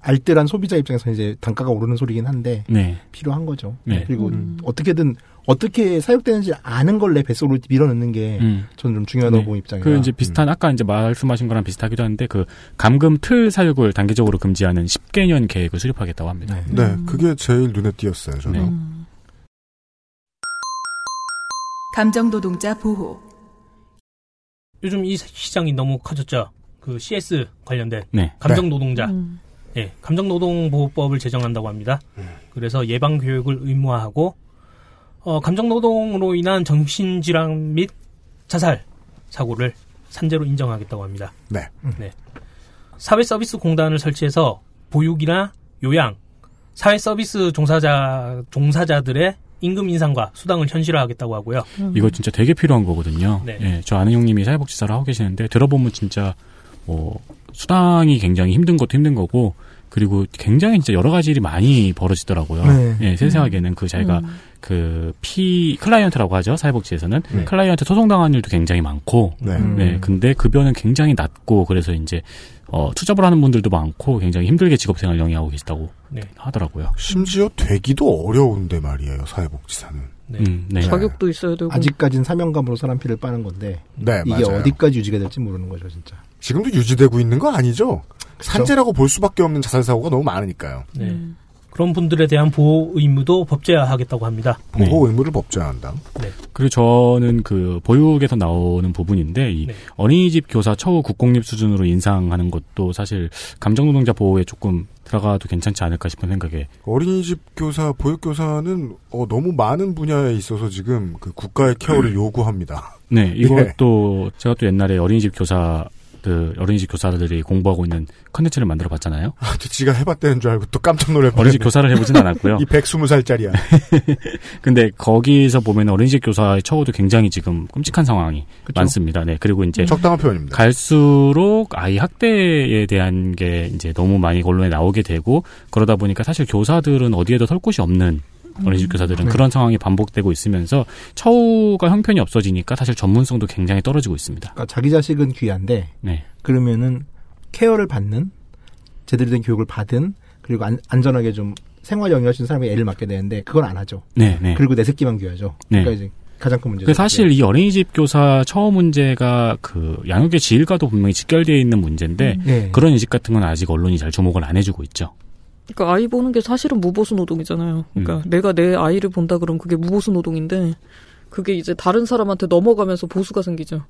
[SPEAKER 10] 알뜰한 소비자 입장에서 이제 단가가 오르는 소리긴 한데
[SPEAKER 4] 네.
[SPEAKER 10] 필요한 거죠.
[SPEAKER 4] 네.
[SPEAKER 9] 음.
[SPEAKER 10] 그리고 어떻게든 어떻게 사육되는지 아는 걸 내 뱃속으로 밀어넣는 게
[SPEAKER 4] 음.
[SPEAKER 10] 저는 좀 중요하다고 보는 입장이라.
[SPEAKER 4] 그 이제
[SPEAKER 10] 음.
[SPEAKER 4] 비슷한 아까 이제 말씀하신 거랑 비슷하기도 한데 그 감금 틀 사육을 단계적으로 금지하는 10개년 계획을 수립하겠다고 합니다.
[SPEAKER 2] 네, 그게 제일 눈에 띄었어요, 저는.
[SPEAKER 3] 감정노동자 보호.
[SPEAKER 11] 요즘 이 시장이 너무 커졌죠. 그 CS 관련된
[SPEAKER 4] 네.
[SPEAKER 11] 감정
[SPEAKER 4] 네.
[SPEAKER 11] 노동자,
[SPEAKER 4] 음.
[SPEAKER 11] 예, 감정 노동 보호법을 제정한다고 합니다. 그래서 예방 교육을 의무화하고 어, 감정 노동으로 인한 정신 질환 및 자살 사고를 산재로 인정하겠다고 합니다.
[SPEAKER 2] 네.
[SPEAKER 11] 네. 사회 서비스 공단을 설치해서 보육이나 요양, 사회 서비스 종사자 종사자들의 임금 인상과 수당을 현실화하겠다고 하고요.
[SPEAKER 15] 음.
[SPEAKER 4] 이거 진짜 되게 필요한 거거든요.
[SPEAKER 11] 네.
[SPEAKER 4] 예, 저 아는 형님이 사회복지사를 하고 계시는데 들어보면 진짜 뭐 수당이 굉장히 힘든 것도 힘든 거고 그리고 굉장히 진짜 여러 가지 일이 많이 벌어지더라고요.
[SPEAKER 15] 네.
[SPEAKER 4] 예, 세세하게는 그 자기가
[SPEAKER 15] 음.
[SPEAKER 4] 그 피 클라이언트라고 하죠 사회복지에서는
[SPEAKER 15] 네.
[SPEAKER 4] 클라이언트 소송당한 일도 굉장히 많고,
[SPEAKER 15] 네.
[SPEAKER 4] 네,
[SPEAKER 15] 음.
[SPEAKER 4] 근데 급여는 굉장히 낮고 그래서 이제 어, 투잡을 하는 분들도 많고 굉장히 힘들게 직업생활 영위하고 계시다고
[SPEAKER 11] 네.
[SPEAKER 4] 하더라고요.
[SPEAKER 2] 심지어 되기도 어려운데 말이에요, 사회복지사는.
[SPEAKER 4] 음, 네.
[SPEAKER 9] 자격도 있어야 되고.
[SPEAKER 10] 아직까진 사명감으로 사람 피를 빠는 건데
[SPEAKER 2] 네,
[SPEAKER 10] 이게
[SPEAKER 2] 맞아요.
[SPEAKER 10] 어디까지 유지가 될지 모르는 거죠, 진짜.
[SPEAKER 2] 지금도 유지되고 있는 거 아니죠? 산재라고 볼 수밖에 없는 자살 사고가 너무 많으니까요.
[SPEAKER 11] 네. 그런 분들에 대한 보호 의무도 법제화하겠다고 합니다.
[SPEAKER 4] 네.
[SPEAKER 2] 보호 의무를 법제화한다.
[SPEAKER 4] 그리고 저는 그 보육에서 나오는 부분인데 이 어린이집 교사 처우 국공립 수준으로 인상하는 것도 사실 감정노동자 보호에 조금 들어가도 괜찮지 않을까 싶은 생각에
[SPEAKER 2] 어린이집 교사, 보육교사는 어, 너무 많은 분야에 있어서 지금 그 국가의 케어를 요구합니다.
[SPEAKER 4] 네
[SPEAKER 2] 예.
[SPEAKER 4] 이것도 제가 또 옛날에 어린이집 교사 그 어린이집 교사들이 공부하고 있는 컨텐츠를 만들어 봤잖아요.
[SPEAKER 2] 아, 또 지가 해봤다는 줄 알고 또 깜짝 놀랄 뻔
[SPEAKER 4] 어린이집 교사를 해보진 않았고요.
[SPEAKER 2] 이 120살짜리야.
[SPEAKER 4] 근데 거기서 보면 어린이집 교사의 처우도 굉장히 지금 끔찍한 상황이 많습니다. 네. 그리고 이제
[SPEAKER 2] 음. 적당한 표현입니다.
[SPEAKER 4] 갈수록 아이 학대에 대한 게 이제 너무 많이 언론에 나오게 되고 그러다 보니까 사실 교사들은 어디에도 설 곳이 없는 어린이집 교사들은
[SPEAKER 2] 음.
[SPEAKER 15] 네.
[SPEAKER 4] 그런 상황이 반복되고 있으면서 처우가 형편이 없어지니까 사실 전문성도 굉장히 떨어지고 있습니다.
[SPEAKER 10] 그러니까 자기 자식은 귀한데
[SPEAKER 4] 네.
[SPEAKER 10] 그러면은 케어를 받는 제대로 된 교육을 받은 그리고 안, 안전하게 좀 생활 영위할 수 있는 사람이 애를 맡게 되는데 그걸 안 하죠.
[SPEAKER 4] 네, 네.
[SPEAKER 10] 그리고 내 새끼만 귀하죠.
[SPEAKER 4] 네.
[SPEAKER 10] 그러니까 이제 가장 큰 문제죠.
[SPEAKER 4] 그 사실 이 어린이집 교사 처우 문제가 그 양육의 질과도 분명히 직결되어 있는 문제인데
[SPEAKER 9] 음. 네.
[SPEAKER 4] 그런 인식 같은 건 아직 언론이 잘 주목을 안 해주고 있죠.
[SPEAKER 9] 그러니까 아이 보는 게 사실은 무보수 노동이잖아요. 그러니까 내가 내 아이를 본다 그러면 그게 무보수 노동인데 그게 이제 다른 사람한테 넘어가면서 보수가 생기죠.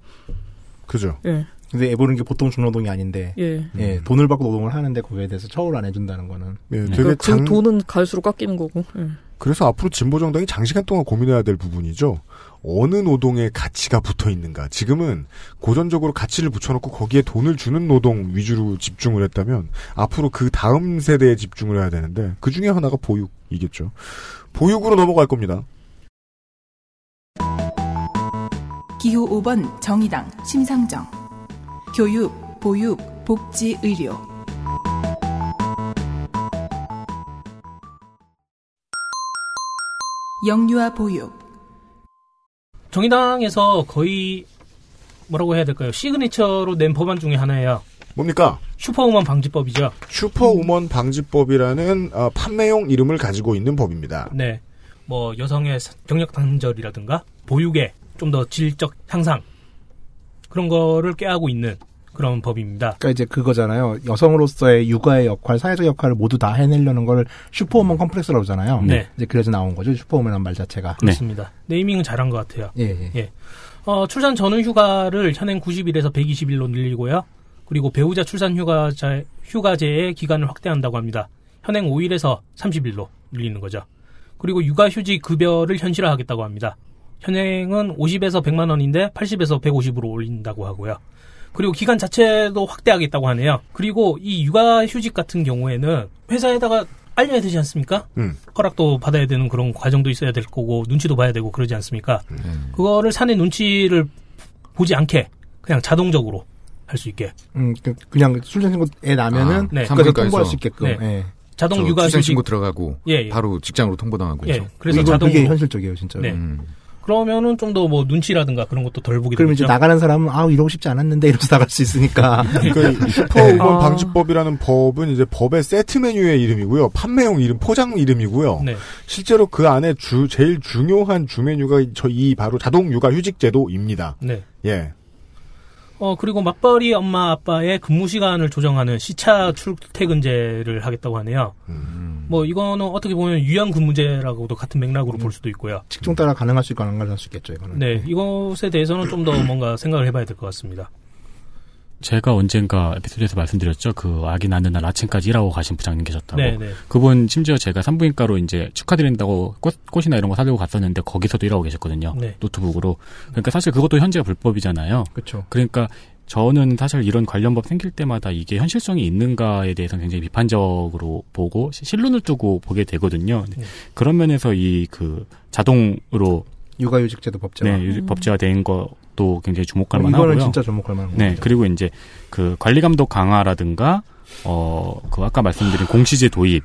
[SPEAKER 2] 그죠.
[SPEAKER 9] 예.
[SPEAKER 10] 근데 애 보는 게 보통 중노동이 아닌데
[SPEAKER 9] 예.
[SPEAKER 4] 음.
[SPEAKER 10] 돈을 받고 노동을 하는데 거기에 대해서 처우를 안 해준다는 거는
[SPEAKER 2] 예,
[SPEAKER 4] 네.
[SPEAKER 2] 되게
[SPEAKER 9] 그러니까 그
[SPEAKER 2] 장-
[SPEAKER 9] 돈은 갈수록 깎이는 거고. 예.
[SPEAKER 2] 그래서 앞으로 진보 정당이 장시간 동안 고민해야 될 부분이죠. 어느 노동에 가치가 붙어 있는가. 지금은 고전적으로 가치를 붙여놓고 거기에 돈을 주는 노동 위주로 집중을 했다면 앞으로 그 다음 세대에 집중을 해야 되는데 그 중에 하나가 보육이겠죠. 보육으로 넘어갈 겁니다.
[SPEAKER 3] 기호 5번 정의당 심상정. 교육, 보육, 복지, 의료. 영유아 보육.
[SPEAKER 11] 정의당에서 거의 뭐라고 해야 될까요? 시그니처로 낸 법안 중에 하나예요.
[SPEAKER 2] 뭡니까?
[SPEAKER 11] 슈퍼우먼 방지법이죠.
[SPEAKER 2] 슈퍼우먼 방지법이라는 아, 판매용 이름을 가지고 있는 법입니다.
[SPEAKER 11] 네. 뭐 여성의 사- 경력 단절이라든가 보육의 좀 더 질적 향상 그런 거를 꾀하고 있는 그런 법입니다.
[SPEAKER 10] 그러니까 이제 그거잖아요. 여성으로서의 육아의 역할, 사회적 역할을 모두 다 해내려는 걸 슈퍼우먼 컴플렉스라고 하잖아요.
[SPEAKER 11] 네.
[SPEAKER 10] 이제 그래서 나온 거죠. 슈퍼우먼이라는 말
[SPEAKER 4] 네.
[SPEAKER 10] 자체가.
[SPEAKER 11] 그렇습니다. 네이밍은 잘한 것 같아요.
[SPEAKER 10] 예, 예.
[SPEAKER 11] 어, 출산 전후 휴가를 현행 90일에서 120일로 늘리고요. 그리고 배우자 출산 휴가자, 휴가제의 기간을 확대한다고 합니다. 현행 5일에서 30일로 늘리는 거죠. 그리고 육아휴직 급여를 현실화하겠다고 합니다. 현행은 50에서 100만 원인데 80에서 150으로 올린다고 하고요. 그리고 기간 자체도 확대하겠다고 하네요. 그리고 이 육아휴직 같은 경우에는 회사에다가 알려야 되지 않습니까?
[SPEAKER 2] 음.
[SPEAKER 11] 허락도 받아야 되는 그런 과정도 있어야 될 거고 눈치도 봐야 되고 그러지 않습니까? 그거를 사내 눈치를 보지 않게 그냥 자동적으로 할 수 있게
[SPEAKER 10] 음, 그- 그냥 출산신고 애 나면은
[SPEAKER 11] 네.
[SPEAKER 10] 그거서
[SPEAKER 11] 산부인과에서.
[SPEAKER 10] 통보할 수 있게끔.
[SPEAKER 11] 네.
[SPEAKER 10] 예.
[SPEAKER 11] 자동
[SPEAKER 12] 저
[SPEAKER 11] 육아
[SPEAKER 12] 출생신고
[SPEAKER 11] 휴직-
[SPEAKER 12] 들어가고
[SPEAKER 11] 예, 예.
[SPEAKER 12] 바로 직장으로 통보당하고
[SPEAKER 11] 예,
[SPEAKER 12] 그죠? 음.
[SPEAKER 11] 그래서
[SPEAKER 10] 이건
[SPEAKER 11] 자동으로
[SPEAKER 10] 그게 현실적이에요, 진짜로. 음.
[SPEAKER 11] 네. 그러면은 좀 더 뭐 눈치라든가 그런 것도 덜 보게
[SPEAKER 10] 그럼
[SPEAKER 11] 되죠.
[SPEAKER 10] 이제 나가는 사람은 아 이러고 싶지 않았는데 이러면서 나갈 수 있으니까. 네.
[SPEAKER 2] 그러니까 슈퍼우먼
[SPEAKER 10] 아.
[SPEAKER 2] 방지법이라는 법은 이제 법의 세트 메뉴의 이름이고요. 판매용 이름, 포장 이름이고요. 실제로 그 안에 주 제일 중요한 주 메뉴가 저 이 바로 자동 육아 휴직 제도입니다.
[SPEAKER 11] 네.
[SPEAKER 2] 예.
[SPEAKER 11] 어 그리고 맞벌이 엄마 아빠의 근무 시간을 조정하는 시차 출퇴근제를 하겠다고 하네요.
[SPEAKER 10] 음.
[SPEAKER 11] 뭐 이거는 어떻게 보면 유연 근무제라고도 같은 맥락으로 볼 수도 있고요.
[SPEAKER 10] 직종 따라 가능할 수 있고 안 가능할 수 있겠죠 이거는.
[SPEAKER 11] 네, 이것에 대해서는 좀 더 뭔가 생각을 해봐야 될 것 같습니다.
[SPEAKER 4] 제가 언젠가 에피소드에서 말씀드렸죠. 그 아기 낳는 날 아침까지 일하고 가신 부장님
[SPEAKER 10] 뭐
[SPEAKER 4] 계셨다고.
[SPEAKER 11] 네, 네.
[SPEAKER 4] 그분 심지어 제가 산부인과로 이제 축하드린다고 꽃, 꽃이나 이런 거 사려고 갔었는데 거기서도 일하고 계셨거든요.
[SPEAKER 11] 네.
[SPEAKER 4] 노트북으로. 그러니까 사실 그것도 현재가 불법이잖아요.
[SPEAKER 10] 그렇죠.
[SPEAKER 4] 그러니까 저는 사실 이런 관련법 생길 때마다 이게 현실성이 있는가에 대해서 굉장히 비판적으로 보고 시- 실눈을 뜨고 보게 되거든요. 근데
[SPEAKER 10] 네.
[SPEAKER 4] 그런 면에서 이 그 자동으로
[SPEAKER 10] 육아휴직제도 법제화.
[SPEAKER 4] 네, 유- 법제화된 것도 굉장히 주목할
[SPEAKER 10] 어,
[SPEAKER 4] 만하고요.
[SPEAKER 10] 이거는 진짜 주목할 만한
[SPEAKER 4] 네, 그리고 이제 그 관리 감독 강화라든가 어, 그 아까 말씀드린 공시제 도입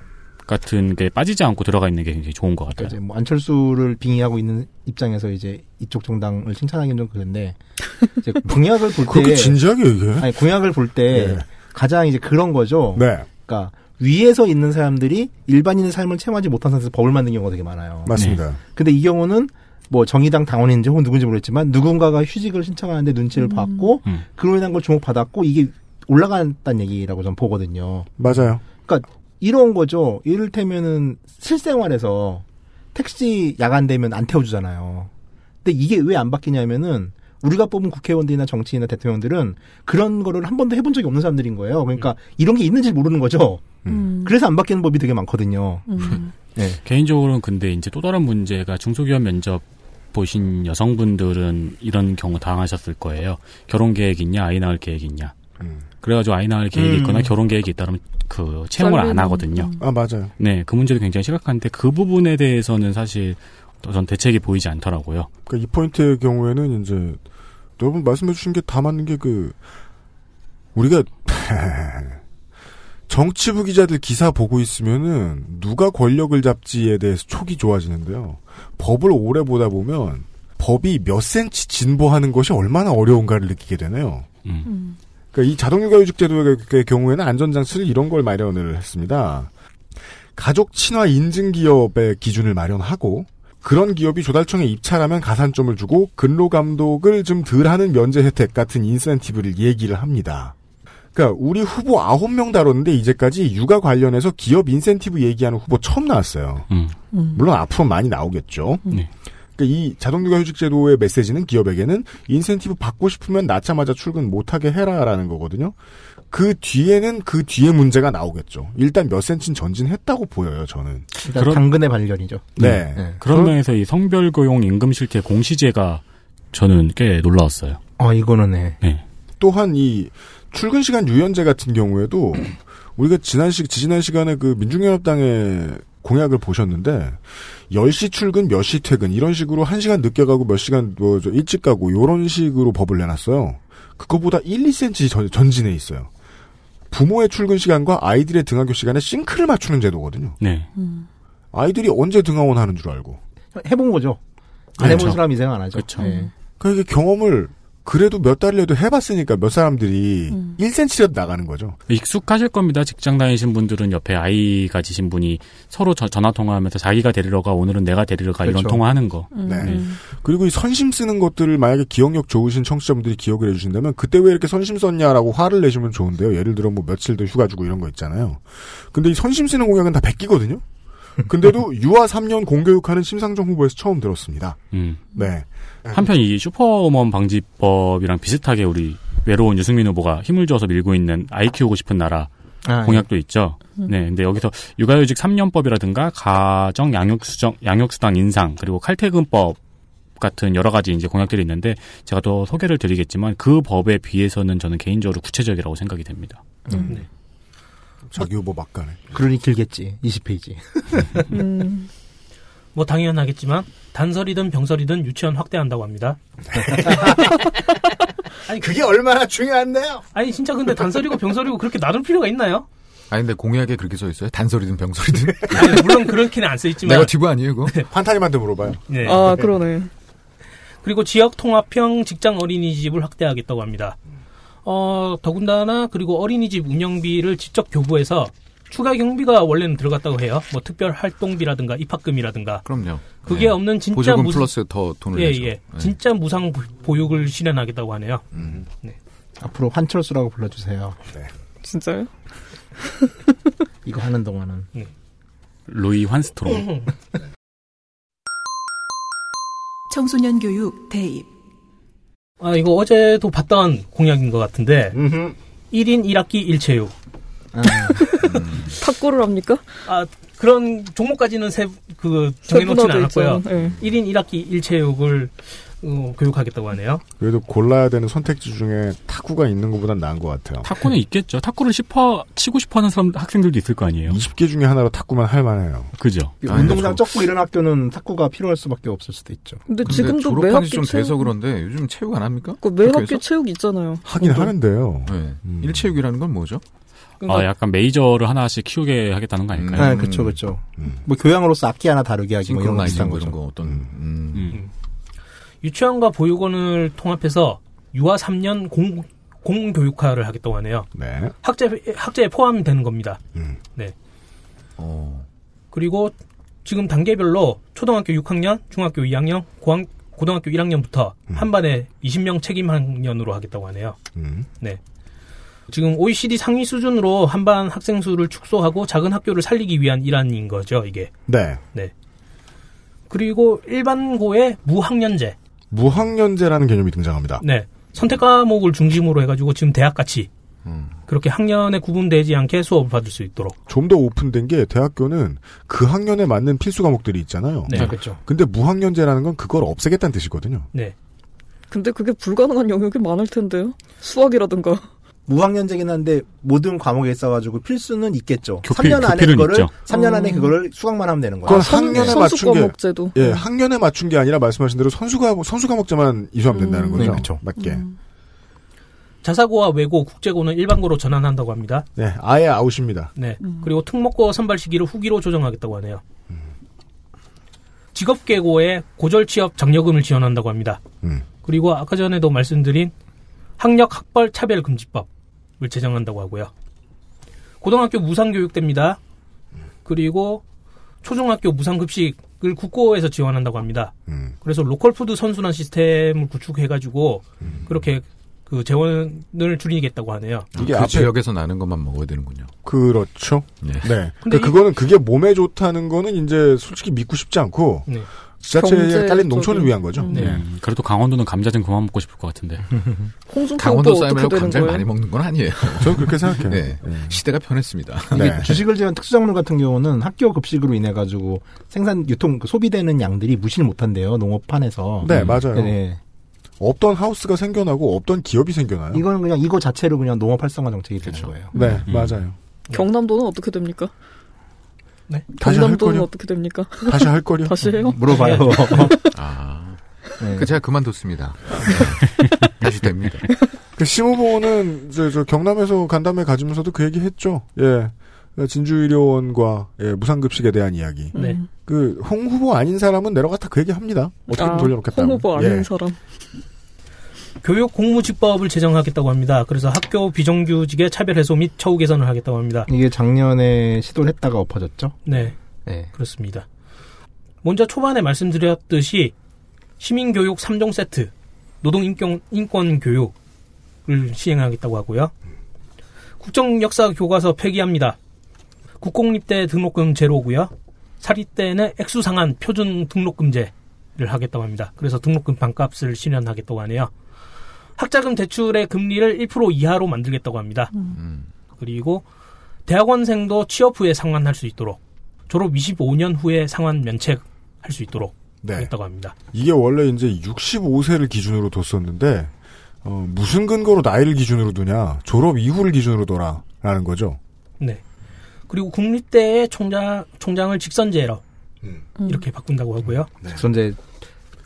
[SPEAKER 4] 같은 게 빠지지 않고 들어가 있는 게 굉장히 좋은 것
[SPEAKER 10] 그러니까
[SPEAKER 4] 같아요.
[SPEAKER 10] 이제 뭐 안철수를 빙의하고 있는 입장에서 이제 이쪽 정당을 칭찬하기는 좀 그런데 이제 공약을 볼 때
[SPEAKER 2] 그렇게 진지하게 얘기해?
[SPEAKER 10] 아니 공약을 볼 때
[SPEAKER 2] 네.
[SPEAKER 10] 가장 이제 그런 거죠.
[SPEAKER 2] 네.
[SPEAKER 10] 그러니까 위에서 있는 사람들이 일반인의 삶을 체험하지 못한 상태에서 법을 만든 경우가 되게 많아요.
[SPEAKER 2] 맞습니다. 네.
[SPEAKER 10] 근데 이 경우는 뭐 정의당 당원인지 혹은 누군지 모르겠지만 누군가가 휴직을 신청하는데 눈치를 봤고
[SPEAKER 2] 음.
[SPEAKER 10] 그로 인한 걸 주목받았고 이게 올라간다는 얘기라고 저는 보거든요.
[SPEAKER 2] 맞아요.
[SPEAKER 10] 그러니까 이런 거죠. 이를테면은 실생활에서 택시 야간 되면 안 태워주잖아요. 근데 이게 왜 안 바뀌냐면은 우리가 뽑은 국회의원들이나 정치인이나 대통령들은 그런 거를 한 번도 해본 적이 없는 사람들인 거예요.
[SPEAKER 12] 음.
[SPEAKER 10] 그러니까 이런 게 있는지 모르는 거죠.
[SPEAKER 9] 음.
[SPEAKER 10] 음. 그래서 안 바뀌는 법이 되게 많거든요. 네.
[SPEAKER 4] 개인적으로는 근데 이제 또 다른 문제가 중소기업 면접 보신 여성분들은 이런 경우 당하셨을 거예요. 결혼 계획 있냐, 아이 낳을 계획 있냐.
[SPEAKER 10] 음.
[SPEAKER 4] 그래가지고 아이 낳을 계획이
[SPEAKER 2] 음.
[SPEAKER 4] 있거나 결혼 계획이 있다면 그 채용을 안
[SPEAKER 2] 썰리는,
[SPEAKER 4] 하거든요.
[SPEAKER 2] 아, 맞아요.
[SPEAKER 4] 네, 그 문제도 굉장히 심각한데 그 부분에 대해서는 사실 전 대책이 보이지 않더라고요.
[SPEAKER 2] 그러니까 이 포인트의 경우에는 이제 여러분 말씀해 주신 게 다 맞는 게 그 우리가 정치부 기자들 기사 보고 있으면은 누가 권력을 잡지에 대해서 촉이 좋아지는데요. 법을 오래 보다 보면 법이 몇 센치 진보하는 것이 얼마나 어려운가를 느끼게 되네요. 그러니까 이 자동육아휴직 제도의 그 경우에는 안전장치를 이런 걸 마련을 했습니다. 가족 친화 인증 기업의 기준을 마련하고 그런 기업이 조달청에 입찰하면 가산점을 주고 근로 감독을 좀 덜하는 면제 혜택 같은 인센티브를 얘기를 합니다. 그러니까 우리 후보 9명 다뤘는데 이제까지 육아 관련해서 기업 인센티브 얘기하는 후보 처음 나왔어요. 물론 앞으로 많이 나오겠죠.
[SPEAKER 10] 네.
[SPEAKER 2] 그러니까 이 자동육아휴직제도의 메시지는 기업에게는 인센티브 받고 싶으면 낳자마자 출근 못하게 해라라는 거거든요. 그 뒤에는 그 뒤에 문제가 나오겠죠. 일단 몇 센친 전진했다고 보여요, 저는.
[SPEAKER 10] 그러니까 당근의 발견이죠.
[SPEAKER 2] 네.
[SPEAKER 4] 그런
[SPEAKER 2] 그럼-
[SPEAKER 4] 면에서 이 성별고용 임금실태 공시제가 저는 꽤 놀라웠어요.
[SPEAKER 10] 아, 이거는 네.
[SPEAKER 2] 또한 이 출근 시간 유연제 같은 경우에도 우리가 지난 시 지난 시간에 그 민중연합당의 공약을 보셨는데 10시 출근 몇 시 퇴근 이런 식으로 1시간 늦게 가고 몇 시간 뭐저 일찍 가고 요런 식으로 법을 내놨어요. 그거보다 1, 2cm 전, 전진해 있어요. 부모의 출근 시간과 아이들의 등하교 시간에 싱크를 맞추는 제도거든요.
[SPEAKER 4] 네.
[SPEAKER 2] 아이들이 언제 등하원 하는 줄 알고.
[SPEAKER 10] 해본 거죠. 안 해본 사람 이생 안 하죠.
[SPEAKER 4] 그렇죠.
[SPEAKER 10] 네.
[SPEAKER 12] 음.
[SPEAKER 2] 그러니까 이게 경험을 그래도 몇 달이라도 해봤으니까 몇 사람들이 1cm라도 나가는 거죠.
[SPEAKER 4] 익숙하실 겁니다. 직장 다니신 분들은 옆에 아이 가지신 분이 서로 저- 전화 통화하면서 자기가 데리러 가, 오늘은 내가 데리러 가 이런
[SPEAKER 2] 그렇죠.
[SPEAKER 4] 통화하는 거.
[SPEAKER 2] 네.
[SPEAKER 11] 음.
[SPEAKER 2] 그리고 이 선심 쓰는 것들을 만약에 기억력 좋으신 청취자분들이 기억을 해주신다면 그때 왜 이렇게 선심 썼냐라고 화를 내시면 좋은데요. 예를 들어 뭐 며칠 더 휴가 주고 이런 거 있잖아요. 근데 이 선심 쓰는 공약은 다 베끼거든요. 근데도 유아 3년 공교육하는 심상정 후보에서 처음 들었습니다.
[SPEAKER 4] 음.
[SPEAKER 2] 네.
[SPEAKER 4] 한편 이 슈퍼우먼 방지법이랑 비슷하게 우리 외로운 유승민 후보가 힘을 줘서 밀고 있는 아이 키우고 싶은 나라
[SPEAKER 10] 아,
[SPEAKER 4] 공약도 있죠. 네, 근데 여기서 육아휴직 3년법이라든가 가정 양육 수정 양육 수당 인상 그리고 칼퇴근법 같은 여러 가지 이제 공약들이 있는데 제가 또 소개를 드리겠지만 그 법에 비해서는 저는 개인적으로 구체적이라고 생각이 됩니다.
[SPEAKER 12] 네.
[SPEAKER 2] 자기
[SPEAKER 12] 뭐
[SPEAKER 2] 후보 막가네.
[SPEAKER 10] 음. 그러니 길겠지. 20페이지.
[SPEAKER 11] 뭐 당연하겠지만 단설이든 병설이든 유치원 확대한다고 합니다.
[SPEAKER 10] 아니 그게 얼마나 중요한데요?
[SPEAKER 11] 아니 진짜 근데 단설이고 병설이고 그렇게 나눌 필요가 있나요?
[SPEAKER 12] 아니 근데 공약에 그렇게 써 있어요? 단소리든 병소리든.
[SPEAKER 11] 아니, 물론 네, 그렇게는 안 쓰이지만
[SPEAKER 12] 네거티브 아니에요, 이거?
[SPEAKER 2] 환타님한테 물어봐요.
[SPEAKER 11] 네.
[SPEAKER 16] 아, 그러네.
[SPEAKER 11] 그리고 지역 통합형 직장 어린이집을 확대하겠다고 합니다. 어, 더군다나 그리고 어린이집 운영비를 직접 교부해서 추가 경비가 원래는 들어갔다고 해요. 뭐 특별 활동비라든가 입학금이라든가.
[SPEAKER 12] 그럼요. 예.
[SPEAKER 11] 그게 없는 진짜
[SPEAKER 12] 보조금
[SPEAKER 11] 무상-
[SPEAKER 12] 플러스 더 돈을
[SPEAKER 11] 예,
[SPEAKER 12] 내죠.
[SPEAKER 11] 예. 진짜 무상 보- 보육을 실현하겠다고 하네요.
[SPEAKER 12] 음.
[SPEAKER 11] 네.
[SPEAKER 10] 앞으로 환철수라고 불러주세요.
[SPEAKER 12] 네.
[SPEAKER 9] 진짜요?
[SPEAKER 10] 이거 하는 동안은.
[SPEAKER 12] 네.
[SPEAKER 15] 루이
[SPEAKER 10] 네.
[SPEAKER 15] 환스트롱.
[SPEAKER 3] 청소년 교육 대입.
[SPEAKER 11] 아, 이거 어제도 봤던 공약인 것 같은데. 1인 1학기 1체육.
[SPEAKER 9] 탁구를 합니까?
[SPEAKER 11] 아, 그런 종목까지는 세, 그, 정해놓진
[SPEAKER 9] 세분화돼
[SPEAKER 11] 않았고요.
[SPEAKER 9] 있죠. 예.
[SPEAKER 11] 1인 1학기 1체육을 어, 교육하겠다고 하네요.
[SPEAKER 2] 그래도 골라야 되는 선택지 중에 탁구가 있는 것보단 나은 것 같아요.
[SPEAKER 15] 탁구는 있겠죠. 탁구를 싶어 치고 싶어하는 사람 학생들도 있을 거 아니에요.
[SPEAKER 2] 20개 중에 하나로 탁구만 할 만해요.
[SPEAKER 15] 그죠.
[SPEAKER 10] 이 아, 운동장 적고 이런 학교는 탁구가 필요할 수밖에 없을 수도 있죠.
[SPEAKER 9] 근데 지금도
[SPEAKER 12] 졸업한
[SPEAKER 9] 매학기
[SPEAKER 12] 지좀 돼서
[SPEAKER 9] 체육-
[SPEAKER 12] 그런데 네, 요즘 체육 안 합니까?
[SPEAKER 9] 그 매학교
[SPEAKER 12] 학교에서?
[SPEAKER 9] 체육 있잖아요.
[SPEAKER 2] 하긴
[SPEAKER 10] 뭐,
[SPEAKER 2] 음. 하는데요.
[SPEAKER 12] 네. 일체육이라는 건 뭐죠?
[SPEAKER 9] 그러니까
[SPEAKER 15] 아, 약간 메이저를 하나씩 키우게 하겠다는 거 아닐까요?
[SPEAKER 10] 네, 그쵸, 그쵸. 뭐 교양으로서 악기 하나 다루게 하기 뭐 이런 거
[SPEAKER 12] 싱크로나이징
[SPEAKER 10] 비슷한
[SPEAKER 12] 뭐
[SPEAKER 10] 거죠.
[SPEAKER 12] 이런 음. 거 어떤
[SPEAKER 2] 음.
[SPEAKER 11] 유치원과 보육원을 통합해서 유아 3년 공, 공교육화를 하겠다고 하네요.
[SPEAKER 2] 네.
[SPEAKER 11] 학제, 학제에 포함되는 겁니다. 네.
[SPEAKER 2] 음.
[SPEAKER 11] 그리고 지금 단계별로 초등학교 6학년, 중학교 2학년, 고학, 고등학교 1학년부터 한 반에 20명 책임 학년으로 하겠다고 하네요.
[SPEAKER 2] 음.
[SPEAKER 11] 네. 지금 OECD 상위 수준으로 한반 학생 수를 축소하고 작은 학교를 살리기 위한 일환인 거죠, 이게.
[SPEAKER 2] 네.
[SPEAKER 11] 네. 그리고 일반고의 무학년제.
[SPEAKER 2] 무학년제라는 개념이 등장합니다.
[SPEAKER 11] 네. 선택 과목을 중심으로 해가지고 지금 대학 같이 그렇게 학년에 구분되지 않게 수업을 받을 수 있도록.
[SPEAKER 2] 좀 더 오픈된 게 대학교는 그 학년에 맞는 필수 과목들이 있잖아요.
[SPEAKER 11] 네, 그렇죠.
[SPEAKER 2] 근데 무학년제라는 건 그걸 없애겠다는 뜻이거든요.
[SPEAKER 11] 네.
[SPEAKER 9] 근데 그게 불가능한 영역이 많을 텐데요. 수학이라든가.
[SPEAKER 10] 무학년제긴 한데 모든 과목에 있어가지고 필수는 있겠죠.
[SPEAKER 2] 교필,
[SPEAKER 10] 3년 안에
[SPEAKER 2] 교필은
[SPEAKER 10] 그거를
[SPEAKER 2] 있죠.
[SPEAKER 10] 3년 안에
[SPEAKER 2] 음.
[SPEAKER 10] 그거를 수강만 음. 하면 되는 거예요.
[SPEAKER 2] 그건 학년에 맞춘 게 예, 학년에 맞춘 게 아니라 말씀하신 대로 선수 과목 선수 과목제만 이수하면
[SPEAKER 12] 음,
[SPEAKER 2] 된다는 거죠.
[SPEAKER 10] 네,
[SPEAKER 12] 그렇죠.
[SPEAKER 10] 그쵸.
[SPEAKER 2] 맞게.
[SPEAKER 9] 음.
[SPEAKER 11] 자사고와 외고, 국제고는 일반고로 전환한다고 합니다.
[SPEAKER 2] 네, 아예 아웃입니다.
[SPEAKER 11] 네. 그리고 특목고 선발 시기를 후기로 조정하겠다고 하네요. 직업계고에 고졸 취업 장려금을 지원한다고 합니다.
[SPEAKER 2] 음.
[SPEAKER 11] 그리고 아까 전에도 말씀드린 학력 학벌 차별 금지법을 제정한다고 하고요. 고등학교 무상 교육대입니다. 그리고 초중학교 무상 급식을 국고에서 지원한다고 합니다. 그래서 로컬 푸드 선순환 시스템을 구축해가지고 그렇게 그 재원을 줄이겠다고 하네요.
[SPEAKER 12] 그 지역에서 나는 것만 먹어야 되는군요.
[SPEAKER 2] 그렇죠.
[SPEAKER 12] 네.
[SPEAKER 2] 네.
[SPEAKER 11] 근데
[SPEAKER 2] 근데 그거는 그게 몸에 좋다는 거는 이제 솔직히 믿고 싶지 않고
[SPEAKER 11] 네.
[SPEAKER 2] 지자체에
[SPEAKER 15] 경제적인-
[SPEAKER 2] 딸린 농촌을 위한 거죠.
[SPEAKER 15] 네. 음, 그래도 강원도는 감자 좀 그만 먹고 싶을 것 같은데.
[SPEAKER 12] 강원도 쌀이라고 감자를 많이 먹는 건 아니에요.
[SPEAKER 2] 저는 그렇게 생각해요.
[SPEAKER 12] 네. 시대가 변했습니다. 네.
[SPEAKER 10] 이게 주식을 제한 특수작물 같은 경우는 학교 급식으로 인해 가지고 생산 유통 그 소비되는 양들이 무시를 못한대요 농업판에서.
[SPEAKER 2] 네, 맞아요.
[SPEAKER 10] 네.
[SPEAKER 2] 없던 하우스가 생겨나고 없던 기업이 생겨나요.
[SPEAKER 10] 이거는 그냥 이거 자체로 그냥 농업 활성화 정책이 되는 거예요. 음.
[SPEAKER 2] 네, 맞아요.
[SPEAKER 9] 경남도는 어떻게 됩니까?
[SPEAKER 11] 네.
[SPEAKER 2] 다시 할
[SPEAKER 9] 경남도는
[SPEAKER 2] 거요?
[SPEAKER 9] 어떻게 됩니까?
[SPEAKER 2] 다시 할 거요?
[SPEAKER 9] 다시 해요? 네.
[SPEAKER 10] 물어봐요.
[SPEAKER 11] 네.
[SPEAKER 12] 아.
[SPEAKER 10] 네.
[SPEAKER 12] 그 제가 그만뒀습니다. 네. 다시 됩니다.
[SPEAKER 2] 그 심우보는 이제 저 경남에서 간담회 가지면서도 그 얘기 했죠. 예. 진주의료원과 예, 무상급식에 대한 이야기.
[SPEAKER 11] 음.
[SPEAKER 9] 네.
[SPEAKER 2] 그 홍 후보 아닌 사람은 내려갔다 그 얘기 합니다. 어떻게든 예.
[SPEAKER 11] 아,
[SPEAKER 2] 돌려놓겠다.
[SPEAKER 11] 홍 후보 아닌 사람. 교육 공무집법을 제정하겠다고 합니다. 그래서 학교 비정규직의 차별 해소 및 처우 개선을 하겠다고
[SPEAKER 12] 예.
[SPEAKER 11] 합니다.
[SPEAKER 10] 이게 작년에 시도를 했다가 엎어졌죠.
[SPEAKER 11] 네. 그렇습니다. 먼저 초반에 말씀드렸듯이 시민교육 3종 세트, 노동인권 인권 교육을 시행하겠다고 하고요. 국정역사 교과서 폐기합니다. 국공립대 등록금 제로고요. 사립대는 액수상한 표준 등록금제를 하겠다고 합니다. 그래서 등록금 반값을 실현하겠다고 하네요. 학자금 대출의 금리를 1% 이하로 만들겠다고 합니다.
[SPEAKER 9] 음.
[SPEAKER 13] 음.
[SPEAKER 11] 그리고 대학원생도 취업 후에 상환할 수 있도록 졸업 25년 후에 상환 면책할 수 있도록
[SPEAKER 10] 네.
[SPEAKER 11] 했다고 합니다.
[SPEAKER 2] 이게 원래 이제 65세를 기준으로 뒀었는데 어, 무슨 근거로 나이를 기준으로 두냐? 졸업 이후를 기준으로 둬라라는 거죠.
[SPEAKER 11] 네. 그리고 국립대의 총장 총장을 직선제로
[SPEAKER 10] 음.
[SPEAKER 11] 이렇게 바꾼다고 하고요.
[SPEAKER 10] 네. 직선제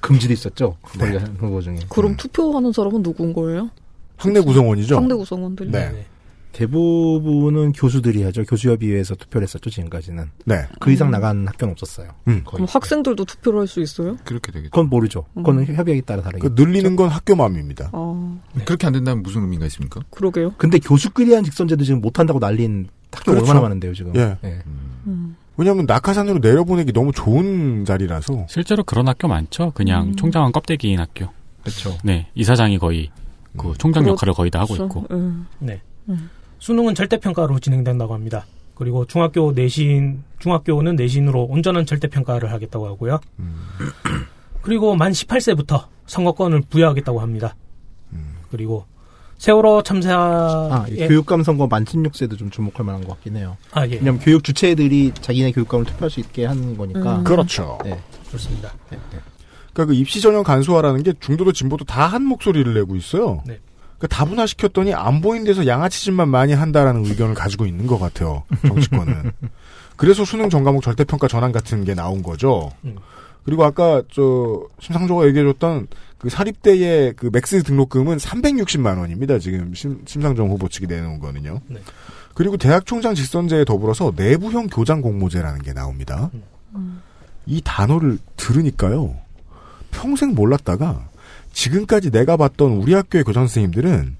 [SPEAKER 10] 금지도 있었죠. 원래
[SPEAKER 9] 그
[SPEAKER 10] 후보 중에.
[SPEAKER 9] 그럼 투표하는 사람은 누군 거예요?
[SPEAKER 2] 학내 구성원이죠.
[SPEAKER 9] 상대 구성원들.
[SPEAKER 2] 네.
[SPEAKER 10] 대부분은 교수들이 하죠. 교수협의회에서 투표를 했었죠, 지금까지는.
[SPEAKER 2] 네.
[SPEAKER 10] 그 이상 나간 학교는 없었어요.
[SPEAKER 2] 음.
[SPEAKER 9] 그럼 학생들도 투표를 할 수 있어요?
[SPEAKER 12] 그렇게 되겠죠.
[SPEAKER 10] 그건 모르죠. 그건
[SPEAKER 12] 음.
[SPEAKER 10] 협약에 따라 다르게.
[SPEAKER 2] 늘리는 건 학교 마음입니다.
[SPEAKER 9] 어,
[SPEAKER 12] 네. 그렇게 안 된다면 무슨 의미가 있습니까?
[SPEAKER 9] 그러게요.
[SPEAKER 10] 근데 교수끼리 한 직선제도 지금 못한다고 난린 학교 가
[SPEAKER 2] 그렇죠.
[SPEAKER 10] 얼마나 많은데요, 지금.
[SPEAKER 2] 예.
[SPEAKER 12] 음.
[SPEAKER 9] 음,
[SPEAKER 2] 왜냐하면 낙하산으로 내려보내기 너무 좋은 자리라서
[SPEAKER 15] 실제로 그런 학교 많죠. 그냥
[SPEAKER 9] 음.
[SPEAKER 15] 총장은 껍데기인 학교.
[SPEAKER 10] 그렇죠.
[SPEAKER 15] 네, 이사장이 거의
[SPEAKER 2] 음.
[SPEAKER 15] 그 총장 역할을 거의 다 하고 있고.
[SPEAKER 11] 네. 수능은 절대평가로 진행된다고 합니다. 그리고 중학교 내신, 중학교는 내신으로 온전한 절대평가를 하겠다고 하고요.
[SPEAKER 2] 음.
[SPEAKER 11] 그리고 만 18세부터 선거권을 부여하겠다고 합니다. 그리고 세월호 참사
[SPEAKER 10] 음. 아,
[SPEAKER 12] 예.
[SPEAKER 10] 이 교육감 선거 만 16세도 좀 주목할 만한 것 같긴 해요.
[SPEAKER 11] 아, 예.
[SPEAKER 10] 왜냐면 교육 주체들이 자기네 교육감을 투표할 수 있게 하는 거니까.
[SPEAKER 2] 음. 그렇죠.
[SPEAKER 10] 네.
[SPEAKER 11] 좋습니다.
[SPEAKER 2] 그러니까 그 입시 전형 간소화라는 게 중도도 진보도 다 한 목소리를 내고 있어요.
[SPEAKER 11] 네.
[SPEAKER 2] 그러니까 다분화 시켰더니 안 보인 데서 양아치짓만 많이 한다라는 의견을 가지고 있는 것 같아요. 정치권은. 그래서 수능 전 과목 절대평가 전환 같은 게 나온 거죠.
[SPEAKER 11] 음.
[SPEAKER 2] 그리고 아까 저 심상조가 얘기해줬던 그 사립대의 그 맥스 등록금은 360만 원입니다. 지금 심, 심상정 후보 측이 내놓은 거는요.
[SPEAKER 11] 네.
[SPEAKER 2] 그리고 대학 총장 직선제에 더불어서 내부형 교장 공모제라는 게 나옵니다.
[SPEAKER 11] 음.
[SPEAKER 9] 음.
[SPEAKER 2] 이 단어를 들으니까요. 평생 몰랐다가 지금까지 내가 봤던 우리 학교의 교장 선생님들은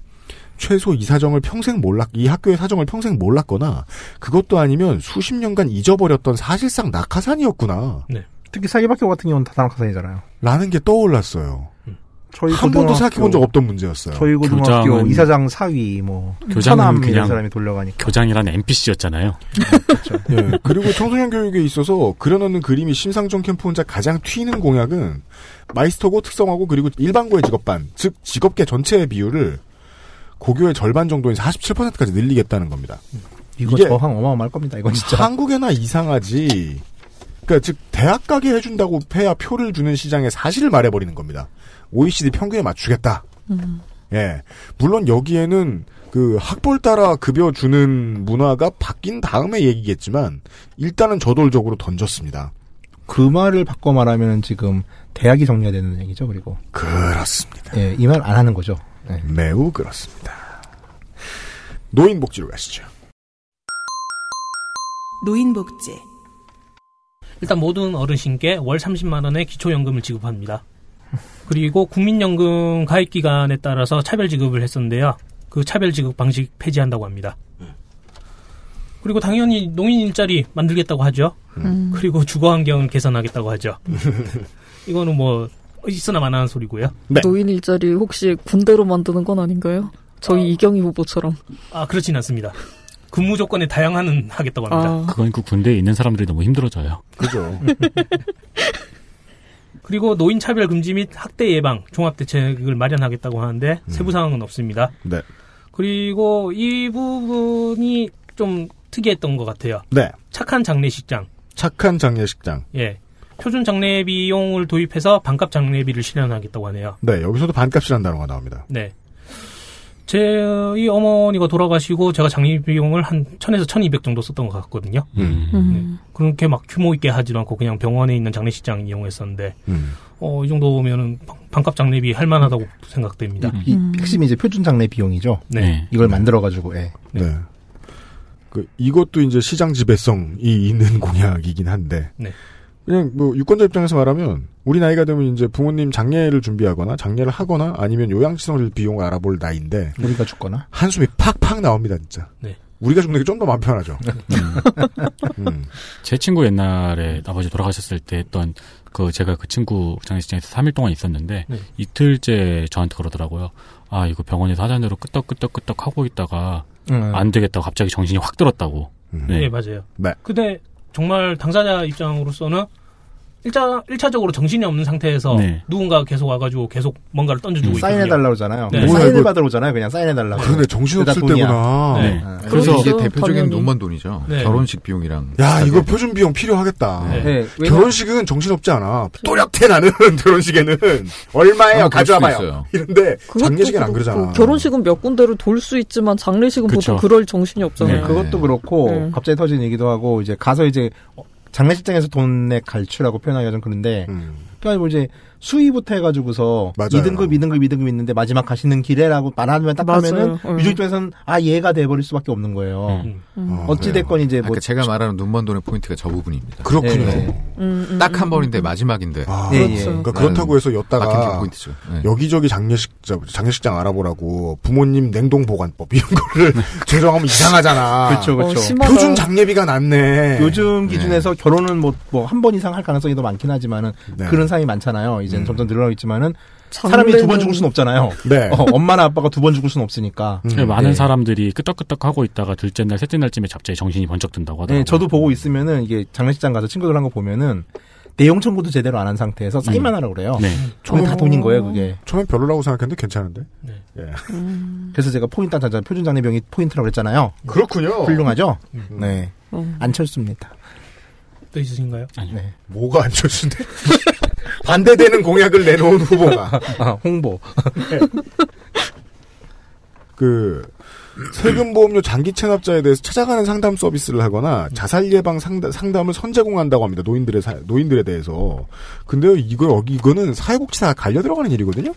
[SPEAKER 2] 최소 이 사정을 평생 몰랐 이 학교의 사정을 평생 몰랐거나 그것도 아니면 수십 년간 잊어버렸던 사실상 낙하산이었구나.
[SPEAKER 10] 네. 특히 사립학교 같은 경우는 다 단학사이잖아요.
[SPEAKER 2] 라는 게 떠올랐어요.
[SPEAKER 10] 저희
[SPEAKER 2] 한 번도
[SPEAKER 10] 고등학교-
[SPEAKER 2] 생각해 본 적 없던 문제였어요.
[SPEAKER 10] 저희 고등학교
[SPEAKER 15] 교장은-
[SPEAKER 10] 이사장 사위 뭐
[SPEAKER 15] 교장은
[SPEAKER 10] 처남
[SPEAKER 15] 그냥
[SPEAKER 10] 이런 사람이 돌려가니까.
[SPEAKER 15] 교장이란 NPC였잖아요.
[SPEAKER 2] 예, 그리고 청소년 교육에 있어서 그려놓는 그림이 심상정 캠프 혼자 가장 튀는 공약은 마이스터고 특성화고 그리고 일반고의 직업반, 즉 직업계 전체의 비율을 고교의 절반 정도인 47%까지 늘리겠다는 겁니다.
[SPEAKER 10] 이거 저항 어마어마할 겁니다. 이건 진짜.
[SPEAKER 2] 한국에나 이상하지. 그러니까 즉 대학 가게 해준다고 해야 표를 주는 시장의 사실을 말해버리는 겁니다. OECD 평균에 맞추겠다.
[SPEAKER 12] 음.
[SPEAKER 2] 예. 물론 여기에는 그 학벌 따라 급여 주는 문화가 바뀐 다음에 얘기겠지만 일단은 저돌적으로 던졌습니다.
[SPEAKER 10] 그 말을 바꿔 말하면 지금 대학이 정리가 되는 얘기죠. 그리고
[SPEAKER 2] 그렇습니다.
[SPEAKER 10] 예, 이 말 안 하는 거죠. 네.
[SPEAKER 2] 매우 그렇습니다. 노인 복지로 가시죠.
[SPEAKER 3] 노인복지,
[SPEAKER 11] 일단 모든 어르신께 월 30만 원의 기초연금을 지급합니다. 그리고 국민연금 가입 기간에 따라서 차별 지급을 했었는데요. 그 차별 지급 방식 폐지한다고 합니다. 그리고 당연히 농인 일자리 만들겠다고 하죠.
[SPEAKER 17] 음.
[SPEAKER 11] 그리고 주거 환경을 개선하겠다고 하죠. 이거는 뭐 있으나 마나한 소리고요.
[SPEAKER 2] 네.
[SPEAKER 9] 노인 일자리 혹시 군대로 만드는 건 아닌가요? 저희 이경희 후보처럼.
[SPEAKER 11] 아 그렇진 않습니다. 근무 조건에 다양한 하겠다고 합니다.
[SPEAKER 4] 아.
[SPEAKER 15] 그건 그 군대에 있는 사람들이 너무 힘들어져요.
[SPEAKER 2] 그죠.
[SPEAKER 11] 그리고 노인 차별 금지 및 학대 예방 종합 대책을 마련하겠다고 하는데 세부 사항은 없습니다.
[SPEAKER 2] 음. 네.
[SPEAKER 11] 그리고 이 부분이 좀 특이했던 것 같아요.
[SPEAKER 2] 네.
[SPEAKER 11] 착한 장례식장,
[SPEAKER 2] 착한 장례식장.
[SPEAKER 11] 예, 표준 장례 비용을 도입해서 반값 장례비를 실현하겠다고 하네요.
[SPEAKER 2] 네, 여기서도 반값이라는 단어가 나옵니다.
[SPEAKER 11] 네. 제 이 어머니가 돌아가시고 제가 장례 비용을 한 1000에서 1200 정도 썼던 것 같거든요. 네.
[SPEAKER 10] 음.
[SPEAKER 11] 그렇게 막 규모 있게 하지도 않고 그냥 병원에 있는 장례식장 이용했었는데 어, 이 정도 보면은 방- 반값 장례비 할 만하다고 생각됩니다.
[SPEAKER 10] 이 핵심이 이제 표준 장래 비용이죠.
[SPEAKER 11] 네.
[SPEAKER 10] 이걸 만들어 가지고 예.
[SPEAKER 2] 네. 그 이것도 이제 시장 지배성이 있는 공약이긴 한데
[SPEAKER 11] 네.
[SPEAKER 2] 그냥 뭐 유권자 입장에서 말하면 우리 나이가 되면 이제 부모님 장례를 준비하거나 장례를 하거나 아니면 요양시설 비용을 알아볼 나이인데
[SPEAKER 10] 우리가 죽거나
[SPEAKER 2] 한숨이 팍팍 나옵니다 진짜.
[SPEAKER 11] 네.
[SPEAKER 2] 우리가 죽는 게 좀 더 마음 편하죠.
[SPEAKER 15] 음.
[SPEAKER 2] 음.
[SPEAKER 15] 제 친구 옛날에 아버지 돌아가셨을 때 했던 그 제가 그 친구 장례식장에서 3일 동안 있었는데
[SPEAKER 11] 네.
[SPEAKER 15] 이틀째 저한테 그러더라고요. 아 이거 병원에서 하자대로 끄떡끄떡끄떡 하고 있다가
[SPEAKER 11] 음.
[SPEAKER 15] 안 되겠다고 갑자기 정신이 확 들었다고.
[SPEAKER 11] 네, 맞아요.
[SPEAKER 2] 네.
[SPEAKER 11] 근데 정말 당사자 입장으로서는 일차 일차적으로 정신이 없는 상태에서
[SPEAKER 10] 네.
[SPEAKER 11] 누군가 계속 와가지고 계속 뭔가를
[SPEAKER 2] 네.
[SPEAKER 11] 던져주고
[SPEAKER 10] 사인해
[SPEAKER 11] 있거든요.
[SPEAKER 10] 달라고 그러잖아요. 뭐
[SPEAKER 11] 네.
[SPEAKER 2] 뭐
[SPEAKER 10] 사인을 받으러 오잖아요. 그냥 사인해 달라고.
[SPEAKER 2] 그러네, 정신없을 때구나. 네.
[SPEAKER 12] 그래서 이게 대표적인 논만 돈이죠.
[SPEAKER 2] 네.
[SPEAKER 12] 결혼식 비용이랑.
[SPEAKER 2] 야 이거 표준 비용 필요하겠다.
[SPEAKER 12] 네.
[SPEAKER 2] 네.
[SPEAKER 12] 왜냐-
[SPEAKER 2] 결혼식은 정신 없지 않아.
[SPEAKER 9] 그렇죠.
[SPEAKER 2] 또렷해 나는 결혼식에는 얼마예요?
[SPEAKER 12] 아마 그럴 수도
[SPEAKER 2] 가져와봐요.
[SPEAKER 12] 있어요.
[SPEAKER 2] 이런데
[SPEAKER 9] 그것도
[SPEAKER 2] 장례식엔 안
[SPEAKER 9] 그렇고
[SPEAKER 2] 그러잖아.
[SPEAKER 9] 결혼식은 몇 군데를 돌 수 있지만 장례식은
[SPEAKER 10] 그쵸.
[SPEAKER 9] 보통 그럴 정신이 없잖아요.
[SPEAKER 10] 네, 그것도 그렇고
[SPEAKER 9] 네.
[SPEAKER 10] 어, 갑자기 어, 터진 얘기도 하고 이제 가서 이제 장례식장에서 돈의 갈취라고 표현하기가 좀 그런데 그러니까 뭐 이제 수위부터 해가지고서
[SPEAKER 2] 음. 맞아요.
[SPEAKER 10] 2등급, 2등급, 2등급 있는데 마지막 가시는 길에라고 말하면 딱 하면은
[SPEAKER 2] 맞아요.
[SPEAKER 10] 유저 입장에서는 아 얘가 돼버릴 수밖에 없는 거예요.
[SPEAKER 2] 음.
[SPEAKER 10] 음. 어찌 됐건 이제 뭐
[SPEAKER 12] 네. 아까 제가 말하는 눈먼 돈의 포인트가 저 부분입니다. 네.
[SPEAKER 10] 그렇군요.
[SPEAKER 12] 딱 한 번인데 마지막인데.
[SPEAKER 2] 아,
[SPEAKER 9] 네,
[SPEAKER 12] 예, 예.
[SPEAKER 2] 그렇죠. 그러니까
[SPEAKER 12] 라는
[SPEAKER 2] 그렇다고 해서 엿다가
[SPEAKER 12] 마케팅 포인트죠. 예.
[SPEAKER 2] 여기저기 장례식 장례식장 알아보라고 부모님 냉동 보관법 이런 거를 제정하면 이상하잖아.
[SPEAKER 10] 그렇죠, 그렇죠. 어, 심하다.
[SPEAKER 2] 표준 장례비가 낮네.
[SPEAKER 10] 요즘 기준에서 결혼은 뭐 뭐 한 번 이상 할 가능성이 더 많긴 하지만은
[SPEAKER 2] 네. 음.
[SPEAKER 10] 그런 사람이 많잖아요. 이제 는 점점 늘어나고 있지만은
[SPEAKER 9] 장례는-
[SPEAKER 10] 사람이 두 번 죽을 순 없잖아요.
[SPEAKER 2] 네.
[SPEAKER 10] 어, 엄마나 아빠가 두 번 죽을 순 없으니까.
[SPEAKER 2] 음.
[SPEAKER 15] 많은
[SPEAKER 10] 네.
[SPEAKER 15] 사람들이 끄떡끄떡 하고 있다가 둘째 날, 셋째 날쯤에 갑자기 정신이 번쩍 든다고 하더라고요.
[SPEAKER 10] 네, 저도 보고 있으면은 이게 장례식장 가서 친구들 한 거 보면은 내용 청구도 제대로 안 한 상태에서 사인만 하라 고 그래요.
[SPEAKER 15] 네.
[SPEAKER 10] 처음에 다 돈인 거예요, 그게. 네.
[SPEAKER 2] 처음엔 별로라고 생각했는데 괜찮은데. 예.
[SPEAKER 9] 음.
[SPEAKER 10] 그래서 제가 포인트 한 표준 장례병이 포인트라고 그랬잖아요.
[SPEAKER 2] 그렇군요.
[SPEAKER 10] 훌륭하죠?
[SPEAKER 11] 음.
[SPEAKER 10] 네.
[SPEAKER 11] 음.
[SPEAKER 10] 안철수입니다.
[SPEAKER 11] 또 있으신가요?
[SPEAKER 10] 네.
[SPEAKER 2] 뭐가 안철수인데? 반대되는 공약을 내놓은 후보가.
[SPEAKER 10] 아, 홍보.
[SPEAKER 2] 그 세금 보험료 장기 체납자에 대해서 찾아가는 상담 서비스를 하거나 자살 예방 상담, 상담을 선제공한다고 합니다. 노인들의 사- 노인들에 대해서. 근데 이거 여기 이거는 사회복지사 갈려 들어가는 일이거든요.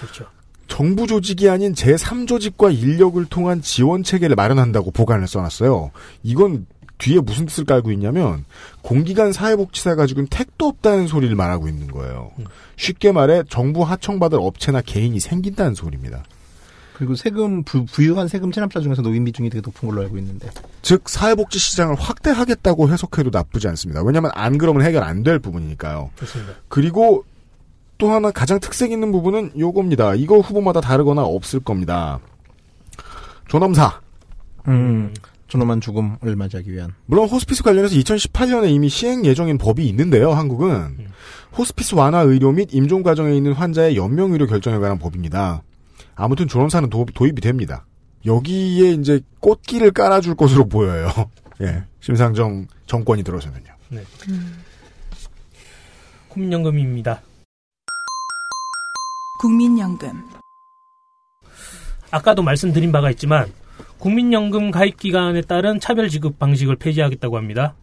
[SPEAKER 11] 그렇죠.
[SPEAKER 2] 정부 조직이 아닌 제3조직과 인력을 통한 지원 체계를 마련한다고 보관을 써놨어요. 이건 뒤에 무슨 뜻을 깔고 있냐면 공기관 사회복지사가 지금 택도 없다는 소리를 말하고 있는 거예요.
[SPEAKER 10] 음.
[SPEAKER 2] 쉽게 말해 정부 하청받을 업체나 개인이 생긴다는 소리입니다.
[SPEAKER 10] 그리고 세금 부, 부유한 세금 체납자 중에서 노인 비중이 되게 높은 걸로 알고 있는데.
[SPEAKER 2] 즉 사회복지 시장을 확대하겠다고 해석해도 나쁘지 않습니다. 왜냐하면 안 그러면 해결 안 될 부분이니까요.
[SPEAKER 11] 좋습니다.
[SPEAKER 2] 그리고 또 하나 가장 특색 있는 부분은 요겁니다. 이거 후보마다 다르거나 없을 겁니다. 조남사.
[SPEAKER 10] 음. 존엄한 죽음을 맞이하기 위한.
[SPEAKER 2] 물론 호스피스 관련해서 2018년에 이미 시행 예정인 법이 있는데요. 한국은 호스피스 완화 의료 및 임종 과정에 있는 환자의 연명 의료 결정에 관한 법입니다. 아무튼 조남사는 도, 도입이 됩니다. 여기에 이제 꽃길을 깔아줄 것으로 보여요. 예, 심상정 정권이 들어서면. 요
[SPEAKER 11] 네. 국민연금입니다.
[SPEAKER 3] 국민연금,
[SPEAKER 11] 아까도 말씀드린 바가 있지만 국민연금 가입 기간에 따른 차별 지급 방식을 폐지하겠다고 합니다.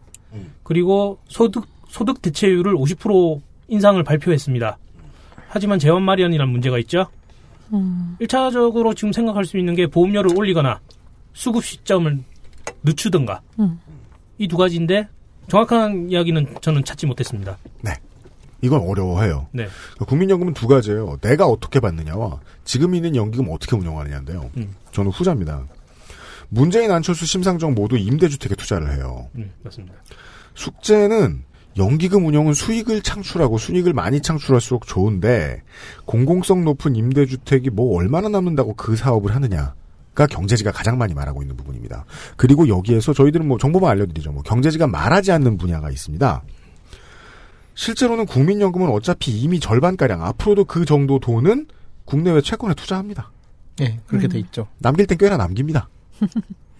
[SPEAKER 11] 그리고 소득 소득 대체율을 50% 인상을 발표했습니다. 하지만 재원 마련이란 문제가 있죠. 음,
[SPEAKER 9] 음,
[SPEAKER 11] 1차적으로 지금 생각할 수 있는 게 보험료를 올리거나 수급 시점을 늦추든가
[SPEAKER 9] 음.
[SPEAKER 11] 이 두 가지인데 정확한 이야기는 저는 찾지 못했습니다.
[SPEAKER 2] 이건 어려워해요. 그러니까
[SPEAKER 11] 네.
[SPEAKER 2] 국민연금은 두 가지예요. 내가 어떻게 받느냐와 지금 있는 연기금 어떻게 운영하느냐인데요.
[SPEAKER 11] 음.
[SPEAKER 2] 저는 후자입니다. 문재인, 안철수, 심상정 모두 임대주택에 투자를 해요.
[SPEAKER 11] 음, 맞습니다.
[SPEAKER 2] 숙제는 연기금 운영은 수익을 창출하고 순익을 많이 창출할수록 좋은데 공공성 높은 임대주택이 뭐 얼마나 남는다고 그 사업을 하느냐가 경제지가 가장 많이 말하고 있는 부분입니다. 그리고 여기에서 저희들은 뭐 정보만 알려드리죠. 뭐 경제지가 말하지 않는 분야가 있습니다. 실제로는 국민연금은 어차피 이미 절반가량 앞으로도 그 정도 돈은 국내외 채권에 투자합니다.
[SPEAKER 10] 예,
[SPEAKER 2] 음.
[SPEAKER 10] 그렇게 돼 있죠.
[SPEAKER 2] 남길 땐 꽤나 남깁니다.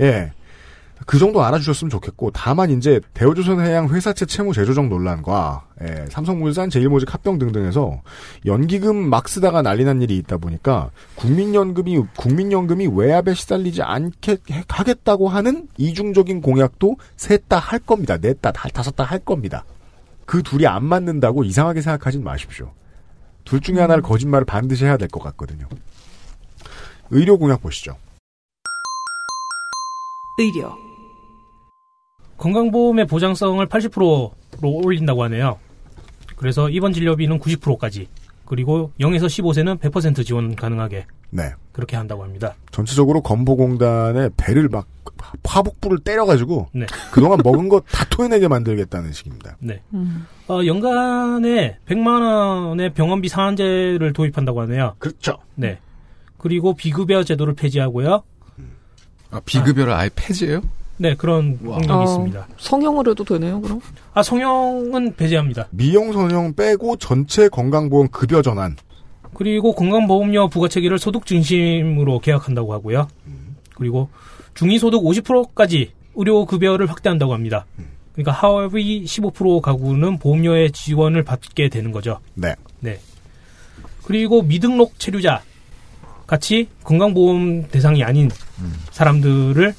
[SPEAKER 2] 예. 그 정도 알아주셨으면 좋겠고 다만 이제 대우조선해양 회사채 채무 재조정 논란과 예, 삼성물산 제일모직 합병 등등에서 연기금 막 쓰다가 난리난 일이 있다 보니까 국민연금이 국민연금이 외압에 시달리지 않게 해- 하겠다고 하는 이중적인 공약도 셋 다 할 겁니다. 넷다 다섯 다 할 겁니다. 그 둘이 안 맞는다고 이상하게 생각하진 마십시오. 둘 중에 하나를
[SPEAKER 10] 음.
[SPEAKER 2] 거짓말을 반드시 해야 될 것 같거든요. 의료 공약 보시죠.
[SPEAKER 3] 의료,
[SPEAKER 11] 건강보험의 보장성을 80%로 올린다고 하네요. 그래서 입원 진료비는 90%까지 그리고 0에서 15세는 100% 지원 가능하게
[SPEAKER 2] 네.
[SPEAKER 11] 그렇게 한다고 합니다.
[SPEAKER 2] 전체적으로 건보공단의 배를 막 화복부를 때려가지고
[SPEAKER 11] 네.
[SPEAKER 2] 그동안 먹은 거 다 토해내게 만들겠다는 식입니다.
[SPEAKER 11] 네.
[SPEAKER 3] 음.
[SPEAKER 11] 어, 연간에 100만 원의 병원비 상한제를 도입한다고 하네요.
[SPEAKER 2] 그렇죠.
[SPEAKER 11] 네. 그리고 비급여 제도를 폐지하고요.
[SPEAKER 12] 아, 비급여를 아예 폐지해요?
[SPEAKER 11] 네, 그런 공약이 있습니다.
[SPEAKER 9] 아, 성형을 해도 되네요, 그럼?
[SPEAKER 11] 아, 성형은 배제합니다.
[SPEAKER 2] 미용 선형 빼고 전체 건강보험 급여 전환.
[SPEAKER 11] 그리고 건강보험료 부과체계를 소득 중심으로 계약한다고 하고요. 그리고 중위소득 50%까지 의료급여를 확대한다고 합니다. 그러니까 하위 15% 가구는 보험료의 지원을 받게 되는 거죠.
[SPEAKER 2] 네.
[SPEAKER 11] 네. 그리고 미등록 체류자 같이 건강보험 대상이 아닌 사람들을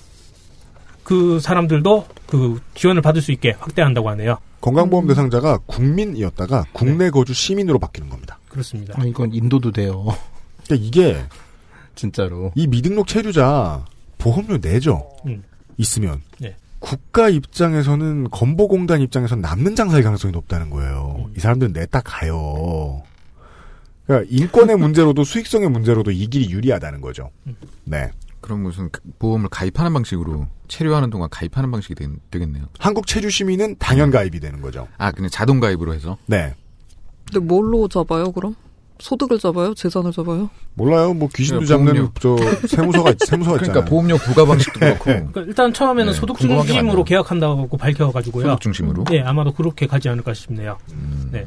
[SPEAKER 11] 그 사람들도 그 지원을 받을 수 있게 확대한다고 하네요.
[SPEAKER 2] 건강보험 대상자가 국민이었다가 국내 거주 시민으로 바뀌는 겁니다.
[SPEAKER 11] 네. 그렇습니다.
[SPEAKER 10] 아, 이건 인도도 돼요.
[SPEAKER 2] 그러니까 이게
[SPEAKER 10] 진짜로
[SPEAKER 2] 이 미등록 체류자 보험료 내죠.
[SPEAKER 11] 음.
[SPEAKER 2] 있으면
[SPEAKER 11] 예.
[SPEAKER 2] 국가 입장에서는 건보공단 입장에서는 남는 장사일 가능성이 높다는 거예요.
[SPEAKER 12] 음.
[SPEAKER 2] 이 사람들은 냈다 가요. 그러니까 인권의 문제로도 수익성의 문제로도 이 길이 유리하다는 거죠.
[SPEAKER 12] 음.
[SPEAKER 2] 네.
[SPEAKER 12] 그럼 무슨 가- 보험을 가입하는 방식으로 체류하는 동안 가입하는 방식이 되, 겠네요
[SPEAKER 2] 한국 체류 시민은 당연 가입이 되는 거죠.
[SPEAKER 12] 아, 그냥 자동 가입으로 해서.
[SPEAKER 2] 네.
[SPEAKER 9] 근데 뭘로 잡아요, 그럼? 소득을 잡아요? 재산을 잡아요?
[SPEAKER 2] 몰라요. 뭐 귀신도
[SPEAKER 12] 그냥
[SPEAKER 2] 잡는
[SPEAKER 12] 그러니까 보험료.
[SPEAKER 2] 저 세무서가 있- 세무서가 있잖아요.
[SPEAKER 12] 그러니까 보험료 부과 방식도 그렇고.
[SPEAKER 11] 그러니까 일단 처음에는
[SPEAKER 12] 네,
[SPEAKER 11] 소득
[SPEAKER 12] 궁금하게
[SPEAKER 11] 중심으로 계약한다고 밝혀가지고요.
[SPEAKER 12] 소득 중심으로? 음.
[SPEAKER 11] 네, 아마도 그렇게 가지 않을까 싶네요. 네.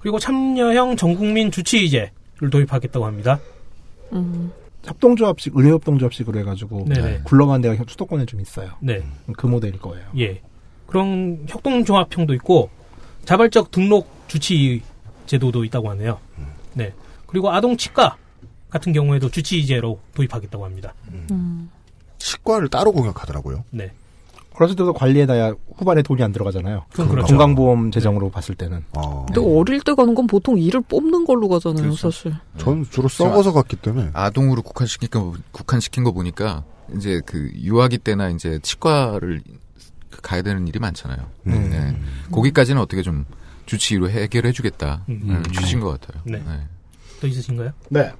[SPEAKER 11] 그리고 참여형 전국민 주치의제를 도입하겠다고 합니다.
[SPEAKER 10] 협동조합식 의료협동조합식으로 해가지고
[SPEAKER 11] 네네.
[SPEAKER 10] 굴러간 데가 수도권에 좀 있어요.
[SPEAKER 11] 네.
[SPEAKER 10] 그 모델일 거예요.
[SPEAKER 12] 네.
[SPEAKER 11] 예. 그런 협동종합형도 있고 자발적 등록 주치 제도도 있다고 하네요.
[SPEAKER 12] 음.
[SPEAKER 11] 네. 그리고 아동 치과 같은 경우에도 주치의제로 도입하겠다고 합니다.
[SPEAKER 12] 음.
[SPEAKER 2] 치과를 따로 공약하더라고요.
[SPEAKER 11] 네.
[SPEAKER 10] 어렸을 때도 관리에다야 후반에 돈이 안 들어가잖아요.
[SPEAKER 11] 그건 그렇죠.
[SPEAKER 10] 건강보험 재정으로 봤을 때는.
[SPEAKER 2] 아,
[SPEAKER 9] 근데 어릴 때 가는 건 보통 일을 뽑는 걸로 가잖아요,
[SPEAKER 11] 그렇죠.
[SPEAKER 9] 사실.
[SPEAKER 2] 전 주로 썩어서 갔기 때문에.
[SPEAKER 12] 네. 아동으로 국한시킨 거, 국한시킨 거 보니까 이제 그 유아기 때나 이제 치과를 가야 되는 일이 많잖아요.
[SPEAKER 2] 음.
[SPEAKER 12] 네. 거기까지는 어떻게 좀 주치의로 해결해 주겠다.
[SPEAKER 11] 음.
[SPEAKER 12] 주신 것 같아요.
[SPEAKER 11] 네. 또 있으신가요?
[SPEAKER 2] 네.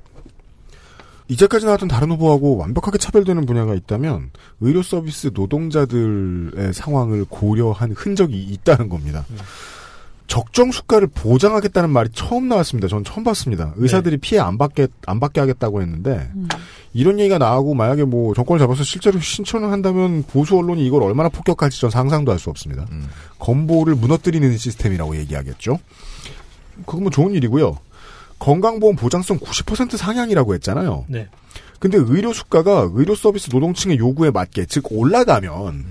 [SPEAKER 2] 이제까지 나왔던 다른 후보하고 완벽하게 차별되는 분야가 있다면 의료 서비스 노동자들의 상황을 고려한 흔적이 있다는 겁니다. 적정 수가를 보장하겠다는 말이 처음 나왔습니다. 전 처음 봤습니다. 의사들이 피해 안 받게 안 받게 하겠다고 했는데 이런 얘기가 나오고 만약에 뭐 정권을 잡아서 실제로 신청을 한다면 보수 언론이 이걸 얼마나 폭격할지 전 상상도 할 수 없습니다. 건보를 무너뜨리는 시스템이라고 얘기하겠죠. 그건 뭐 좋은 일이고요. 건강보험 보장성 90% 상향이라고 했잖아요.
[SPEAKER 11] 네.
[SPEAKER 2] 근데 의료 수가가 의료 서비스 노동층의 요구에 맞게 즉 올라가면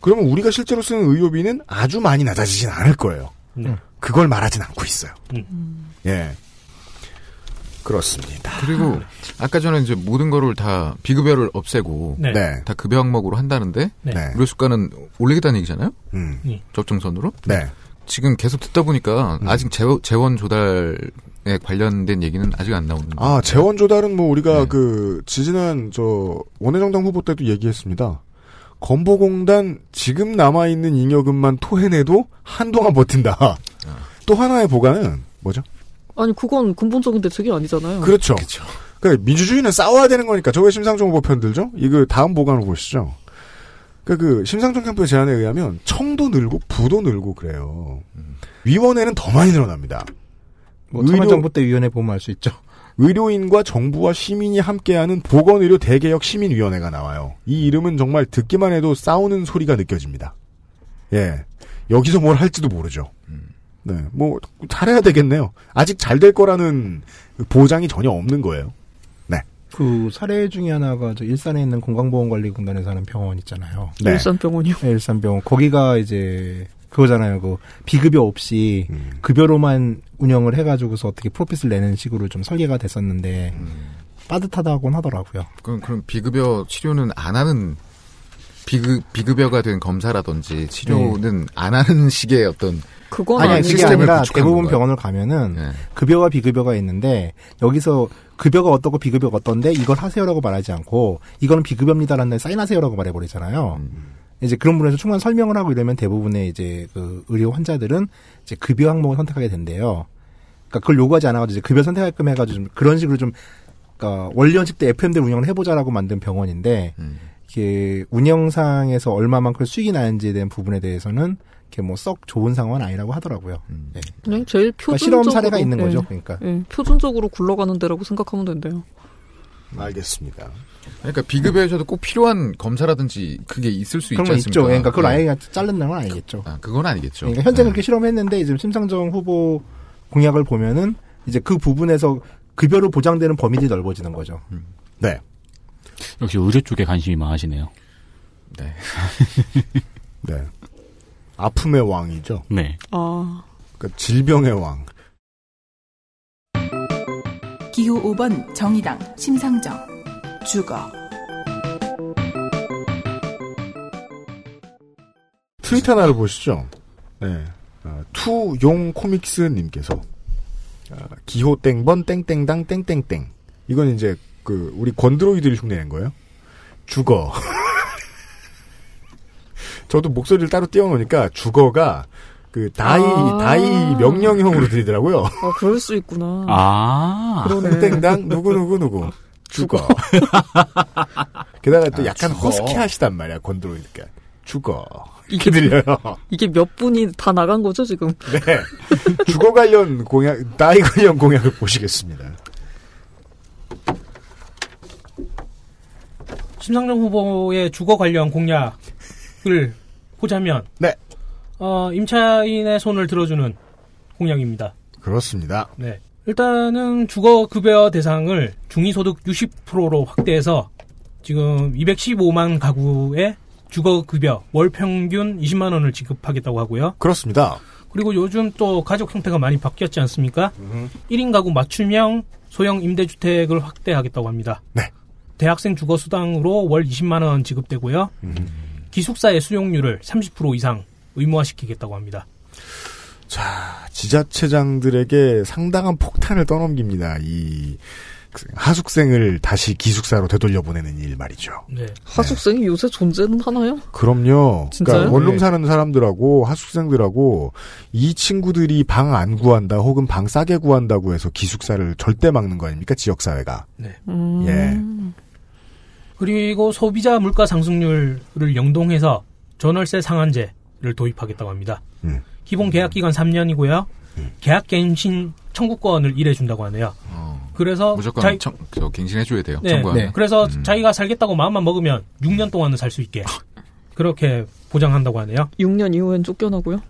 [SPEAKER 2] 그러면 우리가 실제로 쓰는 의료비는 아주 많이 낮아지진 않을 거예요.
[SPEAKER 11] 네.
[SPEAKER 12] 음.
[SPEAKER 2] 그걸 말하진 않고 있어요. 예. 그렇습니다.
[SPEAKER 12] 그리고 아까 전에 이제 모든 거를 다 비급여를 없애고
[SPEAKER 11] 네.
[SPEAKER 2] 네.
[SPEAKER 12] 다 급여 항목으로 한다는데
[SPEAKER 11] 네.
[SPEAKER 12] 의료 수가는 올리겠다는 얘기잖아요.
[SPEAKER 2] 음.
[SPEAKER 11] 예.
[SPEAKER 12] 적정선으로.
[SPEAKER 2] 네.
[SPEAKER 12] 지금 계속 듣다 보니까 아직 재원, 재원 조달에 관련된 얘기는 아직 안 나오는.
[SPEAKER 2] 아 재원 조달은 뭐 우리가 그 지지난 저 원내정당 후보 때도 얘기했습니다. 건보공단 지금 남아 있는 잉여금만 토해내도 한동안 버틴다. 또 하나의 보관은 뭐죠?
[SPEAKER 9] 아니, 그건 근본적인 대책이 아니잖아요.
[SPEAKER 2] 그렇죠. 그러니까 민주주의는 싸워야 되는 거니까 저왜 심상정 후보 편 들죠? 이거 다음 보관을 보시죠. 그러니까 그 심상정 캠프의 제안에 의하면 청도 늘고 부도 늘고 그래요. 위원회는 더 많이 늘어납니다.
[SPEAKER 10] 뭐 참여정부 때 위원회 보면 알 수 있죠.
[SPEAKER 2] 의료인과 정부와 시민이 함께하는 보건의료 대개혁 시민위원회가 나와요. 이 이름은 정말 듣기만 해도 싸우는 소리가 느껴집니다. 예. 여기서 뭘 할지도 모르죠. 네. 뭐, 잘해야 되겠네요. 아직 잘 될 거라는 보장이 전혀 없는 거예요. 네.
[SPEAKER 10] 그 사례 중에 하나가 저 일산에 있는 건강보험관리공단에 사는 병원 있잖아요.
[SPEAKER 2] 네.
[SPEAKER 9] 일산병원이요?
[SPEAKER 10] 네, 일산병원. 거기가 이제 그거잖아요. 그 비급여 없이
[SPEAKER 2] 음.
[SPEAKER 10] 급여로만 운영을 해가지고서 어떻게 프로핏을 내는 식으로 좀 설계가 됐었는데
[SPEAKER 2] 음.
[SPEAKER 10] 빠듯하다곤 하더라고요.
[SPEAKER 12] 그럼 그럼 비급여 치료는 안 하는 비급 비급여가 된 검사라든지 치료는 안 하는 식의 어떤
[SPEAKER 9] 그건
[SPEAKER 10] 아니, 그게
[SPEAKER 12] 시스템을
[SPEAKER 10] 아니라
[SPEAKER 12] 구축하는
[SPEAKER 10] 대부분
[SPEAKER 12] 건가요? 네.
[SPEAKER 10] 병원을 가면은 급여와 비급여가 있는데 여기서 급여가 어떻고 비급여가 어떤데 이걸 하세요라고 말하지 않고 이거는 비급여입니다라는 데 사인하세요라고 말해버리잖아요.
[SPEAKER 12] 음.
[SPEAKER 10] 이제 그런 분에서 충분한 설명을 하고 이러면 대부분의 이제 그 의료 환자들은 이제 급여 항목을 선택하게 된대요. 그러니까 그걸 요구하지 않아가지고 이제 급여 선택할끔 해가지고 좀 그런 식으로 좀 그러니까 원리원칙 때 FM들 운영을 해보자라고 만든 병원인데 이게 운영상에서 얼마만큼 수익이 나는지에 대한 부분에 대해서는 이렇게 뭐 썩 좋은 상황은 아니라고 하더라고요. 예.
[SPEAKER 9] 그냥 네, 제일
[SPEAKER 10] 그러니까
[SPEAKER 9] 표준적으로.
[SPEAKER 10] 실험 사례가 있는 거죠,
[SPEAKER 9] 예.
[SPEAKER 10] 그러니까.
[SPEAKER 9] 예, 표준적으로 굴러가는 데라고 생각하면 된대요.
[SPEAKER 2] 알겠습니다.
[SPEAKER 12] 그러니까 비급여에서도 꼭 필요한 검사라든지 그게 있을 수 있지
[SPEAKER 10] 그런 건
[SPEAKER 12] 않습니까?
[SPEAKER 10] 있죠. 예, 그러니까 그걸
[SPEAKER 12] 네.
[SPEAKER 10] 아예 그냥 자른다는 건 아니겠죠.
[SPEAKER 12] 아, 그건 아니겠죠.
[SPEAKER 10] 그러니까 현재 그렇게 실험했는데 이제 심상정 후보 공약을 보면은 이제 그 부분에서 급여로 보장되는 범위들이 넓어지는 거죠.
[SPEAKER 2] 네.
[SPEAKER 15] 역시 의료 쪽에 관심이 많으시네요.
[SPEAKER 12] 네.
[SPEAKER 2] 네. 아픔의 왕이죠.
[SPEAKER 15] 네.
[SPEAKER 9] 아.
[SPEAKER 2] 그러니까 질병의 왕.
[SPEAKER 3] 기호 5번 정의당 심상정 주거
[SPEAKER 2] 트윗 하나를 보시죠. 네. 아, 투용 코믹스님께서 아, 기호 땡번 땡땡당 땡땡땡 이건 이제 그 우리 권드로이드를 흉내낸 거예요. 죽어. 저도 목소리를 따로 띄워놓으니까 죽어가 그 다이
[SPEAKER 9] 아.
[SPEAKER 2] 다이 명령형으로 들리더라고요.
[SPEAKER 9] 아, 그럴 수 있구나.
[SPEAKER 15] 아.
[SPEAKER 9] 그러네.
[SPEAKER 2] 땡땡당 누구누구누구. 죽어. 게다가 또 약간
[SPEAKER 9] 죽어.
[SPEAKER 2] 허스키하시단 말이야, 건드로이니까. 죽어. 이렇게 들려요.
[SPEAKER 9] 이게 몇 분이 다 나간 거죠, 지금?
[SPEAKER 2] 네. 죽어 관련 공약, 나이 관련 공약을 보시겠습니다.
[SPEAKER 11] 심상정 후보의 주거 관련 공약을 보자면
[SPEAKER 2] 네.
[SPEAKER 11] 어, 임차인의 손을 들어주는 공약입니다.
[SPEAKER 2] 그렇습니다.
[SPEAKER 11] 네. 일단은 주거 급여 대상을 중위소득 60%로 확대해서 지금 215만 가구에 주거 급여 월 평균 20만 원을 지급하겠다고 하고요.
[SPEAKER 2] 그렇습니다.
[SPEAKER 11] 그리고 요즘 또 가족 형태가 많이 바뀌었지 않습니까? 1인 가구 맞춤형 소형 임대주택을 확대하겠다고 합니다.
[SPEAKER 2] 네.
[SPEAKER 11] 대학생 주거 수당으로 월 20만 원 지급되고요. 기숙사의 수용률을 30% 이상 의무화시키겠다고 합니다.
[SPEAKER 2] 지자체장들에게 아, 상당한 폭탄을 떠넘깁니다. 이 하숙생을 다시 기숙사로 되돌려 보내는 일 말이죠.
[SPEAKER 11] 네.
[SPEAKER 9] 하숙생이 요새 존재는 하나요?
[SPEAKER 2] 그럼요.
[SPEAKER 9] 진짜요?
[SPEAKER 2] 그러니까 원룸
[SPEAKER 9] 네.
[SPEAKER 2] 사는 사람들하고 하숙생들하고 이 친구들이 방 안 구한다 혹은 방 싸게 구한다고 해서 기숙사를 절대 막는 거 아닙니까? 지역 사회가.
[SPEAKER 9] 네.
[SPEAKER 2] 예.
[SPEAKER 17] 음,
[SPEAKER 11] 그리고 소비자 물가 상승률을 연동해서 전월세 상한제를 도입하겠다고 합니다.
[SPEAKER 2] 음.
[SPEAKER 11] 기본 계약 기간 3년이고요. 계약 갱신 청구권을 일해준다고 하네요. 그래서
[SPEAKER 12] 어. 무조건
[SPEAKER 11] 자기-
[SPEAKER 12] 청, 저 갱신해줘야 돼요.
[SPEAKER 11] 네,
[SPEAKER 12] 청구하면. 음.
[SPEAKER 11] 그래서 자기가 살겠다고 마음만 먹으면 6년 동안은 살 수 있게 그렇게 보장한다고 하네요.
[SPEAKER 9] 6년 이후엔 쫓겨나고요.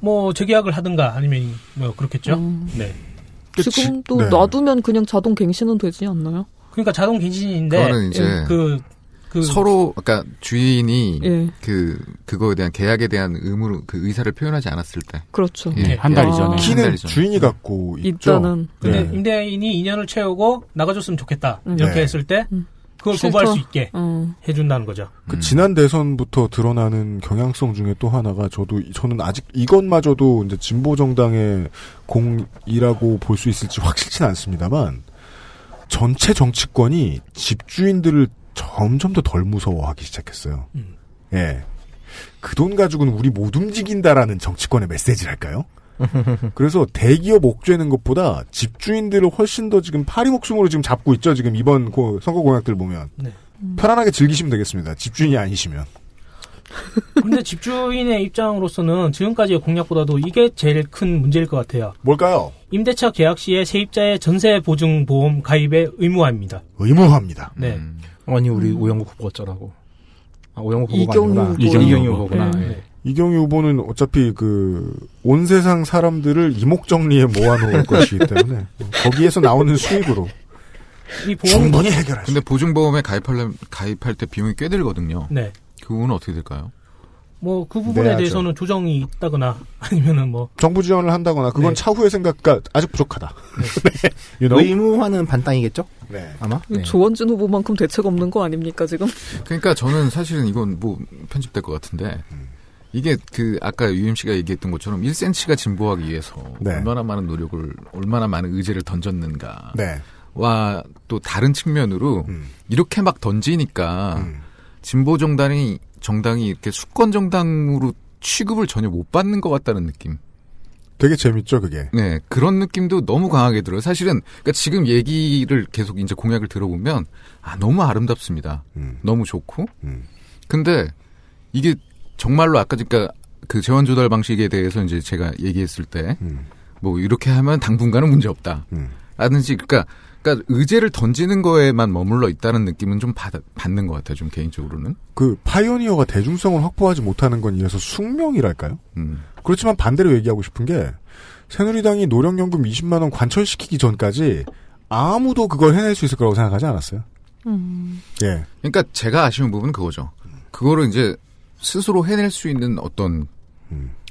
[SPEAKER 11] 뭐 재계약을 하든가 아니면 뭐 그렇겠죠.
[SPEAKER 9] 음.
[SPEAKER 11] 네.
[SPEAKER 9] 지금도
[SPEAKER 10] 네.
[SPEAKER 9] 놔두면 그냥 자동 갱신은 되지 않나요?
[SPEAKER 11] 그러니까 자동 갱신인데
[SPEAKER 12] 그거는 이제
[SPEAKER 11] 그, 그
[SPEAKER 12] 서로 아까 주인이
[SPEAKER 9] 예.
[SPEAKER 12] 그 그거에 대한 계약에 대한 의무로 그 의사를 표현하지 않았을 때.
[SPEAKER 9] 그렇죠.
[SPEAKER 12] 예,
[SPEAKER 15] 한달
[SPEAKER 12] 예,
[SPEAKER 15] 이전에.
[SPEAKER 12] 한달
[SPEAKER 2] 키는
[SPEAKER 12] 이전에.
[SPEAKER 2] 주인이 갖고 있죠.
[SPEAKER 11] 근데
[SPEAKER 2] 네.
[SPEAKER 11] 임대인이 2년을 채우고 나가줬으면 좋겠다 이렇게
[SPEAKER 2] 네.
[SPEAKER 11] 했을 때 그걸
[SPEAKER 9] 음. 싫다.
[SPEAKER 11] 거부할 수 있게
[SPEAKER 9] 어.
[SPEAKER 11] 해준다는 거죠.
[SPEAKER 2] 그 지난 대선부터 드러나는 경향성 중에 또 하나가 저도 이- 저는 아직 이것마저도 이제 진보 정당의 공이라고 볼 수 있을지 확실치 않습니다만 전체 정치권이 집주인들을 점점 더 덜 무서워하기 시작했어요. 예. 그 돈 가지고는 우리 못 움직인다라는 정치권의 메시지랄까요? 그래서 대기업 옥죄는 것보다 집주인들을 훨씬 더 지금 파리 목숨으로 지금 잡고 있죠. 지금 이번 고- 선거 공약들 보면 편안하게 즐기시면 되겠습니다. 집주인이 아니시면
[SPEAKER 11] 근데 집주인의 입장으로서는 지금까지의 공약보다도 이게 제일 큰 문제일 것 같아요.
[SPEAKER 2] 뭘까요?
[SPEAKER 11] 임대차 계약 시에 세입자의 전세 보증 보험 가입의 의무화입니다.
[SPEAKER 2] 의무화입니다.
[SPEAKER 11] 네.
[SPEAKER 10] 아니 우리 오영국 후보 어쩌라고? 아, 오영국 후보가
[SPEAKER 11] 이경유
[SPEAKER 10] 아니구나.
[SPEAKER 11] 후보.
[SPEAKER 10] 이경유,
[SPEAKER 11] 이경유
[SPEAKER 10] 후보구나.
[SPEAKER 11] 후보.
[SPEAKER 10] 예.
[SPEAKER 11] 네.
[SPEAKER 2] 이경희 후보는 어차피 그 온 세상 사람들을 이목정리에 모아놓을 것이기 때문에 거기에서 나오는 수익으로
[SPEAKER 11] 이
[SPEAKER 2] 충분히 해결할
[SPEAKER 12] 근데 보증보험에 가입하려면 가입할 때 비용이 꽤 들거든요.
[SPEAKER 11] 네.
[SPEAKER 12] 그 부분은 어떻게 될까요?
[SPEAKER 11] 뭐 그 부분에
[SPEAKER 12] 내야죠.
[SPEAKER 11] 대해서는 조정이 있다거나 아니면은 뭐
[SPEAKER 2] 정부 지원을 한다거나
[SPEAKER 11] 네.
[SPEAKER 2] 그건 차후의 생각과 아직 부족하다. 네. You know?
[SPEAKER 10] 의무화는 반땅이겠죠? 아마. 네.
[SPEAKER 9] 조원진 후보만큼 대책 없는 거 아닙니까 지금?
[SPEAKER 12] 그러니까 저는 사실은 이건 뭐 편집될 것 같은데 이게 그 아까 유임 씨가 얘기했던 것처럼 1cm가 진보하기 위해서
[SPEAKER 2] 네.
[SPEAKER 12] 얼마나 많은 노력을 얼마나 많은 의제를 던졌는가.
[SPEAKER 2] 네.
[SPEAKER 12] 와 또 다른 측면으로
[SPEAKER 2] 음.
[SPEAKER 12] 이렇게 막 던지니까 진보 정당이 정당이 이렇게 수권 정당으로 취급을 전혀 못 받는 것 같다는 느낌.
[SPEAKER 2] 되게 재밌죠 그게.
[SPEAKER 12] 네, 그런 느낌도 너무 강하게 들어요. 사실은 그러니까 지금 얘기를 계속 이제 공약을 들어보면 아 너무 아름답습니다.
[SPEAKER 2] 음.
[SPEAKER 12] 너무 좋고. 근데 이게 정말로 아까 그러니까 그 재원 조달 방식에 대해서 이제 제가 얘기했을 때 뭐
[SPEAKER 2] 음.
[SPEAKER 12] 이렇게 하면 당분간은 문제 없다. 라든지 그러니까 그러니까 의제를 던지는 거에만 머물러 있다는 느낌은 좀 받, 받는 것 같아요. 좀 개인적으로는.
[SPEAKER 2] 그 파이오니어가 대중성을 확보하지 못하는 건 이래서 숙명이랄까요? 그렇지만 반대로 얘기하고 싶은 게 새누리당이 노령연금 20만 원 관철시키기 전까지 아무도 그걸 해낼 수 있을 거라고 생각하지 않았어요. 예.
[SPEAKER 12] 그러니까 제가 아쉬운 부분은 그거죠. 그거를 이제 스스로 해낼 수 있는 어떤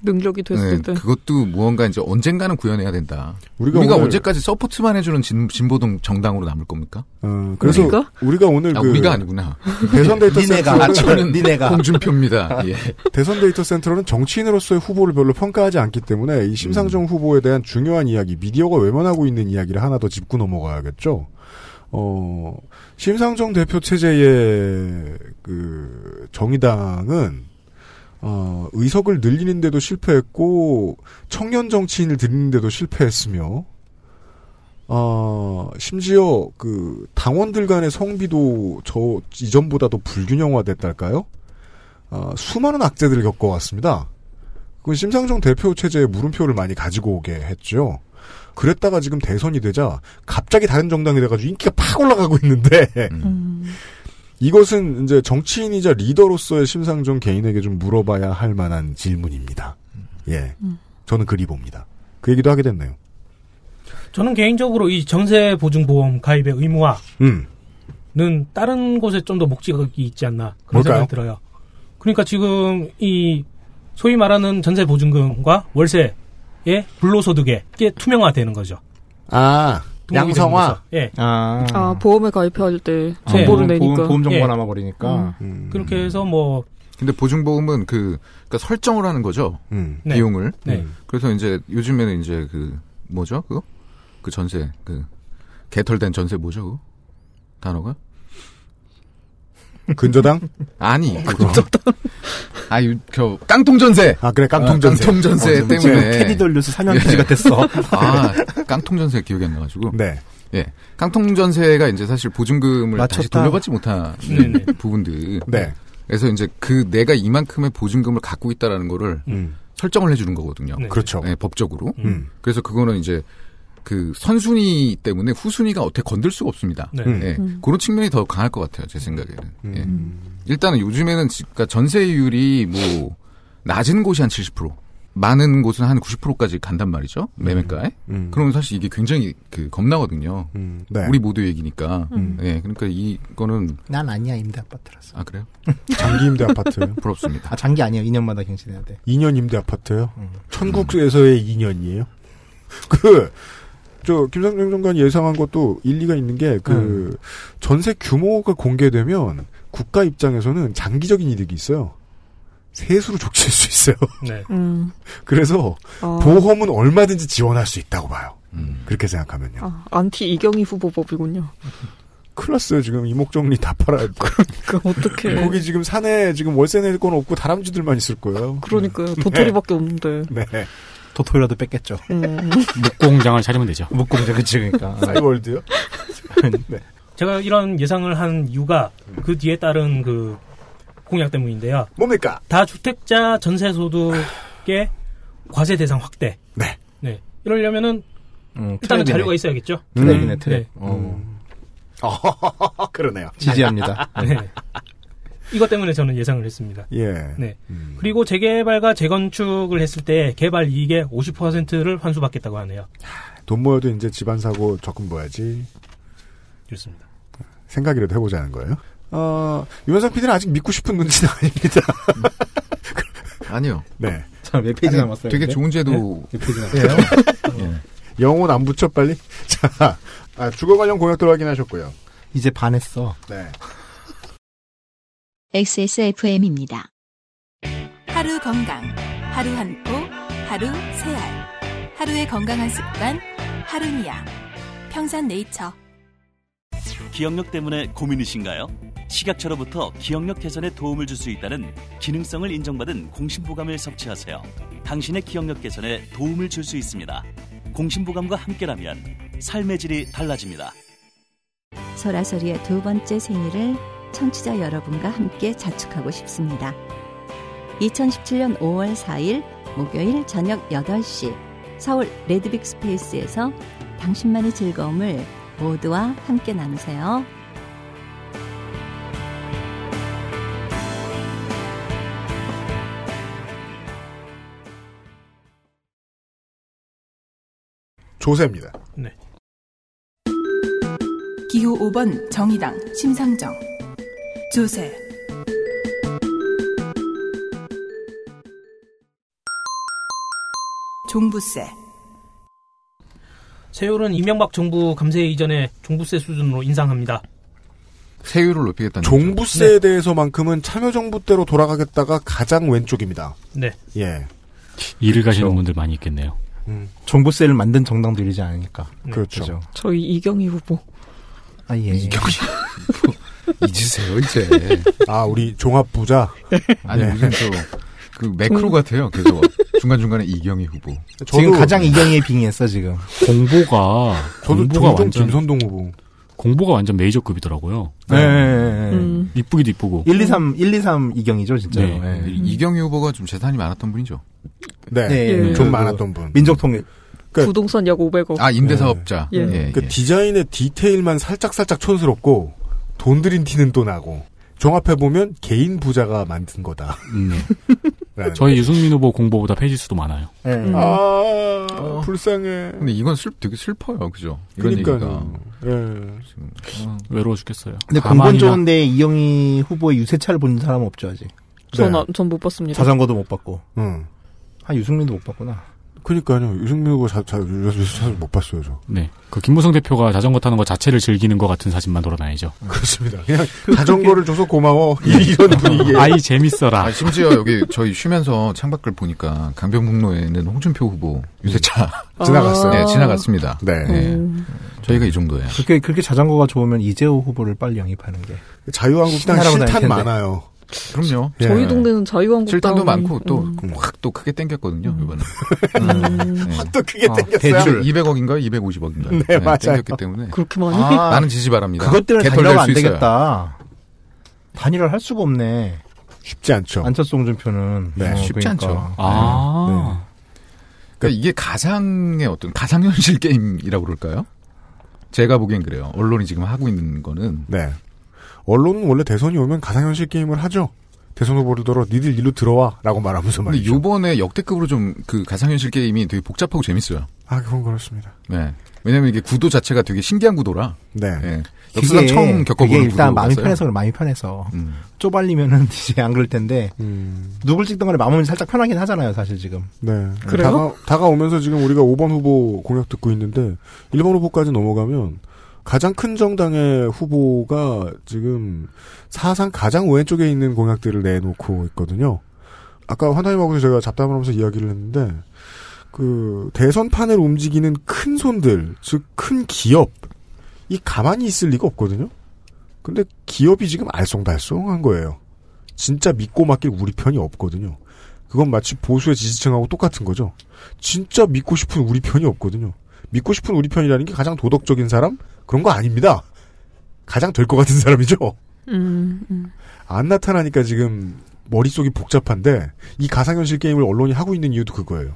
[SPEAKER 9] 능력이
[SPEAKER 10] 네,
[SPEAKER 9] 됐을 때.
[SPEAKER 12] 네, 그것도 무언가 이제 언젠가는 구현해야 된다.
[SPEAKER 2] 우리가
[SPEAKER 12] 우리가,
[SPEAKER 2] 오늘-
[SPEAKER 12] 언제까지 서포트만 해주는 진, 진보동 정당으로 남을 겁니까?
[SPEAKER 2] 어, 그래서 우리가? 오늘
[SPEAKER 12] 아,
[SPEAKER 2] 그
[SPEAKER 12] 우리가 아니구나.
[SPEAKER 2] 대선 데이터 센터
[SPEAKER 12] 아, 저는 홍준표입니다. 예.
[SPEAKER 2] 대선 데이터 센터는 정치인으로서의 후보를 별로 평가하지 않기 때문에 이 심상정 후보에 대한 중요한 이야기, 미디어가 외면하고 있는 이야기를 하나 더 짚고 넘어가야겠죠. 어, 심상정 대표 체제의 그 정의당은 어, 의석을 늘리는데도 실패했고 청년 정치인을 드리는데도 실패했으며 어, 심지어 그 당원들 간의 성비도 저 이전보다도 불균형화됐달까요? 어, 수많은 악재들을 겪어왔습니다. 그건 심상정 대표 체제에 물음표를 많이 가지고 오게 했죠. 그랬다가 지금 대선이 되자 갑자기 다른 정당이 돼가지고 인기가 팍 올라가고 있는데 이것은 이제 정치인이자 리더로서의 심상정 개인에게 좀 물어봐야 할 만한 질문입니다. 예, 저는 그리 봅니다. 그 얘기도 하게 됐네요.
[SPEAKER 11] 저는 개인적으로 이 전세보증보험 가입의 의무화
[SPEAKER 2] 음,
[SPEAKER 11] 는 다른 곳에 좀 더 목적이 있지 않나 그런
[SPEAKER 2] 뭘까요?
[SPEAKER 11] 생각이 들어요. 그러니까 지금 이 소위 말하는 전세 보증금과 월세의 불로소득에 이게 투명화되는 거죠.
[SPEAKER 2] 아,
[SPEAKER 11] 등록이 양성화? 되면서, 예.
[SPEAKER 10] 아.
[SPEAKER 9] 아 보험에 가입할 때
[SPEAKER 11] 아,
[SPEAKER 9] 정보를
[SPEAKER 11] 보험-
[SPEAKER 9] 내니까.
[SPEAKER 12] 뭐 보험- 보험 정보가
[SPEAKER 11] 예.
[SPEAKER 10] 그러니까.
[SPEAKER 12] 남아버리니까.
[SPEAKER 9] 음.
[SPEAKER 11] 그렇게 해서 뭐
[SPEAKER 12] 근데 보증보험은 그 그러니까 설정을 하는 거죠.
[SPEAKER 11] 네.
[SPEAKER 12] 비용을.
[SPEAKER 11] 네.
[SPEAKER 12] 음. 그래서 이제 요즘에는 이제 그 뭐죠? 그거? 그 전세 그 개털된 전세 뭐죠? 그거? 단어가?
[SPEAKER 2] 근저당?
[SPEAKER 12] 아니. 근저당. 아유, 저 깡통 전세.
[SPEAKER 2] 아 그래
[SPEAKER 12] 깡통 전세,
[SPEAKER 10] 어, 지금
[SPEAKER 12] 때문에
[SPEAKER 10] 테디 돌려서 사면기지가 됐어.
[SPEAKER 12] 아 깡통 전세 기억이 안 나가지고.
[SPEAKER 2] 네.
[SPEAKER 12] 예, 깡통 전세가 이제 사실 보증금을 다시
[SPEAKER 10] 맞췄다.
[SPEAKER 12] 돌려받지 못하는
[SPEAKER 10] 네네.
[SPEAKER 12] 부분들.
[SPEAKER 2] 네.
[SPEAKER 12] 그래서 이제 그 내가 이만큼의 보증금을 갖고 있다라는 거를 설정을 해주는 거거든요.
[SPEAKER 2] 음. 네. 그렇죠.
[SPEAKER 12] 예, 법적으로.
[SPEAKER 2] 음.
[SPEAKER 12] 그래서 그거는 이제 그 선순위 때문에 후순위가 어떻게 건들 수가 없습니다.
[SPEAKER 2] 네.
[SPEAKER 12] 예,
[SPEAKER 2] 음.
[SPEAKER 12] 그런 측면이 더 강할 것 같아요, 제 생각에는. 예. 일단은 요즘에는 지- 그러니까 전세율이 뭐 낮은 곳이 한 70%, 많은 곳은 한 90%까지 간단 말이죠 매매가에.
[SPEAKER 2] 음.
[SPEAKER 12] 그러면 사실 이게 굉장히 그 겁나거든요.
[SPEAKER 2] 네.
[SPEAKER 12] 우리 모두 얘기니까.
[SPEAKER 10] 음.
[SPEAKER 12] 예, 그러니까 이거는
[SPEAKER 10] 난 아니야 임대 아파트라서.
[SPEAKER 12] 아 그래요?
[SPEAKER 2] 장기 임대 아파트요?
[SPEAKER 12] 부럽습니다.
[SPEAKER 10] 아 장기 아니야 2년마다 갱신해야 돼.
[SPEAKER 2] 2년 임대 아파트요?
[SPEAKER 9] 음.
[SPEAKER 2] 천국에서의 2년이에요? 그, 저, 김상정 장관이 예상한 것도 일리가 있는 게, 그,
[SPEAKER 9] 음.
[SPEAKER 2] 전세 규모가 공개되면 국가 입장에서는 장기적인 이득이 있어요. 세수로 족칠 수 있어요.
[SPEAKER 11] 네.
[SPEAKER 9] 음.
[SPEAKER 2] 그래서
[SPEAKER 9] 어.
[SPEAKER 2] 보험은 얼마든지 지원할 수 있다고 봐요.
[SPEAKER 10] 음.
[SPEAKER 2] 그렇게 생각하면요.
[SPEAKER 9] 아, 안티 이경희 후보법이군요.
[SPEAKER 2] 큰일 났어요, 지금. 이목정리 다 팔아야 돼.
[SPEAKER 9] 그, 어떡해.
[SPEAKER 2] 거기 지금 산에 지금 월세 낼 건 없고 다람쥐들만 있을 거예요.
[SPEAKER 9] 그러니까요. 도토리밖에 없는데.
[SPEAKER 2] 네.
[SPEAKER 10] 도토리라도 뺏겠죠.
[SPEAKER 9] 음.
[SPEAKER 15] 목공장을 차리면 되죠.
[SPEAKER 10] 목공장 그치 그러니까.
[SPEAKER 2] 사이월드요? 네.
[SPEAKER 11] 제가 이런 예상을 한 이유가 그 뒤에 따른 그 공약 때문인데요.
[SPEAKER 2] 뭡니까?
[SPEAKER 11] 다주택자 전세소득의 과세 대상 확대.
[SPEAKER 2] 네.
[SPEAKER 11] 네. 이러려면은
[SPEAKER 10] 음,
[SPEAKER 11] 일단은
[SPEAKER 10] 트랩이네.
[SPEAKER 11] 자료가 있어야겠죠.
[SPEAKER 10] 트랩이네 트랩.
[SPEAKER 11] 네.
[SPEAKER 10] 어.
[SPEAKER 2] 음. 어, 그러네요.
[SPEAKER 10] 지지합니다.
[SPEAKER 11] 네. 이것 때문에 저는 예상을 했습니다.
[SPEAKER 2] 예.
[SPEAKER 11] 네. 그리고 재개발과 재건축을 했을 때 개발 이익의 50%를 환수받겠다고 하네요.
[SPEAKER 2] 돈 모여도 이제 집안 사고 적금 모야지.
[SPEAKER 11] 좋습니다.
[SPEAKER 2] 생각이라도 해보자는 거예요. 어, 유현상 PD는 아직 믿고 싶은 눈치는 아닙니다.
[SPEAKER 12] 아니요.
[SPEAKER 2] 네.
[SPEAKER 10] 자, 몇 페이지 남았어요?
[SPEAKER 12] 되게
[SPEAKER 10] 근데?
[SPEAKER 12] 좋은 제도.
[SPEAKER 10] 네? 몇 페이지
[SPEAKER 12] 예.
[SPEAKER 10] 남았어요?
[SPEAKER 2] 영혼 안 붙여 빨리. 자, 아, 주거 관련 공약들 확인하셨고요.
[SPEAKER 10] 이제 반했어.
[SPEAKER 2] 네.
[SPEAKER 1] XSFM입니다.
[SPEAKER 5] 하루 건강, 하루 한 포, 하루 세 알. 하루의 건강한 습관, 하루니아. 평산 네이처.
[SPEAKER 13] 기억력 때문에 고민이신가요? 식약처로부터 기억력 개선에 도움을 줄 수 있다는 기능성을 인정받은 공심보감을 섭취하세요. 당신의 기억력 개선에 도움을 줄 수 있습니다. 공심보감과 함께라면 삶의 질이 달라집니다.
[SPEAKER 17] 소라소리의 두 번째 생일을 청취자 여러분과 함께 자축하고 싶습니다. 2017년 5월 4일 목요일 저녁 8시 서울 레드빅 스페이스에서 당신만의 즐거움을 모두와 함께 나누세요.
[SPEAKER 2] 조세입니다.
[SPEAKER 3] 기호 5번 정의당 심상정 조세 종부세,
[SPEAKER 11] 세율은 이명박 정부 감세 이전에 종부세 수준으로 인상합니다.
[SPEAKER 12] 세율을 높이겠다는 네.
[SPEAKER 2] 종부세에 대해서만큼은 참여정부 때로 돌아가겠다가 가장 왼쪽입니다.
[SPEAKER 11] 네.
[SPEAKER 2] 예.
[SPEAKER 15] 일을 가시는 분들 많이 있겠네요.
[SPEAKER 10] 음. 종부세를 만든 정당들이지 않으니까.
[SPEAKER 2] 음. 그렇죠.
[SPEAKER 9] 저희 이경희 후보.
[SPEAKER 10] 아, 예.
[SPEAKER 12] 이경희 잊으세요 이제.
[SPEAKER 2] 아 우리 종합부자.
[SPEAKER 12] 아니
[SPEAKER 2] 네.
[SPEAKER 12] 무슨 저그 매크로 같아요. 계속 중간 중간에 이경희 후보.
[SPEAKER 10] 음. 지금 가장 이경희에 빙의했어 지금.
[SPEAKER 15] 공보가
[SPEAKER 10] 저도
[SPEAKER 15] 공보가
[SPEAKER 10] 종종
[SPEAKER 15] 완전
[SPEAKER 2] 김선동 후보.
[SPEAKER 15] 공보가 완전 메이저급이더라고요.
[SPEAKER 10] 네. 네.
[SPEAKER 15] 음. 이쁘기도 이쁘고.
[SPEAKER 10] 1, 2, 3, 1, 2, 3 이경이죠, 진짜로.
[SPEAKER 15] 네.
[SPEAKER 10] 예.
[SPEAKER 12] 이경희 후보가 좀 재산이 많았던 분이죠.
[SPEAKER 2] 네.
[SPEAKER 10] 예.
[SPEAKER 2] 좀
[SPEAKER 10] 그
[SPEAKER 2] 많았던 분.
[SPEAKER 10] 민족통일.
[SPEAKER 9] 부동산 약 500억. 어?
[SPEAKER 2] 아,
[SPEAKER 9] 예.
[SPEAKER 2] 그 디자인의 디테일만 살짝살짝 촌스럽고 돈 들인 티는 또 나고 종합해 보면 개인 부자가 만든 거다.
[SPEAKER 15] 음. 네.
[SPEAKER 10] 네.
[SPEAKER 15] 저희 유승민 후보 공보보다 페이지 수도 많아요.
[SPEAKER 2] 음. 아 불쌍해.
[SPEAKER 12] 어. 근데 이건 슬 되게 슬퍼요, 그죠? 이런
[SPEAKER 2] 그러니까요.
[SPEAKER 12] 얘기가
[SPEAKER 2] 예.
[SPEAKER 12] 음,
[SPEAKER 15] 외로워 죽겠어요.
[SPEAKER 10] 근데 공본 좋은데 이경희 후보의 유세차를 본 사람 없죠, 아직.
[SPEAKER 9] 전, 안- 전못 봤습니다.
[SPEAKER 10] 자전거도 못 봤고.
[SPEAKER 2] 네. 응.
[SPEAKER 10] 아, 유승민도 못 봤구나.
[SPEAKER 2] 그러니까요. 유승민 후보 자, 자, 유승민 못 봤어요, 저.
[SPEAKER 15] 네. 그 김무성 대표가 자전거 타는 거 자체를 즐기는 것 같은 사진만 돌아다니죠.
[SPEAKER 10] 음.
[SPEAKER 2] 그렇습니다. 그냥 자전거를 줘서 고마워. 이런 분위기에.
[SPEAKER 15] 아이 재밌어라.
[SPEAKER 12] 아, 심지어 여기 저희 쉬면서 창밖을 보니까 강변북로에는 홍준표 후보 유세차
[SPEAKER 10] 음. 지나갔어요.
[SPEAKER 12] 네, 지나갔습니다.
[SPEAKER 2] 아. 네.
[SPEAKER 10] 음.
[SPEAKER 12] 저희가 이 정도예요.
[SPEAKER 10] 그렇게, 그렇게 자전거가 좋으면 이재호 후보를 빨리 영입하는 게.
[SPEAKER 2] 자유한국당
[SPEAKER 10] 신나라고 다닐
[SPEAKER 2] 실탄
[SPEAKER 10] 텐데.
[SPEAKER 2] 많아요. 예.
[SPEAKER 12] 그럼요.
[SPEAKER 9] 저희 동네는 음. 자유한국당.
[SPEAKER 12] 실탄도 많고 또 음. 확 또 크게 땡겼거든요 이번에.
[SPEAKER 9] 음.
[SPEAKER 12] 음. 네.
[SPEAKER 2] 또 크게 땡겼어요?
[SPEAKER 12] 대출 200억인가요? 250억인가요?
[SPEAKER 2] 네, 맞아요.
[SPEAKER 12] 땡겼기 때문에.
[SPEAKER 9] 그렇게 많이?
[SPEAKER 12] 아, 나는 지지 바랍니다.
[SPEAKER 10] 그것 때문에
[SPEAKER 12] 개털
[SPEAKER 10] 단일화가
[SPEAKER 12] 낼
[SPEAKER 10] 안
[SPEAKER 12] 수 있어요.
[SPEAKER 10] 되겠다. 단일화를 할 수가 없네.
[SPEAKER 2] 쉽지 않죠.
[SPEAKER 10] 안철수 홍준표는.
[SPEAKER 2] 어,
[SPEAKER 10] 어,
[SPEAKER 12] 네, 쉽지
[SPEAKER 2] 그러니까.
[SPEAKER 12] 않죠.
[SPEAKER 15] 아.
[SPEAKER 12] 그러니까 이게 가상의 어떤 가상현실 게임이라고 그럴까요? 제가 보기엔 그래요. 언론이 지금 하고 있는 거는
[SPEAKER 2] 네. 언론은 원래 대선이 오면 가상현실 게임을 하죠. 대선 후보를 들어 니들 일로 들어와라고 말하면서
[SPEAKER 12] 근데
[SPEAKER 2] 말이죠.
[SPEAKER 12] 요번에 역대급으로 좀 그 가상현실 게임이 되게 복잡하고 재밌어요.
[SPEAKER 2] 아 그건 그렇습니다.
[SPEAKER 12] 네. 왜냐면 이게 구도 자체가 되게 신기한 구도라.
[SPEAKER 2] 네.
[SPEAKER 12] 역사상 처음 겪어보는
[SPEAKER 10] 그게 일단
[SPEAKER 12] 구도가
[SPEAKER 10] 마음이
[SPEAKER 12] 있어요.
[SPEAKER 10] 편해서 그래, 마음이 편해서.
[SPEAKER 12] 음.
[SPEAKER 10] 쪼발리면은 이제 안 그럴 텐데.
[SPEAKER 2] 음.
[SPEAKER 10] 누굴 찍던 간에 마음은 살짝 편하긴 하잖아요, 사실 지금.
[SPEAKER 2] 네.
[SPEAKER 10] 그래요?
[SPEAKER 2] 다가, 오면서 지금 우리가 5번 후보 공약 듣고 있는데 1번 후보까지 넘어가면 가장 큰 정당의 후보가 지금 사상 가장 왼쪽에 있는 공약들을 내놓고 있거든요. 아까 환타님하고 제가 잡담을 하면서 이야기를 했는데 그 대선판을 움직이는 큰 손들, 즉 큰 기업 이 가만히 있을 리가 없거든요. 근데 기업이 지금 알쏭달쏭한 거예요. 진짜 믿고 맡길 우리 편이 없거든요. 그건 마치 보수의 지지층하고 똑같은 거죠. 진짜 믿고 싶은 우리 편이 없거든요. 믿고 싶은 우리 편이라는 게 가장 도덕적인 사람? 그런 거 아닙니다. 가장 될 것 같은 사람이죠.
[SPEAKER 9] 음, 음.
[SPEAKER 2] 안 나타나니까 지금 머릿속이 복잡한데 이 가상현실 게임을 언론이 하고 있는 이유도 그거예요.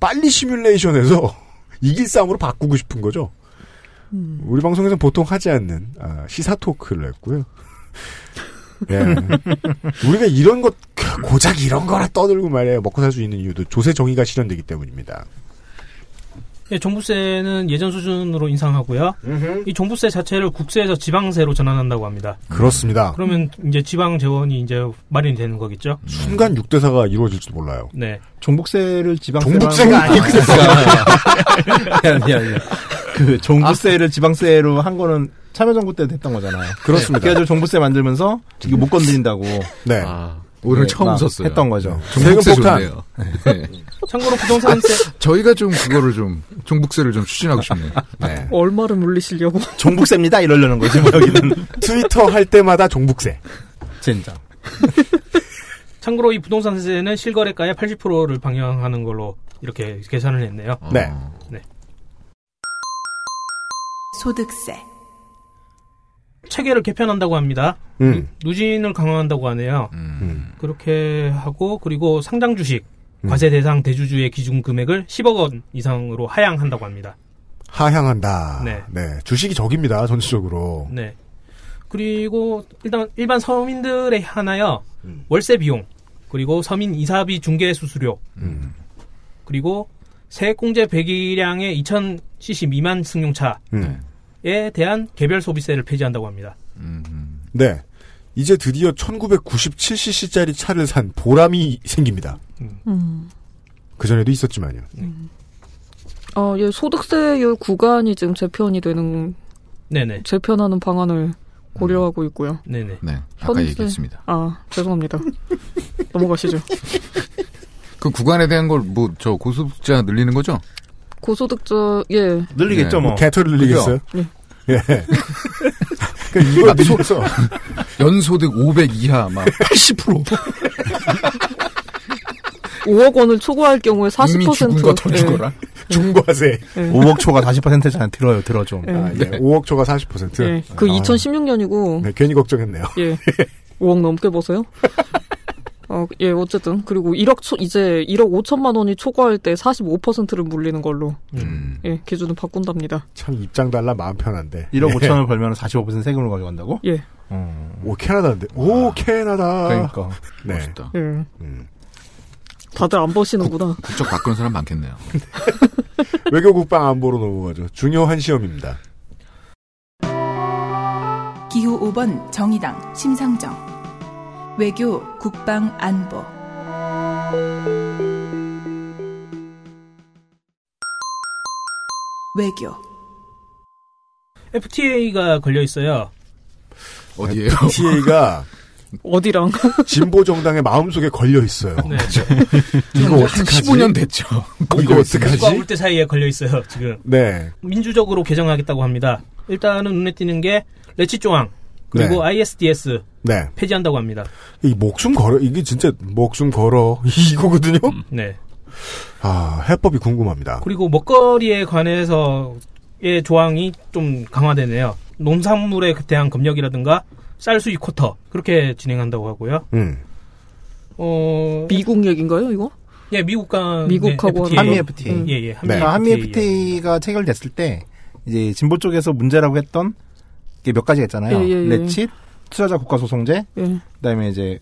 [SPEAKER 2] 빨리 시뮬레이션에서 이길 싸움으로 바꾸고 싶은 거죠.
[SPEAKER 12] 음.
[SPEAKER 2] 우리 방송에서 보통 하지 않는 아, 시사 토크를 했고요. 예. 우리가 이런 것 고작 이런 거라 떠들고 말이에요. 먹고 살 수 있는 이유도 조세 정의가 실현되기 때문입니다.
[SPEAKER 11] 예, 종부세는 예전 수준으로 인상하고요. 이 종부세 자체를 국세에서 지방세로 전환한다고 합니다.
[SPEAKER 2] 그렇습니다.
[SPEAKER 11] 그러면 이제 지방 재원이 이제 마련이 되는 거겠죠?
[SPEAKER 2] 순간 6대4가 이루어질지도 몰라요.
[SPEAKER 11] 네.
[SPEAKER 10] 종북세를 지방세
[SPEAKER 11] 종북세가
[SPEAKER 10] 아니야, 아니야, 아니야. 그 종부세를 지방세로 한 거는 참여정부 때 됐던 거잖아요. 네,
[SPEAKER 2] 그렇습니다.
[SPEAKER 10] 그래가지고 종부세 만들면서 이거 못 건드린다고.
[SPEAKER 2] 네.
[SPEAKER 12] 오늘
[SPEAKER 10] 네,
[SPEAKER 12] 처음
[SPEAKER 10] 막
[SPEAKER 12] 썼어요.
[SPEAKER 10] 했던 거죠.
[SPEAKER 12] 종북세 좋네요. 네.
[SPEAKER 11] 참고로 부동산세
[SPEAKER 12] 저희가 좀 그거를 좀 종북세를 좀 추진하고 싶네요.
[SPEAKER 9] 얼마를 물리시려고.
[SPEAKER 10] 종북세입니다 이러려는 거지 뭐 여기는.
[SPEAKER 2] 트위터 할 때마다 아, 종북세.
[SPEAKER 10] 젠장.
[SPEAKER 11] 참고로 이 부동산세는 실거래가의 80%를 방영하는 걸로 이렇게 계산을 했네요.
[SPEAKER 2] 네.
[SPEAKER 11] 네.
[SPEAKER 3] 소득세,
[SPEAKER 11] 체계를 개편한다고 합니다.
[SPEAKER 2] 음.
[SPEAKER 11] 누진을 강화한다고 하네요. 그렇게 하고 그리고 상장 주식
[SPEAKER 2] 음.
[SPEAKER 11] 과세 대상 대주주의 기준 금액을 10억 원 이상으로 하향한다고 합니다.
[SPEAKER 2] 하향한다. 예,
[SPEAKER 11] 네.
[SPEAKER 2] 주식이 적입니다. 전체적으로.
[SPEAKER 11] 네. 그리고 일단 일반 서민들에 하나요 월세 비용 그리고 서민 이사비 중개 수수료 그리고 세액공제 배기량의 2,000cc 미만 승용차에
[SPEAKER 10] 네.
[SPEAKER 2] 음.
[SPEAKER 11] 대한 개별 소비세를 폐지한다고 합니다.
[SPEAKER 2] 네. 이제 드디어
[SPEAKER 11] 음.
[SPEAKER 2] 1997cc짜리 차를 산 보람이 생깁니다. 그 전에도 있었지만요.
[SPEAKER 9] 음. 아, 예, 소득세율 구간이 지금 재편이 되는
[SPEAKER 11] 네네.
[SPEAKER 9] 재편하는 방안을 고려하고 있고요.
[SPEAKER 11] 네네.
[SPEAKER 12] 네. 아까
[SPEAKER 9] 현세-
[SPEAKER 12] 얘기했습니다.
[SPEAKER 9] 아, 죄송합니다. 넘어가시죠.
[SPEAKER 12] 그 구간에 대한 걸 뭐 저 고소득자 늘리는 거죠?
[SPEAKER 9] 고소득자 예.
[SPEAKER 12] 네.
[SPEAKER 10] 뭐.
[SPEAKER 2] 뭐 개털 늘리겠어요?
[SPEAKER 9] 네.
[SPEAKER 2] 예.
[SPEAKER 11] 그
[SPEAKER 2] 그러니까
[SPEAKER 12] 이걸 늘려서 아, 연소득 500 이하 막 80%.
[SPEAKER 9] 5억 원을 초과할 경우에 예. 40%
[SPEAKER 10] 이미 죽은 거더
[SPEAKER 2] 네.
[SPEAKER 10] 죽어라.
[SPEAKER 2] 중과세.
[SPEAKER 10] 5억 초과 40%잖아. 들어요, 들어줘. 네.
[SPEAKER 9] 예. 아, 예.
[SPEAKER 2] 5억 초과 40%.
[SPEAKER 9] 예. 그
[SPEAKER 10] 아.
[SPEAKER 9] 2016년이고
[SPEAKER 2] 아. 네, 괜히 걱정했네요.
[SPEAKER 9] 예. 5억 넘게 버세요? 어, 예, 어쨌든. 그리고 1억 초, 이제 1억 5천만 원이 초과할 때 45%를 물리는 걸로.
[SPEAKER 2] 음.
[SPEAKER 9] 예, 기준을 바꾼답니다.
[SPEAKER 2] 참 입장 달라 마음 편한데.
[SPEAKER 10] 1억
[SPEAKER 2] 예.
[SPEAKER 10] 5천을 벌면 45% 세금으로 가져간다고? 음.
[SPEAKER 9] 예.
[SPEAKER 2] 오 캐나다인데. 오 캐나다.
[SPEAKER 10] 그러니까.
[SPEAKER 2] 네.
[SPEAKER 9] 예.
[SPEAKER 2] 음.
[SPEAKER 9] 다들 안 버시는구나.
[SPEAKER 12] 국적 바꾸는 사람 많겠네요.
[SPEAKER 2] 외교 국방 안보로 넘어가죠. 중요한 시험입니다.
[SPEAKER 3] 기호 5번 정의당 심상정 외교 국방 안보 외교
[SPEAKER 11] FTA가 걸려 있어요.
[SPEAKER 12] 어디에요?
[SPEAKER 2] TA가
[SPEAKER 9] 어디랑
[SPEAKER 2] 진보 정당의 마음속에 걸려 있어요. 그렇죠.
[SPEAKER 11] 네.
[SPEAKER 2] 이거
[SPEAKER 11] 한
[SPEAKER 2] 어떡하지?
[SPEAKER 11] 15년 됐죠.
[SPEAKER 2] 이거 어떡하지?
[SPEAKER 11] 누가 올때 사이에 걸려 있어요 지금.
[SPEAKER 2] 네.
[SPEAKER 11] 민주적으로 개정하겠다고 합니다. 일단은 눈에 띄는 게 레치 조항 그리고
[SPEAKER 2] 네.
[SPEAKER 11] ISDS
[SPEAKER 2] 네.
[SPEAKER 11] 폐지한다고 합니다.
[SPEAKER 2] 이 목숨 걸어 이게 진짜 목숨 걸어 이거거든요.
[SPEAKER 11] 네.
[SPEAKER 2] 아 해법이 궁금합니다.
[SPEAKER 11] 그리고 먹거리에 관해서의 조항이 좀 강화되네요. 농산물에 대한 검역이라든가 쌀 수입 쿼터 그렇게 진행한다고 하고요.
[SPEAKER 2] 음.
[SPEAKER 11] 어
[SPEAKER 9] 미국 얘기인가요, 이거?
[SPEAKER 11] 예, 미국과
[SPEAKER 9] 미국하고
[SPEAKER 11] 네,
[SPEAKER 10] 한미 FTA.
[SPEAKER 9] 음.
[SPEAKER 11] 예, 예, 한미
[SPEAKER 10] 네. 한미
[SPEAKER 11] FTA.
[SPEAKER 10] FTA가 체결됐을 때 이제 진보 쪽에서 문제라고 했던 게 몇 가지가 있잖아요.
[SPEAKER 9] 예, 예, 예.
[SPEAKER 10] 레칫, 투자자 국가 소송제,
[SPEAKER 9] 예.
[SPEAKER 10] 그다음에 이제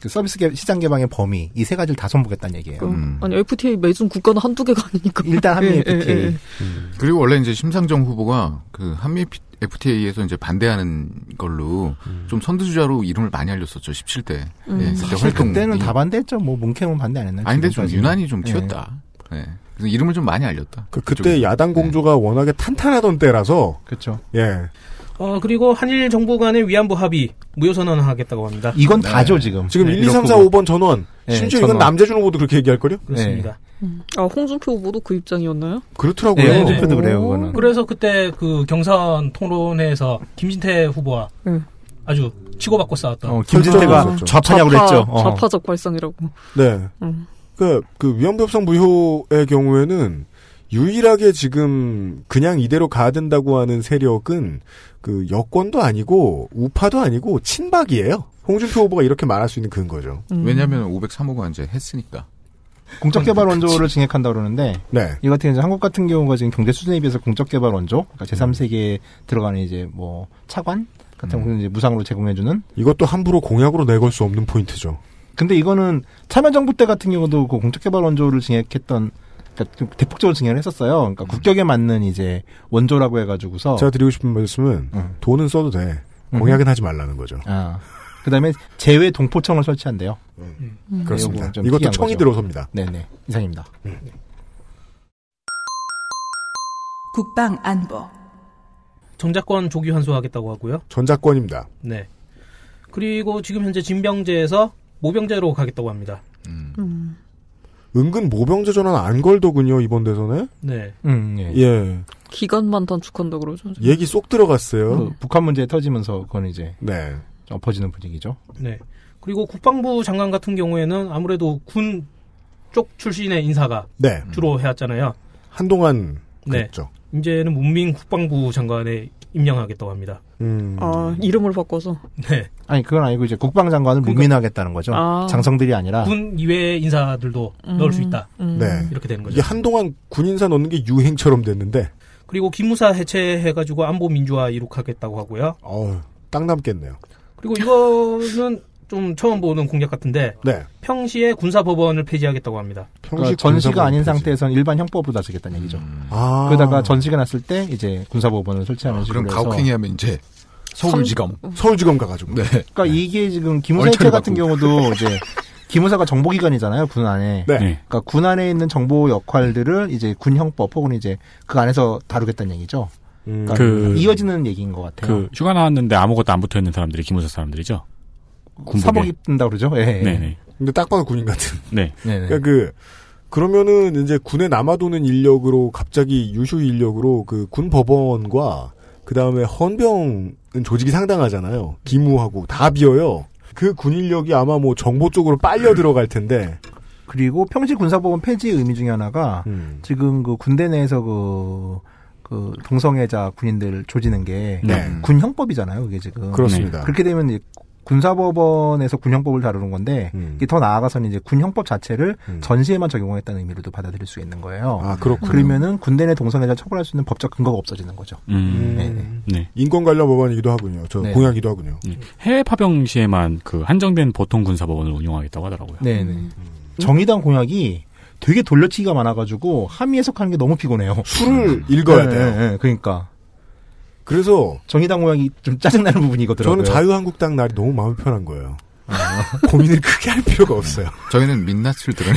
[SPEAKER 10] 그 서비스 개- 시장 개방의 범위 이 세 가지를 다 손보겠다는 얘기예요.
[SPEAKER 9] 그, 아니, FTA 매준 국가는 한두 개가 아니니까.
[SPEAKER 10] 일단
[SPEAKER 9] 예, 예, 예.
[SPEAKER 12] 그리고 원래 이제 심상정 후보가 그 한미 FTA에서 이제 반대하는 걸로 좀 선두주자로 이름을 많이 알렸었죠. 17대.
[SPEAKER 10] 음.
[SPEAKER 12] 예, 그때
[SPEAKER 10] 사실
[SPEAKER 12] 활동.
[SPEAKER 10] 그때는 다 반대했죠. 뭐 문캠은 반대 안 했나요?
[SPEAKER 12] 아니, 근데 좀
[SPEAKER 10] 지금까지는.
[SPEAKER 12] 유난히 좀
[SPEAKER 10] 예.
[SPEAKER 12] 튀었다. 예. 그래서 이름을 좀 많이 알렸다. 네.
[SPEAKER 2] 그, 그때 야당 공조가 워낙에 탄탄하던 때라서.
[SPEAKER 10] 그렇죠.
[SPEAKER 2] 예.
[SPEAKER 11] 어 그리고 한일 정부 간의 위안부 합의 무효 선언하겠다고 합니다.
[SPEAKER 10] 이건 다죠, 지금.
[SPEAKER 2] 지금
[SPEAKER 11] 네,
[SPEAKER 2] 1, 2, 3, 4,
[SPEAKER 11] 이렇고.
[SPEAKER 2] 5번 전원.
[SPEAKER 11] 네,
[SPEAKER 2] 심지어
[SPEAKER 11] 전원.
[SPEAKER 2] 이건 남재준 후보도 그렇게 얘기할 거요
[SPEAKER 11] 그렇습니다.
[SPEAKER 9] 음. 아, 홍준표 후보도 그 입장이었나요?
[SPEAKER 2] 그렇더라고요.
[SPEAKER 10] 네, 홍준표도 그래요, 그거는.
[SPEAKER 11] 그래서 그때 그 경선 토론회에서 김진태 후보와
[SPEAKER 9] 응.
[SPEAKER 11] 아주 치고받고 싸웠던
[SPEAKER 10] 어, 김진태가
[SPEAKER 11] 설전이 있었죠.
[SPEAKER 2] 그렇죠.
[SPEAKER 10] 좌파냐고
[SPEAKER 9] 좌파,
[SPEAKER 10] 그랬죠. 어.
[SPEAKER 9] 좌파적 발상이라고.
[SPEAKER 2] 네.
[SPEAKER 9] 음.
[SPEAKER 2] 그, 그 위안부 협상 무효의 경우에는 유일하게 지금 그냥 이대로 가야 된다고 하는 세력은 그 여권도 아니고 우파도 아니고 친박이에요. 홍준표 후보가 이렇게 말할 수 있는 근거죠.
[SPEAKER 12] 왜냐하면 503호가 이제 했으니까.
[SPEAKER 10] 공적개발 원조를 징핵한다 그러는데
[SPEAKER 2] 네.
[SPEAKER 10] 이 같은 이제 한국 같은 경우가 지금 경제 수준에 비해서 공적개발 원조, 그러니까 제3세계에 들어가는 이제 뭐 차관 같은 경우는 이제 무상으로 제공해주는.
[SPEAKER 2] 음. 이것도 함부로 공약으로 내걸 수 없는 포인트죠.
[SPEAKER 10] 근데 이거는 참여정부 때 같은 경우도 그 공적개발 원조를 징핵했던 그러니까 좀 대폭적으로 징핵을 했었어요. 그러니까 국격에 맞는 이제 원조라고 해가지고서
[SPEAKER 2] 음. 제가 드리고 싶은 말씀은 돈은 써도 돼. 공약은 하지 말라는 거죠.
[SPEAKER 10] 아. 그다음에 제외 동포청을 설치한대요. 네,
[SPEAKER 2] 음. 그렇습니다.
[SPEAKER 10] 요거 좀
[SPEAKER 2] 이것도
[SPEAKER 10] 특이한
[SPEAKER 2] 청이
[SPEAKER 10] 거죠.
[SPEAKER 2] 들어섭니다.
[SPEAKER 10] 네네 이상입니다.
[SPEAKER 3] 국방 안보
[SPEAKER 11] 정자권 조기 환수하겠다고 하고요.
[SPEAKER 2] 전자권입니다.
[SPEAKER 11] 네. 그리고 지금 현재 진병제에서 모병제로 가겠다고 합니다.
[SPEAKER 2] 은근 모병제 전환 안 걸더군요 이번 대선에.
[SPEAKER 11] 네.
[SPEAKER 2] 예.
[SPEAKER 9] 기간만 단축한다 그러죠.
[SPEAKER 2] 얘기 쏙 들어갔어요.
[SPEAKER 10] 그 북한 문제 터지면서 그건 이제
[SPEAKER 2] 네.
[SPEAKER 10] 엎어지는 분위기죠.
[SPEAKER 11] 네. 그리고 국방부 장관 같은 경우에는 아무래도 군 쪽 출신의 인사가
[SPEAKER 2] 네.
[SPEAKER 11] 주로 해왔잖아요.
[SPEAKER 2] 한동안
[SPEAKER 11] 네.
[SPEAKER 2] 그랬죠.
[SPEAKER 11] 이제는 문민 국방부 장관에 임명하겠다고 합니다.
[SPEAKER 2] 음.
[SPEAKER 9] 아, 이름을 바꿔서.
[SPEAKER 11] 네.
[SPEAKER 10] 아니 그건 아니고 이제 국방장관을 문민하겠다는 거죠.
[SPEAKER 11] 아.
[SPEAKER 10] 장성들이 아니라
[SPEAKER 11] 군 이외의 인사들도
[SPEAKER 9] 음,
[SPEAKER 11] 넣을 수 있다.
[SPEAKER 9] 음.
[SPEAKER 2] 네.
[SPEAKER 11] 이렇게 되는 거죠.
[SPEAKER 2] 이게 한동안 군인사 넣는 게 유행처럼 됐는데,
[SPEAKER 11] 그리고 기무사 해체해가지고 안보 민주화 이룩하겠다고 하고요.
[SPEAKER 2] 어우, 땅 남겠네요.
[SPEAKER 11] 그리고 이거는 좀 처음 보는 공약 같은데
[SPEAKER 2] 네.
[SPEAKER 11] 평시에 군사법원을 폐지하겠다고 합니다.
[SPEAKER 10] 그러니까 전시가 아닌 상태에선 일반 형법으로 다스겠다는 얘기죠.
[SPEAKER 12] 음.
[SPEAKER 2] 아.
[SPEAKER 10] 그러다가 전시가 났을 때 이제 군사법원을 설치하는 식으로
[SPEAKER 12] 아, 그럼
[SPEAKER 10] 해서
[SPEAKER 12] 가혹행위 하면 이제 서울지검.
[SPEAKER 2] 서울지검 가가지고.
[SPEAKER 12] 네.
[SPEAKER 10] 그러니까 이게 지금 김우사
[SPEAKER 12] 얼차려
[SPEAKER 10] 해체 같은
[SPEAKER 12] 받고.
[SPEAKER 10] 경우도 이제 기무사가 정보기관이잖아요 군 안에.
[SPEAKER 2] 네.
[SPEAKER 10] 그러니까 군 안에 있는 정보 역할들을 이제 군형법 혹은 이제 그 안에서 다루겠다는 얘기죠. 그러니까
[SPEAKER 15] 그-
[SPEAKER 10] 이어지는 얘기인 것 같아요.
[SPEAKER 15] 그 휴가 나왔는데 아무것도 안 붙어 있는 사람들이 기무사 사람들이죠. 군복에.
[SPEAKER 10] 어, 사복 입는다 그러죠. 예. 예.
[SPEAKER 15] 네네.
[SPEAKER 2] 근데 딱 봐도 군인 같은.
[SPEAKER 15] 네.
[SPEAKER 2] 그러니까 그 그러면은 이제 군에 남아도는 인력으로 갑자기 유효 인력으로 그 군 법원과 그 다음에 헌병은 조직이 상당하잖아요. 기무하고 다 비어요. 그 군 인력이 아마 뭐 정보 쪽으로 빨려 들어갈 텐데.
[SPEAKER 10] 그리고 평시 군사법원 폐지 의미 중에 하나가
[SPEAKER 2] 음.
[SPEAKER 10] 지금 그 군대 내에서 그, 그 동성애자 군인들 조지는 게
[SPEAKER 2] 네.
[SPEAKER 10] 군형법이잖아요. 그게 지금 네.
[SPEAKER 2] 그렇습니다.
[SPEAKER 10] 그렇게 되면 이제 군사법원에서 군형법을 다루는 건데
[SPEAKER 2] 음.
[SPEAKER 10] 이게 더 나아가서는 이제 군형법 자체를 전시에만 적용하겠다는 의미로도 받아들일 수 있는 거예요.
[SPEAKER 2] 아, 그렇군요.
[SPEAKER 10] 그러면은 군대 내 동성애자 처벌할 수 있는 법적 근거가 없어지는 거죠.
[SPEAKER 2] 음. 인권 관련 법안이기도 하군요. 저
[SPEAKER 10] 네.
[SPEAKER 2] 공약이기도 하군요.
[SPEAKER 15] 해외 파병 시에만 그 한정된 보통 군사법원을 운영하겠다고 하더라고요.
[SPEAKER 10] 네네. 음. 정의당 공약이 되게 돌려치기가 많아가지고 함의 해석하는 게 너무 피곤해요. 음. 네,
[SPEAKER 2] 술을 읽어야 돼요.
[SPEAKER 10] 그러니까.
[SPEAKER 2] 그래서
[SPEAKER 10] 정의당 공약이 좀 짜증나는 부분이거든요.
[SPEAKER 2] 저는 자유한국당 날이 너무 마음이 편한 거예요.
[SPEAKER 10] 아.
[SPEAKER 2] 고민을 크게 할 필요가 없어요.
[SPEAKER 12] 저희는 민낯을 들어요.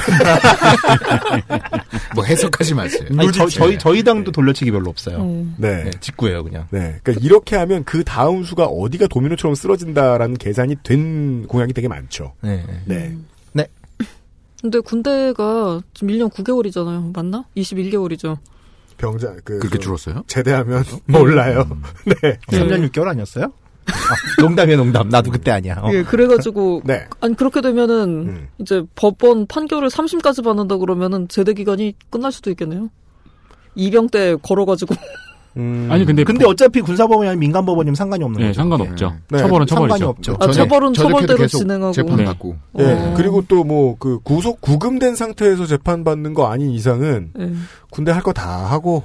[SPEAKER 12] 뭐 해석하지 마세요.
[SPEAKER 10] 아니, 저, 저희 저희
[SPEAKER 9] 네.
[SPEAKER 10] 당도 돌려치기 별로 없어요.
[SPEAKER 12] 음.
[SPEAKER 2] 네.
[SPEAKER 10] 직구예요 그냥.
[SPEAKER 2] 네. 그러니까 이렇게 하면 그 다음 수가 어디가 도미노처럼 쓰러진다라는 계산이 된 공약이 되게 많죠.
[SPEAKER 10] 네.
[SPEAKER 2] 네.
[SPEAKER 9] 근데 군대가 지금 1년 9개월이잖아요. 맞나? 21개월이죠.
[SPEAKER 2] 병자 그
[SPEAKER 12] 그렇게
[SPEAKER 2] 저-
[SPEAKER 12] 줄었어요?
[SPEAKER 2] 제대하면
[SPEAKER 10] 음.
[SPEAKER 2] 몰라요. 네.
[SPEAKER 10] 3년 6개월 아니었어요? 아, 농담이에요 농담. 나도 그때 아니야. 어.
[SPEAKER 9] 예, 그래가지고
[SPEAKER 2] 네.
[SPEAKER 9] 아니 그렇게 되면은 이제 법원 판결을 3심까지 받는다 그러면은 제대 기간이 끝날 수도 있겠네요. 이병 때 걸어가지고
[SPEAKER 10] 음.
[SPEAKER 15] 아니, 근데
[SPEAKER 10] 어차피 군사법원이 아니면 민간법원이면 상관이 없는
[SPEAKER 15] 네,
[SPEAKER 10] 거죠.
[SPEAKER 15] 상관없죠.
[SPEAKER 10] 네.
[SPEAKER 15] 처벌은
[SPEAKER 10] 상관이
[SPEAKER 15] 처벌이죠.
[SPEAKER 10] 없죠.
[SPEAKER 15] 아, 저녁-
[SPEAKER 9] 처벌은
[SPEAKER 15] 저녁에도
[SPEAKER 9] 처벌대로
[SPEAKER 15] 계속
[SPEAKER 9] 진행하고.
[SPEAKER 12] 재판 받고.
[SPEAKER 2] 예.
[SPEAKER 9] 어.
[SPEAKER 2] 그리고 또 뭐 그 구속 구금된 상태에서 재판받는 거 아닌 이상은
[SPEAKER 9] 네.
[SPEAKER 2] 군대 할 거 다 하고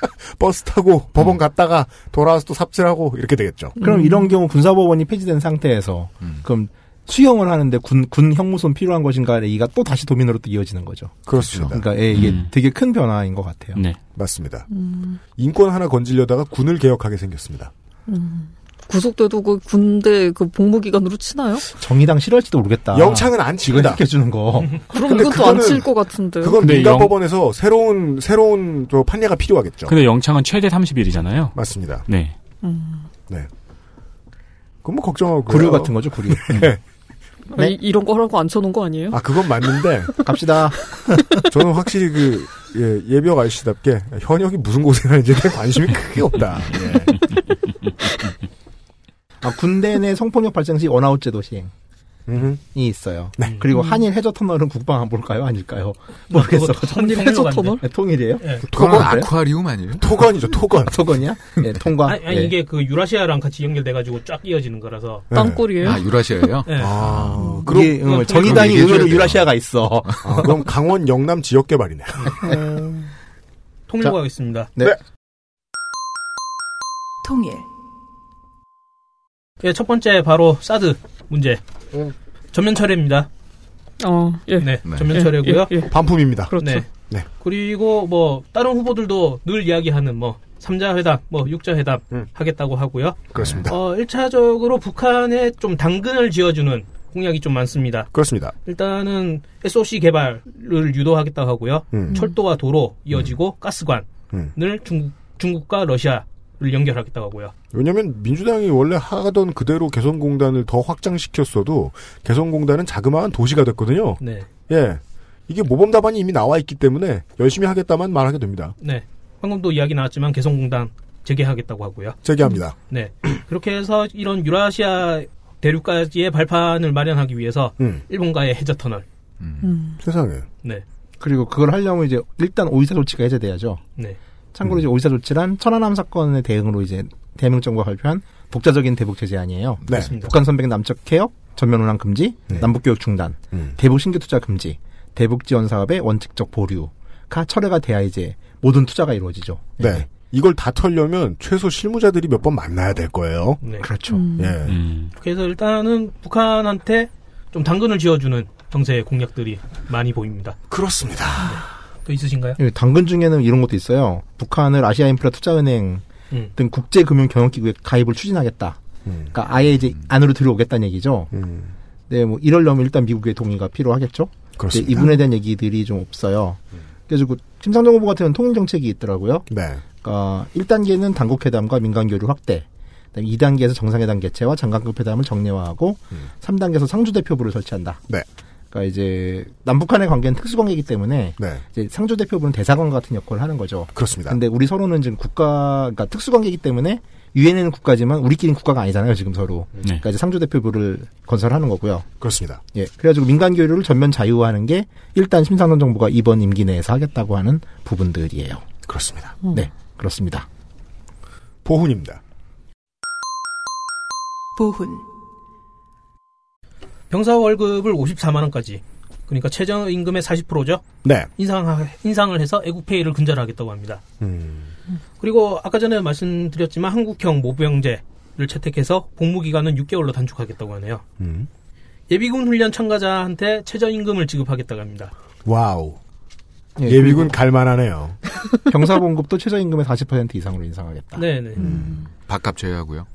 [SPEAKER 2] 버스 타고 법원 갔다가 돌아와서 또 삽질하고 이렇게 되겠죠.
[SPEAKER 11] 음.
[SPEAKER 10] 그럼 이런 경우 군사법원이 폐지된 상태에서
[SPEAKER 2] 음.
[SPEAKER 10] 그럼 수용을 하는데 군, 군 형무소는 필요한 것인가 얘기가 또 다시 도민으로 또 이어지는 거죠.
[SPEAKER 2] 그렇습니다.
[SPEAKER 10] 그러니까 예, 이게
[SPEAKER 11] 음.
[SPEAKER 10] 되게 큰 변화인 것 같아요.
[SPEAKER 15] 네.
[SPEAKER 2] 맞습니다.
[SPEAKER 9] 음,
[SPEAKER 2] 인권 하나 건지려다가 군을 개혁하게 생겼습니다.
[SPEAKER 9] 음. 구속돼도 그 군대 그 복무기간으로 치나요?
[SPEAKER 10] 정의당 싫어할지도 모르겠다.
[SPEAKER 2] 영창은 안 친다.
[SPEAKER 10] 시켜주는 거.
[SPEAKER 9] 그럼
[SPEAKER 2] 근데
[SPEAKER 9] 이건 또 안
[SPEAKER 2] 그거는-
[SPEAKER 9] 칠 것 같은데.
[SPEAKER 2] 그건 민간법원에서 새로운 새로운 또 판례가 필요하겠죠.
[SPEAKER 15] 근데 영창은 최대 30일이잖아요.
[SPEAKER 2] 맞습니다.
[SPEAKER 15] 네.
[SPEAKER 9] 음.
[SPEAKER 2] 네. 그럼 뭐 걱정하고
[SPEAKER 10] 구류 같은 거죠, 구류.
[SPEAKER 2] 네.
[SPEAKER 9] 아, 이, 이런 거라고 안 쳐놓은 거 아니에요?
[SPEAKER 2] 아 그건 맞는데
[SPEAKER 10] 갑시다.
[SPEAKER 2] 저는 확실히 그 예, 예비역 아저씨답게 현역이 무슨 고생을 하는지에 대한 관심이 크게 없다.
[SPEAKER 10] 아, 군대 내 성폭력 발생 시 원아웃제도 시행이 있어요.
[SPEAKER 2] 네.
[SPEAKER 10] 그리고
[SPEAKER 11] 음.
[SPEAKER 10] 한일 해저 터널은 국방안볼까요? 아닐까요?
[SPEAKER 11] 뭐,
[SPEAKER 10] 모르겠어. 네,
[SPEAKER 12] 그거 통일 해저 터널?
[SPEAKER 10] 통일이에요?
[SPEAKER 2] 네.
[SPEAKER 12] 예.
[SPEAKER 10] 통일이에요?
[SPEAKER 12] 그건 아쿠아리움 아니에요?
[SPEAKER 2] 토건이죠, 토건.
[SPEAKER 10] 토건이야? 예, 통과.
[SPEAKER 11] 아니, 아니,
[SPEAKER 10] 예.
[SPEAKER 11] 이게 그 유라시아랑 같이 연결돼가지고 쫙 이어지는 거라서
[SPEAKER 10] 네. 땅굴이에요? 아,
[SPEAKER 12] 유라시아예요?
[SPEAKER 11] 네.
[SPEAKER 2] 아,
[SPEAKER 10] 그럼- 이게, 어, 정의당이 의외로 유라시아가 있어.
[SPEAKER 2] 아, 그럼 강원 영남 지역 개발이네.
[SPEAKER 11] 통일부가 있습니다.
[SPEAKER 10] 네.
[SPEAKER 3] 통일.
[SPEAKER 11] 예, 첫 번째 바로 사드 문제. 전면 철회입니다.
[SPEAKER 9] 어, 예.
[SPEAKER 11] 네, 전면 철회고요.
[SPEAKER 2] 반품입니다.
[SPEAKER 9] 그렇죠.
[SPEAKER 11] 네. 그리고 뭐 다른 후보들도 늘 이야기하는 뭐 3자 회담, 뭐 6자 회담 하겠다고 하고요.
[SPEAKER 2] 음. 그렇습니다.
[SPEAKER 11] 어, 1차적으로 북한에 좀 당근을 지어주는 공약이 좀 많습니다.
[SPEAKER 2] 그렇습니다.
[SPEAKER 11] 일단은 SOC 개발을 유도하겠다고 하고요.
[SPEAKER 2] 음.
[SPEAKER 11] 철도와 도로 이어지고 가스관을
[SPEAKER 2] 음.
[SPEAKER 11] 중국, 중국과 러시아를 연결하겠다고 하고요.
[SPEAKER 2] 왜냐하면 민주당이 원래 하던 그대로 개성공단을 더 확장시켰어도 개성공단은 자그마한 도시가 됐거든요.
[SPEAKER 11] 네.
[SPEAKER 2] 예. 이게 모범 답안이 이미 나와 있기 때문에 열심히 하겠다만 말하게 됩니다.
[SPEAKER 11] 네. 방금도 이야기 나왔지만 개성공단 재개하겠다고 하고요.
[SPEAKER 2] 재개합니다.
[SPEAKER 11] 네. 그렇게 해서 이런 유라시아 대륙까지의 발판을 마련하기 위해서
[SPEAKER 2] 음.
[SPEAKER 11] 일본과의 해저 터널.
[SPEAKER 12] 음.
[SPEAKER 2] 세상에.
[SPEAKER 11] 네.
[SPEAKER 10] 그리고 그걸 하려면 이제 일단 오이사 조치가 해제돼야죠.
[SPEAKER 11] 네.
[SPEAKER 2] 음.
[SPEAKER 10] 참고로 이제 오이사 조치란 천안함 사건의 대응으로 이제 대한민국 정부가 발표한 독자적인 대북 제재 아니에요.
[SPEAKER 2] 네.
[SPEAKER 11] 맞습니다.
[SPEAKER 10] 북한 선백 남측 개혁, 전면 운항 금지, 남북 교육 중단, 대북 신규 투자 금지, 대북 지원 사업의 원칙적 보류가 철회가 돼야 이제 모든 투자가 이루어지죠.
[SPEAKER 2] 네. 이걸 다 털려면 최소 실무자들이 몇 번 만나야 될 거예요.
[SPEAKER 11] 네.
[SPEAKER 10] 그렇죠.
[SPEAKER 2] 예.
[SPEAKER 11] 음.
[SPEAKER 12] 음.
[SPEAKER 11] 그래서 일단은 북한한테 좀 당근을 지어주는 정세의 공약들이 많이 보입니다. 네.
[SPEAKER 2] 그렇습니다.
[SPEAKER 11] 또 있으신가요?
[SPEAKER 10] 예, 당근 중에는 이런 것도 있어요. 북한을 아시아 인프라 투자은행
[SPEAKER 11] 음.
[SPEAKER 2] 음.
[SPEAKER 10] 등 음. 국제금융 경영기구에 가입을 추진하겠다. 그러니까 아예 이제 안으로 들어오겠다는 얘기죠. 네, 뭐 이럴려면 일단 미국의 동의가 필요하겠죠.
[SPEAKER 2] 그렇습니다.
[SPEAKER 10] 네, 이분에 대한 얘기들이 좀 없어요. 그래서 그 심상정 후보 같은 경우는 통일 정책이 있더라고요.
[SPEAKER 2] 네.
[SPEAKER 10] 그러니까 1단계는 당국 회담과 민간 교류 확대. 그다음에 2단계에서 정상회담 개최와 장관급 회담을 정례화하고 3단계에서 상주 대표부를 설치한다.
[SPEAKER 2] 네.
[SPEAKER 10] 그러니까 이제 남북한의 관계는 특수관계이기 때문에
[SPEAKER 2] 네.
[SPEAKER 10] 이제 상주 대표부는 대사관 같은 역할을 하는 거죠.
[SPEAKER 2] 그렇습니다.
[SPEAKER 10] 근데 우리 서로는 지금 국가 그러니까 특수관계이기 때문에 유엔에는 국가지만 우리끼리는 국가가 아니잖아요, 지금 서로. 그러니까 이제 상주 대표부를 건설하는 거고요.
[SPEAKER 2] 네. 그렇습니다.
[SPEAKER 10] 예. 그래가지고 민간 교류를 전면 자유화하는 게 일단 심상정 정부가 이번 임기 내에서 하겠다고 하는 부분들이에요.
[SPEAKER 2] 그렇습니다.
[SPEAKER 10] 네, 그렇습니다.
[SPEAKER 2] 보훈입니다.
[SPEAKER 3] 보훈.
[SPEAKER 11] 병사 월급을 54만 원까지 그러니까 최저 임금의 40%죠.
[SPEAKER 2] 네.
[SPEAKER 11] 인상 인상을 해서 애국페이를 근절하겠다고 합니다. 그리고 아까 전에 말씀드렸지만 한국형 모병제를 채택해서 복무 기간은 6개월로 단축하겠다고 하네요.
[SPEAKER 2] 음.
[SPEAKER 11] 예비군 훈련 참가자한테 최저 임금을 지급하겠다고 합니다.
[SPEAKER 2] 와우.
[SPEAKER 10] 예,
[SPEAKER 2] 예, 비군 갈만하네요.
[SPEAKER 10] 병사 봉급도 최저임금의 40% 이상으로 인상하겠다.
[SPEAKER 11] 네네.
[SPEAKER 12] 음.
[SPEAKER 10] 음.
[SPEAKER 12] 밥값 제외하고요.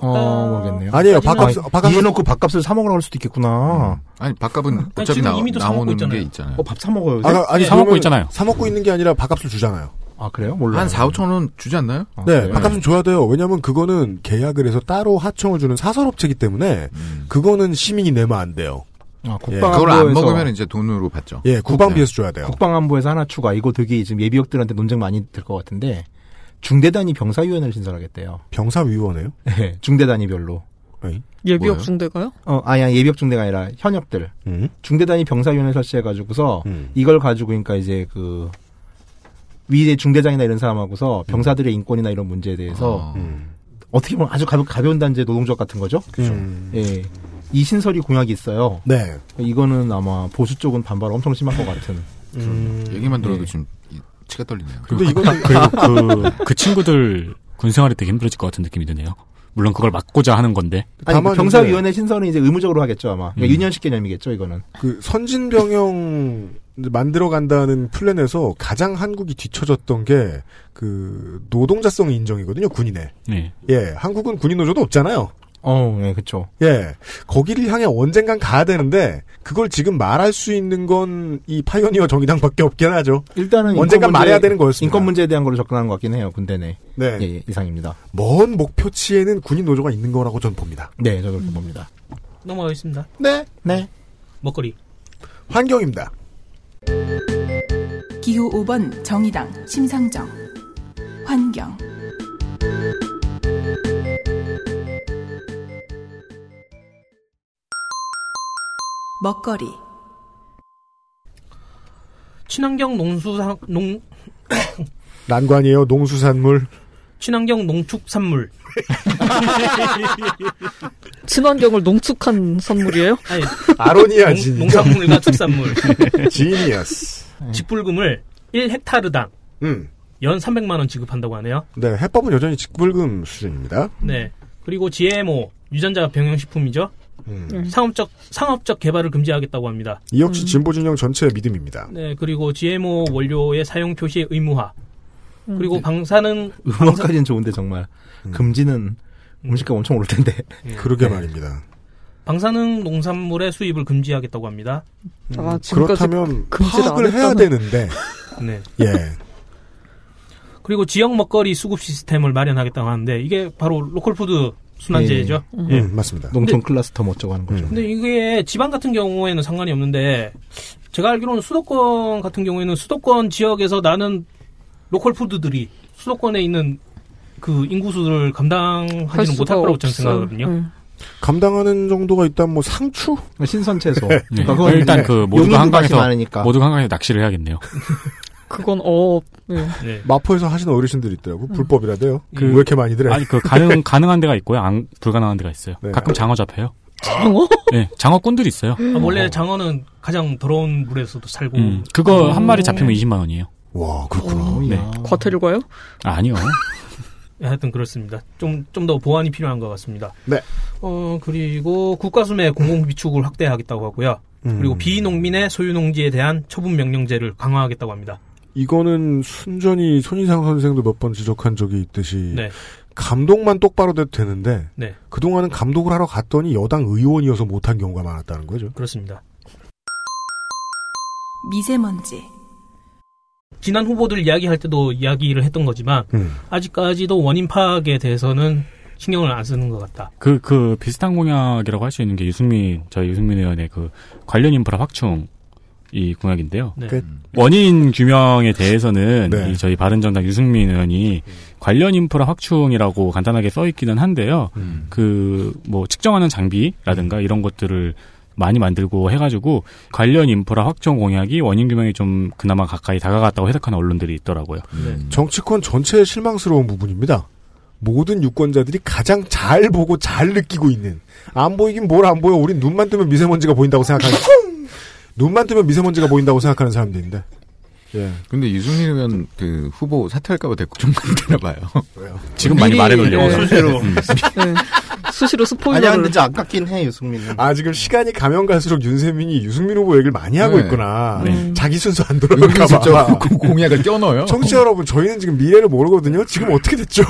[SPEAKER 10] 어, 모르겠네요.
[SPEAKER 12] 아니에요. 밥값-
[SPEAKER 10] 아니,
[SPEAKER 12] 밥값은-
[SPEAKER 10] 이해놓고 밥값을 사 먹으라고 할 수도 있겠구나.
[SPEAKER 12] 음. 아니 밥값은 어차피 나, 오는게 있잖아요.
[SPEAKER 10] 어, 밥 사 먹어요. 요새?
[SPEAKER 2] 아, 아니
[SPEAKER 10] 네.
[SPEAKER 2] 그러면 사 먹고 있는 게 아니라 밥값을 주잖아요.
[SPEAKER 10] 아 그래요? 몰라요. 아,
[SPEAKER 12] 한 4, 5천 원 주지 않나요?
[SPEAKER 2] 네, 밥값은 줘야 돼요. 왜냐하면 그거는 계약을 해서 따로 하청을 주는 사설업체이기 때문에
[SPEAKER 10] 음.
[SPEAKER 2] 그거는 시민이 내면 안 돼요.
[SPEAKER 10] 아,
[SPEAKER 2] 예.
[SPEAKER 10] 국방부에서- 네.
[SPEAKER 12] 그걸 안 먹으면 이제 돈으로 받죠.
[SPEAKER 2] 예,
[SPEAKER 12] 네.
[SPEAKER 2] 국방비에서 줘야 돼요.
[SPEAKER 10] 국방안보에서 하나 추가. 이거 되게 지금 예비역들한테 논쟁 많이 될 것 같은데 중대단위 병사위원회를 신설하겠대요.
[SPEAKER 2] 병사위원회요?
[SPEAKER 10] 네, 중대단위별로.
[SPEAKER 9] 예비역 중대가요?
[SPEAKER 10] 어, 아니, 아니, 예비역 중대가 아니라 현역들. 중대단위 병사위원회 설치해가지고서 이걸 가지고 그러니까 이제 그 위대 중대장이나 이런 사람하고서 병사들의 인권이나 이런 문제에 대해서
[SPEAKER 12] 아.
[SPEAKER 10] 어떻게 보면 아주 가벼, 가벼운 단지의 노동조합 같은 거죠.
[SPEAKER 2] 그죠.
[SPEAKER 10] 예. 이 신설이 공약이 있어요.
[SPEAKER 2] 네.
[SPEAKER 10] 이거는 아마 보수 쪽은 반발 엄청 심할 것 같은.
[SPEAKER 12] 음. 얘기만 들어도
[SPEAKER 10] 예.
[SPEAKER 12] 지금 이- 치가 떨리네요.
[SPEAKER 15] 근데 이거 그리고 그, 그 친구들 군생활이 되게 힘들어질 것 같은 느낌이 드네요. 물론 그걸 막고자 하는 건데. 음.
[SPEAKER 10] 아니, 그 병사위원회 신설은 이제 의무적으로 하겠죠, 아마.
[SPEAKER 12] 음.
[SPEAKER 10] 그러니까 유년식 개념이겠죠, 이거는.
[SPEAKER 2] 그 선진 병영 만들어 간다는 플랜에서 가장 한국이 뒤처졌던 게 그 노동자성 인정이거든요, 군인의.
[SPEAKER 15] 네.
[SPEAKER 2] 예, 한국은 군인 노조도 없잖아요.
[SPEAKER 10] 어, 예, 그쵸.
[SPEAKER 2] 예, 거기를 향해 언젠간 가야 되는데 그걸 지금 말할 수 있는 건 이 파이오니어 정의당밖에 없긴 하죠.
[SPEAKER 10] 일단은
[SPEAKER 2] 언젠간
[SPEAKER 10] 인권 문제-
[SPEAKER 2] 말해야 되는 거였습니다.
[SPEAKER 10] 인권 문제에 대한 걸로 접근하는 것 같긴 해요, 군대 내.
[SPEAKER 2] 네.
[SPEAKER 10] 예, 예, 이상입니다.
[SPEAKER 2] 먼 목표치에는 군인 노조가 있는 거라고 전 봅니다.
[SPEAKER 10] 네, 저도 그렇게 봅니다.
[SPEAKER 11] 넘어가겠습니다.
[SPEAKER 2] 네.
[SPEAKER 10] 네.
[SPEAKER 11] 먹거리.
[SPEAKER 2] 환경입니다.
[SPEAKER 3] 기호 5번 정의당 심상정 환경 먹거리
[SPEAKER 11] 친환경 농수산 농
[SPEAKER 2] 난관이에요, 농수산물.
[SPEAKER 11] 친환경 농축산물.
[SPEAKER 9] 친환경을 농축한 선물이에요?
[SPEAKER 11] 아니,
[SPEAKER 2] 아로니아
[SPEAKER 11] 농-
[SPEAKER 2] 진이죠.
[SPEAKER 11] 농산물과 축산물.
[SPEAKER 2] 지니어스.
[SPEAKER 11] 직불금을 1헥타르당
[SPEAKER 2] 네. 음.
[SPEAKER 11] 연 300만 원 지급한다고 하네요.
[SPEAKER 2] 네, 해법은 여전히 직불금 수준입니다.
[SPEAKER 11] 네. 그리고 GMO 유전자 병영식품이죠.
[SPEAKER 2] 음.
[SPEAKER 11] 상업적 상업적 개발을 금지하겠다고 합니다.
[SPEAKER 2] 이 역시 진보 진영 전체의 믿음입니다.
[SPEAKER 11] 네. 그리고 GMO 원료의 사용 표시 의무화.
[SPEAKER 2] 음. 네.
[SPEAKER 11] 그리고 방사능
[SPEAKER 10] 음악까지는 좋은데, 정말. 금지는 음식값 엄청 오를 텐데.
[SPEAKER 11] 예.
[SPEAKER 2] 그러게 말입니다.
[SPEAKER 11] 방사능 농산물의 수입을 금지하겠다고 합니다.
[SPEAKER 2] 음.
[SPEAKER 9] 아,
[SPEAKER 2] 그렇다면 파악을 해야 되는데.
[SPEAKER 11] 네.
[SPEAKER 2] 예.
[SPEAKER 11] 그리고 지역 먹거리 수급 시스템을 마련하겠다고 하는데 이게 바로 로컬푸드 순환제죠.
[SPEAKER 10] 예.
[SPEAKER 11] 예.
[SPEAKER 2] 음. 맞습니다. 음.
[SPEAKER 10] 농촌
[SPEAKER 11] 근데-
[SPEAKER 10] 클러스터 뭐 어쩌고 하는 거죠.
[SPEAKER 11] 근데 이게 지방 같은 경우에는 상관이 없는데 제가 알기로는 수도권 같은 경우에는 수도권 지역에서 나는 로컬푸드들이 수도권에 있는 그 인구수를
[SPEAKER 9] 할
[SPEAKER 11] 감당하지는
[SPEAKER 9] 수가
[SPEAKER 11] 못할 거라고 저는
[SPEAKER 9] 없어.
[SPEAKER 11] 생각하거든요.
[SPEAKER 9] 음.
[SPEAKER 2] 감당하는 정도가 있다면 뭐 상추?
[SPEAKER 10] 신선 채소.
[SPEAKER 15] 네.
[SPEAKER 12] 그러니까
[SPEAKER 4] 그러니까
[SPEAKER 15] 일단 그 모두가 한강에서 모두가 한강에서 낚시를 해야겠네요.
[SPEAKER 9] 그건 어업. 예.
[SPEAKER 2] 마포에서 하시는 어르신들이 있더라고. 불법이라대요.
[SPEAKER 15] 그-
[SPEAKER 2] 왜 이렇게 많이들 해?
[SPEAKER 15] 아니 그 가능 가능한 데가 있고요, 안- 불가능한 데가 있어요. 가끔 장어 잡혀요. 장어? 네, 장어꾼들이 있어요.
[SPEAKER 11] 아, 원래 장어는 가장 더러운 물에서도 살고
[SPEAKER 15] 음, 그거 한 마리
[SPEAKER 11] 어.
[SPEAKER 15] 잡히면 20만 원이에요.
[SPEAKER 2] 와,
[SPEAKER 9] 그렇구나.
[SPEAKER 15] 네.
[SPEAKER 9] 과태료가요?
[SPEAKER 15] 아, 니요
[SPEAKER 11] 예, 하여튼 그렇습니다. 좀 좀 더 보완이 필요한 것 같습니다.
[SPEAKER 2] 네.
[SPEAKER 11] 어 그리고 국가수매 공공 비축을 확대하겠다고 하고요.
[SPEAKER 2] 음.
[SPEAKER 11] 그리고 비농민의 소유농지에 대한 처분 명령제를 강화하겠다고 합니다.
[SPEAKER 2] 이거는 순전히 손희상 선생도 몇 번 지적한 적이 있듯이
[SPEAKER 11] 네.
[SPEAKER 2] 감독만 똑바로 돼도 되는데
[SPEAKER 11] 네.
[SPEAKER 2] 그동안은 감독을 하러 갔더니 여당 의원이어서 못한 경우가 많았다는 거죠.
[SPEAKER 11] 그렇습니다.
[SPEAKER 3] 미세먼지,
[SPEAKER 11] 지난 후보들 이야기할 때도 이야기를 했던 거지만
[SPEAKER 2] 음.
[SPEAKER 11] 아직까지도 원인 파악에 대해서는 신경을 안 쓰는 것 같다.
[SPEAKER 4] 그, 그 비슷한 공약이라고 할 수 있는 게 유승민, 저희 유승민 의원의 그 관련 인프라 확충 이 공약인데요.
[SPEAKER 9] 그
[SPEAKER 11] 네. 끝.
[SPEAKER 4] 원인 규명에 대해서는
[SPEAKER 2] 네.
[SPEAKER 4] 이 저희 바른정당 유승민 의원이 관련 인프라 확충이라고 간단하게 써 있기는 한데요.
[SPEAKER 9] 음.
[SPEAKER 4] 그 뭐 측정하는 장비라든가 이런 것들을 많이 만들고 해가지고 관련 인프라 확충 공약이 원인 규명에 좀 그나마 가까이 다가갔다고 해석하는 언론들이 있더라고요.
[SPEAKER 11] 네.
[SPEAKER 2] 정치권 전체의 실망스러운 부분입니다. 모든 유권자들이 가장 잘 보고 잘 느끼고 있는 안 보이긴 뭘 안 보여 우린 눈만 뜨면 미세먼지가 보인다고 생각하는 눈만 뜨면 미세먼지가 보인다고 생각하는 사람들인데 예.
[SPEAKER 12] 근데 유승민 의원 그 후보 사퇴할까봐 걱정 많더나 봐요.
[SPEAKER 2] 왜요?
[SPEAKER 12] 지금 많이
[SPEAKER 10] 예,
[SPEAKER 12] 말해놓으려고. 음.
[SPEAKER 9] 수시로
[SPEAKER 2] 스포일러를.
[SPEAKER 10] 어, 네. 아니, 근데 진짜 아깝긴 해, 유승민.
[SPEAKER 2] 아 지금 시간이 가면 갈수록 윤세민이 유승민 후보 얘기를 많이 하고
[SPEAKER 10] 네.
[SPEAKER 2] 있구나.
[SPEAKER 10] 네.
[SPEAKER 2] 자기 순서 안 돌아갈까 봐.
[SPEAKER 12] 은근슬쩍 그 공약을 껴넣어요.
[SPEAKER 2] 청취자 여러분 저희는 지금 미래를 모르거든요. 지금 어떻게 됐죠?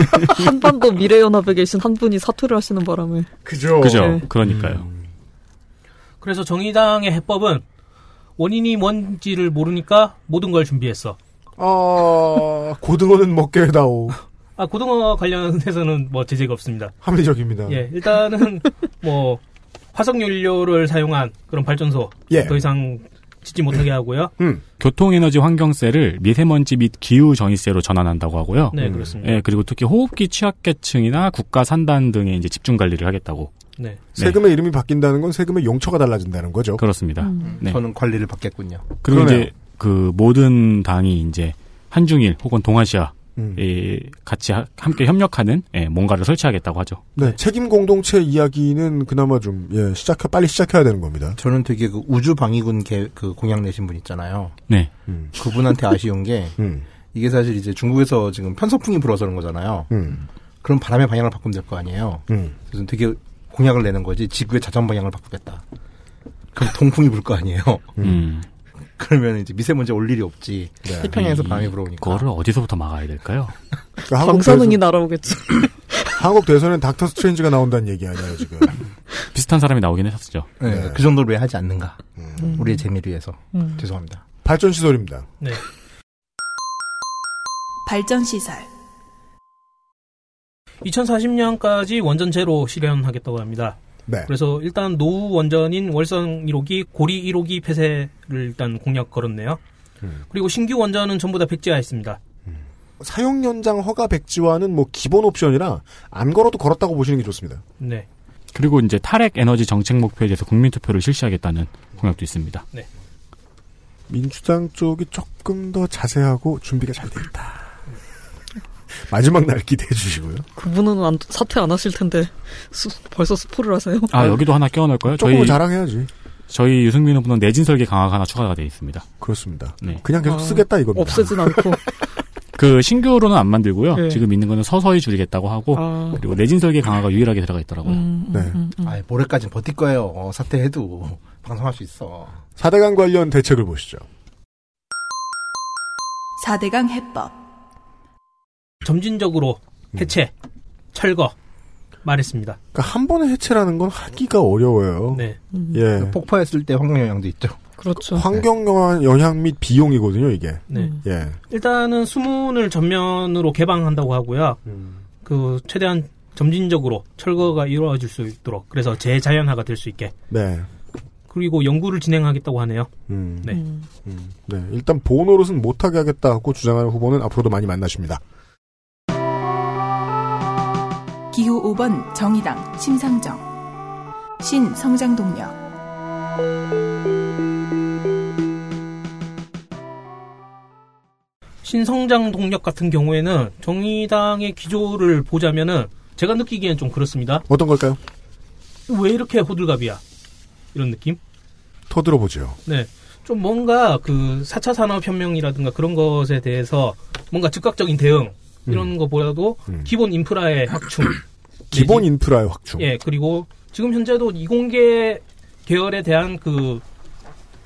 [SPEAKER 9] 한반도 미래연합에 계신 한 분이 사퇴를 하시는 바람에.
[SPEAKER 11] 어.
[SPEAKER 2] 그죠.
[SPEAKER 4] 그죠.
[SPEAKER 9] 네.
[SPEAKER 4] 그러니까요.
[SPEAKER 2] 음.
[SPEAKER 11] 그래서 정의당의 해법은 원인이 뭔지를 모르니까 모든 걸 준비했어.
[SPEAKER 2] 어 고등어는 먹게 해다오.
[SPEAKER 11] 아 고등어 관련해서는 뭐 제재가 없습니다.
[SPEAKER 2] 합리적입니다.
[SPEAKER 11] 예, 일단은 뭐 화석 연료를 사용한 그런 발전소
[SPEAKER 4] 예.
[SPEAKER 11] 더 이상 짓지 못하게 하고요.
[SPEAKER 2] 음.
[SPEAKER 4] 교통에너지 환경세를 미세먼지 및 기후 전이세로 전환한다고 하고요.
[SPEAKER 11] 네, 그렇습니다.
[SPEAKER 4] 예, 그리고 특히 호흡기 취약계층이나 국가 산단 등에 이제 집중 관리를 하겠다고.
[SPEAKER 11] 네.
[SPEAKER 2] 세금의 이름이 바뀐다는 건 세금의 용처가 달라진다는 거죠.
[SPEAKER 4] 그렇습니다. 음. 네.
[SPEAKER 10] 저는 관리를 받겠군요.
[SPEAKER 4] 그리고
[SPEAKER 2] 그러네요.
[SPEAKER 4] 이제 그 모든 당이 이제 한중일 혹은 동아시아
[SPEAKER 2] 음.
[SPEAKER 4] 예, 같이 하- 함께 협력하는 예, 뭔가를 설치하겠다고 하죠.
[SPEAKER 2] 네, 책임 공동체 이야기는 그나마 좀, 예, 시작, 빨리 시작해야 되는 겁니다.
[SPEAKER 10] 저는 되게 그 우주 방위군 개, 그 공약 내신 분 있잖아요.
[SPEAKER 4] 네.
[SPEAKER 2] 음.
[SPEAKER 10] 그분한테 아쉬운 게 이게 사실 이제 중국에서 지금 편서풍이 불어서 그런 거잖아요.
[SPEAKER 2] 음.
[SPEAKER 10] 그럼 바람의 방향을 바꾸면 될 거 아니에요.
[SPEAKER 2] 음.
[SPEAKER 10] 그래서 되게 공약을 내는 거지 지구의 자전 방향을 바꾸겠다. 그럼 동풍이 불 거 아니에요.
[SPEAKER 4] 음.
[SPEAKER 10] 그러면 이제 미세먼지 올 일이 없지.
[SPEAKER 2] 네.
[SPEAKER 10] 태평양에서 바람이 불어오니까.
[SPEAKER 4] 그거를 어디서부터 막아야 될까요?
[SPEAKER 2] 그러니까
[SPEAKER 9] 방사능이 날아오겠죠.
[SPEAKER 2] 한국 대선엔 닥터 스트레인지가 나온다는 얘기 아니에요, 지금.
[SPEAKER 4] 비슷한 사람이 나오긴 했었죠.
[SPEAKER 10] 네, 그 정도로 왜 하지 않는가. 우리의 재미를 위해서.
[SPEAKER 9] 음.
[SPEAKER 10] 죄송합니다.
[SPEAKER 2] 음. 발전시설입니다.
[SPEAKER 11] 네.
[SPEAKER 3] 발전시설,
[SPEAKER 11] 2040년까지 원전 제로 실현하겠다고 합니다.
[SPEAKER 2] 네.
[SPEAKER 11] 그래서 일단 노후 원전인 월성 1호기, 고리 1호기 폐쇄를 일단 공약 걸었네요.
[SPEAKER 2] 음.
[SPEAKER 11] 그리고 신규 원전은 전부 다 백지화했습니다.
[SPEAKER 2] 사용 연장 허가 백지화는 뭐 기본 옵션이라 안 걸어도 걸었다고 보시는 게 좋습니다.
[SPEAKER 11] 네.
[SPEAKER 4] 그리고 이제 탈핵 에너지 정책 목표에 대해서 국민 투표를 실시하겠다는 공약도 있습니다.
[SPEAKER 2] 민주당 쪽이 조금 더 자세하고 준비가 잘 돼 있다. 마지막 날 기대해 주시고요.
[SPEAKER 9] 그분은 안, 사퇴 안 하실 텐데 수- 벌써 스포를 하세요.
[SPEAKER 4] 아, 여기도 하나 끼워넣을까요?
[SPEAKER 2] 네. 조금은 자랑해야지.
[SPEAKER 4] 저희 유승민 후보는 내진 설계 강화가 하나 추가가 돼 있습니다.
[SPEAKER 2] 그렇습니다.
[SPEAKER 4] 네.
[SPEAKER 2] 그냥
[SPEAKER 11] 아.
[SPEAKER 2] 계속 쓰겠다
[SPEAKER 9] 어,
[SPEAKER 2] 이겁니다.
[SPEAKER 9] 없애진 않고.
[SPEAKER 4] 그 신규로는 안 만들고요.
[SPEAKER 9] 네.
[SPEAKER 4] 지금 있는 거는 서서히 줄이겠다고 하고
[SPEAKER 9] 아.
[SPEAKER 4] 그리고 내진 설계 강화가 유일하게 들어가 있더라고요.
[SPEAKER 11] 음.
[SPEAKER 10] 네. 아, 모레까지는 버틸 거예요. 어, 사퇴해도 방송할 수 있어.
[SPEAKER 2] 4대강 관련 대책을 보시죠.
[SPEAKER 3] 4대강 해법,
[SPEAKER 11] 점진적으로
[SPEAKER 2] 음.
[SPEAKER 11] 해체, 철거 말했습니다.
[SPEAKER 2] 그러니까 한 번에 해체라는 건 하기가 어려워요.
[SPEAKER 11] 네.
[SPEAKER 2] 예.
[SPEAKER 10] 음. 그 폭파했을 때 환경 영향도 있죠.
[SPEAKER 9] 그렇죠.
[SPEAKER 2] 환경 영향- 영향 및 비용이거든요, 이게.
[SPEAKER 11] 네.
[SPEAKER 10] 음.
[SPEAKER 2] 예.
[SPEAKER 11] 일단은 수문을 전면으로 개방한다고 하고요.
[SPEAKER 2] 음.
[SPEAKER 11] 그 최대한 점진적으로 철거가 이루어질 수 있도록 그래서 재자연화가 될 수 있게
[SPEAKER 2] 네.
[SPEAKER 11] 그리고 연구를 진행하겠다고 하네요.
[SPEAKER 2] 음.
[SPEAKER 11] 네.
[SPEAKER 2] 네. 일단 본노릇은 못하게 하겠다고 주장하는 후보는 앞으로도 많이 만나십니다.
[SPEAKER 3] 기호 5번 정의당 심상정, 신 성장동력,
[SPEAKER 11] 신성장 동력 같은 경우에는 정의당의 기조를 보자면은 제가 느끼기엔 좀 그렇습니다.
[SPEAKER 2] 어떤 걸까요?
[SPEAKER 11] 왜 이렇게 호들갑이야? 이런 느낌?
[SPEAKER 2] 터들어보죠.
[SPEAKER 11] 네. 좀 뭔가 그 4차 산업혁명이라든가 그런 것에 대해서 뭔가 즉각적인 대응
[SPEAKER 2] 음.
[SPEAKER 11] 이런 것보다도 기본 인프라의 확충.
[SPEAKER 2] 기본 인프라의 확충.
[SPEAKER 11] 네, 예, 그리고 지금 현재도 이공계 계열에 대한 그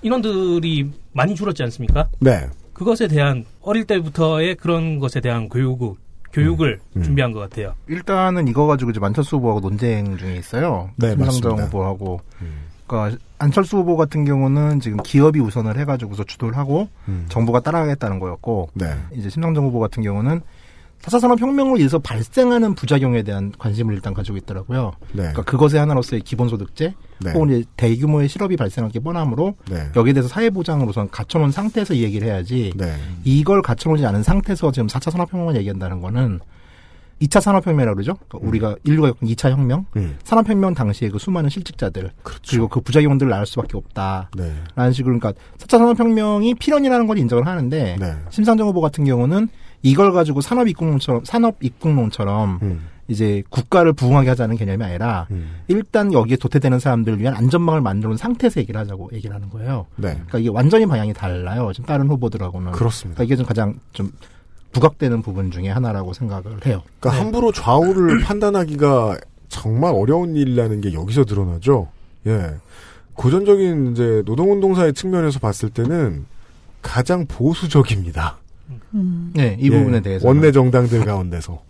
[SPEAKER 11] 인원들이 많이 줄었지 않습니까?
[SPEAKER 2] 네.
[SPEAKER 11] 그것에 대한 어릴 때부터의 그런 것에 대한 교육, 교육을
[SPEAKER 2] 음.
[SPEAKER 11] 준비한 것 같아요.
[SPEAKER 10] 일단은 이거 가지고 이제 만철수 후보하고 논쟁 중에 있어요.
[SPEAKER 11] 네,
[SPEAKER 10] 심상정
[SPEAKER 11] 맞습니다.
[SPEAKER 10] 후보하고.
[SPEAKER 12] 음.
[SPEAKER 10] 그러니까 안철수 후보 같은 경우는 지금 기업이 우선을 해가지고서 주도를 하고
[SPEAKER 2] 음.
[SPEAKER 10] 정부가 따라가겠다는 거였고
[SPEAKER 2] 네.
[SPEAKER 10] 이제 심상정 후보 같은 경우는 4차 산업혁명으로 인해서 발생하는 부작용에 대한 관심을 일단 가지고 있더라고요.
[SPEAKER 2] 네.
[SPEAKER 10] 그러니까 그것의 하나로서의 기본소득제
[SPEAKER 2] 네.
[SPEAKER 10] 혹은 이제 대규모의 실업이 발생할 게 뻔하므로
[SPEAKER 2] 네.
[SPEAKER 10] 여기에 대해서 사회보장으로선 갖춰놓은 상태에서 이 얘기를 해야지 이걸 갖춰놓지 않은 상태에서 지금 4차 산업혁명을 얘기한다는 거는 2차 산업혁명이라고 그러죠. 그러니까 우리가 인류가 겪은 2차 혁명,
[SPEAKER 2] 음.
[SPEAKER 10] 산업혁명 당시에 그 수많은 실직자들 그리고그 부작용들을 나을 수밖에 없다.
[SPEAKER 2] 네.
[SPEAKER 10] 라는 식으로 그러니까 4차 산업혁명이 필연이라는 걸 인정을 하는데 심상정 후보 같은 경우는 이걸 가지고 산업 입국론처럼 산업 입국론처럼 이제 국가를 부흥하게 하자는 개념이 아니라
[SPEAKER 4] 음.
[SPEAKER 2] 음.
[SPEAKER 10] 일단 여기에 도태되는 사람들을 위한 안전망을 만들어 놓은 상태에서 얘기를 하자고 얘기를 하는 거예요.
[SPEAKER 2] 네.
[SPEAKER 10] 그러니까 이게 완전히 방향이 달라요. 지금 다른 후보들하고는.
[SPEAKER 2] 그렇습니다.
[SPEAKER 10] 그러니까 이게 좀 가장 좀 부각되는 부분 중에 하나라고 생각을 해요. 네.
[SPEAKER 2] 그러니까 함부로 좌우를 판단하기가 정말 어려운 일이라는 게 여기서 드러나죠. 예. 고전적인 이제 노동운동사의 측면에서 봤을 때는 가장 보수적입니다.
[SPEAKER 10] 네, 이
[SPEAKER 2] 예,
[SPEAKER 10] 부분에 대해서
[SPEAKER 2] 원내 정당들 가운데서.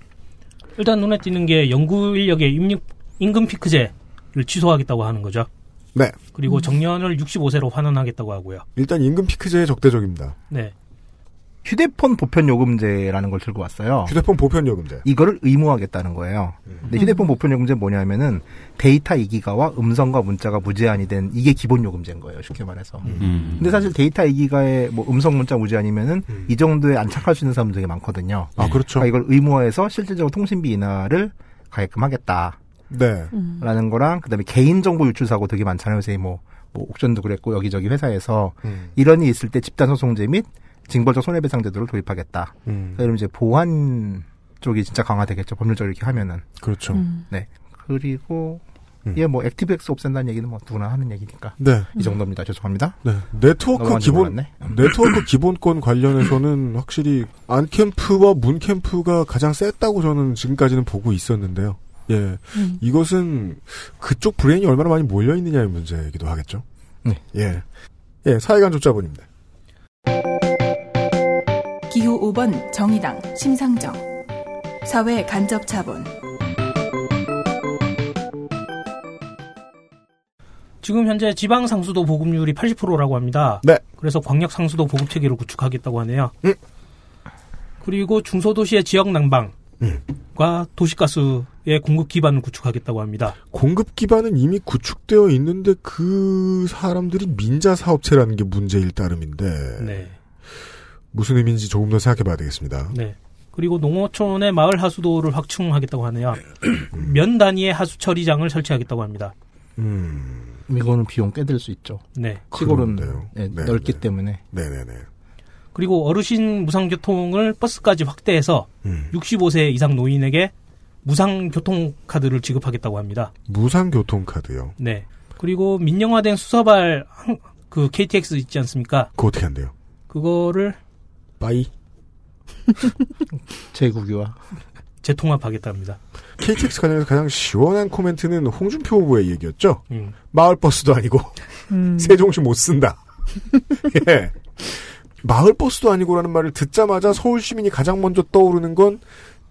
[SPEAKER 11] 일단 눈에 띄는 게 연구 인력의 임금, 임금 피크제를 취소하겠다고 하는 거죠.
[SPEAKER 2] 네.
[SPEAKER 11] 그리고
[SPEAKER 2] 음.
[SPEAKER 11] 정년을 65세로 환원하겠다고 하고요.
[SPEAKER 2] 일단 임금 피크제에 적대적입니다.
[SPEAKER 11] 네.
[SPEAKER 10] 휴대폰 보편 요금제라는 걸 들고 왔어요.
[SPEAKER 2] 휴대폰 보편 요금제. 음.
[SPEAKER 10] 이거를 의무화하겠다는 거예요. 근데 휴대폰 보편 요금제 뭐냐면은 데이터 2기가와 음성과 문자가 무제한이 된 이게 기본 요금제인 거예요. 쉽게 말해서.
[SPEAKER 15] 음.
[SPEAKER 10] 근데 사실 데이터 2기가에 뭐 음성 문자 무제한이면은 이 정도에 안착할 수 있는 사람들 되게 많거든요.
[SPEAKER 2] 아, 그렇죠.
[SPEAKER 10] 러니까 이걸 의무화해서 실질적으로 통신비 인하를 가게끔 하겠다.
[SPEAKER 2] 네.
[SPEAKER 9] 음.
[SPEAKER 10] 라는 거랑 그다음에 개인 정보 유출 사고 되게 많잖아요. 요새 뭐, 뭐 옥션도 그랬고 여기저기 회사에서
[SPEAKER 2] 음.
[SPEAKER 10] 이런 일이 있을 때 집단 소송제 및 징벌적 손해배상 제도를 도입하겠다.
[SPEAKER 2] 음.
[SPEAKER 10] 그럼 이제 보안 쪽이 진짜 강화되겠죠. 법률적으로 이렇게 하면은.
[SPEAKER 2] 그렇죠.
[SPEAKER 10] 음. 네. 그리고 예, 뭐 액티브엑스 없앤다는 얘기는 뭐 누구나 하는 얘기니까.
[SPEAKER 2] 음. 네.
[SPEAKER 10] 이 정도입니다. 죄송합니다.
[SPEAKER 2] 네. 네트워크
[SPEAKER 10] 넘어간 줄
[SPEAKER 2] 기본
[SPEAKER 10] 몰랐네. 음.
[SPEAKER 2] 네트워크 기본권 관련해서는 확실히 안캠프와 문캠프가 가장 셌다고 저는 지금까지는 보고 있었는데요. 예.
[SPEAKER 10] 음.
[SPEAKER 2] 이것은 그쪽 브레인이 얼마나 많이 몰려 있느냐의 문제이기도 하겠죠.
[SPEAKER 10] 네.
[SPEAKER 2] 예. 예, 사회간 조자본입니다.
[SPEAKER 3] 기호 5번 정의당 심상정 사회 간접 차본
[SPEAKER 11] 지금 현재 지방 상수도 보급률이 80%라고 합니다.
[SPEAKER 2] 네. 음.
[SPEAKER 11] 그래서 광역 상수도 보급 체계를 구축하겠다고 하네요. 그리고 중소도시의 지역 난방과
[SPEAKER 2] 음.
[SPEAKER 11] 도시가스의 공급 기반을 구축하겠다고 합니다.
[SPEAKER 2] 공급 기반은 이미 구축되어 있는데 그 사람들이 민자 사업체라는 게 문제일 따름인데
[SPEAKER 11] 네.
[SPEAKER 2] 무슨 의미인지 조금 더 생각해 봐야 되겠습니다.
[SPEAKER 11] 네. 그리고 농어촌의 마을 하수도를 확충하겠다고 하네요. 면 단위의 하수 처리장을 설치하겠다고 합니다.
[SPEAKER 2] 음.
[SPEAKER 10] 이거는 비용 꽤 들 수 있죠.
[SPEAKER 11] 네.
[SPEAKER 10] 시골은
[SPEAKER 11] 그런데요.
[SPEAKER 10] 네,
[SPEAKER 11] 네,
[SPEAKER 10] 넓기 때문에.
[SPEAKER 2] 네, 네, 네.
[SPEAKER 11] 그리고 어르신 무상 교통을 버스까지 확대해서
[SPEAKER 2] 음.
[SPEAKER 11] 65세 이상 노인에게 무상 교통 카드를 지급하겠다고 합니다.
[SPEAKER 2] 무상 교통카드요.
[SPEAKER 11] 네. 그리고 민영화된 수서발 항- 그 KTX 있지 않습니까?
[SPEAKER 2] 그거 어떻게 한대요?
[SPEAKER 11] 그거를
[SPEAKER 2] 빠이
[SPEAKER 10] 재국유화
[SPEAKER 11] 재통합하겠답니다.
[SPEAKER 2] KTX 관련해서 가장 시원한 코멘트는 홍준표 후보의 얘기였죠.
[SPEAKER 11] 음.
[SPEAKER 2] 마을 버스도 아니고 세종시 못 쓴다. 예. 마을 버스도 아니고라는 말을 듣자마자 서울 시민이 가장 먼저 떠오르는 건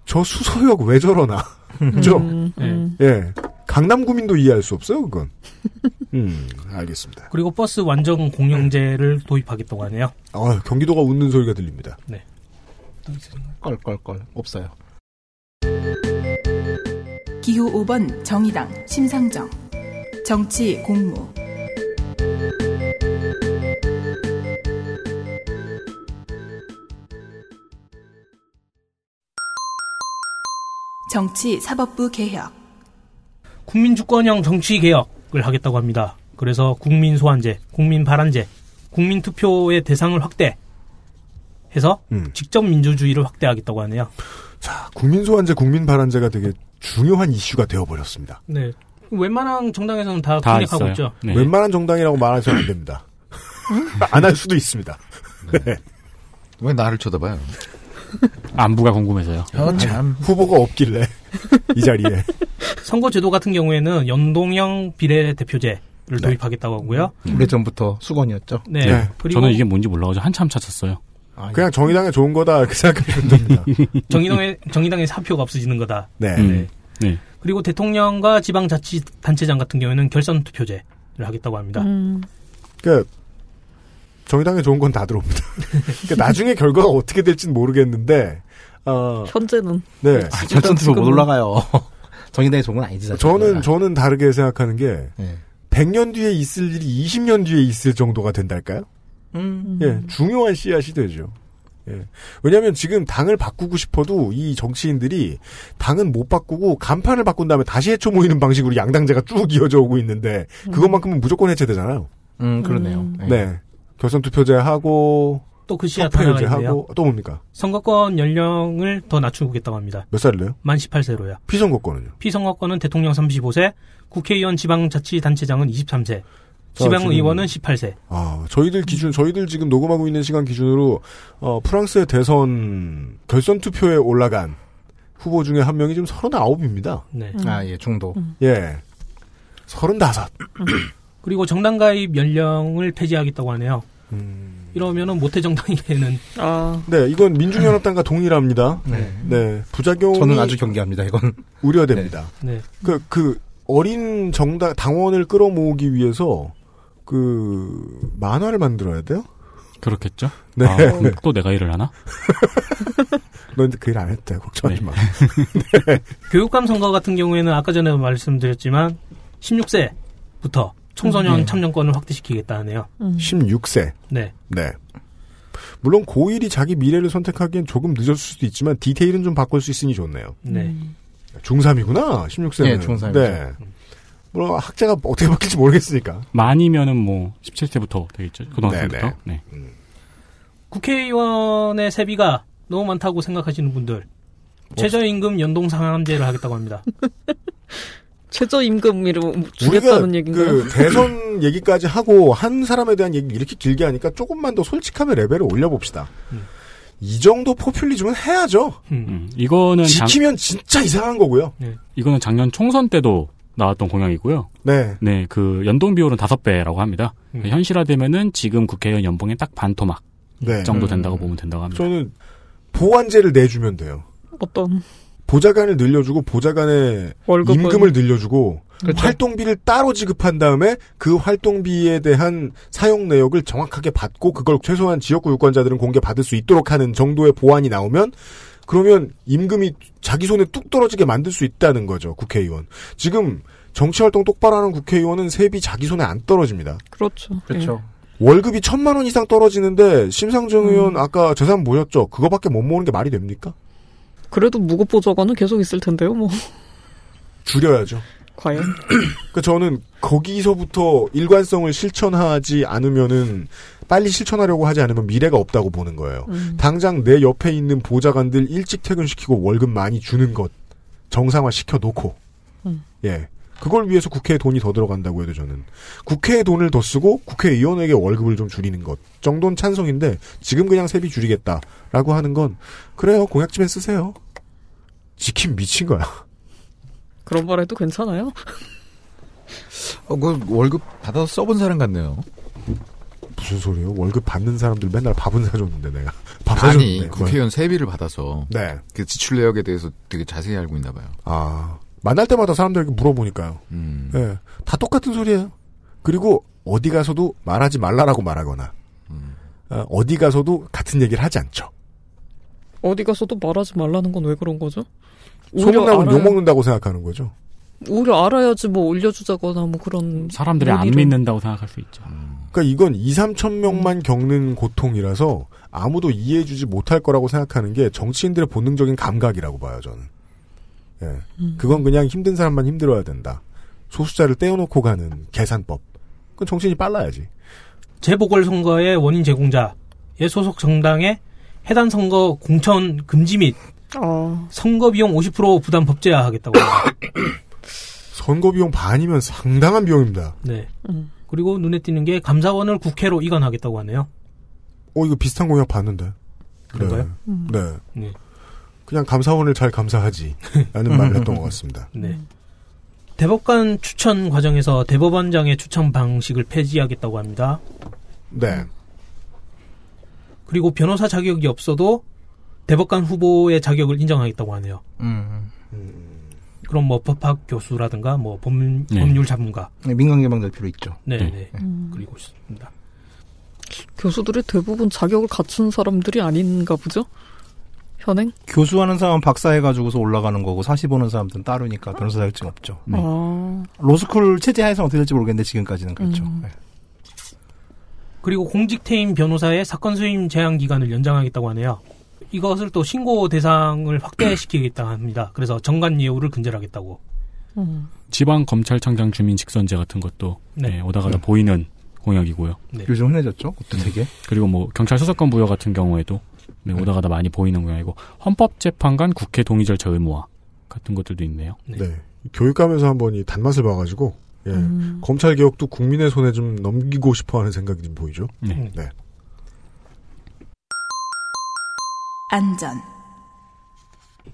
[SPEAKER 2] 저 수서역 왜 저러나.
[SPEAKER 10] 음.
[SPEAKER 2] 죠 예. 강남 구민도 이해할 수 없어요, 그건. 음, 알겠습니다.
[SPEAKER 11] 그리고 버스 완전 공영제를 도입하겠다고 하네요.
[SPEAKER 2] 아, 경기도가 웃는 소리가 들립니다.
[SPEAKER 11] 네.
[SPEAKER 10] 껄껄껄 없어요.
[SPEAKER 3] 기호 5번 정의당 심상정 정치 공무 정치 사법부 개혁
[SPEAKER 11] 국민주권형 정치 개혁을 하겠다고 합니다. 그래서 국민 소환제, 국민 발언제, 국민 투표의 대상을 확대해서
[SPEAKER 2] 음.
[SPEAKER 11] 직접 민주주의를 확대하겠다고 하네요.
[SPEAKER 2] 국민 소환제, 국민 발언제가 되게 중요한 이슈가 되어버렸습니다.
[SPEAKER 11] 네. 웬만한 정당에서는 다,
[SPEAKER 2] 다
[SPEAKER 11] 공략하고
[SPEAKER 2] 있어요.
[SPEAKER 11] 있죠.
[SPEAKER 2] 네. 웬만한 정당이라고 말하셔도 안 됩니다.
[SPEAKER 10] 네.
[SPEAKER 2] 안 할 수도 있습니다. 네.
[SPEAKER 12] 왜 나를 쳐다봐요?
[SPEAKER 15] 안부가 궁금해서요.
[SPEAKER 12] 어, 참.
[SPEAKER 2] 후보가 없길래 이 자리에.
[SPEAKER 11] 선거제도 같은 경우에는 연동형 비례대표제를
[SPEAKER 2] 네.
[SPEAKER 11] 도입하겠다고 하고요.
[SPEAKER 2] 음. 그렇죠.
[SPEAKER 10] 오래전부터 수건이었죠.
[SPEAKER 11] 네. 네. 그리고-
[SPEAKER 15] 저는 이게 뭔지 몰라가지고 한참 찾았어요.
[SPEAKER 10] 아, 예.
[SPEAKER 2] 그냥 정의당에 좋은 거다 이렇게 생각하시면 됩니다.
[SPEAKER 10] 음.
[SPEAKER 11] 정의당의 정의당의 사표가 없어지는 거다.
[SPEAKER 2] 네.
[SPEAKER 15] 음. 네.
[SPEAKER 11] 그리고 대통령과 지방자치단체장 같은 경우에는 결선 투표제를 하겠다고 합니다.
[SPEAKER 9] 음,
[SPEAKER 2] 그러니까 정의당에 좋은 건 다 들어옵니다. 그러니까 나중에 결과가 어떻게 될지는 모르겠는데 어,
[SPEAKER 9] 현재는
[SPEAKER 2] 네.
[SPEAKER 10] 아, 결선 투표 못 올라가요. 정의당의 종은 아니지. 사실. 네.
[SPEAKER 2] 저는 저는 다르게 생각하는 게 100년 뒤에 있을 일이 20년 뒤에 있을 정도가 된달까요?
[SPEAKER 10] 음.
[SPEAKER 2] 예, 중요한 씨앗이 되죠. 예. 왜냐하면 지금 당을 바꾸고 싶어도 이 정치인들이 당은 못 바꾸고 간판을 바꾼 다음에 다시 해쳐 모이는 방식으로 양당제가 쭉 이어져 오고 있는데
[SPEAKER 11] 음.
[SPEAKER 2] 그것만큼은 무조건 해체되잖아요.
[SPEAKER 10] 음, 그러네요. 예.
[SPEAKER 2] 네, 결선 투표제 하고
[SPEAKER 11] 또 그 씨앗 하나가
[SPEAKER 2] 투표제
[SPEAKER 11] 있네요.
[SPEAKER 2] 하고 또 뭡니까?
[SPEAKER 11] 선거권 연령을 더 낮추겠다고 합니다.
[SPEAKER 2] 몇 살래요?
[SPEAKER 11] 만 18세로요.
[SPEAKER 2] 피선거권은요?
[SPEAKER 11] 피선거권은 대통령 35세, 국회의원 지방자치단체장은 23세,
[SPEAKER 2] 자,
[SPEAKER 11] 지방의원은 18세.
[SPEAKER 2] 아, 저희들 기준, 저희들 지금 녹음하고 있는 시간 기준으로, 어, 프랑스의 대선 결선 투표에 올라간 후보 중에 한 명이 지금 39입니다.
[SPEAKER 11] 네.
[SPEAKER 10] 아, 예, 중도.
[SPEAKER 2] 예. 35.
[SPEAKER 11] 그리고 정당 가입 연령을 폐지하겠다고 하네요.
[SPEAKER 2] 음.
[SPEAKER 11] 이러면은 모태 정당이 되는
[SPEAKER 2] 네, 이건 민중연합당과 동일합니다.
[SPEAKER 10] 네.
[SPEAKER 2] 네, 부작용이.
[SPEAKER 10] 저는 아주 경계합니다. 이건
[SPEAKER 2] 우려됩니다.
[SPEAKER 11] 네.
[SPEAKER 2] 그, 그, 어린 정당, 당원을 끌어모으기 위해서, 그, 만화를 만들어야 돼요?
[SPEAKER 15] 그렇겠죠?
[SPEAKER 2] 네.
[SPEAKER 15] 아, 그럼 또 내가 일을 하나?
[SPEAKER 2] 넌 그 일 안 했대. 걱정하지
[SPEAKER 10] 네.
[SPEAKER 2] 마.
[SPEAKER 11] 교육감 선거 같은 경우에는 아까 전에 말씀드렸지만 16세부터 청소년
[SPEAKER 2] 음, 네.
[SPEAKER 11] 참여권을 확대시키겠다 하네요.
[SPEAKER 10] 음.
[SPEAKER 2] 16세.
[SPEAKER 11] 네.
[SPEAKER 2] 네. 물론 고1이 자기 미래를 선택하기엔 조금 늦었을 수도 있지만 디테일은 좀 바꿀 수 있으니 좋네요.
[SPEAKER 11] 네.
[SPEAKER 2] 중3이구나. 아, 16세는.
[SPEAKER 10] 네, 중3 이죠.
[SPEAKER 2] 네. 물론 학제가 어떻게 바뀔지 모르겠으니까.
[SPEAKER 15] 만이면은 뭐 17세부터 되겠죠. 고등학생부터. 네.
[SPEAKER 11] 국회의원의 세비가 너무 많다고 생각하시는 분들
[SPEAKER 2] 뭐.
[SPEAKER 11] 최저임금 연동 상한제를 하겠다고 합니다.
[SPEAKER 9] 최저임금으로 뭐
[SPEAKER 2] 우리가
[SPEAKER 9] 주겠다는 얘기인가요?
[SPEAKER 2] 그 대선 얘기까지 하고 한 사람에 대한 얘기 이렇게 길게 하니까 조금만 더 솔직함의 레벨을 올려봅시다.
[SPEAKER 11] 음.
[SPEAKER 2] 이 정도 포퓰리즘은 해야죠.
[SPEAKER 15] 음, 이거는 장- 네.
[SPEAKER 2] 지키면 진짜 이상한 거고요.
[SPEAKER 15] 이거는 작년 총선 때도 나왔던 공약이고요.
[SPEAKER 2] 네.
[SPEAKER 15] 네, 그 연동 비율은 다섯 배라고 합니다.
[SPEAKER 10] 음.
[SPEAKER 15] 현실화되면은 지금 국회의원 연봉의 딱 반 토막
[SPEAKER 2] 네.
[SPEAKER 15] 그 정도
[SPEAKER 2] 음.
[SPEAKER 15] 된다고 보면 된다고 합니다.
[SPEAKER 2] 저는 보완제를 내주면 돼요.
[SPEAKER 9] 어떤
[SPEAKER 2] 보좌관을 늘려주고 보좌관의
[SPEAKER 9] 월급은- 그렇죠.
[SPEAKER 2] 임금을 늘려주고 활동비를 따로 지급한 다음에 그 활동비에 대한 사용 내역을 정확하게 받고 그걸 최소한 지역구 유권자들은 공개 받을 수 있도록 하는 정도의 보완이 나오면 그러면 임금이 자기 손에 뚝 떨어지게 만들 수 있다는 거죠 국회의원 지금 정치활동 똑바로 하는 국회의원은 세비 자기 손에 안 떨어집니다
[SPEAKER 9] 그렇죠. 음.
[SPEAKER 10] 그렇죠.
[SPEAKER 2] 예. 월급이 천만 원 이상 떨어지는데 심상정 의원 아까 재산 보셨죠 그거밖에 못 모으는 게 말이 됩니까
[SPEAKER 9] 그래도 무급보좌관은 계속 있을 텐데요, 뭐.
[SPEAKER 2] 줄여야죠
[SPEAKER 9] 과연.
[SPEAKER 2] 그 저는 거기서부터 일관성을 실천하지 않으면은 빨리 실천하려고 하지 않으면 미래가 없다고 보는 거예요.
[SPEAKER 9] 음.
[SPEAKER 2] 당장 내 옆에 있는 보좌관들 일찍 퇴근시키고 월급 많이 주는 것 정상화 시켜 놓고
[SPEAKER 9] 음.
[SPEAKER 2] 예 그걸 위해서 국회에 돈이 더 들어간다고 해도 저는 국회에 돈을 더 쓰고 국회의원에게 월급을 좀 줄이는 것 정도는 찬성인데 지금 그냥 세비 줄이겠다라고 하는 건 그래요 공약집에 쓰세요 지킴 미친 거야.
[SPEAKER 9] 그런 말 해도 괜찮아요?
[SPEAKER 12] 어, 그 월급 받아서 써본 사람 같네요.
[SPEAKER 2] 무슨 소리요? 월급 받는 사람들 맨날 밥은 사줬는데 내가 밥 사줬는데
[SPEAKER 10] 네.
[SPEAKER 12] 아니 국회의원 세비를 받아서
[SPEAKER 2] 네.
[SPEAKER 12] 그 지출 내역에 대해서 되게 자세히 알고 있나 봐요.
[SPEAKER 2] 아 만날 때마다 사람들에게 물어보니까요.
[SPEAKER 12] 음.
[SPEAKER 2] 예, 다 똑같은 소리예요. 그리고 어디 가서도 말하지 말라라고 말하거나 어, 어디 가서도 같은 얘기를 하지 않죠.
[SPEAKER 9] 어디 가서도 말하지 말라는 건 왜 그런 거죠? 오히려
[SPEAKER 2] 소문나면
[SPEAKER 9] 알아야,
[SPEAKER 2] 욕 먹는다고 생각하는 거죠.
[SPEAKER 9] 오히려 알아야지 뭐 올려주자거나 뭐 그런.
[SPEAKER 15] 사람들이 안
[SPEAKER 9] 논의를-
[SPEAKER 15] 믿는다고 생각할 수 있죠.
[SPEAKER 2] 그러니까 이건 2, 3천 명만
[SPEAKER 9] 음.
[SPEAKER 2] 겪는 고통이라서 아무도 이해해주지 못할 거라고 생각하는 게 정치인들의 본능적인 감각이라고 봐요 저는. 예,
[SPEAKER 9] 음.
[SPEAKER 2] 그건 그냥 힘든 사람만 힘들어야 된다. 소수자를 떼어놓고 가는 계산법. 그건 정신이 빨라야지.
[SPEAKER 11] 재보궐선거의 원인 제공자의 소속 정당의 해당 선거 공천 금지 및 선거 비용 50% 부담 법제화 하겠다고 합니다.
[SPEAKER 2] 선거 비용 반이면 상당한 비용입니다.
[SPEAKER 11] 네. 그리고 눈에 띄는 게 감사원을 국회로 이관하겠다고 하네요.
[SPEAKER 2] 어 이거 비슷한 공약 봤는데.
[SPEAKER 11] 그런가요?
[SPEAKER 2] 네.
[SPEAKER 11] 음.
[SPEAKER 2] 네.
[SPEAKER 11] 네.
[SPEAKER 2] 그냥 감사원을 잘 감사하지. 라는 말을 했던 것 같습니다.
[SPEAKER 11] 네. 대법관 추천 과정에서 대법원장의 추천 방식을 폐지하겠다고 합니다.
[SPEAKER 2] 네.
[SPEAKER 11] 그리고 변호사 자격이 없어도 대법관 후보의 자격을 인정하겠다고 하네요.
[SPEAKER 10] 음.
[SPEAKER 11] 그럼 뭐 법학 교수라든가 뭐 법,
[SPEAKER 10] 네.
[SPEAKER 11] 법률 전문가.
[SPEAKER 10] 네, 민간개방 될 필요 있죠.
[SPEAKER 11] 네,
[SPEAKER 10] 네.
[SPEAKER 11] 네.
[SPEAKER 9] 음.
[SPEAKER 11] 그리고 있습니다.
[SPEAKER 9] 교수들이 대부분 자격을 갖춘 사람들이 아닌가 보죠? 현행?
[SPEAKER 10] 교수하는 사람은 박사해가지고서 올라가는 거고 사시 보는 사람들은 따르니까 변호사 자격증 없죠.
[SPEAKER 2] 네.
[SPEAKER 10] 음.
[SPEAKER 9] 아.
[SPEAKER 10] 로스쿨 체제 하에서 어떻게 될지 모르겠는데 지금까지는 그렇죠. 네.
[SPEAKER 11] 그리고 공직태임 변호사의 사건 수임 제한 기간을 연장하겠다고 하네요. 이것을 또 신고 대상을 확대시키겠다 합니다. 그래서 정관 예우를 근절하겠다고.
[SPEAKER 9] 음.
[SPEAKER 15] 지방 검찰청장 주민 직선제 같은 것도
[SPEAKER 11] 네.
[SPEAKER 15] 네, 오다 가다 보이는 공약이고요.
[SPEAKER 11] 네.
[SPEAKER 10] 요즘 흔해졌죠. 그것도 되게.
[SPEAKER 15] 그리고 뭐 경찰 수사권 부여 같은 경우에도 네, 오다 가다 많이 보이는 공약이고 헌법재판관 국회 동의 절차 의무화 같은 것들도 있네요.
[SPEAKER 2] 네. 교육감에서 한번 이 단맛을 봐가지고 예.
[SPEAKER 9] 음.
[SPEAKER 2] 검찰 개혁도 국민의 손에 좀 넘기고 싶어하는 생각이 좀 보이죠.
[SPEAKER 15] 네.
[SPEAKER 3] 안전.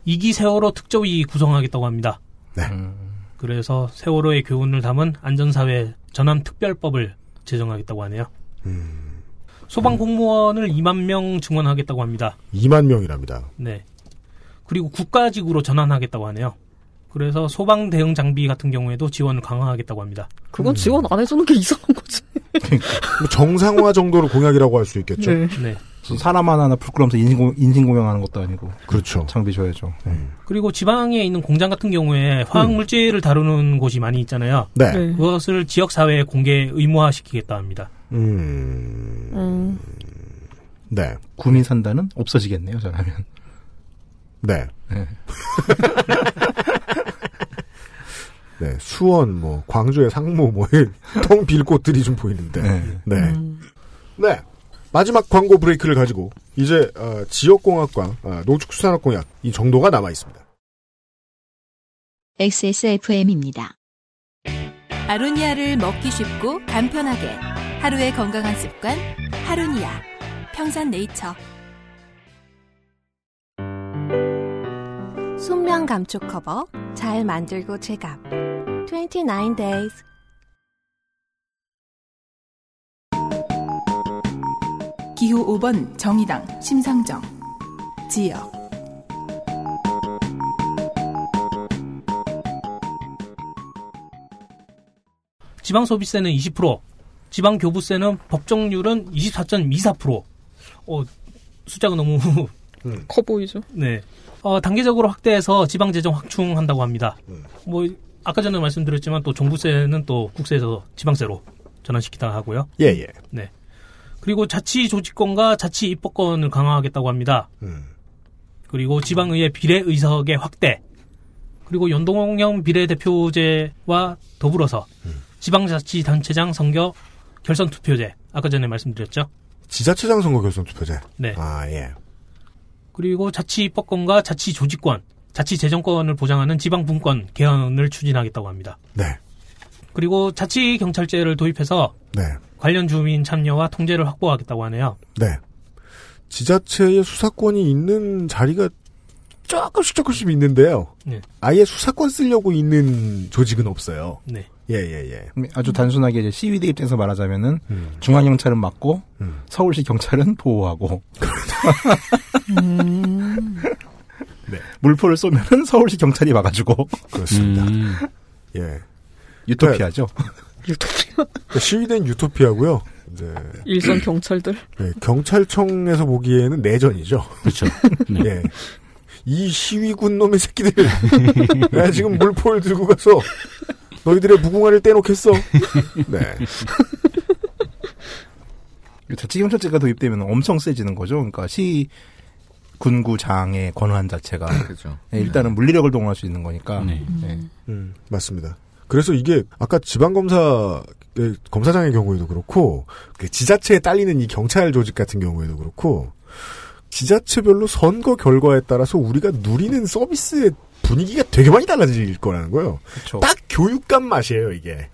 [SPEAKER 11] 이기 세월호 특조위 구성하겠다고 합니다.
[SPEAKER 2] 네.
[SPEAKER 11] 그래서 세월호의 교훈을 담은 안전사회 전환 특별법을 제정하겠다고 하네요.
[SPEAKER 2] 음.
[SPEAKER 11] 소방 공무원을 2만 명 증원하겠다고 합니다.
[SPEAKER 2] 2만 명이랍니다.
[SPEAKER 11] 네. 그리고 국가직으로 전환하겠다고 하네요. 그래서 소방 대응 장비 같은 경우에도 지원을 강화하겠다고 합니다.
[SPEAKER 9] 그건 지원 안 해주는 게 이상한 거지.
[SPEAKER 2] 뭐 정상화 정도를 공약이라고 할 수 있겠죠.
[SPEAKER 9] 네.
[SPEAKER 11] 네.
[SPEAKER 10] 사람 하나하나 불끄러면서 인신공, 인신공양하는 것도 아니고.
[SPEAKER 2] 그렇죠. 음.
[SPEAKER 10] 장비 줘야죠. 네.
[SPEAKER 11] 그리고 지방에 있는 공장 같은 경우에 화학 물질을 다루는 곳이 많이 있잖아요.
[SPEAKER 2] 네.
[SPEAKER 10] 네.
[SPEAKER 11] 그것을 지역 사회에 공개 의무화시키겠다 합니다.
[SPEAKER 2] 음. 네.
[SPEAKER 10] 구민 산다는 없어지겠네요, 저라면.
[SPEAKER 2] 네. 네. 수원, 뭐, 광주의 상무, 뭐, 텅 빌 곳들이 좀 보이는데. 네. 네.
[SPEAKER 11] 음.
[SPEAKER 2] 마지막 광고 브레이크를 가지고, 이제, 어, 지역공학과, 어, 농축수산업공학, 이 정도가 남아있습니다.
[SPEAKER 1] XSFM입니다.
[SPEAKER 5] 아로니아를 먹기 쉽고 간편하게 하루의 건강한 습관 하루니아 평산네이처
[SPEAKER 18] 순면 감촉 커버 잘 만들고 제갑 29 days
[SPEAKER 3] 기호 5번 정의당 심상정. 지역.
[SPEAKER 11] 지방 소비세는 20%, 지방 교부세는 법정률은 24.24%. 어, 숫자가 너무
[SPEAKER 10] 음.
[SPEAKER 9] 커 보이죠?
[SPEAKER 11] 네. 어, 단계적으로 확대해서 지방 재정 확충한다고 합니다.
[SPEAKER 2] 네.
[SPEAKER 11] 뭐 아까 전에 말씀드렸지만 또 종부세는 또 국세에서 지방세로 전환시키다 하고요.
[SPEAKER 2] 예, 예.
[SPEAKER 11] 네. 그리고 자치 조직권과 자치 입법권을 강화하겠다고 합니다.
[SPEAKER 2] 음,
[SPEAKER 11] 그리고 지방의회 비례 의석의 확대. 그리고 연동형 비례대표제와 더불어서
[SPEAKER 2] 음.
[SPEAKER 11] 지방자치단체장 선거 결선 투표제. 아까 전에 말씀드렸죠.
[SPEAKER 2] 지자체장 선거 결선 투표제.
[SPEAKER 11] 네.
[SPEAKER 2] 아, 예.
[SPEAKER 11] 그리고 자치 입법권과 자치 조직권, 자치 재정권을 보장하는 지방 분권 개헌을 추진하겠다고 합니다.
[SPEAKER 2] 네.
[SPEAKER 11] 그리고 자치 경찰제를 도입해서
[SPEAKER 2] 네.
[SPEAKER 11] 관련 주민 참여와 통제를 확보하겠다고 하네요.
[SPEAKER 2] 네. 지자체의 수사권이 있는 자리가 조금씩 조금씩 있는데요.
[SPEAKER 11] 네.
[SPEAKER 2] 아예 수사권 쓰려고 있는 조직은 없어요.
[SPEAKER 11] 네.
[SPEAKER 2] 예, 예, 음. 예.
[SPEAKER 10] 아주 단순하게 이제 시위대 입장에서 말하자면은 중앙경찰은 막고
[SPEAKER 2] 음.
[SPEAKER 10] 서울시 경찰은 보호하고
[SPEAKER 2] 그렇죠.
[SPEAKER 10] 물포를 쏘면은 서울시 경찰이 막아주고
[SPEAKER 2] 네.
[SPEAKER 10] 음.
[SPEAKER 2] 그렇습니다. 예. 네.
[SPEAKER 10] 유토피아죠.
[SPEAKER 2] 그러니까 시위대는 유토피아고요.
[SPEAKER 10] 네.
[SPEAKER 2] 이제
[SPEAKER 9] 일선 경찰들.
[SPEAKER 2] 네, 경찰청에서 보기에는 내전이죠.
[SPEAKER 15] 그렇죠.
[SPEAKER 2] 예. 이 시위군 놈의 새끼들. 내가 지금 물포를 들고 가서 너희들의 무궁화를 떼놓겠어. 네.
[SPEAKER 10] 자치경찰제가 도입되면 엄청 세지는 거죠. 그러니까 시 군구장의 권한 자체가
[SPEAKER 2] 그렇죠.
[SPEAKER 10] 예, 일단은 물리력을 동원할 수 있는 거니까. 예.
[SPEAKER 12] 네.
[SPEAKER 2] 음, 맞습니다. 그래서 이게 아까 지방검사 예, 검사장의 경우에도 그렇고 그 지자체에 딸리는 이 경찰 조직 같은 경우에도 그렇고 지자체별로 선거 결과에 따라서 우리가 누리는 서비스의 분위기가 되게 많이 달라질 거라는 거예요. 딱 교육감 맛이에요 이게.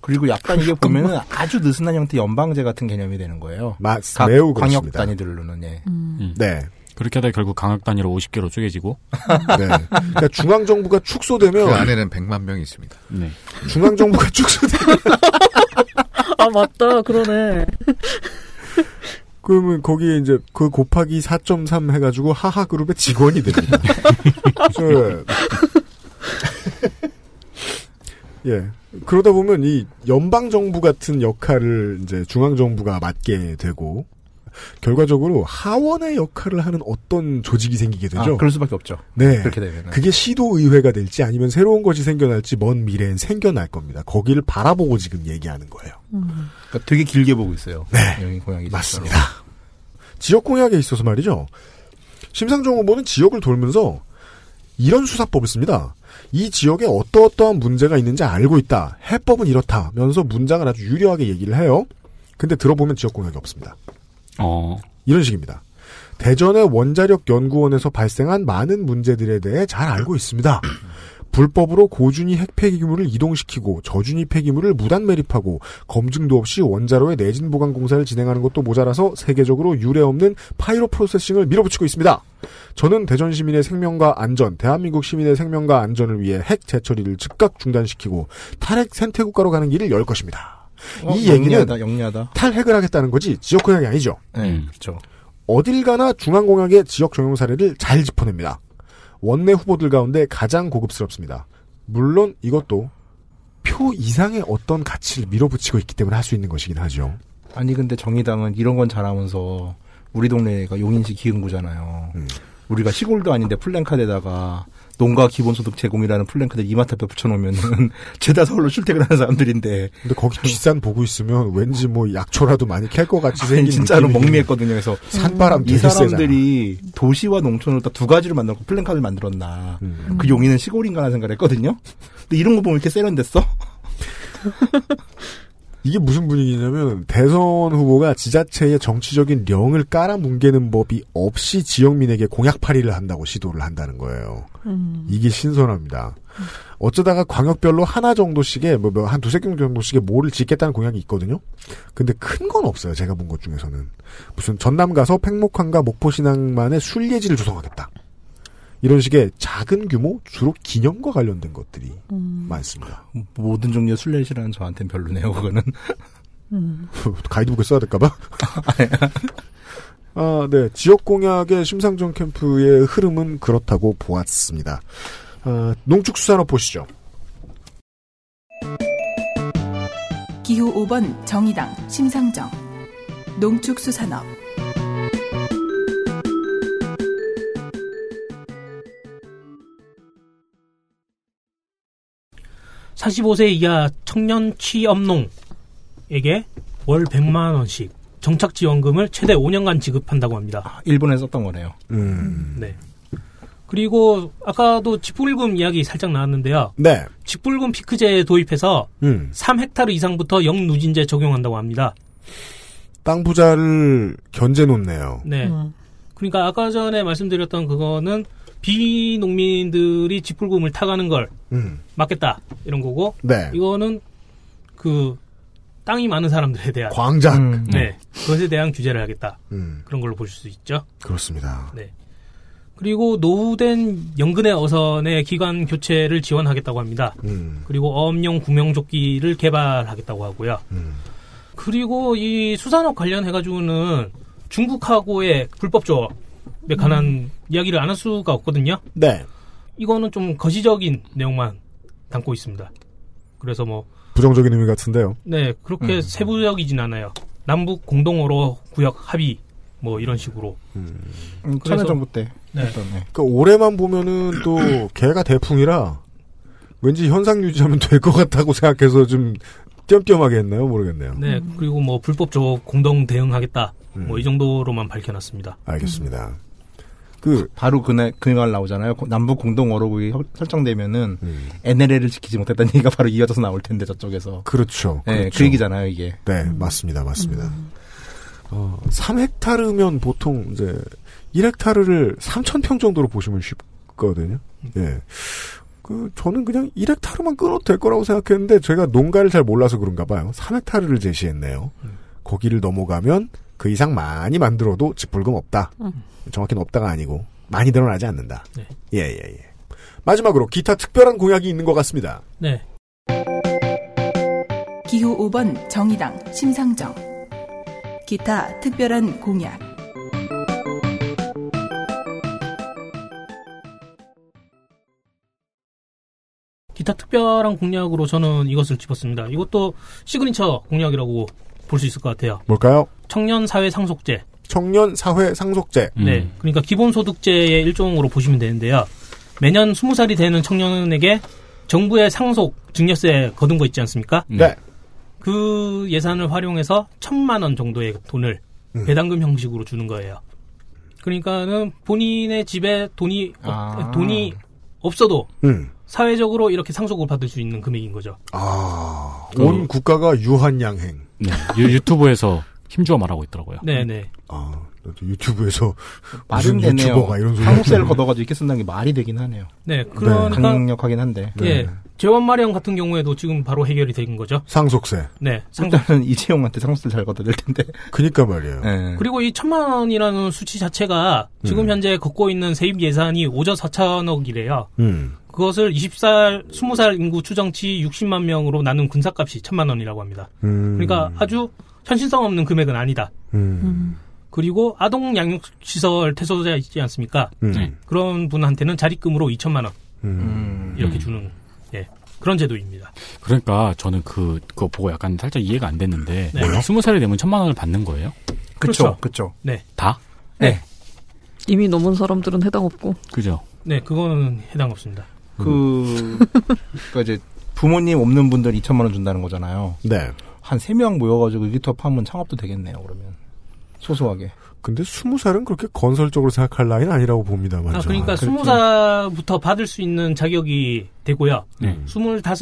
[SPEAKER 10] 그리고 약간 이게 보면은 아주 느슨한 형태 의 연방제 같은 개념이 되는 거예요.
[SPEAKER 2] 맞,
[SPEAKER 10] 각
[SPEAKER 2] 매우
[SPEAKER 10] 광역
[SPEAKER 2] 그렇습니다.
[SPEAKER 10] 단위들로는 예.
[SPEAKER 2] 네.
[SPEAKER 15] 음. 그렇게 하다 결국 강학 단위로 50개로 쪼개지고.
[SPEAKER 2] 네. 그러니까 중앙 정부가 축소되면
[SPEAKER 12] 그 안에는 100만 명이 있습니다.
[SPEAKER 15] 네.
[SPEAKER 2] 중앙 정부가 축소되면
[SPEAKER 9] 아, 맞다. 그러네.
[SPEAKER 2] 그러면 거기에 이제 그 곱하기 4.3 해가지고 하하 그룹의 직원이 됩니다. 저, 예. 그러다 보면 이 연방 정부 같은 역할을 이제 중앙 정부가 맡게 되고 결과적으로 하원의 역할을 하는 어떤 조직이 생기게 되죠.
[SPEAKER 10] 아, 그럴 수밖에 없죠.
[SPEAKER 2] 네.
[SPEAKER 10] 그렇게 되면
[SPEAKER 2] 그게 시도의회가 될지 아니면 새로운 것이 생겨날지 먼 미래엔 생겨날 겁니다. 거기를 바라보고 지금 얘기하는 거예요.
[SPEAKER 10] 그러니까 되게 길게 보고 있어요.
[SPEAKER 2] 네.
[SPEAKER 10] 여기 공약이
[SPEAKER 2] 맞습니다. 지역 공약에 있어서 말이죠. 심상정 후보는 지역을 돌면서 이런 수사법을 씁니다. 이 지역에 어떠어떠한 문제가 있는지 알고 있다. 해법은 이렇다면서 문장을 아주 유려하게 얘기를 해요. 근데 들어보면 지역 공약이 없습니다.
[SPEAKER 15] 어.
[SPEAKER 2] 이런 식입니다. 대전의 원자력 연구원에서 발생한 많은 문제들에 대해 잘 알고 있습니다. 불법으로 고준위 핵폐기물을 이동시키고 저준위 폐기물을 무단 매립하고 검증도 없이 원자로의 내진 보강 공사를 진행하는 것도 모자라서 세계적으로 유례 없는 파이로 프로세싱을 밀어붙이고 있습니다. 저는 대전 시민의 생명과 안전, 대한민국 시민의 생명과 안전을 위해 핵 재처리를 즉각 중단시키고 탈핵 생태국가로 가는 길을 열 것입니다. 이 얘기는
[SPEAKER 10] 어, 영리하다, 영리하다.
[SPEAKER 2] 탈핵을 하겠다는 거지 지역 공약이 아니죠.
[SPEAKER 10] 그렇죠.
[SPEAKER 2] 어딜 가나 중앙공약의 지역 적용 사례를 잘 짚어냅니다. 원내 후보들 가운데 가장 고급스럽습니다. 물론 이것도 표 이상의 어떤 가치를 밀어붙이고 있기 때문에 할 수 있는 것이긴 하죠.
[SPEAKER 10] 아니 근데 정의당은 이런 건 잘하면서 우리 동네가 용인시 기흥구잖아요.
[SPEAKER 2] 음.
[SPEAKER 10] 우리가 시골도 아닌데 플랜카드에다가 농가 기본소득 제공이라는 플랜카드 이마트 앞에 붙여놓으면은 죄다 서울로 출퇴근하는 사람들인데.
[SPEAKER 2] 근데 거기 뒷산 보고 있으면 왠지 뭐 약초라도 많이 캘 것 같이 생긴
[SPEAKER 10] 아, 진짜로
[SPEAKER 2] 느낌이
[SPEAKER 10] 멍미했거든요. 그래서
[SPEAKER 2] 산바람
[SPEAKER 10] 이
[SPEAKER 2] 되게
[SPEAKER 10] 사람들이 도시와 농촌을 다 두 가지를 만들고 플랜카드를 만들었나.
[SPEAKER 2] 음.
[SPEAKER 10] 그 용인은 시골인가라는 생각을 했거든요. 근데 이런 거 보면 이렇게 세련됐어?
[SPEAKER 2] 이게 무슨 분위기냐면 대선 후보가 지자체의 정치적인 령을 깔아뭉개는 법이 없이 지역민에게 공약팔이를 한다고 시도를 한다는 거예요.
[SPEAKER 11] 음.
[SPEAKER 2] 이게 신선합니다. 어쩌다가 광역별로 하나 정도씩의 뭐 한 두세 경 정도씩의 뭐를 짓겠다는 공약이 있거든요. 근데 큰 건 없어요. 제가 본 것 중에서는 무슨 전남 가서 팽목항과 목포신항만의 순례지를 조성하겠다. 이런 식의 작은 규모 주로 기념과 관련된 것들이 많습니다.
[SPEAKER 10] 모든 종류의 순례시라는 저한테는 별로네요, 그거는.
[SPEAKER 5] 음.
[SPEAKER 2] 가이드북에 써야 될까봐. 아, 네. 지역 공약의 심상정 캠프의 흐름은 그렇다고 보았습니다. 아, 농축수산업 보시죠.
[SPEAKER 3] 기호 5번 정의당 심상정 농축수산업
[SPEAKER 11] 사 45세 이하 청년 취업농에게 월 100만 원씩 정착 지원금을 최대 5년간 지급한다고 합니다.
[SPEAKER 10] 아, 일본에 썼던 거네요.
[SPEAKER 2] 음.
[SPEAKER 11] 네. 그리고 아까도 직불금 이야기 살짝 나왔는데요.
[SPEAKER 2] 네.
[SPEAKER 11] 직불금 피크제 도입해서 3헥타르 이상부터 영누진제 적용한다고 합니다.
[SPEAKER 2] 땅 부자를 견제 놓네요.
[SPEAKER 11] 네. 그러니까 아까 전에 말씀드렸던 그거는 비농민들이 직불금을 타가는 걸
[SPEAKER 2] 음.
[SPEAKER 11] 막겠다 이런 거고
[SPEAKER 2] 네.
[SPEAKER 11] 이거는 그 땅이 많은 사람들에 대한
[SPEAKER 2] 광장.
[SPEAKER 11] 네 그것에 대한 규제를 하겠다
[SPEAKER 2] 음.
[SPEAKER 11] 그런 걸로 보실 수 있죠.
[SPEAKER 2] 그렇습니다.
[SPEAKER 11] 네 그리고 노후된 연근의 어선의 기관 교체를 지원하겠다고 합니다.
[SPEAKER 2] 음.
[SPEAKER 11] 그리고 어업용 구명조끼를 개발하겠다고 하고요.
[SPEAKER 2] 음.
[SPEAKER 11] 그리고 이 수산업 관련해가지고는 중국하고의 불법 조업에 관한 이야기를 안 할 수가 없거든요.
[SPEAKER 2] 음. 네.
[SPEAKER 11] 이거는 좀 거시적인 내용만 담고 있습니다. 그래서 뭐,
[SPEAKER 2] 부정적인 의미 같은데요.
[SPEAKER 11] 네,
[SPEAKER 2] 음.
[SPEAKER 11] 그렇게 세부적이진 않아요. 남북 공동어로 구역 합의, 뭐 이런 식으로.
[SPEAKER 10] 음,
[SPEAKER 11] 그래서-
[SPEAKER 10] 참여정부 때.
[SPEAKER 11] 네.
[SPEAKER 10] 했던, 네.
[SPEAKER 2] 그러니까 올해만 보면은 또 개가 대풍이라 왠지 현상 유지하면 될 것 같다고 생각해서 좀 띄엄띄엄하게 했나요? 모르겠네요.
[SPEAKER 11] 네, 그리고 뭐 불법 조업 공동 대응하겠다. 뭐 이 정도로만 밝혀놨습니다.
[SPEAKER 2] 음. 알겠습니다. 그
[SPEAKER 10] 바로 그날 그날 나오잖아요. 고- 남북 공동 어로국이 설- 설정되면은
[SPEAKER 2] 음.
[SPEAKER 10] NLL을 지키지 못했다는 얘기가 바로 이어져서 나올 텐데 저쪽에서.
[SPEAKER 2] 그렇죠.
[SPEAKER 10] 네,
[SPEAKER 2] 그렇죠.
[SPEAKER 10] 그 얘기잖아요, 이게.
[SPEAKER 2] 네, 맞습니다. 맞습니다. 어, 3헥타르면 보통 이제 1헥타르를 3,000평 정도로 보시면 쉽거든요. 예. 그 저는 그냥 1헥타르만 끊어도 될 거라고 생각했는데 제가 농가를 잘 몰라서 그런가 봐요. 3헥타르를 제시했네요. 거기를 넘어가면 그 이상 많이 만들어도 직불금 없다.
[SPEAKER 10] 음.
[SPEAKER 2] 정확히는 없다가 아니고 많이 늘어나지 않는다.
[SPEAKER 11] 네.
[SPEAKER 2] 예, 예, 예. 마지막으로 기타 특별한 공약이 있는 것 같습니다.
[SPEAKER 11] 네.
[SPEAKER 3] 기호 5번 정의당 심상정 기타 특별한 공약
[SPEAKER 11] 기타 특별한 공략으로 저는 이것을 집었습니다. 이것도 시그니처 공략이라고 볼 수 있을 것 같아요.
[SPEAKER 2] 뭘까요?
[SPEAKER 11] 청년 사회 상속제.
[SPEAKER 2] 청년 사회 상속제.
[SPEAKER 11] 네. 그러니까 기본소득제의 일종으로 보시면 되는데요. 매년 20살이 되는 청년에게 정부의 상속 증여세 거둔 거 있지 않습니까?
[SPEAKER 2] 네.
[SPEAKER 11] 그 예산을 활용해서 천만 원 정도의 돈을
[SPEAKER 2] 음.
[SPEAKER 11] 배당금 형식으로 주는 거예요. 그러니까는 본인의 집에 돈이 없-
[SPEAKER 10] 아.
[SPEAKER 11] 돈이 없어도
[SPEAKER 2] 음.
[SPEAKER 11] 사회적으로 이렇게 상속을 받을 수 있는 금액인 거죠.
[SPEAKER 2] 아, 온 국가가 유한양행.
[SPEAKER 15] 네, 유, 유튜브에서 힘주어 말하고 있더라고요.
[SPEAKER 11] 네네.
[SPEAKER 2] 아, 나도 유튜브에서
[SPEAKER 10] 말은
[SPEAKER 2] 무슨
[SPEAKER 10] 되네요.
[SPEAKER 2] 유튜버가 이런 소리
[SPEAKER 10] 한국세를 걷어가지고 이렇게 쓴다는 게 말이 되긴 하네요.
[SPEAKER 11] 네, 그러니까-
[SPEAKER 10] 강력하긴 한데.
[SPEAKER 2] 네.
[SPEAKER 10] 네.
[SPEAKER 11] 예. 재원 마련 같은 경우에도 지금 바로 해결이 된 거죠.
[SPEAKER 2] 상속세.
[SPEAKER 11] 네, 상속.
[SPEAKER 10] 일단은 이재용한테 상속세 잘 걷어낼 텐데. 네.
[SPEAKER 2] 그니까 말이에요.
[SPEAKER 11] 그리고 이 천만 원이라는 수치 자체가 지금
[SPEAKER 10] 음.
[SPEAKER 11] 현재 걷고 있는 세입 예산이 5조 4천억이래요.
[SPEAKER 2] 음.
[SPEAKER 11] 그것을 20살, 20살 인구 추정치 60만 명으로 나눈 군사값이 천만 원이라고 합니다.
[SPEAKER 2] 음.
[SPEAKER 11] 그러니까 아주 현실성 없는 금액은 아니다.
[SPEAKER 2] 음.
[SPEAKER 11] 그리고 아동 양육 시설 퇴소자 있지 않습니까?
[SPEAKER 2] 음. 네.
[SPEAKER 11] 그런 분한테는 자립금으로 2천만 원
[SPEAKER 2] 음.
[SPEAKER 11] 이렇게 주는 예, 그런 제도입니다.
[SPEAKER 15] 그러니까 저는 그 그거 보고 약간 살짝 이해가 안 됐는데
[SPEAKER 11] 네.
[SPEAKER 15] 스무 살이 되면 천만 원을 받는 거예요?
[SPEAKER 11] 그쵸,
[SPEAKER 10] 그렇죠.
[SPEAKER 11] 네.
[SPEAKER 15] 다?
[SPEAKER 10] 네.
[SPEAKER 9] 이미 넘은 사람들은 해당 없고.
[SPEAKER 15] 그죠.
[SPEAKER 11] 네, 그거는 해당 없습니다.
[SPEAKER 10] 그, 그니까 이제 부모님 없는 분들 2천만 원 준다는 거잖아요.
[SPEAKER 2] 네.
[SPEAKER 10] 한 세 명 모여가지고 유기톱 하면 창업도 되겠네요, 그러면. 소소하게.
[SPEAKER 2] 근데 스무 살은 그렇게 건설적으로 생각할 나이는 아니라고 봅니다만.
[SPEAKER 11] 아, 그러니까 20살부터 받을 수 있는 자격이 되고요.
[SPEAKER 2] 네.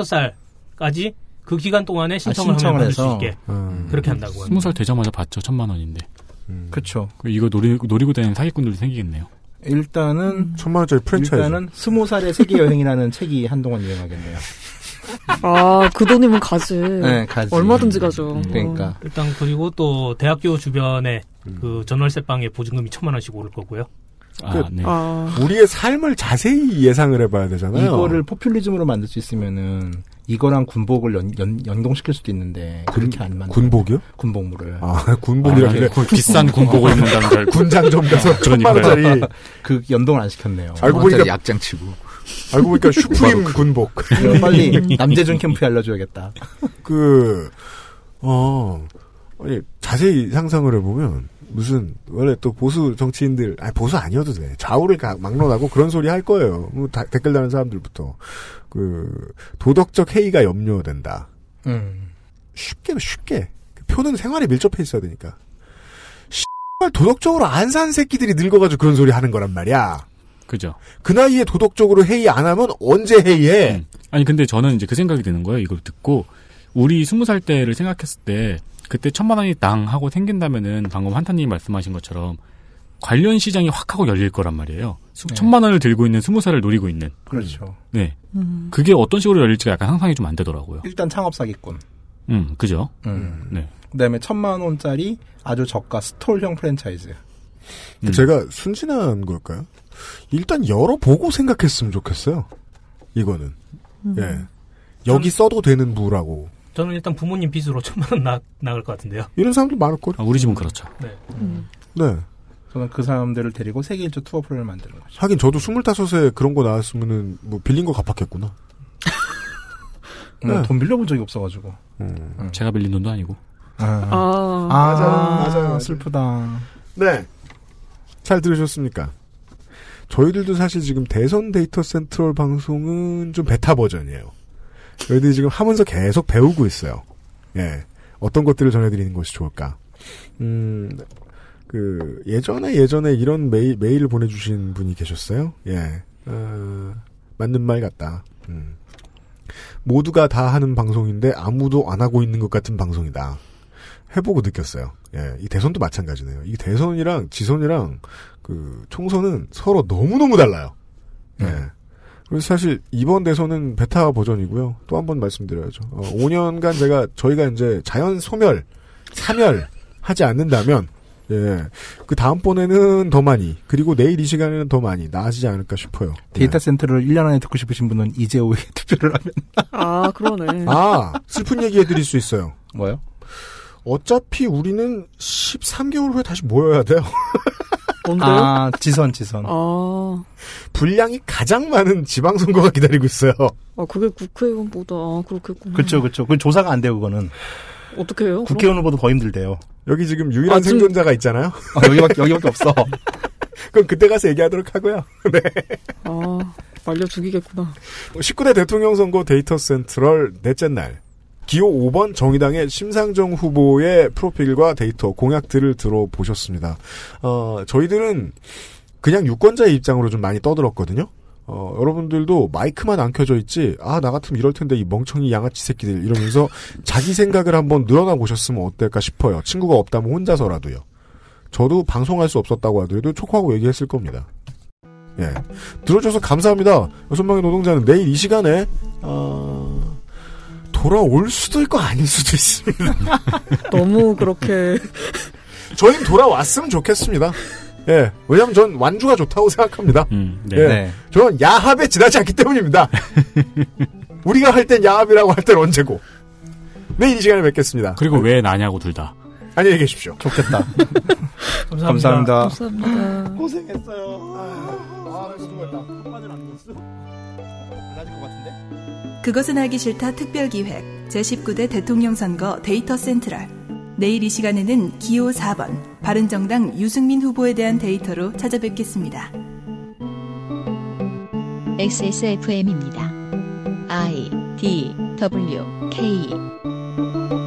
[SPEAKER 11] 25살까지 그 기간 동안에 신청을,
[SPEAKER 15] 아, 신청을
[SPEAKER 11] 하면 받을
[SPEAKER 15] 해서.
[SPEAKER 11] 수 있게
[SPEAKER 15] 음.
[SPEAKER 11] 그렇게 한다고 합니다.
[SPEAKER 15] 스무 살 되자마자 받죠 천만 원인데.
[SPEAKER 2] 음.
[SPEAKER 10] 그렇죠.
[SPEAKER 15] 이거 노리, 노리고 다니는 사기꾼들도 생기겠네요.
[SPEAKER 10] 일단은.
[SPEAKER 2] 천만 원짜리 프랜차이즈.
[SPEAKER 10] 일단은 스무 살의 세계 여행이라는 책이 한동안 유행하겠네요.
[SPEAKER 9] 아, 그 돈이면 가지.
[SPEAKER 10] 네, 가지.
[SPEAKER 9] 얼마든지 가죠.
[SPEAKER 10] 그러니까.
[SPEAKER 11] 어, 일단 그리고 또 대학교 주변에 그 전월세 방에 보증금이 천만 원씩 오를 거고요. 아,
[SPEAKER 2] 그
[SPEAKER 11] 네.
[SPEAKER 9] 아.
[SPEAKER 2] 우리의 삶을 자세히 예상을 해봐야 되잖아요.
[SPEAKER 10] 이거를 포퓰리즘으로 만들 수 있으면은 이거랑 군복을 연, 연, 연동시킬 수도 있는데 그렇게 안 만들.
[SPEAKER 2] 군복이요?
[SPEAKER 10] 군복물을. 네.
[SPEAKER 2] 아, 군복이라길래. 군장점 가서 천만 원짜리.
[SPEAKER 10] 그 연동을 안 시켰네요.
[SPEAKER 2] 알고 보니까
[SPEAKER 12] 약장 치고.
[SPEAKER 2] 알고 보니까 슈프림 군복.
[SPEAKER 10] 네, 이거
[SPEAKER 12] 네.
[SPEAKER 10] 빨리 남재준 캠프에 알려줘야겠다.
[SPEAKER 2] 그, 어, 아니, 자세히 상상을 해보면, 무슨, 원래 또 보수 정치인들, 아니, 보수 아니어도 돼. 좌우를 가- 막론하고 그런 소리 할 거예요. 뭐 다- 댓글 다는 사람들부터. 그, 도덕적 해이가 염려된다.
[SPEAKER 10] 음.
[SPEAKER 2] 쉽게, 쉽게. 그 표는 생활에 밀접해 있어야 되니까. 정말 도덕적으로 안 산 새끼들이 늙어가지고 그런 소리 하는 거란 말이야.
[SPEAKER 15] 그죠. 음.
[SPEAKER 2] 그 나이에 도덕적으로 해이 안 하면 언제 해이해?
[SPEAKER 15] 아니 근데 저는 이제 그 생각이 드는 거예요. 이걸 듣고 우리 스무 살 때를 생각했을 때 그때 천만 원이 땅 하고 생긴다면은 방금 한타님이 말씀하신 것처럼 관련 시장이 확 하고 열릴 거란 말이에요. 수-
[SPEAKER 10] 네.
[SPEAKER 15] 천만 원을 들고 있는 스무 살을 노리고 있는.
[SPEAKER 10] 그렇죠.
[SPEAKER 15] 네.
[SPEAKER 4] 음.
[SPEAKER 15] 그게 어떤 식으로 열릴지가 약간 상상이 좀 안 되더라고요.
[SPEAKER 10] 일단 창업 사기꾼.
[SPEAKER 15] 음, 그죠.
[SPEAKER 10] 음.
[SPEAKER 15] 네.
[SPEAKER 10] 그다음에 천만 원짜리 아주 저가 스톨형 프랜차이즈.
[SPEAKER 2] 그 제가 순진한 걸까요? 일단 열어보고 생각했으면 좋겠어요. 이거는. 예. 여기 써도 되는 부라고.
[SPEAKER 11] 음. 저는 일단 부모님 빚으로 천만 원 나, 나갈 것 같은데요.
[SPEAKER 2] 이런 사람들 많을걸?
[SPEAKER 15] 우리 집은 그렇죠.
[SPEAKER 11] 네.
[SPEAKER 9] 음,
[SPEAKER 2] 네.
[SPEAKER 10] 저는 그 사람들을 데리고 세계 일주 투어 프로를 만드는 거죠.
[SPEAKER 2] 하긴 저도 25에 그런 거 나왔으면은 뭐 빌린 거 갚았겠구나. 네.
[SPEAKER 10] 음, 돈 빌려본 적이 없어가지고.
[SPEAKER 2] 음.
[SPEAKER 15] 제가 빌린 돈도 아니고.
[SPEAKER 10] 아,
[SPEAKER 2] 맞아요, 맞아요.
[SPEAKER 10] 슬프다.
[SPEAKER 2] 네. 잘 들으셨습니까? 저희들도 사실 지금 대선 데이터 센트럴 방송은 좀 베타 버전이에요. 저희들이 지금 하면서 계속 배우고 있어요. 예. 어떤 것들을 전해드리는 것이 좋을까? 음, 그, 예전에 예전에 이런 메일, 메일을 보내주신 분이 계셨어요. 예. 어, 맞는 말 같다. 음. 모두가 다 하는 방송인데 아무도 안 하고 있는 것 같은 방송이다. 해보고 느꼈어요. 예, 이 대선도 마찬가지네요. 이 대선이랑 지선이랑 그 총선은 서로 너무너무 달라요.
[SPEAKER 10] 네.
[SPEAKER 2] 예. 그래서 사실 이번 대선은 베타 버전이고요. 또 한 번 말씀드려야죠. 어, 5년간 제가 저희가 이제 자연 소멸, 사멸 하지 않는다면 예. 그 다음번에는 더 많이 그리고 내일 이 시간에는 더 많이 나아지지 않을까 싶어요. 예.
[SPEAKER 10] 데이터 센터를 1년 안에 듣고 싶으신 분은 이재호에 투표를 하면.
[SPEAKER 9] 어. 아, 그러네.
[SPEAKER 2] 아, 슬픈 얘기 해드릴 수 있어요.
[SPEAKER 10] 뭐요?
[SPEAKER 2] 어차피 우리는 13개월 후에 다시 모여야 돼요.
[SPEAKER 9] 뭔데요?
[SPEAKER 10] 아, 지선, 지선.
[SPEAKER 9] 아,
[SPEAKER 2] 분량이 가장 많은 지방선거가 기다리고 있어요.
[SPEAKER 9] 아 그게 국회의원보다 아, 그렇겠구나.
[SPEAKER 10] 그쵸, 그쵸. 그 조사가 안 돼요, 그거는.
[SPEAKER 9] 어떻게 해요?
[SPEAKER 10] 국회의원 후보도 더 힘들대요.
[SPEAKER 2] 여기 지금 유일한
[SPEAKER 10] 아, 지금-
[SPEAKER 2] 생존자가 있잖아요.
[SPEAKER 10] 여기밖에, 여기밖에 없어.
[SPEAKER 2] 그럼 그때 가서 얘기하도록 하고요. 네. 뭐
[SPEAKER 9] 아, 말려 죽이겠구나.
[SPEAKER 2] 19대 대통령 선거 데이터 센트럴 넷째 날. 기호 5번 정의당의 심상정 후보의 프로필과 데이터 공약들을 들어보셨습니다. 어, 저희들은 그냥 유권자의 입장으로 좀 많이 떠들었거든요. 어, 여러분들도 마이크만 안 켜져 있지, 아, 나 같으면 이럴 텐데, 이 멍청이 양아치 새끼들, 이러면서 자기 생각을 한번 늘어나 보셨으면 어떨까 싶어요. 친구가 없다면 혼자서라도요. 저도 방송할 수 없었다고 하더라도 촉하고 얘기했을 겁니다. 예. 들어줘서 감사합니다. 여섯 명의 노동자는 내일 이 시간에, 어, 돌아올 수도 있고 아닐 수도 있습니다.
[SPEAKER 9] 너무 그렇게.
[SPEAKER 2] 저희는 돌아왔으면 좋겠습니다. 예. 왜냐면 전 완주가 좋다고 생각합니다.
[SPEAKER 15] 네.
[SPEAKER 2] 예.
[SPEAKER 15] 네.
[SPEAKER 2] 저는 야합에 지나지 않기 때문입니다. 우리가 할 땐 야합이라고 할 땐 언제고. 내일 이 시간에 뵙겠습니다.
[SPEAKER 15] 그리고 왜 나냐고 둘 다.
[SPEAKER 2] 안녕히 계십시오.
[SPEAKER 10] 좋겠다.
[SPEAKER 15] 감사합니다.
[SPEAKER 9] 감사합니다.
[SPEAKER 10] 고생했어요. 아, 수고했다.
[SPEAKER 3] 그것은 알기 싫다 특별기획 제19대 대통령 선거 데이터 센트럴 내일 이 시간에는 기호 4번 바른정당 유승민 후보에 대한 데이터로 찾아뵙겠습니다.
[SPEAKER 1] XSFM입니다. I D W K